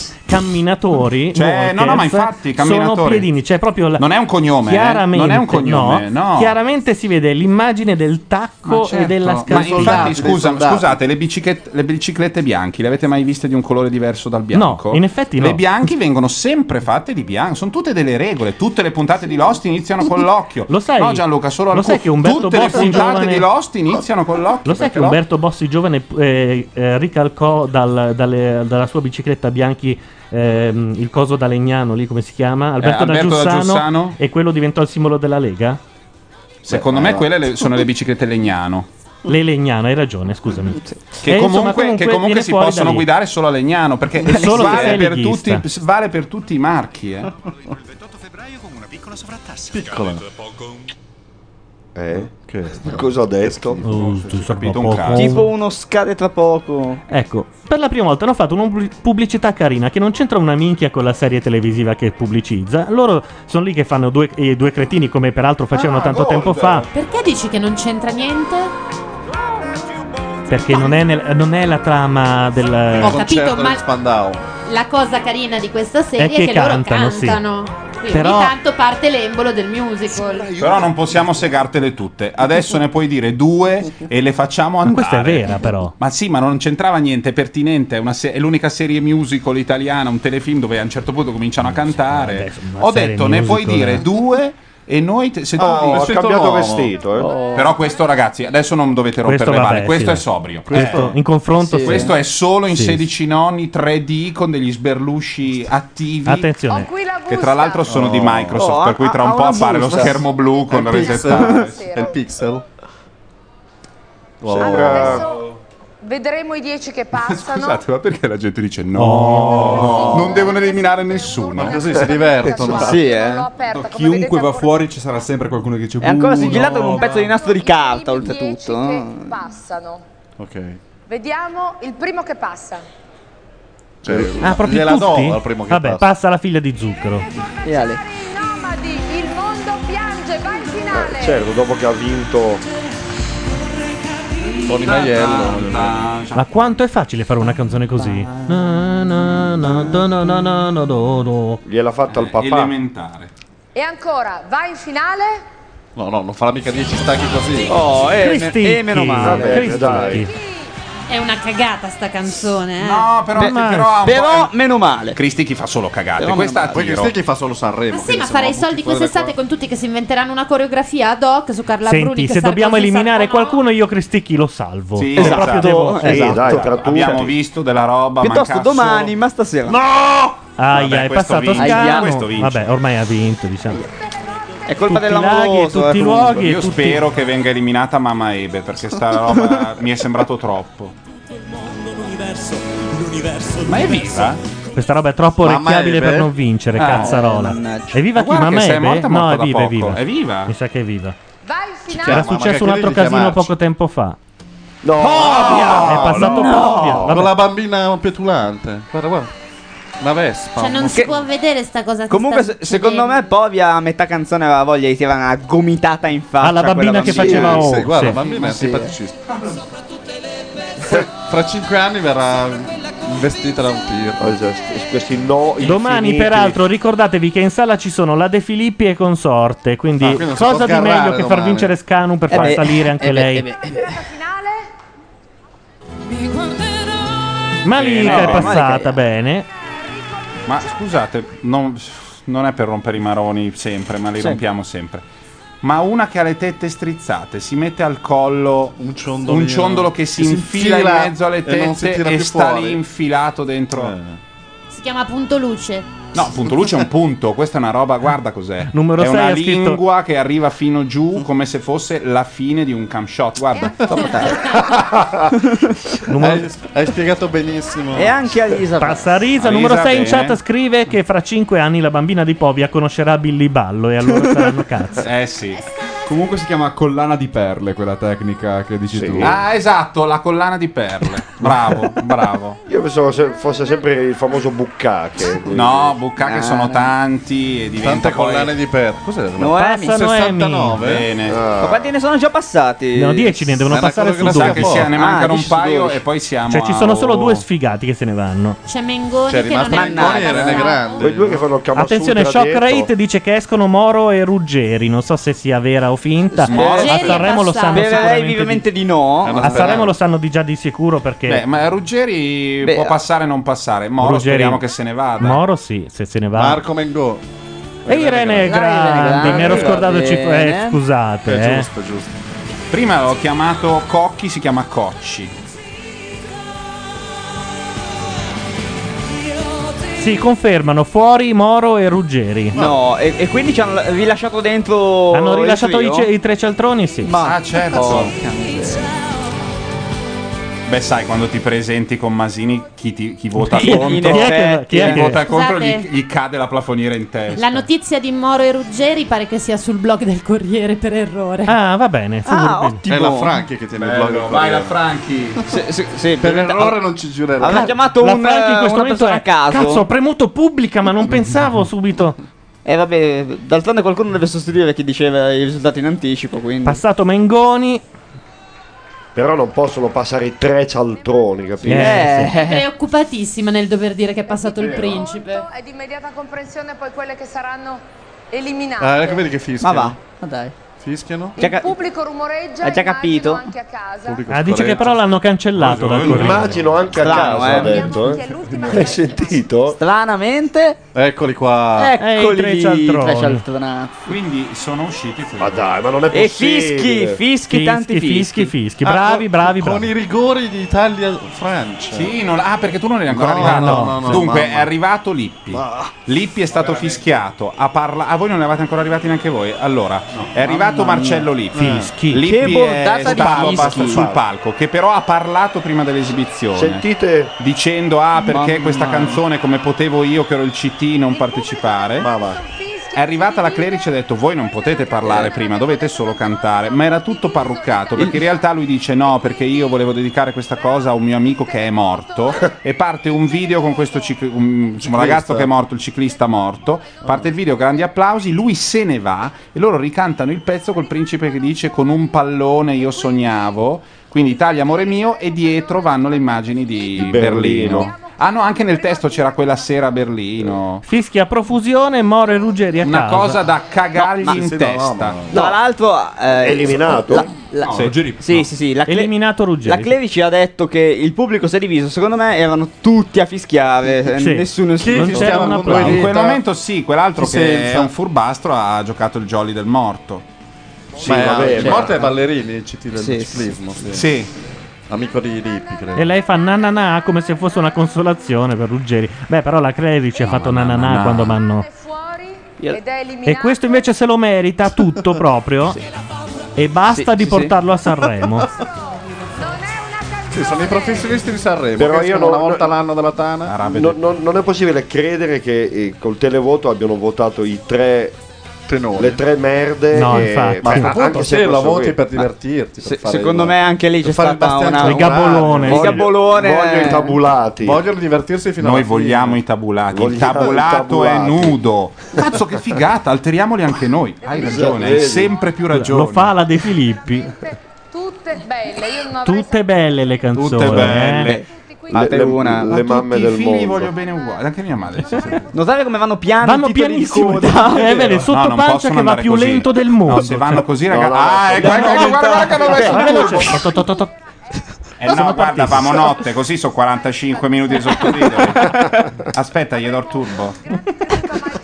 S2: camminatori.
S3: Cioè, no,
S2: walkers,
S3: no, ma infatti,
S2: Sono
S3: camminatori.
S2: piedini, cioè proprio la-
S3: Non è un cognome, eh?
S2: Chiaramente,
S3: Non è un cognome, no.
S2: Chiaramente si vede l'immagine del tacco
S3: Ma certo,
S2: e della
S3: ma
S2: scarpa.
S3: infatti, scusa, scusate, le biciclette, le biciclette bianche le avete mai viste di un colore diverso dal bianco?
S2: No, in effetti no.
S3: Le bianche vengono sempre fatte di bianco, sono tutte delle regole. Tutte le puntate di Lost iniziano con l'occhio.
S2: Lo sai?
S3: No, Gianluca, solo
S2: lo
S3: alcune.
S2: sai che Umberto
S3: tutte le
S2: Bossi
S3: puntate
S2: giovane-
S3: di Lost iniziano con l'occhio.
S2: Lo sai
S3: perché
S2: che
S3: l'occhio-
S2: Umberto Bossi giovane eh, eh, ricalcò dal- dalle- dalla sua bicicletta Bianchi ehm, il coso da Legnano lì come si chiama? Alberto,
S3: Eh, Alberto da
S2: da, Giussano,
S3: Giussano?
S2: e quello diventò il simbolo della Lega?
S3: Secondo
S2: Beh,
S3: me
S2: allora.
S3: quelle le- sono le biciclette legnano.
S2: Le Legnano, hai ragione, scusami.
S3: Che, comunque,
S2: Eh, insomma,
S3: che
S2: comunque
S3: comunque
S2: viene
S3: si
S2: fuori da
S3: possono
S2: lì.
S3: guidare solo a Legnano perché
S2: Solo se sei
S3: vale, per
S2: leghista.
S3: tutti, vale per tutti i marchi. Eh.
S20: Piccola sovrattassa.
S9: Piccola. Eh? Cosa ha detto?
S3: Oh,
S2: capito un cazzo.
S19: Tipo uno scade tra poco.
S2: Ecco, per la prima volta hanno fatto una pubblic- pubblicità carina che non c'entra una minchia con la serie televisiva che pubblicizza. Loro sono lì che fanno due, i due cretini come peraltro facevano
S25: Ah,
S3: boh,
S2: tanto tempo
S25: Gold.
S2: fa.
S25: Perché dici che non c'entra niente?
S2: Perché non è, nel- non è la trama del. Eh,
S25: Ho capito, ma-
S29: Spandau.
S25: La cosa carina di questa serie è
S2: Eh, che
S25: che,
S2: cantano,
S25: loro
S2: sì.
S25: cantano. Quindi
S3: Però-
S25: tanto parte l'embolo del musical.
S3: Però non possiamo segartele tutte. Adesso ne puoi dire due e le facciamo andare.
S2: questa è vera, però.
S3: Ma sì, ma non c'entrava niente, è pertinente. È, una se- è l'unica serie musical italiana, un telefilm dove a un certo punto cominciano a cantare.
S2: una
S3: Ho
S2: serie
S3: detto, ne puoi
S2: musical,
S3: dire
S2: eh.
S3: due e noi... te- se tu
S9: Ah,
S3: dici-
S9: ho
S3: Oh, vestito
S9: cambiato
S3: nuovo.
S9: vestito, eh. Oh.
S3: Però questo, ragazzi, adesso non dovete rompere
S2: Questo
S3: le
S2: vabbè,
S3: palle. Questo
S2: sì.
S3: è sobrio.
S2: Questo, in confronto sì.
S3: Questo è solo in
S2: Sì.
S3: 16 nonni 3D con degli sberlusci attivi.
S2: Attenzione. Ho qui
S7: la
S3: Che tra l'altro sono di
S29: Oh.
S3: Microsoft,
S29: Oh,
S3: per cui
S29: ha-
S3: tra
S29: ha
S3: un po'
S29: una
S3: appare lo
S29: busta.
S3: schermo blu
S29: È
S3: con
S29: il
S3: la
S29: pixel.
S3: resettare.
S29: È il pixel.
S7: Allora, adesso vedremo i 10 che passano.
S3: Scusate, ma perché la gente dice no?
S10: Oh.
S3: Non devono eliminare nessuno.
S10: Ma così si divertono.
S19: Sì, eh.
S7: L'ho aperta, come vedete,
S10: Chiunque va
S7: ancora-
S10: fuori ci sarà sempre qualcuno che dice
S19: È ancora
S10: "Uh,
S19: sigillato
S10: no,
S19: con un pezzo
S10: ma-".
S19: di nastro di carta, oltretutto.
S7: 10 che
S19: no?
S7: passano.
S29: Ok.
S7: Vediamo il primo che passa.
S3: Cioè,
S2: Ah, proprio
S29: gliela
S2: tutti?
S29: do al primo che
S2: Vabbè,
S29: passa.
S2: passa. la figlia di zucchero.
S19: E Ale.
S7: I nomadi, il mondo piange, va in finale.
S9: Certo, dopo che ha vinto
S29: Tony Maiello.
S2: Ma quanto è facile fare una canzone così? Na, na, na, do, no, no, no, no, do, do.
S9: Gliel'ha fatta al papà.
S3: Elementare.
S7: E ancora, va in finale.
S29: No, no, non farà mica 10 stacchi così.
S19: Oh, eh, Cristicchi.
S29: e meno male.
S9: Vabbè, Cristicchi. dai.
S25: È una cagata sta canzone, eh.
S3: No, però, però,
S19: meno male.
S3: Cristichi fa solo cagate.
S29: Però
S3: Questa
S29: meno male. Poi Cristicchi fa solo Sanremo.
S25: Ma sì, ma fare i soldi quest'estate con tutti che si inventeranno una coreografia ad hoc su Carla Bruni.
S2: Senti,
S25: che
S2: se
S25: Sarkozy
S2: dobbiamo
S25: sa-
S2: eliminare qualcuno, io Cristicchi lo salvo.
S3: Sì,
S2: Lo
S3: esatto.
S2: proprio devo-
S3: Eh,
S2: Sì,
S3: dai,
S2: dai, tra
S3: abbiamo
S2: tutti.
S3: visto della roba.
S19: Piuttosto
S3: manca solo-
S19: domani, ma stasera.
S3: No!
S2: Aia,
S3: Vabbè,
S2: è
S3: questo
S2: passato
S3: vince. Questo
S2: Scano.
S3: vince.
S2: Vabbè, ormai ha vinto, diciamo.
S19: È colpa
S2: Tutti i
S19: dell'amoroso,
S2: laghi e tutti i
S19: eh,
S2: luoghi. e
S3: Io
S2: tutti-
S3: spero che venga eliminata Mamma Ebe perché sta roba mi è sembrato troppo.
S20: L'universo, l'universo,
S3: Ma è
S20: l'universo.
S3: viva?
S2: Questa roba è troppo
S3: Mamma
S2: orecchiabile
S3: Ebe?
S2: per non vincere,
S3: Ah,
S2: cazzarola.
S3: mannaggia.
S2: Evviva
S3: Ma
S2: chi?
S3: guarda
S2: Mamma
S3: che se è
S2: Ebe?
S3: morta, è
S2: no,
S3: morta
S2: è
S3: da
S2: viva, è
S3: poco.
S2: viva.
S3: È viva?
S2: Mi sa che è viva. Cioè,
S7: finale.
S2: Era successo un altro casino poco tempo fa.
S9: No,
S2: È passato Povia. Vabbè.
S29: Con la bambina petulante. Guarda, guarda. La Vespa.
S5: Cioè, non si può vedere sta cosa. che
S19: Comunque,
S5: sta
S19: se- secondo me, Povia a metà canzone aveva voglia di tirare una gomitata in faccia.
S2: Alla bambina che faceva
S19: o
S2: oh,
S29: Sì, guarda,
S2: sì.
S29: la bambina è
S19: Sì.
S29: simpaticissima. Fra- Fra cinque anni verrà vestita da un tiro.
S3: Oh, esatto.
S9: questi no
S2: Domani, peraltro, ricordatevi che in sala ci sono la De Filippi e consorte. Quindi,
S9: Ah, quindi non si
S2: cosa
S9: può
S2: di
S9: sgarrare
S2: meglio che far
S9: domani.
S2: vincere Scanu per
S9: Eh
S2: far
S9: beh,
S2: salire anche
S9: eh beh,
S2: lei?
S9: eh beh,
S2: Ma lì
S3: Bene,
S2: è
S3: bene.
S2: passata bene.
S3: Ma scusate, non, non è per rompere i maroni sempre, ma li
S2: Sì.
S3: rompiamo sempre. Ma una che ha le tette strizzate si mette al collo un ciondolo,
S18: ciondolino.
S3: che si
S18: Che si
S3: infila in
S18: infila
S3: mezzo alle
S18: e non si
S3: tette
S18: tira
S3: e,
S18: più
S3: sta
S18: fuori. Eh.
S3: lì infilato dentro.
S5: Si chiama punto luce.
S3: No, punto luce è un punto, questa è una roba, guarda cos'è.
S2: Numero
S3: è
S2: sei
S3: una
S2: ha scritto-
S3: lingua che arriva fino giù come se fosse la fine di un cam shot. Guarda,
S29: Hai, hai spiegato benissimo.
S2: Passa Risa, numero 6 in chat scrive che fra 5 anni la bambina di Povia conoscerà Billy Ballo e allora saranno cazzo.
S3: Eh sì.
S10: Comunque si chiama collana di perle quella tecnica che dici tu.
S3: Ah, esatto, la collana di perle. Bravo, bravo.
S9: Io pensavo se- fosse sempre il famoso Buccacche.
S3: No, bucca
S2: Ah.
S3: che sono tanti e diventa
S29: Tante collane
S3: di per. Cos'è?
S19: Noemi. Passa Noemi.
S3: 69.
S2: Ah.
S3: Bene.
S19: Ma quanti ne sono già passati? Ah,
S2: No, 10 ne devono
S3: Era
S2: passare su
S3: quello che lo sa che
S2: due.
S3: sia, ne
S9: Ah,
S3: mancano un paio e poi siamo
S2: Cioè, ci
S3: a- Oh.
S2: sono solo due sfigati che se ne vanno.
S5: C'è Mengoni
S3: C'è
S5: che
S3: rimasto
S5: non è
S3: Mengoni e Rene Grande.
S9: Quei due che fanno il Kama
S2: Attenzione,
S9: Sutra
S2: Shock
S9: dietro.
S2: Rate dice che escono Moro e Ruggeri. Non so se sia vera o finta.
S3: Ruggeri
S2: A
S3: è
S2: Sanremo lo
S3: passato.
S2: sanno
S3: Spererei
S2: sicuramente di-
S3: vivamente di Eh, no. È una
S2: A Sanremo
S3: speranza.
S2: lo sanno di già di sicuro perché.
S3: Beh, ma Ruggeri
S2: Beh,
S3: può passare o non passare. Moro
S2: Ruggeri-
S3: speriamo che se ne vada.
S2: Moro sì, se se ne va.
S3: Marco Mengo.
S2: E Irene Grande, mi ero scordato ci eh, scusate. eh.
S3: giusto, giusto. Prima l'ho chiamato Cocchi, si chiama Cocci.
S2: Sì, confermano fuori Moro e Ruggeri.
S19: No, eh, e, e quindi ci hanno rilasciato dentro.
S2: Hanno rilasciato i,
S19: il
S2: ce- i tre cialtroni, sì.
S19: Ma-
S3: Ah, certo.
S19: Porca
S3: Beh, sai, quando ti presenti con Masini, chi, ti- chi vota
S2: Chi-
S3: contro,
S2: chi è che- chi è
S3: chi
S2: che-
S3: vota contro
S5: Scusate.
S3: gli, gli cade la plafoniera in testa.
S5: La notizia di Moro e Ruggeri pare che sia sul blog del Corriere per errore.
S2: Ah, va bene.
S5: Ah, ottimo.
S29: È la Franchi che tiene
S3: Bello,
S29: il blog.
S3: vai la Franchi.
S29: Se, per errore non ci giurerò.
S19: Aveva chiamato
S2: la
S19: un,
S2: Franchi in
S19: eh,
S2: questo
S19: una
S2: momento
S19: persona
S2: è
S19: a caso.
S2: Cazzo, ho premuto pubblica, ma non pensavo subito.
S19: E Eh, vabbè, d'altronde qualcuno deve sostituire chi diceva i risultati in anticipo. Quindi.
S2: Passato Mengoni.
S9: Però non possono passare i tre cialtroni, capito?
S5: Eh, Preoccupatissima nel dover dire che è passato il principe.
S7: È di immediata comprensione poi quelle che saranno eliminate.
S29: Ah, ecco vedi che fischiano.
S19: Ma va, ma dai.
S29: Fischiano?
S7: Il pubblico rumoreggia
S19: Hai già
S7: immagino,
S19: capito?
S7: anche a casa.
S2: Ah, dice che però l'hanno cancellato dal Corriere.
S9: Immagino anche a
S19: Strano,
S9: casa,
S19: eh.
S9: ha detto. eh. Hai sentito?
S19: Stranamente.
S29: Eccoli qua.
S19: Eccoli
S29: tre
S19: lì,
S29: cialtroni.
S19: tre cialtronazzi.
S3: Quindi sono usciti qui.
S9: Ma dai, ma non è
S19: E
S9: possibile.
S19: fischi, fischi, tanti fischi.
S29: Ah, con- Con i rigori di Italia-Francia.
S3: Sì, non- ah, perché tu non eri ancora
S29: No,
S3: arrivato.
S29: no, no, no,
S3: Dunque,
S29: mamma.
S3: è arrivato Lippi. Lippi è stato fischiato. A parla- ah, voi non ne eravate ancora arrivati neanche voi. Allora, è arrivato
S2: Mamma mia.
S3: Marcello Lippi.
S29: Eh.
S2: Fischi.
S3: Lippi
S2: Che
S3: è
S2: bordata di
S3: stato
S2: fischi.
S3: abbastanza sul palco, che però ha parlato prima dell'esibizione.
S9: Sentite.
S3: Dicendo, ah, perché
S9: Mamma
S3: questa
S9: mia.
S3: canzone, come potevo io che ero il CT, non partecipare. È arrivata la Clerici e ha detto: Voi non potete parlare prima, dovete solo cantare. Ma era tutto parruccato perché in realtà lui dice: No, perché io volevo dedicare questa cosa a un mio amico che è morto. E parte un video con questo cicli- un- insomma, ragazzo che è morto, il ciclista morto. Parte il video, grandi applausi. Lui se ne va e loro ricantano il pezzo col principe che dice: Con un pallone io sognavo. Quindi Italia, amore mio, e dietro vanno le immagini di
S9: Berlino.
S3: Berlino. Ah no, anche nel testo c'era quella sera a Berlino.
S2: Fischi a profusione, Moro e Ruggeri a
S3: Una
S2: casa.
S3: cosa da cagargli
S2: No, ma-
S3: in
S2: sì, no,
S3: testa.
S19: Tra l'altro, eh,
S9: Eliminato?
S19: la- la-
S3: No,
S19: sì.
S3: Ruggeri-
S19: Sì, sì, sì, la Cle-
S2: Eliminato Ruggeri.
S19: La Clerici ha detto che il pubblico si è diviso. Secondo me erano tutti a fischiare, eh,
S3: Sì.
S19: nessuno è
S3: Chi
S19: stato-
S3: fischiava con
S19: Non c'era
S3: due
S19: un
S3: dita? In quel
S19: applauso.
S3: momento sì, quell'altro
S19: Sì,
S3: che
S19: senza.
S3: è un furbastro ha giocato il jolly del morto. Cioè, Sì,
S29: Ma
S3: vabbè,
S29: il
S3: ma-
S29: morto è ballerini, il CT del
S3: Certo. Sì,
S29: ciclismo.
S3: sì.
S29: Amico di Lippi, credo.
S2: E lei fa nanana come se fosse una consolazione per Ruggeri. Beh, però la Clerici ha fatto nanana quando vanno.
S7: Ed è eliminato.
S2: E questo invece se lo merita tutto proprio. E basta
S7: Sì,
S2: di
S7: sì,
S2: portarlo a Sanremo.
S7: Non è una
S29: Sì, sono i professionisti di Sanremo.
S9: Però
S29: che
S9: io
S29: escono
S9: non-
S29: una volta l'anno dalla Tana.
S9: Non- non- non è possibile credere che eh, col televoto abbiano votato i tre le tre merde.
S29: No,
S9: e-
S29: infatti. Ma
S9: cioè,
S29: appunto,
S9: anche se
S29: se la
S9: posso-
S29: voti per
S9: Ah,
S29: divertirti, per
S9: se-
S29: fare
S19: Secondo
S29: il-
S19: me anche lì c'è
S29: per fare
S19: stata
S29: abbastanza
S19: una...
S29: un radio.
S19: Il gabolone.
S29: Voglio- Vogliono divertirsi fino
S3: Noi
S29: alla fine.
S3: vogliamo i tabulati. Il
S29: Vogliamo
S3: tabulato
S29: i
S3: è
S29: tabulati.
S3: nudo. Cazzo, che figata! Alteriamoli anche noi. Hai ragione, hai
S2: Vedi?
S3: sempre più ragione.
S2: Lo fa la De Filippi.
S7: Tutte belle, io non avrei
S2: Tutte belle le canzoni.
S3: Tutte belle.
S2: eh.
S3: Ma
S19: Le- una- le mamme
S3: tutti
S19: del
S3: i figli
S19: mondo.
S3: voglio bene uguali, anche mia madre.
S19: Notare come vanno piani.
S3: Vanno Eh,
S19: i titoli di
S3: pianissimo,
S19: coda.
S3: dai, è vero, sotto
S19: No, non
S3: pancia
S19: possono
S3: che va
S19: andare
S3: più
S19: così.
S3: lento del mondo. No, se vanno così, raga- Ah, ecco, ecco, ecco, guarda, guarda che l'ho messo
S2: Veloce,
S3: tu.
S2: veloce. To, to, to, to.
S3: Eh no, guarda, famo notte, così sono 45 minuti di sottotitoli. Aspetta, gli do il turbo.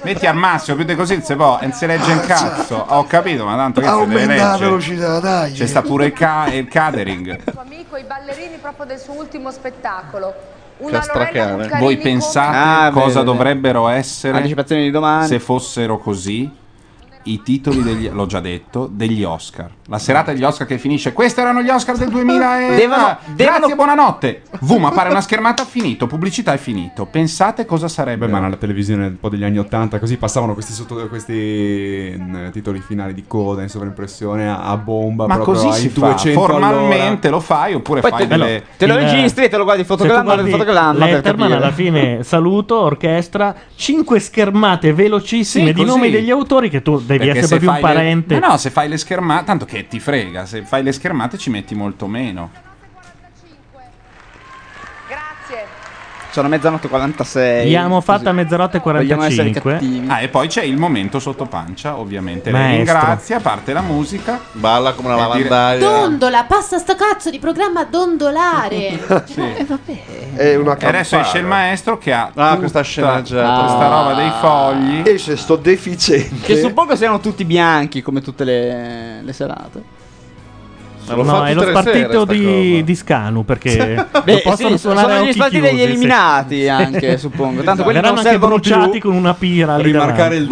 S3: Metti al massimo, più di così non si può, e non si legge un cazzo. Ho capito, ma tanto che si deve
S26: Aumenta la
S3: leggere.
S26: velocità, dai.
S3: C'è sta pure il, ca- il catering.
S7: tuo amico, i ballerini proprio del suo ultimo spettacolo.
S3: Cioè,
S7: Una Lorella
S3: Castracane.
S7: Cuccarini
S3: Voi
S7: con-
S3: pensate
S19: Ah,
S3: cosa
S19: vero,
S3: dovrebbero essere
S19: Anticipazioni di domani.
S3: se fossero così i titoli degli l'ho già detto degli Oscar. La serata degli Oscar che finisce. Questi erano gli Oscar del 2000 e
S19: Devono-
S3: Ah, Grazie, buonanotte. V, ma pare una schermata finito, pubblicità è finito. Pensate cosa sarebbe
S10: Beh,
S3: ma
S10: ma nella televisione un po' degli anni 80 così passavano questi, sotto- questi mh, titoli finali di coda in sovraimpressione a, a bomba.
S3: Ma
S10: proprio
S3: così
S10: ai
S3: si fa,
S10: 200
S3: formalmente lo fai oppure
S19: Poi
S3: fai
S19: te-
S3: delle...
S19: te
S18: Eh.
S19: lo
S2: Il-
S19: registri, te lo guardi
S2: Se tu
S19: fotogramma per
S2: guardi
S19: fotogramma. per
S2: Letterman
S19: capire.
S2: alla fine saluto, orchestra, cinque schermate velocissime
S3: Sì,
S2: di
S3: così.
S2: nomi degli autori che tu devi
S3: Perché
S2: essere
S3: se
S2: proprio un
S3: fai le-
S2: parente.
S3: Ma no, se fai le schermate, tanto che ti frega, se fai le schermate ci metti molto meno.
S7: Grazie.
S19: Sono mezzanotte 46.
S2: Abbiamo fatto a
S19: Così.
S2: mezzanotte
S19: Vogliamo essere
S2: 45.
S3: Ah, e poi c'è il momento sottopancia, ovviamente. Le
S2: Maestro.
S3: ringrazia, parte la musica. Balla come una lavandaglia.
S5: Dondola, passa sto cazzo di programma dondolare.
S3: Sì.
S5: Eh, vabbè.
S9: È una
S3: E adesso esce il
S9: campana.
S3: maestro che ha
S9: Ah,
S3: tutta
S9: questa sceneggiata.
S3: questa roba dei fogli.
S9: Esce Ah. sto deficiente.
S19: Che suppongo siano tutti bianchi come tutte le, le serate.
S2: No, è lo spartito di, di Scanu perché
S19: Beh,
S2: lo possono
S19: sì,
S2: suonare
S19: sono
S2: a
S19: gli
S2: occhi
S19: spartiti degli
S2: chiusi, sì.
S19: eliminati anche, suppongo. Tanto quelli
S2: Verranno
S19: non
S2: anche
S19: servono più.
S2: bruciati con una pira lì davanti.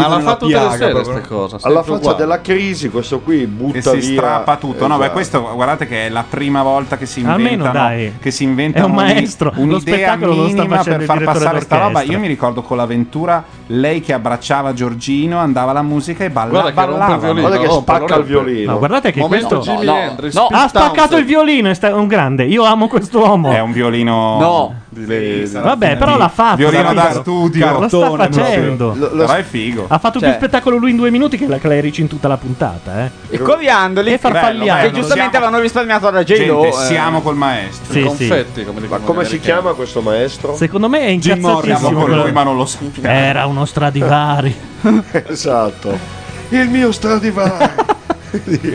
S9: Alla faccia della crisi, questo qui butta
S3: E si
S9: via-
S3: strappa tutto. No, beh,
S9: Esatto.
S3: questo guardate che è la prima volta che si
S2: Almeno,
S3: inventano
S2: dai.
S3: che si inventano
S2: È un
S3: un-
S2: maestro. Lo
S3: un'idea
S2: spettacolo lo sta
S3: minima
S2: facendo
S3: per
S2: il
S3: far
S2: direttore
S3: passare sta roba.
S2: d'orchestra.
S3: Io mi ricordo con l'avventura lei che abbracciava Giorgino, andava alla musica e ballava.
S2: Guarda che rompe il violino, Guarda che rompe, spacca lo il rompe. violino. No, guardate che Momento questo- Jimi
S3: Hendrix,
S2: No, ha spaccato il violino, è sta- è un grande. Io amo questo uomo.
S3: È un violino
S19: Oh.
S2: No.
S3: Di lei-
S2: Vabbè, però l'ha fatto.
S3: Violino da
S2: capito?
S3: studio.
S2: Lo sta facendo.
S3: Lo- lo- Però è figo.
S2: Ha fatto
S3: Cioè-
S2: più spettacolo lui in due minuti che la Clerici in tutta la puntata. Eh.
S19: E Coriandoli
S2: E farfalliano.
S19: che giustamente avevano risparmiato eh. da J.
S3: Gente, siamo col maestro.
S2: Sì, Confetti, sì.
S3: come
S9: Ma come si chiama questo maestro?
S2: Secondo me è incazzatissimo.
S3: con
S2: quello-
S3: lui, ma non lo sappiamo.
S2: Era uno Stradivari.
S9: esatto. Il mio Stradivari.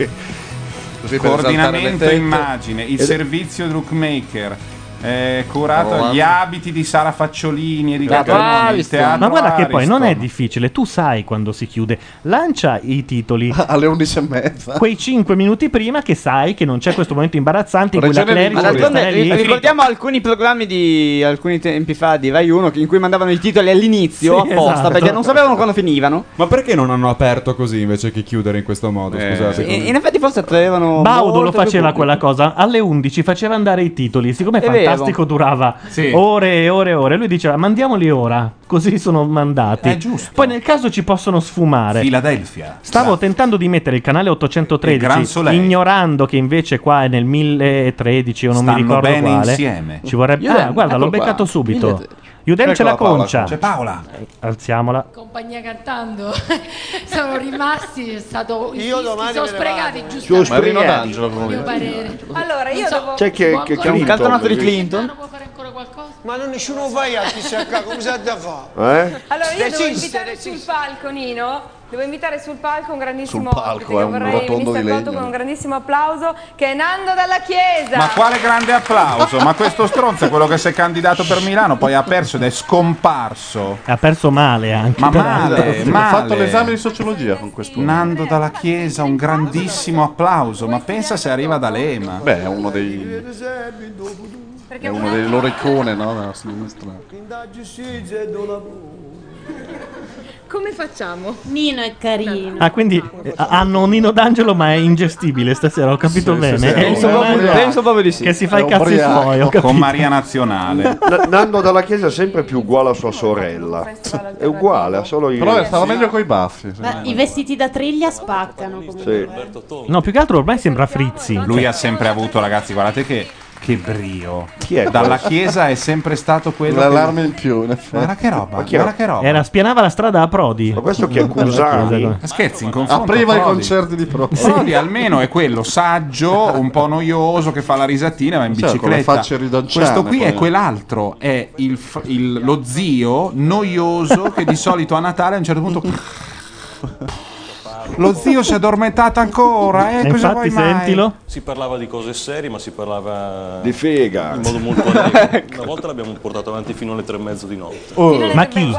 S18: Così per
S2: esatto,
S18: esaltare le
S3: Coordinamento
S18: tette.
S3: immagine, il
S18: Ed-
S3: servizio Druckmaker. eh, curato
S2: Oh,
S3: gli
S2: mamma.
S3: abiti di Sara Facciolini e di
S2: Ma
S3: Gagliaroni, il teatro
S2: guarda che poi non è
S3: Ariston.
S2: difficile, tu sai quando si chiude. Lancia i titoli alle 11 e mezza. Quei 5 minuti prima che sai che non c'è questo momento imbarazzante in cui la Clerici
S19: Ma
S2: deve
S19: d'altronde
S2: stare lì.
S19: ri- ricordiamo alcuni programmi di alcuni tempi fa di Rai 1 che- in cui mandavano i titoli all'inizio
S2: Sì,
S19: apposta
S2: esatto.
S19: perché non sapevano quando finivano.
S10: Ma perché non hanno aperto così invece che chiudere in questo modo?
S3: Eh,
S10: Scusate.
S19: E- in effetti forse attraevano
S2: Baudo lo
S19: molto più
S2: faceva
S19: pubblico.
S2: quella cosa, alle 11 faceva andare i titoli, siccome
S19: È
S2: Fantastico durava
S19: Sì.
S2: ore e ore e ore, lui diceva mandiamoli ora, così sono mandati. Poi nel caso ci possono sfumare.
S3: Philadelphia.
S2: Stavo tentando di mettere il canale
S3: Il Gran
S2: 813,
S3: Soleil.
S2: ignorando che invece qua è nel 1013 o non
S3: Stanno
S2: mi ricordo
S3: bene
S2: quale.
S3: insieme.
S2: Ci vorrebbe...
S3: Udem,
S2: ah, guarda,
S3: eccolo
S2: l'ho beccato
S3: qua.
S2: subito.
S3: 1013.
S2: Udem c'è
S3: Eccola
S2: la
S3: Paola,
S2: concia.
S3: c'è Paola.
S2: Eh, Alziamola.
S22: compagnia cantando sono rimasti è stato i
S26: Io
S22: fischi
S26: domani
S22: sono
S26: me ne
S22: sprecati
S15: Eh,
S9: Giù
S22: giustamente
S9: Sprieto.
S22: mio parere
S26: Allora, io devo-
S9: C'è chi è- che-
S26: C'è un
S19: cantonato di
S9: Clinton?
S26: Ma non nessuno vai a chi si accade, come si ha da fare?
S9: Eh?
S7: Allora io devo
S26: Resiste,
S7: invitare sul palco Nino, devo invitare sul palco un grandissimo
S18: Sul palco,
S7: ospite che
S18: è un
S7: vorrei
S18: rotondo
S7: venisse
S18: di
S7: accolto
S18: legno.
S7: con un grandissimo applauso che è Nando dalla Chiesa.
S3: Ma quale grande applauso! Ma questo stronzo è quello che si è candidato per Milano, poi ha perso ed è scomparso.
S2: Ha perso male anche.
S3: Ma
S2: peraltro.
S3: male, male.
S18: sociologia con questo.
S3: Nando dalla Chiesa, un grandissimo applauso. Ma pensa se arriva da Lema.
S18: Beh, è uno dei. È uno dei loro icone, no? Della sinistra.
S26: Indaggi sì, c'è do lavoro.
S24: Come facciamo?
S5: Nino è carino.
S2: Ah, quindi eh, hanno Nino D'Angelo, ma è ingestibile stasera, ho capito
S10: Sì, sì,
S2: bene.
S10: sì, Penso
S2: Eh,
S10: proprio-
S2: guarda,
S10: penso proprio di sì.
S2: Che si fa i
S10: È un
S2: cazzi
S10: ubriaco.
S2: suoi, ho
S10: Con
S2: capito.
S10: Maria Nazionale.
S9: N- Nando dalla Chiesa è sempre più uguale a sua sorella. È uguale, ha solo io.
S29: Però stava meglio coi baffi.
S5: Beh, I vestiti da triglia spaccano comunque.
S2: No, più che altro ormai sembra Frizzi.
S3: Lui ha sempre avuto, ragazzi, guardate che, che brio.
S2: Chi è
S3: Dalla
S2: questo?
S3: chiesa è sempre stato quello. che-
S29: L'allarme in più, in effetti.
S3: Guarda che roba,
S29: Ma chi era?
S3: guarda che roba.
S2: Era spianava la strada a Prodi. Ma
S9: questo chi è, Cusani?
S3: eh, Scherzi, in confronto
S29: Apriva
S3: a
S29: i
S3: Prodi.
S29: concerti di Prodi.
S3: Prodi almeno è quello saggio, un po' noioso che fa la risatina ma in
S29: Cioè, con le
S3: bicicletta.
S29: facce ridanciane,
S3: Questo qui è
S29: poi.
S3: quell'altro, è il f- il- lo zio noioso che di solito a Natale a un certo punto Lo zio si è addormentato ancora, eh, cosa vuoi mai?
S17: Si parlava di cose serie, ma si parlava
S9: Di fega.
S17: in modo molto allegro. Una volta l'abbiamo portato avanti fino alle tre e mezzo di notte.
S2: Oh, ma chi?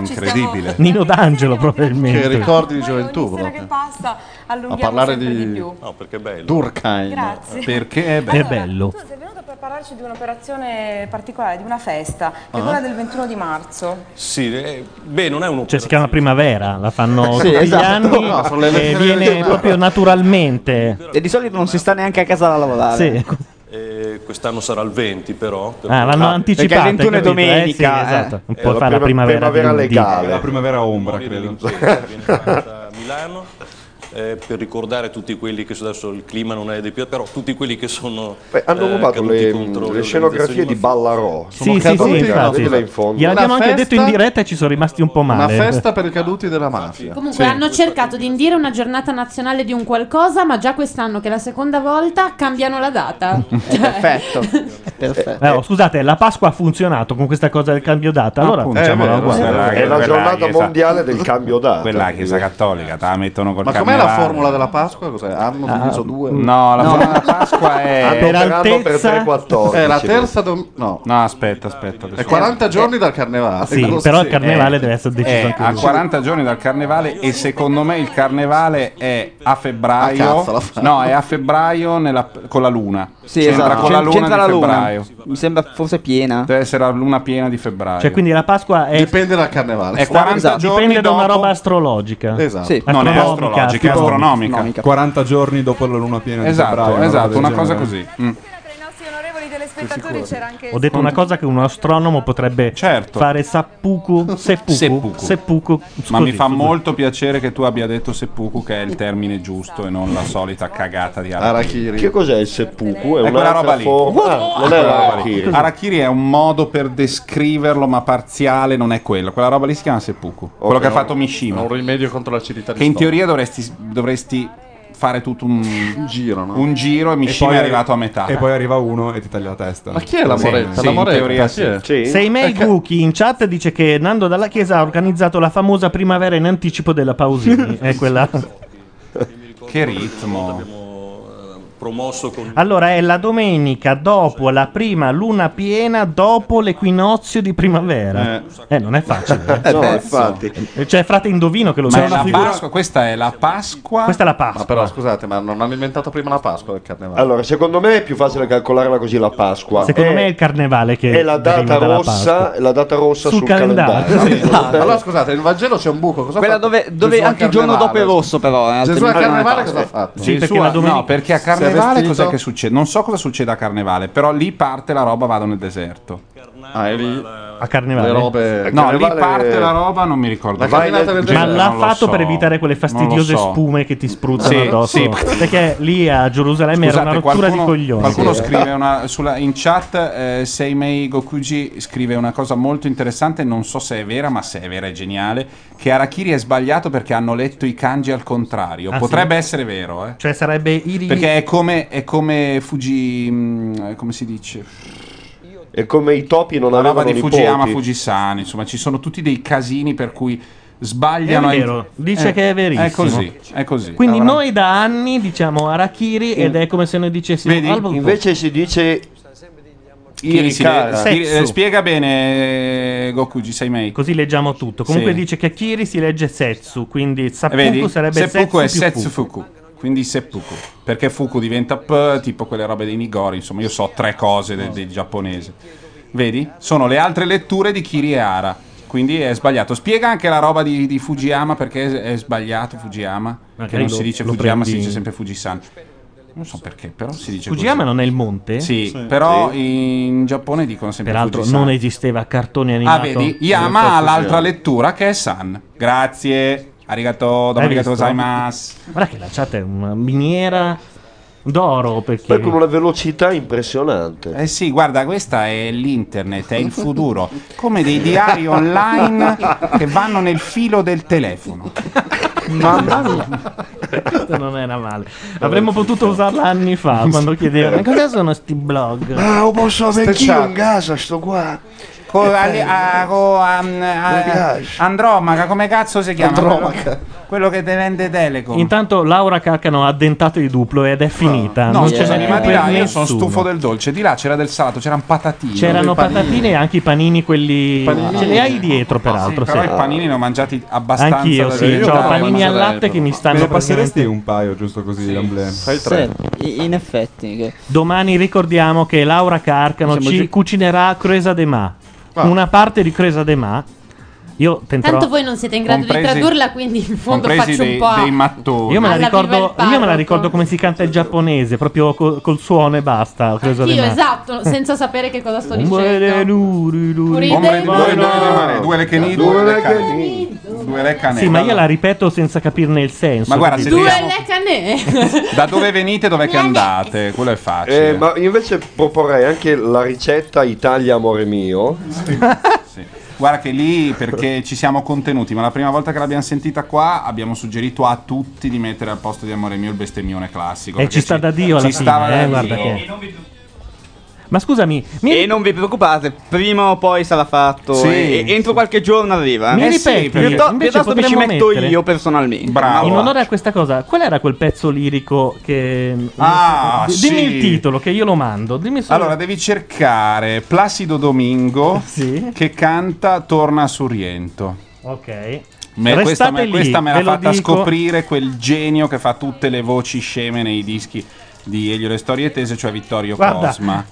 S17: Incredibile.
S2: Nino D'Angelo, probabilmente.
S29: Che ricordi di gioventù,
S24: Sera
S29: proprio.
S24: che passa,
S29: A
S24: allunghiamo
S29: parlare
S24: sempre
S29: di,
S24: di più.
S17: No, perché è bello.
S29: Durkheim.
S24: Grazie.
S3: Perché è
S24: bello.
S29: bello.
S24: Tu sei venuto per parlarci di un'operazione particolare, di una festa, che
S17: Ah.
S24: è quella del 21 di marzo.
S17: Sì, eh, beh, non è un
S2: Cioè, si chiama Primavera, la fanno
S17: Sì,
S2: tutti
S17: esatto.
S2: gli anni
S17: No, sono le
S2: e
S17: lezioni
S2: viene
S17: di-
S2: proprio naturalmente.
S19: E di solito non si sta neanche a casa da lavorare.
S2: Sì.
S17: Eh, quest'anno sarà il 20 però.
S18: Eh.
S17: per
S2: Ah,
S17: cui-
S2: l'hanno anticipata.
S19: perché il 21 è
S2: capito?
S19: domenica,
S2: Eh, sì,
S19: eh.
S2: esatto. Non
S17: È
S2: puoi
S17: la
S2: fare la
S17: prima-
S2: primavera,
S17: primavera
S2: di- di-
S17: legale.
S10: La primavera ombra,
S17: Memoria
S10: credo.
S17: dell'incendio, viene fatta a Milano eh, per ricordare tutti quelli che adesso il clima non è dei più, però tutti quelli che sono
S9: Beh, hanno
S17: eh,
S9: rubato
S17: caduti
S9: le,
S17: contro
S9: le
S17: organizzazioni
S9: scenografie di
S17: mafiose.
S9: Ballarò.
S2: Sì, sì, sì, infatti.
S9: Vedila in fondo.
S2: Gliel'abbiamo
S29: Una
S2: anche detto in
S29: festa-
S2: diretta e ci sono rimasti un po'
S29: Una
S2: male.
S29: festa per i caduti della mafia.
S5: Comunque hanno cercato di indire una giornata nazionale di un qualcosa, ma già quest'anno che è la seconda volta cambiano la data. Cioè,
S19: Perfetto. Perfetto.
S2: Eh, oh, scusate, la Pasqua ha funzionato con questa cosa del cambio data.
S29: Eh,
S3: Ah,
S2: Allora,
S3: Appunto,
S2: facciamola
S3: vero,
S2: uguale.
S3: quella-
S9: È Eh, diciamo la
S3: quella
S9: giornata
S3: chiesa-
S9: mondiale del cambio d'arte.
S3: Quella è la chiesa cattolica, te la mettono col
S29: Ma com'è la
S3: carnevale.
S29: formula della Pasqua? Cos'è? Anno
S3: Ah,
S29: diviso due?
S3: no, la formula della Pasqua
S29: Anno
S3: è
S29: per anno per tre, quattordici. È la terza dom-
S3: no. no, aspetta, aspetta.
S29: È 40 giorni dal carnevale. Cosa- sì. Eh.
S3: Eh, a 40 giorni dal carnevale e secondo me il carnevale è a febbraio.
S19: Ah, cazzo, la fa-
S3: no, è a febbraio nella- con la luna.
S19: Sì,
S3: C'entra
S19: esatto.
S3: con la
S19: C'en-
S3: luna
S19: c'entra
S3: di
S19: la luna.
S3: febbraio. Mi sembra forse piena. Deve essere la luna piena di febbraio.
S2: Cioè, quindi la Pasqua è.
S29: Dipende dal carnevale.
S3: Esatto. È 40
S17: Esatto.
S3: giorni
S2: Dipende da una
S3: dopo-
S2: roba astrologica.
S3: Esatto. Sì. Non è astrologica, è
S2: tipo-
S3: astronomica. Astronomica.
S10: 40 giorni dopo la luna piena
S3: Esatto,
S10: di febbraio.
S3: esatto,
S10: del
S3: una
S10: genere.
S3: cosa così.
S24: Spettatori c'era anche
S2: Ho detto una cosa che un astronomo potrebbe fare seppuku, seppuku,
S3: Certo. Seppuku.
S2: seppuku.
S3: Ma mi
S2: Scusi,
S3: fa
S2: scusi.
S3: molto piacere che tu abbia detto seppuku che è il termine giusto e non la solita cagata di Arachiri.
S9: Che cos'è il seppuku?
S3: È quella Ecco
S9: un'altra
S3: roba lì. Ecco
S9: forma- Ah, non è l'harakiri.
S3: Arachiri è un modo per descriverlo, ma parziale, non è quello. Quella roba lì si chiama seppuku. quello che ha fatto Mishima.
S29: Un rimedio contro l'acidità di
S3: Che in
S29: stomaco.
S3: teoria dovresti, dovresti fare tutto un, giro,
S29: no?
S3: un giro e Mishima
S10: poi
S3: è
S10: arri-
S3: arrivato a metà.
S10: E poi arriva uno e ti taglia la testa.
S3: Ma chi è la
S10: Sì,
S3: Moretta?
S10: sì,
S3: La
S10: in
S3: Moretta, Eh,
S10: teoria
S3: sì.
S10: sì.
S2: Sei May Guki in chat dice che Nando Dalla Chiesa ha organizzato la famosa primavera in anticipo della Pausini. è quella.
S3: Che ritmo. Ah,
S17: Abbiamo eh, promosso con
S2: Allora è la domenica dopo la prima luna piena dopo l'equinozio di primavera. Eh, non è facile.
S3: Eh, No, beh, infatti.
S2: Eh, C'è frate Indovino che lo
S3: Ma
S2: sa.
S3: è la Pasqua, questa è la Pasqua.
S2: Questa è la Pasqua.
S29: Ma però scusate, ma non hanno inventato prima la Pasqua del carnevale?
S9: Allora, secondo me è più facile calcolarla così la Pasqua.
S2: Secondo
S9: È-
S2: me è il carnevale che
S9: Eh, è la data
S2: deriva dalla
S9: rossa,
S2: Pasqua.
S9: la data rossa
S2: Sul
S9: sul,
S2: calendario. Esatto.
S29: Sì, allora scusate, nel Vangelo c'è un buco. Cosa
S19: Quella
S29: ha fatto
S19: dove- dove
S29: Gesù al
S19: anche il giorno
S29: carnevale?
S19: dopo è rosso, però, eh,
S29: Gesù al
S19: altrimenti non è
S29: carnevale cosa
S19: Pasqua.
S29: ha fatto?
S19: Sì, perché la domenica-
S3: No, perché a
S19: Si è
S3: Carnevale
S19: vestito-
S3: cos'è che succede? Non so cosa succede a Carnevale, però lì parte la roba vado nel deserto.
S29: Ah, è lì.
S2: A carnevale.
S29: Le robe-
S3: No,
S29: Carnevale-
S3: lì parte la roba, non mi ricordo.
S29: La camminata del
S2: Ma
S29: deserto.
S2: l'ha
S3: Non lo
S2: fatto
S3: so.
S2: per evitare quelle fastidiose
S3: Non lo so.
S2: spume che ti spruzzano
S3: Sì,
S2: addosso.
S3: sì.
S2: Perché lì a Gerusalemme era una
S3: Scusate,
S2: rottura di coglioni.
S3: Qualcuno scrive una, sulla, in chat: eh, Seimei Gokuji scrive una cosa molto interessante. Non so se è vera, ma se è vera è geniale. Che Arakiri è sbagliato perché hanno letto i kanji al contrario.
S2: Ah, sì?
S3: Esatto. Potrebbe essere vero, eh.
S2: Cioè sarebbe iri...
S3: Perché è come, è come Fuji. mh, come si dice?
S9: È come i topi non
S3: La roba
S9: avevano
S3: di
S9: nipoti.
S3: Fujiyama Fujisan. Insomma, ci sono tutti dei casini per cui sbagliano. Eh,
S2: È vero, dice che è verissimo.
S3: È così, è così.
S2: Quindi
S3: Avrà-
S2: noi da anni diciamo Arakiri ed è come se noi dicessimo
S3: Vedi?
S2: Albo-
S9: Invece si dice
S3: Iri si
S9: Irikara.
S3: le- si- eh, spiega bene eh, Gokuji Seimei.
S2: Così leggiamo tutto. Comunque
S3: Sì.
S2: dice che a Kiri si legge Setsu, quindi
S3: Eh, Vedi?
S2: Seppuku sarebbe
S3: seppuku è
S2: setsu più
S3: setsu
S2: fuku.
S3: fuku. Quindi seppuku. Perché fuku diventa p, tipo quelle robe dei nigori. Insomma, io so tre cose de- del giapponese. Vedi? Sono le altre letture di Kiri e Ara. Quindi è sbagliato. Spiega anche la roba di, di Fujiyama perché è sbagliato Fujiyama. Che
S2: Magari
S3: non
S2: lo-
S3: si dice
S2: lo
S3: Fujiyama, si
S2: prendi-
S3: dice sempre Fujisan. Non so perché, però si dice
S2: Fujiyama
S3: così.
S2: non è il monte?
S3: Sì,
S2: Sì.
S3: però in Giappone dicono sempre
S2: Peraltro
S3: Fujisan.
S2: non esisteva cartone
S3: Ah,
S2: animato.
S3: vedi, Yama ha
S2: ha
S3: l'altra lettura che è San. Grazie. Arigato,
S2: Hai
S3: arigato
S2: visto?
S3: gozaimasu.
S2: Guarda che la chat è una miniera d'oro perché...
S9: Poi con una velocità impressionante.
S3: Eh sì, guarda, questa è l'internet, è il futuro, come dei diari online che vanno nel filo del telefono.
S2: Mamma mia. Questa non era male. Avremmo potuto usarla anni fa quando chiedevano cosa sono sti blog.
S9: Ah, oh, posso avere chi in casa, sto qua.
S3: Con Ali- a- co- a- a-
S9: Mi piace.
S3: Andromaca, come cazzo si chiama?
S2: Andromaca.
S3: Quello, quello che te vende Telecom.
S2: Intanto Laura Caccano ha dentato di duplo ed è finita.
S3: No,
S2: non ce
S3: scusami,
S2: n'è
S3: ma
S2: più
S3: di là
S2: per
S3: io sono
S2: nessuno.
S3: stufo del dolce, di là c'era del salato, c'erano patatine.
S2: C'erano patatine e anche i panini quelli...
S3: Panini. Ah,
S2: Ce li hai dietro peraltro.
S3: Però
S2: sì.
S3: i panini ne ho mangiati abbastanza.
S2: Anch'io,
S3: da
S2: sì,
S3: vedere.
S2: c'ho panini al latte che mi stanno
S10: Me ne passeresti
S2: praticamente-
S10: un paio, giusto così, Lamblè? Fai
S19: Sì, in effetti. che-
S2: Domani ricordiamo che Laura Carcano
S19: Siamo
S2: ci
S19: gi-
S2: cucinerà Cresa de Ma.
S3: Ah.
S2: Una parte di Cresa de Ma. Io tenterò.
S5: Tanto voi non siete in grado
S2: Compresi-
S5: di tradurla, quindi in fondo
S2: compresi
S5: faccio un
S2: dei-
S5: po' a...
S2: dei
S3: mattoni.
S2: Io me,
S5: Alla viva
S2: la
S5: il
S2: ricordo,
S5: parroco.
S2: io me la ricordo come si canta il giapponese, proprio co- col suono e basta. ho preso le
S5: Io,
S2: mani.
S5: esatto, senza sapere che cosa sto
S2: Ombre
S5: dicendo.
S2: luri, luri.
S5: Puride- Ombre
S3: Due, due, due, mani, due le cani, due le cani. Due le cani.
S2: Sì, ma io la ripeto senza capirne il senso.
S3: Ma guarda,
S2: capito?
S3: se
S5: Due
S3: Diciamo-
S5: le canè.
S3: Da dove venite, dove che andate? Quello è
S29: Ah,
S3: facile.
S9: Eh, ma io invece proporrei anche la ricetta Italia amore mio.
S3: Guarda che lì perché ci siamo contenuti, ma la prima volta che l'abbiamo sentita qua abbiamo suggerito a tutti di mettere al posto di Amore mio il bestemmione classico.
S2: E
S3: perché
S2: Eh, ci sta da Dio alla
S3: ci
S2: fine,
S3: stava da
S2: eh, guarda
S3: Dio.
S2: che- Ma scusami,
S19: E non vi preoccupate, prima o poi sarà fatto.
S3: Sì.
S19: e- e entro qualche giorno arriva. eh.
S2: Mi
S19: Eh sì,
S2: ripeti,
S19: piuttosto,
S2: invece
S19: piuttosto mi ci
S2: potremmo
S19: metto
S2: mettere-
S19: io personalmente.
S2: In onore a questa cosa, qual era quel pezzo lirico che.
S3: Ah,
S2: D- dimmi
S3: sì.
S2: il titolo, che io lo mando. Dimmi solo.
S3: Allora devi cercare Placido Domingo che canta Torna su Riento.
S2: ok.
S3: Me-
S2: Restate
S3: questa, me-
S2: lì,
S3: questa me l'ha
S2: ve lo
S3: fatta
S2: dico.
S3: scoprire quel genio che fa tutte le voci sceme nei dischi di Elio Le Storie Tese, cioè Vittorio
S2: Guarda.
S3: Cosma.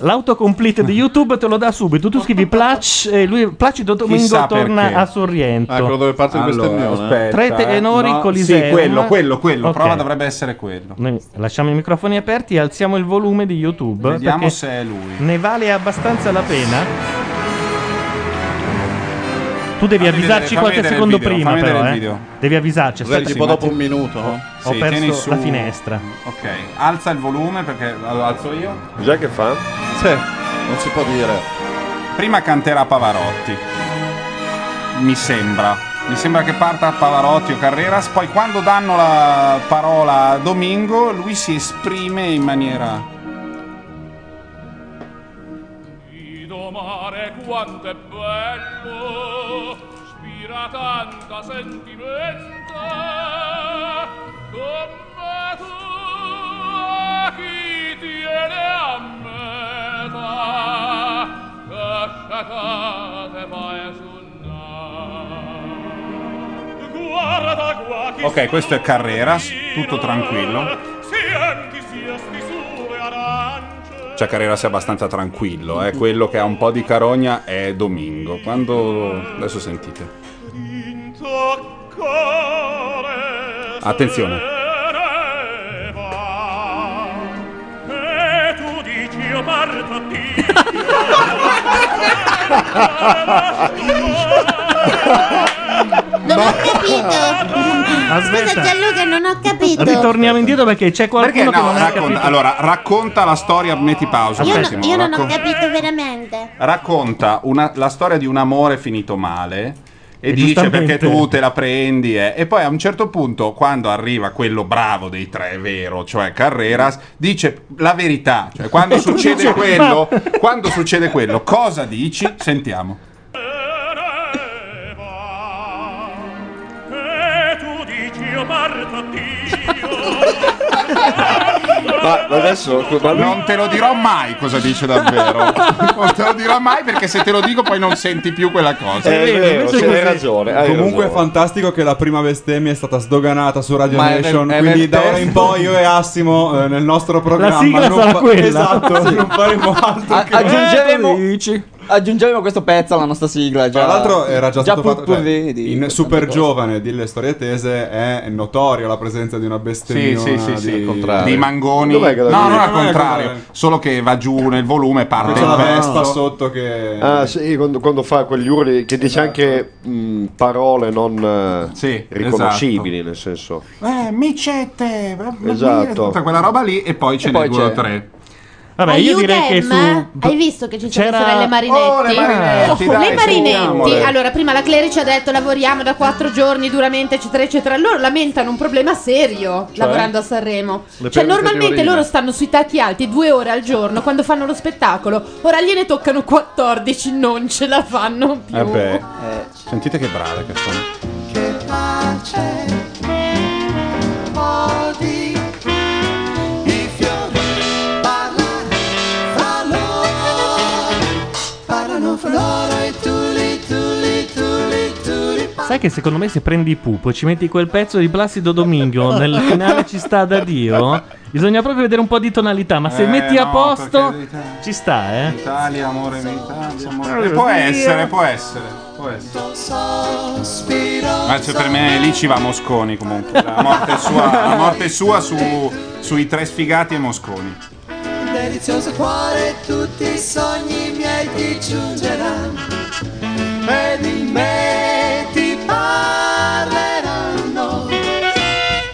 S2: L'autocomplete di YouTube te lo dà subito. Tu scrivi Plac- e lui, Placido Domingo
S3: Chissà
S2: torna
S3: perché.
S2: a Sorriento.
S3: Ah, quello dove parte il
S2: Allora,
S3: bestemmione?
S2: aspetta, Tre
S3: eh.
S2: tenori
S3: No,
S2: Coliseo.
S3: sì, quello, quello, quello.
S2: Ok.
S3: Prova dovrebbe essere quello.
S2: Noi lasciamo i microfoni aperti e alziamo il volume di YouTube.
S3: Vediamo
S2: perché
S3: se è lui.
S2: Ne vale abbastanza la pena. Tu devi
S3: Fammi vedere,
S2: avvisarci
S3: fammi
S2: qualche
S3: vedere il
S2: secondo
S3: video,
S2: prima,
S3: fammi
S2: però.
S3: vedere il
S2: eh.
S3: video.
S2: Devi avvisarci.
S3: Magari
S2: aspetta.
S3: tipo dopo un minuto, no?
S2: Ho
S3: Sì, tieni
S2: perso
S3: su.
S2: la finestra.
S3: Ok, alza il volume perché lo alzo io.
S9: Già che fa?
S3: Sì, non si può dire. Prima canterà Pavarotti. Mi sembra. Mi sembra che parta Pavarotti o Carreras, poi quando danno la parola a Domingo, lui si esprime in maniera
S8: mare quanto è bello, spira tanta sentimenta, come tu chi tiene a meta, casciate mai suonare. Guarda qua chi
S3: Ok, questo è Carreras, tutto tranquillo.
S8: senti sia sti sulle arance,
S3: Cioè Carreras è abbastanza tranquillo, eh. quello che ha un po' di carogna è Domingo. Quando adesso sentite. Attenzione.
S8: e tu dici io parto più.
S21: Non ho capito. Scusa
S2: Aspetta.
S21: Gianluca, non ho capito.
S2: Ritorniamo indietro perché c'è
S3: Perché
S2: qualcuno
S3: no?
S2: che non ha
S3: racconta-
S2: capito.
S3: allora, racconta la storia, metti pausa. un
S21: Io, no-
S3: attimo,
S21: io non ho
S3: raccon-
S21: capito veramente.
S3: racconta una- la storia di un amore finito male. E,
S2: E
S3: dice
S2: giustamente-
S3: perché tu te la prendi. eh. E poi a un certo punto, quando arriva quello bravo dei tre, vero, cioè Carreras, dice la verità. Cioè, quando
S8: E tu
S3: succede
S8: dici,
S3: quello, quando succede quello, cosa dici? Sentiamo.
S8: e tu dici "Oh, io parto
S9: Ma adesso
S3: Non te lo dirò mai cosa dice davvero. non te lo dirò mai perché se te lo dico poi non senti più quella cosa.
S10: Comunque è fantastico che la prima bestemmia è stata sdoganata su Radio
S3: Ma è nel-
S10: Nation.
S3: è nel
S10: quindi da ora
S3: testo.
S10: in poi io e Assimo eh, nel nostro programma.
S2: sigla
S10: non
S2: sarà quella.
S10: Esatto, non faremo altro.
S19: aggiungeremo,
S31: aggiungeremo questo pezzo alla nostra sigla. Già,
S18: Tra l'altro era già, stato
S31: pur-
S18: fatto
S31: pur
S18: cioè,
S31: vedi.
S18: in Super Giovane delle storie tese è notorio la presenza di una bestemmia
S3: Sì, sì, sì, sì,
S18: di,
S3: al contrario. Di Mangoni.
S18: Dov'è che la-
S3: No, non al
S18: Dov'è che la-
S3: contrario. Solo che va giù nel volume, parte
S18: C'è
S3: il
S18: la
S3: testo.
S18: Vespa sotto che
S9: Ah, sì, quando, quando fa quegli urli che
S29: Esatto.
S9: dice anche mh, parole non eh, riconoscibili, nel senso.
S3: Eh, micette.
S9: Esatto.
S3: Tutta quella roba lì e poi ce
S9: E
S3: ne
S9: poi
S3: due o
S9: c'è- Cioè,
S3: tre.
S2: Vabbè,
S5: Are
S2: io
S5: you
S2: direi che
S5: them?
S2: su-
S5: Hai visto che ci sono
S2: C'era-
S5: le sorelle Marinetti?
S2: Oh, le Marinetti,
S5: Oh,
S2: dai,
S5: le Marinetti.
S2: sentiamole.
S5: Allora, prima la Cleri ci ha detto lavoriamo da quattro giorni duramente, eccetera, eccetera. Loro lamentano un problema serio
S32: Cioè?
S5: lavorando a Sanremo.
S32: Le
S5: Cioè,
S32: perdite di
S5: normalmente
S32: urina.
S5: loro stanno sui tacchi alti due ore al giorno quando fanno lo spettacolo. Ora gliene toccano 14, non ce la fanno più.
S3: Vabbè. Eh Sentite che brave che sono.
S8: Che pace modi i fiori parlano fra loro parlano fra loro e tu li tu li tu li tu li
S2: Sai che secondo me se prendi Pupo e ci metti quel pezzo di Placido Domingo nel finale ci sta da Dio, bisogna proprio vedere un po' di tonalità, ma se
S3: Eh,
S2: metti a
S3: no,
S2: posto
S3: perché l'Italia-
S2: ci sta, eh.
S3: Italia, amore mio, Italia, amore
S2: mio.
S3: Può essere, può essere, può essere.
S8: sospiro
S3: Ma cioè, per me lì ci va Mosconi comunque. La morte sua, la morte sua su, sui tre sfigati e Mosconi.
S8: un delizioso cuore tutti i sogni miei ti giungeranno e di me ti parleranno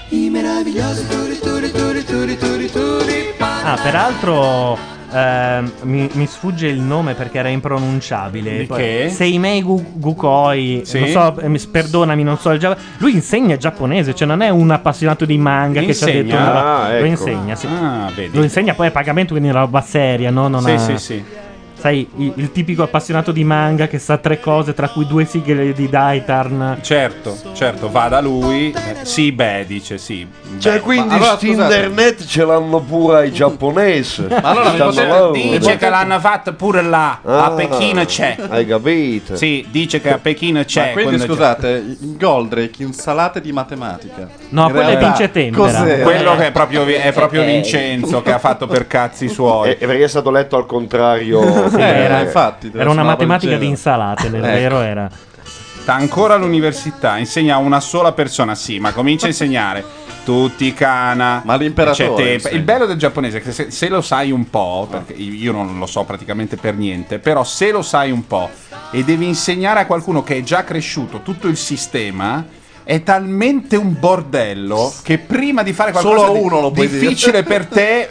S8: i meravigliosi turi turi turi turi turi turi
S2: Ah, peraltro ehm, mi, mi sfugge il nome perché era impronunciabile.
S3: Di
S2: Poi,
S3: che?
S2: Seimei Gu- Gukoi,
S3: Sì?
S2: non so, eh, mi- perdonami, non so il gia- Lui insegna giapponese, cioè non è un appassionato di manga che ci ha detto
S3: Insegna?
S2: una-
S3: Ah, ecco.
S2: Lo insegna, sì.
S3: Ah, vedi.
S2: Lo insegna poi a pagamento, quindi è una roba seria, no? Non
S3: Sì,
S2: ha-
S3: sì, sì.
S2: Sai, i- il, tipico appassionato di manga che sa tre cose, tra cui due sigle di Daitarn.
S3: Certo, certo, va da lui. Eh, Sì, beh, dice sì.
S9: Cioè,
S3: beh.
S9: quindi
S3: Ma allora,
S9: sti
S3: scusate,
S9: internet ce l'hanno pure ai giapponesi.
S3: Ma allora mi
S9: Stanno
S3: potete
S9: là,
S3: dice che l'hanno fatta pure là, a
S9: Ah,
S3: Pechino c'è.
S9: Hai capito?
S3: Sì, dice che a Pechino c'è.
S29: Ma quindi
S3: quando c'è.
S29: scusate, il Goldrake insalate di matematica.
S2: No,
S29: In
S2: quello è
S29: realtà,
S2: Vince Tempera.
S29: cos'era?
S3: Quello che è proprio, è proprio
S29: Ok.
S3: Vincenzo che ha fatto per cazzi suoi.
S9: E perché è stato letto al contrario?
S3: Sì, Eh, era, Oh, infatti,
S2: Era una matematica di insalate, nel
S3: Ecco.
S2: vero era.
S3: Sta ancora all'università, insegna a una sola persona, sì, ma comincia a insegnare tutti i cana. Ma
S29: l'imperatore insegna.
S3: il bello del giapponese è che se, se lo sai un po', perché io non lo so praticamente per niente, però se lo sai un po' e devi insegnare a qualcuno che è già cresciuto tutto il sistema, è talmente un bordello che prima di fare qualcosa
S29: Solo a
S3: di
S29: uno lo puoi dire.
S3: difficile per te,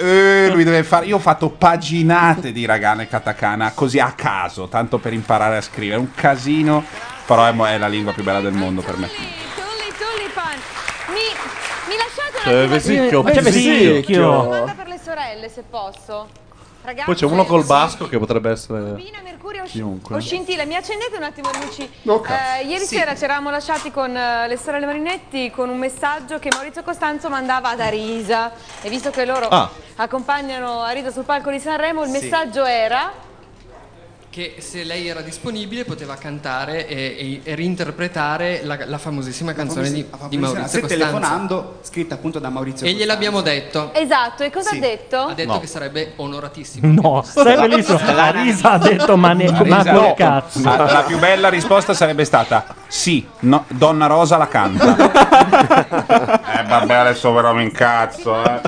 S3: eh, lui deve fare. Io ho fatto paginate di ragana e katakana così a caso, tanto per imparare a scrivere. È un casino, però è, mo- è la lingua più bella del mondo per me.
S7: Tulipan, mi, mi lasciate
S3: C'è
S2: Eh,
S7: una
S3: Vesicchio,
S7: domanda-
S3: Eh, C'è Vesicchio. Vesicchio.
S7: Una domanda per le sorelle, se posso. Ragazzi,
S29: Poi c'è uno col basco che potrebbe essere
S7: Mercurio
S29: chiunque.
S7: o Scintilla, mi accendete un attimo le luci?
S29: No, cazzo.
S7: Eh, ieri
S29: Sì.
S7: sera ci eravamo lasciati con eh, le sorelle Marinetti con un messaggio che Maurizio Costanzo mandava ad Arisa e visto che loro
S19: Ah.
S7: accompagnano Arisa sul palco di Sanremo, il
S19: Sì.
S7: messaggio era
S19: che se lei era disponibile poteva cantare e, e- e reinterpretare la, la famosissima canzone di,
S33: famosissima-
S19: di
S33: la
S19: Maurizio
S33: famosissima-
S19: Costanzo.
S33: Stai telefonando, scritta appunto da Maurizio
S19: E gliel'abbiamo detto.
S7: Esatto, e cosa ha detto?
S19: Ha detto
S33: No.
S19: che sarebbe onoratissimo.
S2: No, sai bellissimo. Arisa ha detto ma, ne- ma
S3: Arisa,
S2: quel
S3: no.
S2: cazzo.
S3: Ah, La, più bella risposta sarebbe stata: Sì, no, Donna Rosa la canta. eh, vabbè, adesso però mi incazzo. Eh.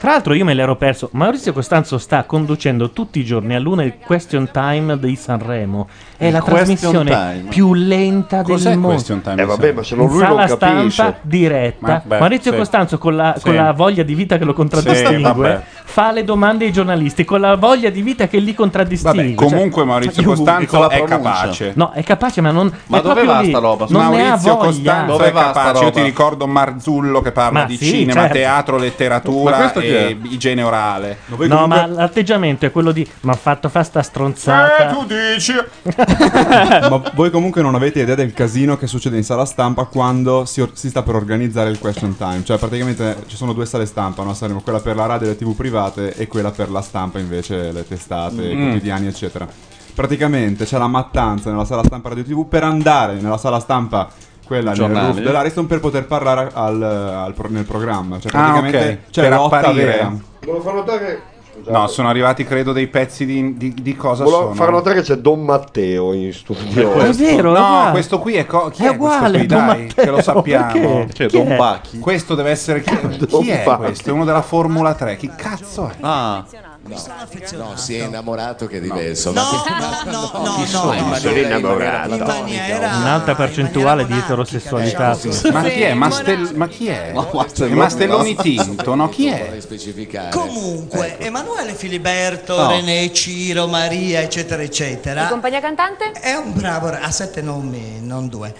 S2: Tra l'altro io me l'ero perso. Maurizio Costanzo sta conducendo tutti i giorni a luna il Question Time di Sanremo. È
S3: Il
S2: la
S3: Question
S2: trasmissione
S3: Time?
S2: più lenta del
S3: Cos'è il
S2: mondo.
S3: Question Time di
S2: Eh, vabbè, ma se
S3: Sanremo?
S2: non lui
S3: In sala
S2: non capisce.
S3: stampa
S2: diretta.
S3: Ma- beh,
S2: Maurizio
S3: sì.
S2: Costanzo con la,
S3: Sì.
S2: con la voglia di vita che lo
S3: Sì,
S2: contraddistingue
S3: vabbè.
S2: fa le domande ai giornalisti con la voglia di vita che li contraddistingue. Cioè,
S3: Vabbè, comunque Maurizio Costanzo è capace.
S2: No, è capace, ma non
S3: Ma
S2: è
S3: dove
S2: proprio
S3: va
S2: lì.
S3: sta roba?
S2: Non ne ha
S3: Maurizio
S2: voglia.
S3: Costanzo è capace. Io ti ricordo Marzullo che parla
S2: Ma
S3: di
S2: sì,
S3: cinema,
S2: certo.
S3: teatro,
S2: Ma
S3: letteratura
S2: questo chi è?
S3: e igiene orale.
S2: No, ma l'atteggiamento è quello di ma ha fatto fa sta stronzata.
S3: Eh, tu dici.
S18: Ma voi comunque non avete idea del casino che succede in sala stampa quando si, or- si sta per organizzare il question time. Cioè, praticamente ci sono due sale stampa, no? Saremo quella per la radio e le tv private e quella per la stampa invece, le testate, i
S3: Mm.
S18: quotidiani, eccetera. Praticamente c'è la mattanza nella sala stampa radio e tv per andare nella sala stampa. Quella nel
S3: Giornali.
S18: roof dell'Ariston per poter parlare al- al pro- nel programma. Cioè,
S3: Ah,
S18: praticamente
S3: ok.
S18: c'è
S3: Per
S18: lotta
S3: apparire.
S18: vera.
S9: Volevo far notare
S3: No, sono arrivati credo dei pezzi di, di- di cosa
S9: Volevo
S3: sono.
S9: far notare che c'è Don Matteo in studio.
S3: È vero,
S9: no?
S3: No, questo qui è, co- chi è,
S9: uguale,
S3: questo
S9: Don
S3: qui? Dai,
S9: Matteo,
S3: che lo sappiamo. Cioè,
S9: perché? Chi è? Chi Cioè, Don è? Bacchi?
S3: Questo deve essere chi,
S9: Don
S3: chi è
S9: Bacchi.
S3: questo? È uno della Formula 3. Chi cazzo è? Ah.
S13: No, si è innamorato che è diverso.
S2: No,
S13: no, no,
S2: no, no, sono innamorato. Un'alta percentuale di eterosessualità.
S3: Ma chi è? Mastel- ma chi è?
S2: Mastelloni
S3: È Mastelloni
S2: no.
S3: Tinto, no? Chi è?
S13: specificare.
S14: Comunque, Emanuele Filiberto,
S3: No.
S14: René, Ciro, Maria, eccetera, eccetera.
S7: La compagnia cantante?
S14: È un bravo, ra- a sette nomi, non due.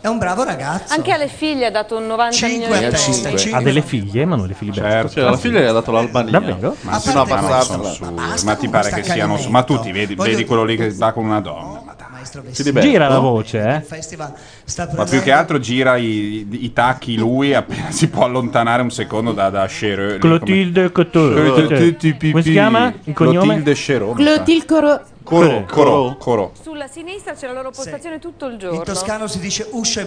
S14: È un bravo ragazzo.
S7: Anche alle figlie ha dato un 90 milioni di
S14: a testa,
S7: euro.
S2: Ha delle figlie, Emanuele Filiberto.
S29: Certo, la figlia gli ha dato l'Albania.
S2: Davvero? Ah,
S3: Ma sì, ma non sono su- ma ti pare che siano su- Ma tu ti vedi, vedi quello lì che va con una donna. Ma dai.
S2: Gira la voce, eh?
S14: Festival sta
S3: Ma
S14: prendendo-
S3: più che altro gira i, i- i tacchi lui appena si può allontanare un secondo da, da Chereux, lì,
S2: Clotilde Couture.
S3: Clotilde-
S2: Come si chiama? Il cognome?
S3: Clotilde Chereux.
S25: Clotil Coro.
S3: Coro, Coro, Coro.
S7: Sulla sinistra c'è la loro postazione tutto il
S14: In
S7: giorno.
S14: toscano si dice uscia e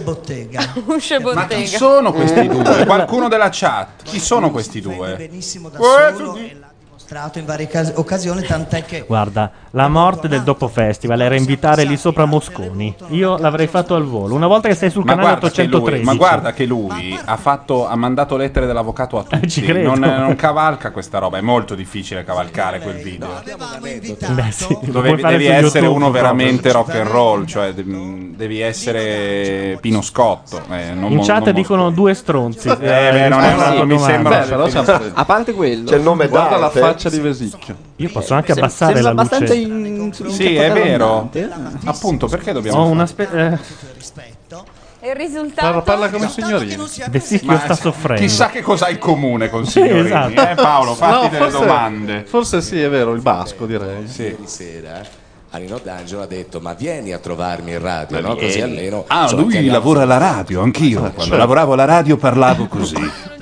S14: bottega. Eh.
S7: Usce e
S3: Ma
S7: bottega.
S3: chi sono questi due? Qualcuno della chat, chi sono questi due?
S14: Benissimo da
S3: Eh,
S14: solo e l'ha dimostrato in varie cas- occasioni, tant'è che
S2: Guarda, la morte del dopo festival era invitare lì sopra Mosconi. Io l'avrei fatto al volo. Una volta che sei sul
S3: Ma
S2: canale
S3: guarda, che lui,
S2: 813.
S3: ma guarda che lui ha, fatto, ha mandato lettere dell'avvocato a tutti.
S2: credo.
S3: Non, non cavalca questa roba, è molto difficile cavalcare quel video.
S2: Beh, Eh, sì, lo puoi
S3: Dovevi,
S2: fare
S3: devi
S2: su
S3: essere
S2: YouTube,
S3: uno
S2: proprio.
S3: veramente rock and roll, cioè de- mh, devi essere Pino Scotto. eh, non
S2: In
S3: mo-
S2: chat Ah,
S3: non mo-
S2: dicono due stronzi.
S3: Eh, beh, non è una- mi sembra- Beh, però siamo-
S19: A parte quello,
S2: C'è il nome
S19: guarda
S2: d'arte.
S19: la faccia
S29: di Vesicchio.
S2: Io posso anche
S19: Sem-
S2: abbassare
S19: sembra
S2: la luce.
S19: abbastanza in-
S3: Sì, è vero. Appunto, perché dobbiamo
S2: Ho
S3: fare-
S2: una spe- eh,
S7: E il risultato?
S3: signorino.
S2: Vesicchio sta soffrendo.
S3: Ah, Chissà che cosa hai in comune con signorini.
S29: Esatto.
S3: Eh, Paolo, fatti
S29: No,
S3: delle
S29: forse-
S3: domande.
S29: Forse sì, è vero, il basco direi.
S13: Ieri sera Arino D'Angelo ha detto ma vieni a trovarmi in radio,
S3: Ma
S13: no?
S2: Eh,
S13: così
S3: vieni.
S13: almeno...
S3: Ah,
S13: ce la
S3: lui
S13: chiamiamo.
S3: lavora alla radio,
S2: Ah,
S3: anch'io. Quando
S13: certo.
S3: lavoravo alla radio parlavo così.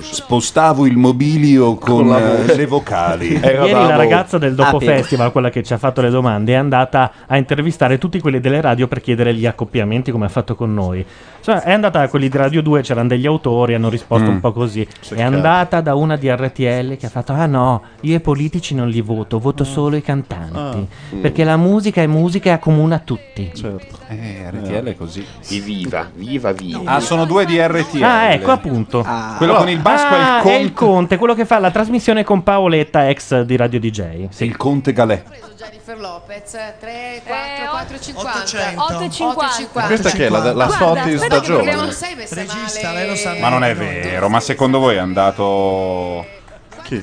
S3: Spostavo il mobilio con,
S2: Con la
S3: eh,
S2: voce.
S3: le vocali.
S2: Ieri la ragazza del dopo
S3: Ah, sì.
S2: festival, quella che ci ha fatto le domande, è andata a intervistare tutti quelli delle radio per chiedere gli accoppiamenti come ha fatto con noi. Cioè, è andata a quelli di Radio 2, c'erano degli autori, hanno risposto
S3: Mm. certo.
S2: un po' così. è
S3: chiaro.
S2: andata da una di RTL che ha fatto: Ah no, io i politici non li voto, voto solo i cantanti.
S3: Mm. Ah. Mm.
S2: Perché la musica è musica e accomuna tutti.
S3: Eh, RTL è così.
S2: viva, viva, viva.
S3: Ah, sono due di RTL.
S2: Ah, ecco appunto.
S3: Quello con il basco
S2: Ah,
S3: è il
S2: il Conte, quello che fa la trasmissione con Paoletta, ex di Radio DJ.
S3: Il Conte Galè.
S30: Jennifer Lopez
S7: Eh,
S30: 3, 4, 4, 50 8,50.
S29: Questa chi è? La- la
S30: Guarda,
S29: Sotis
S30: però
S29: da
S30: che
S29: giovane?
S30: abbiamo- sei messa male.
S3: Conte. Ma non è vero, ma secondo voi è andato. Chi?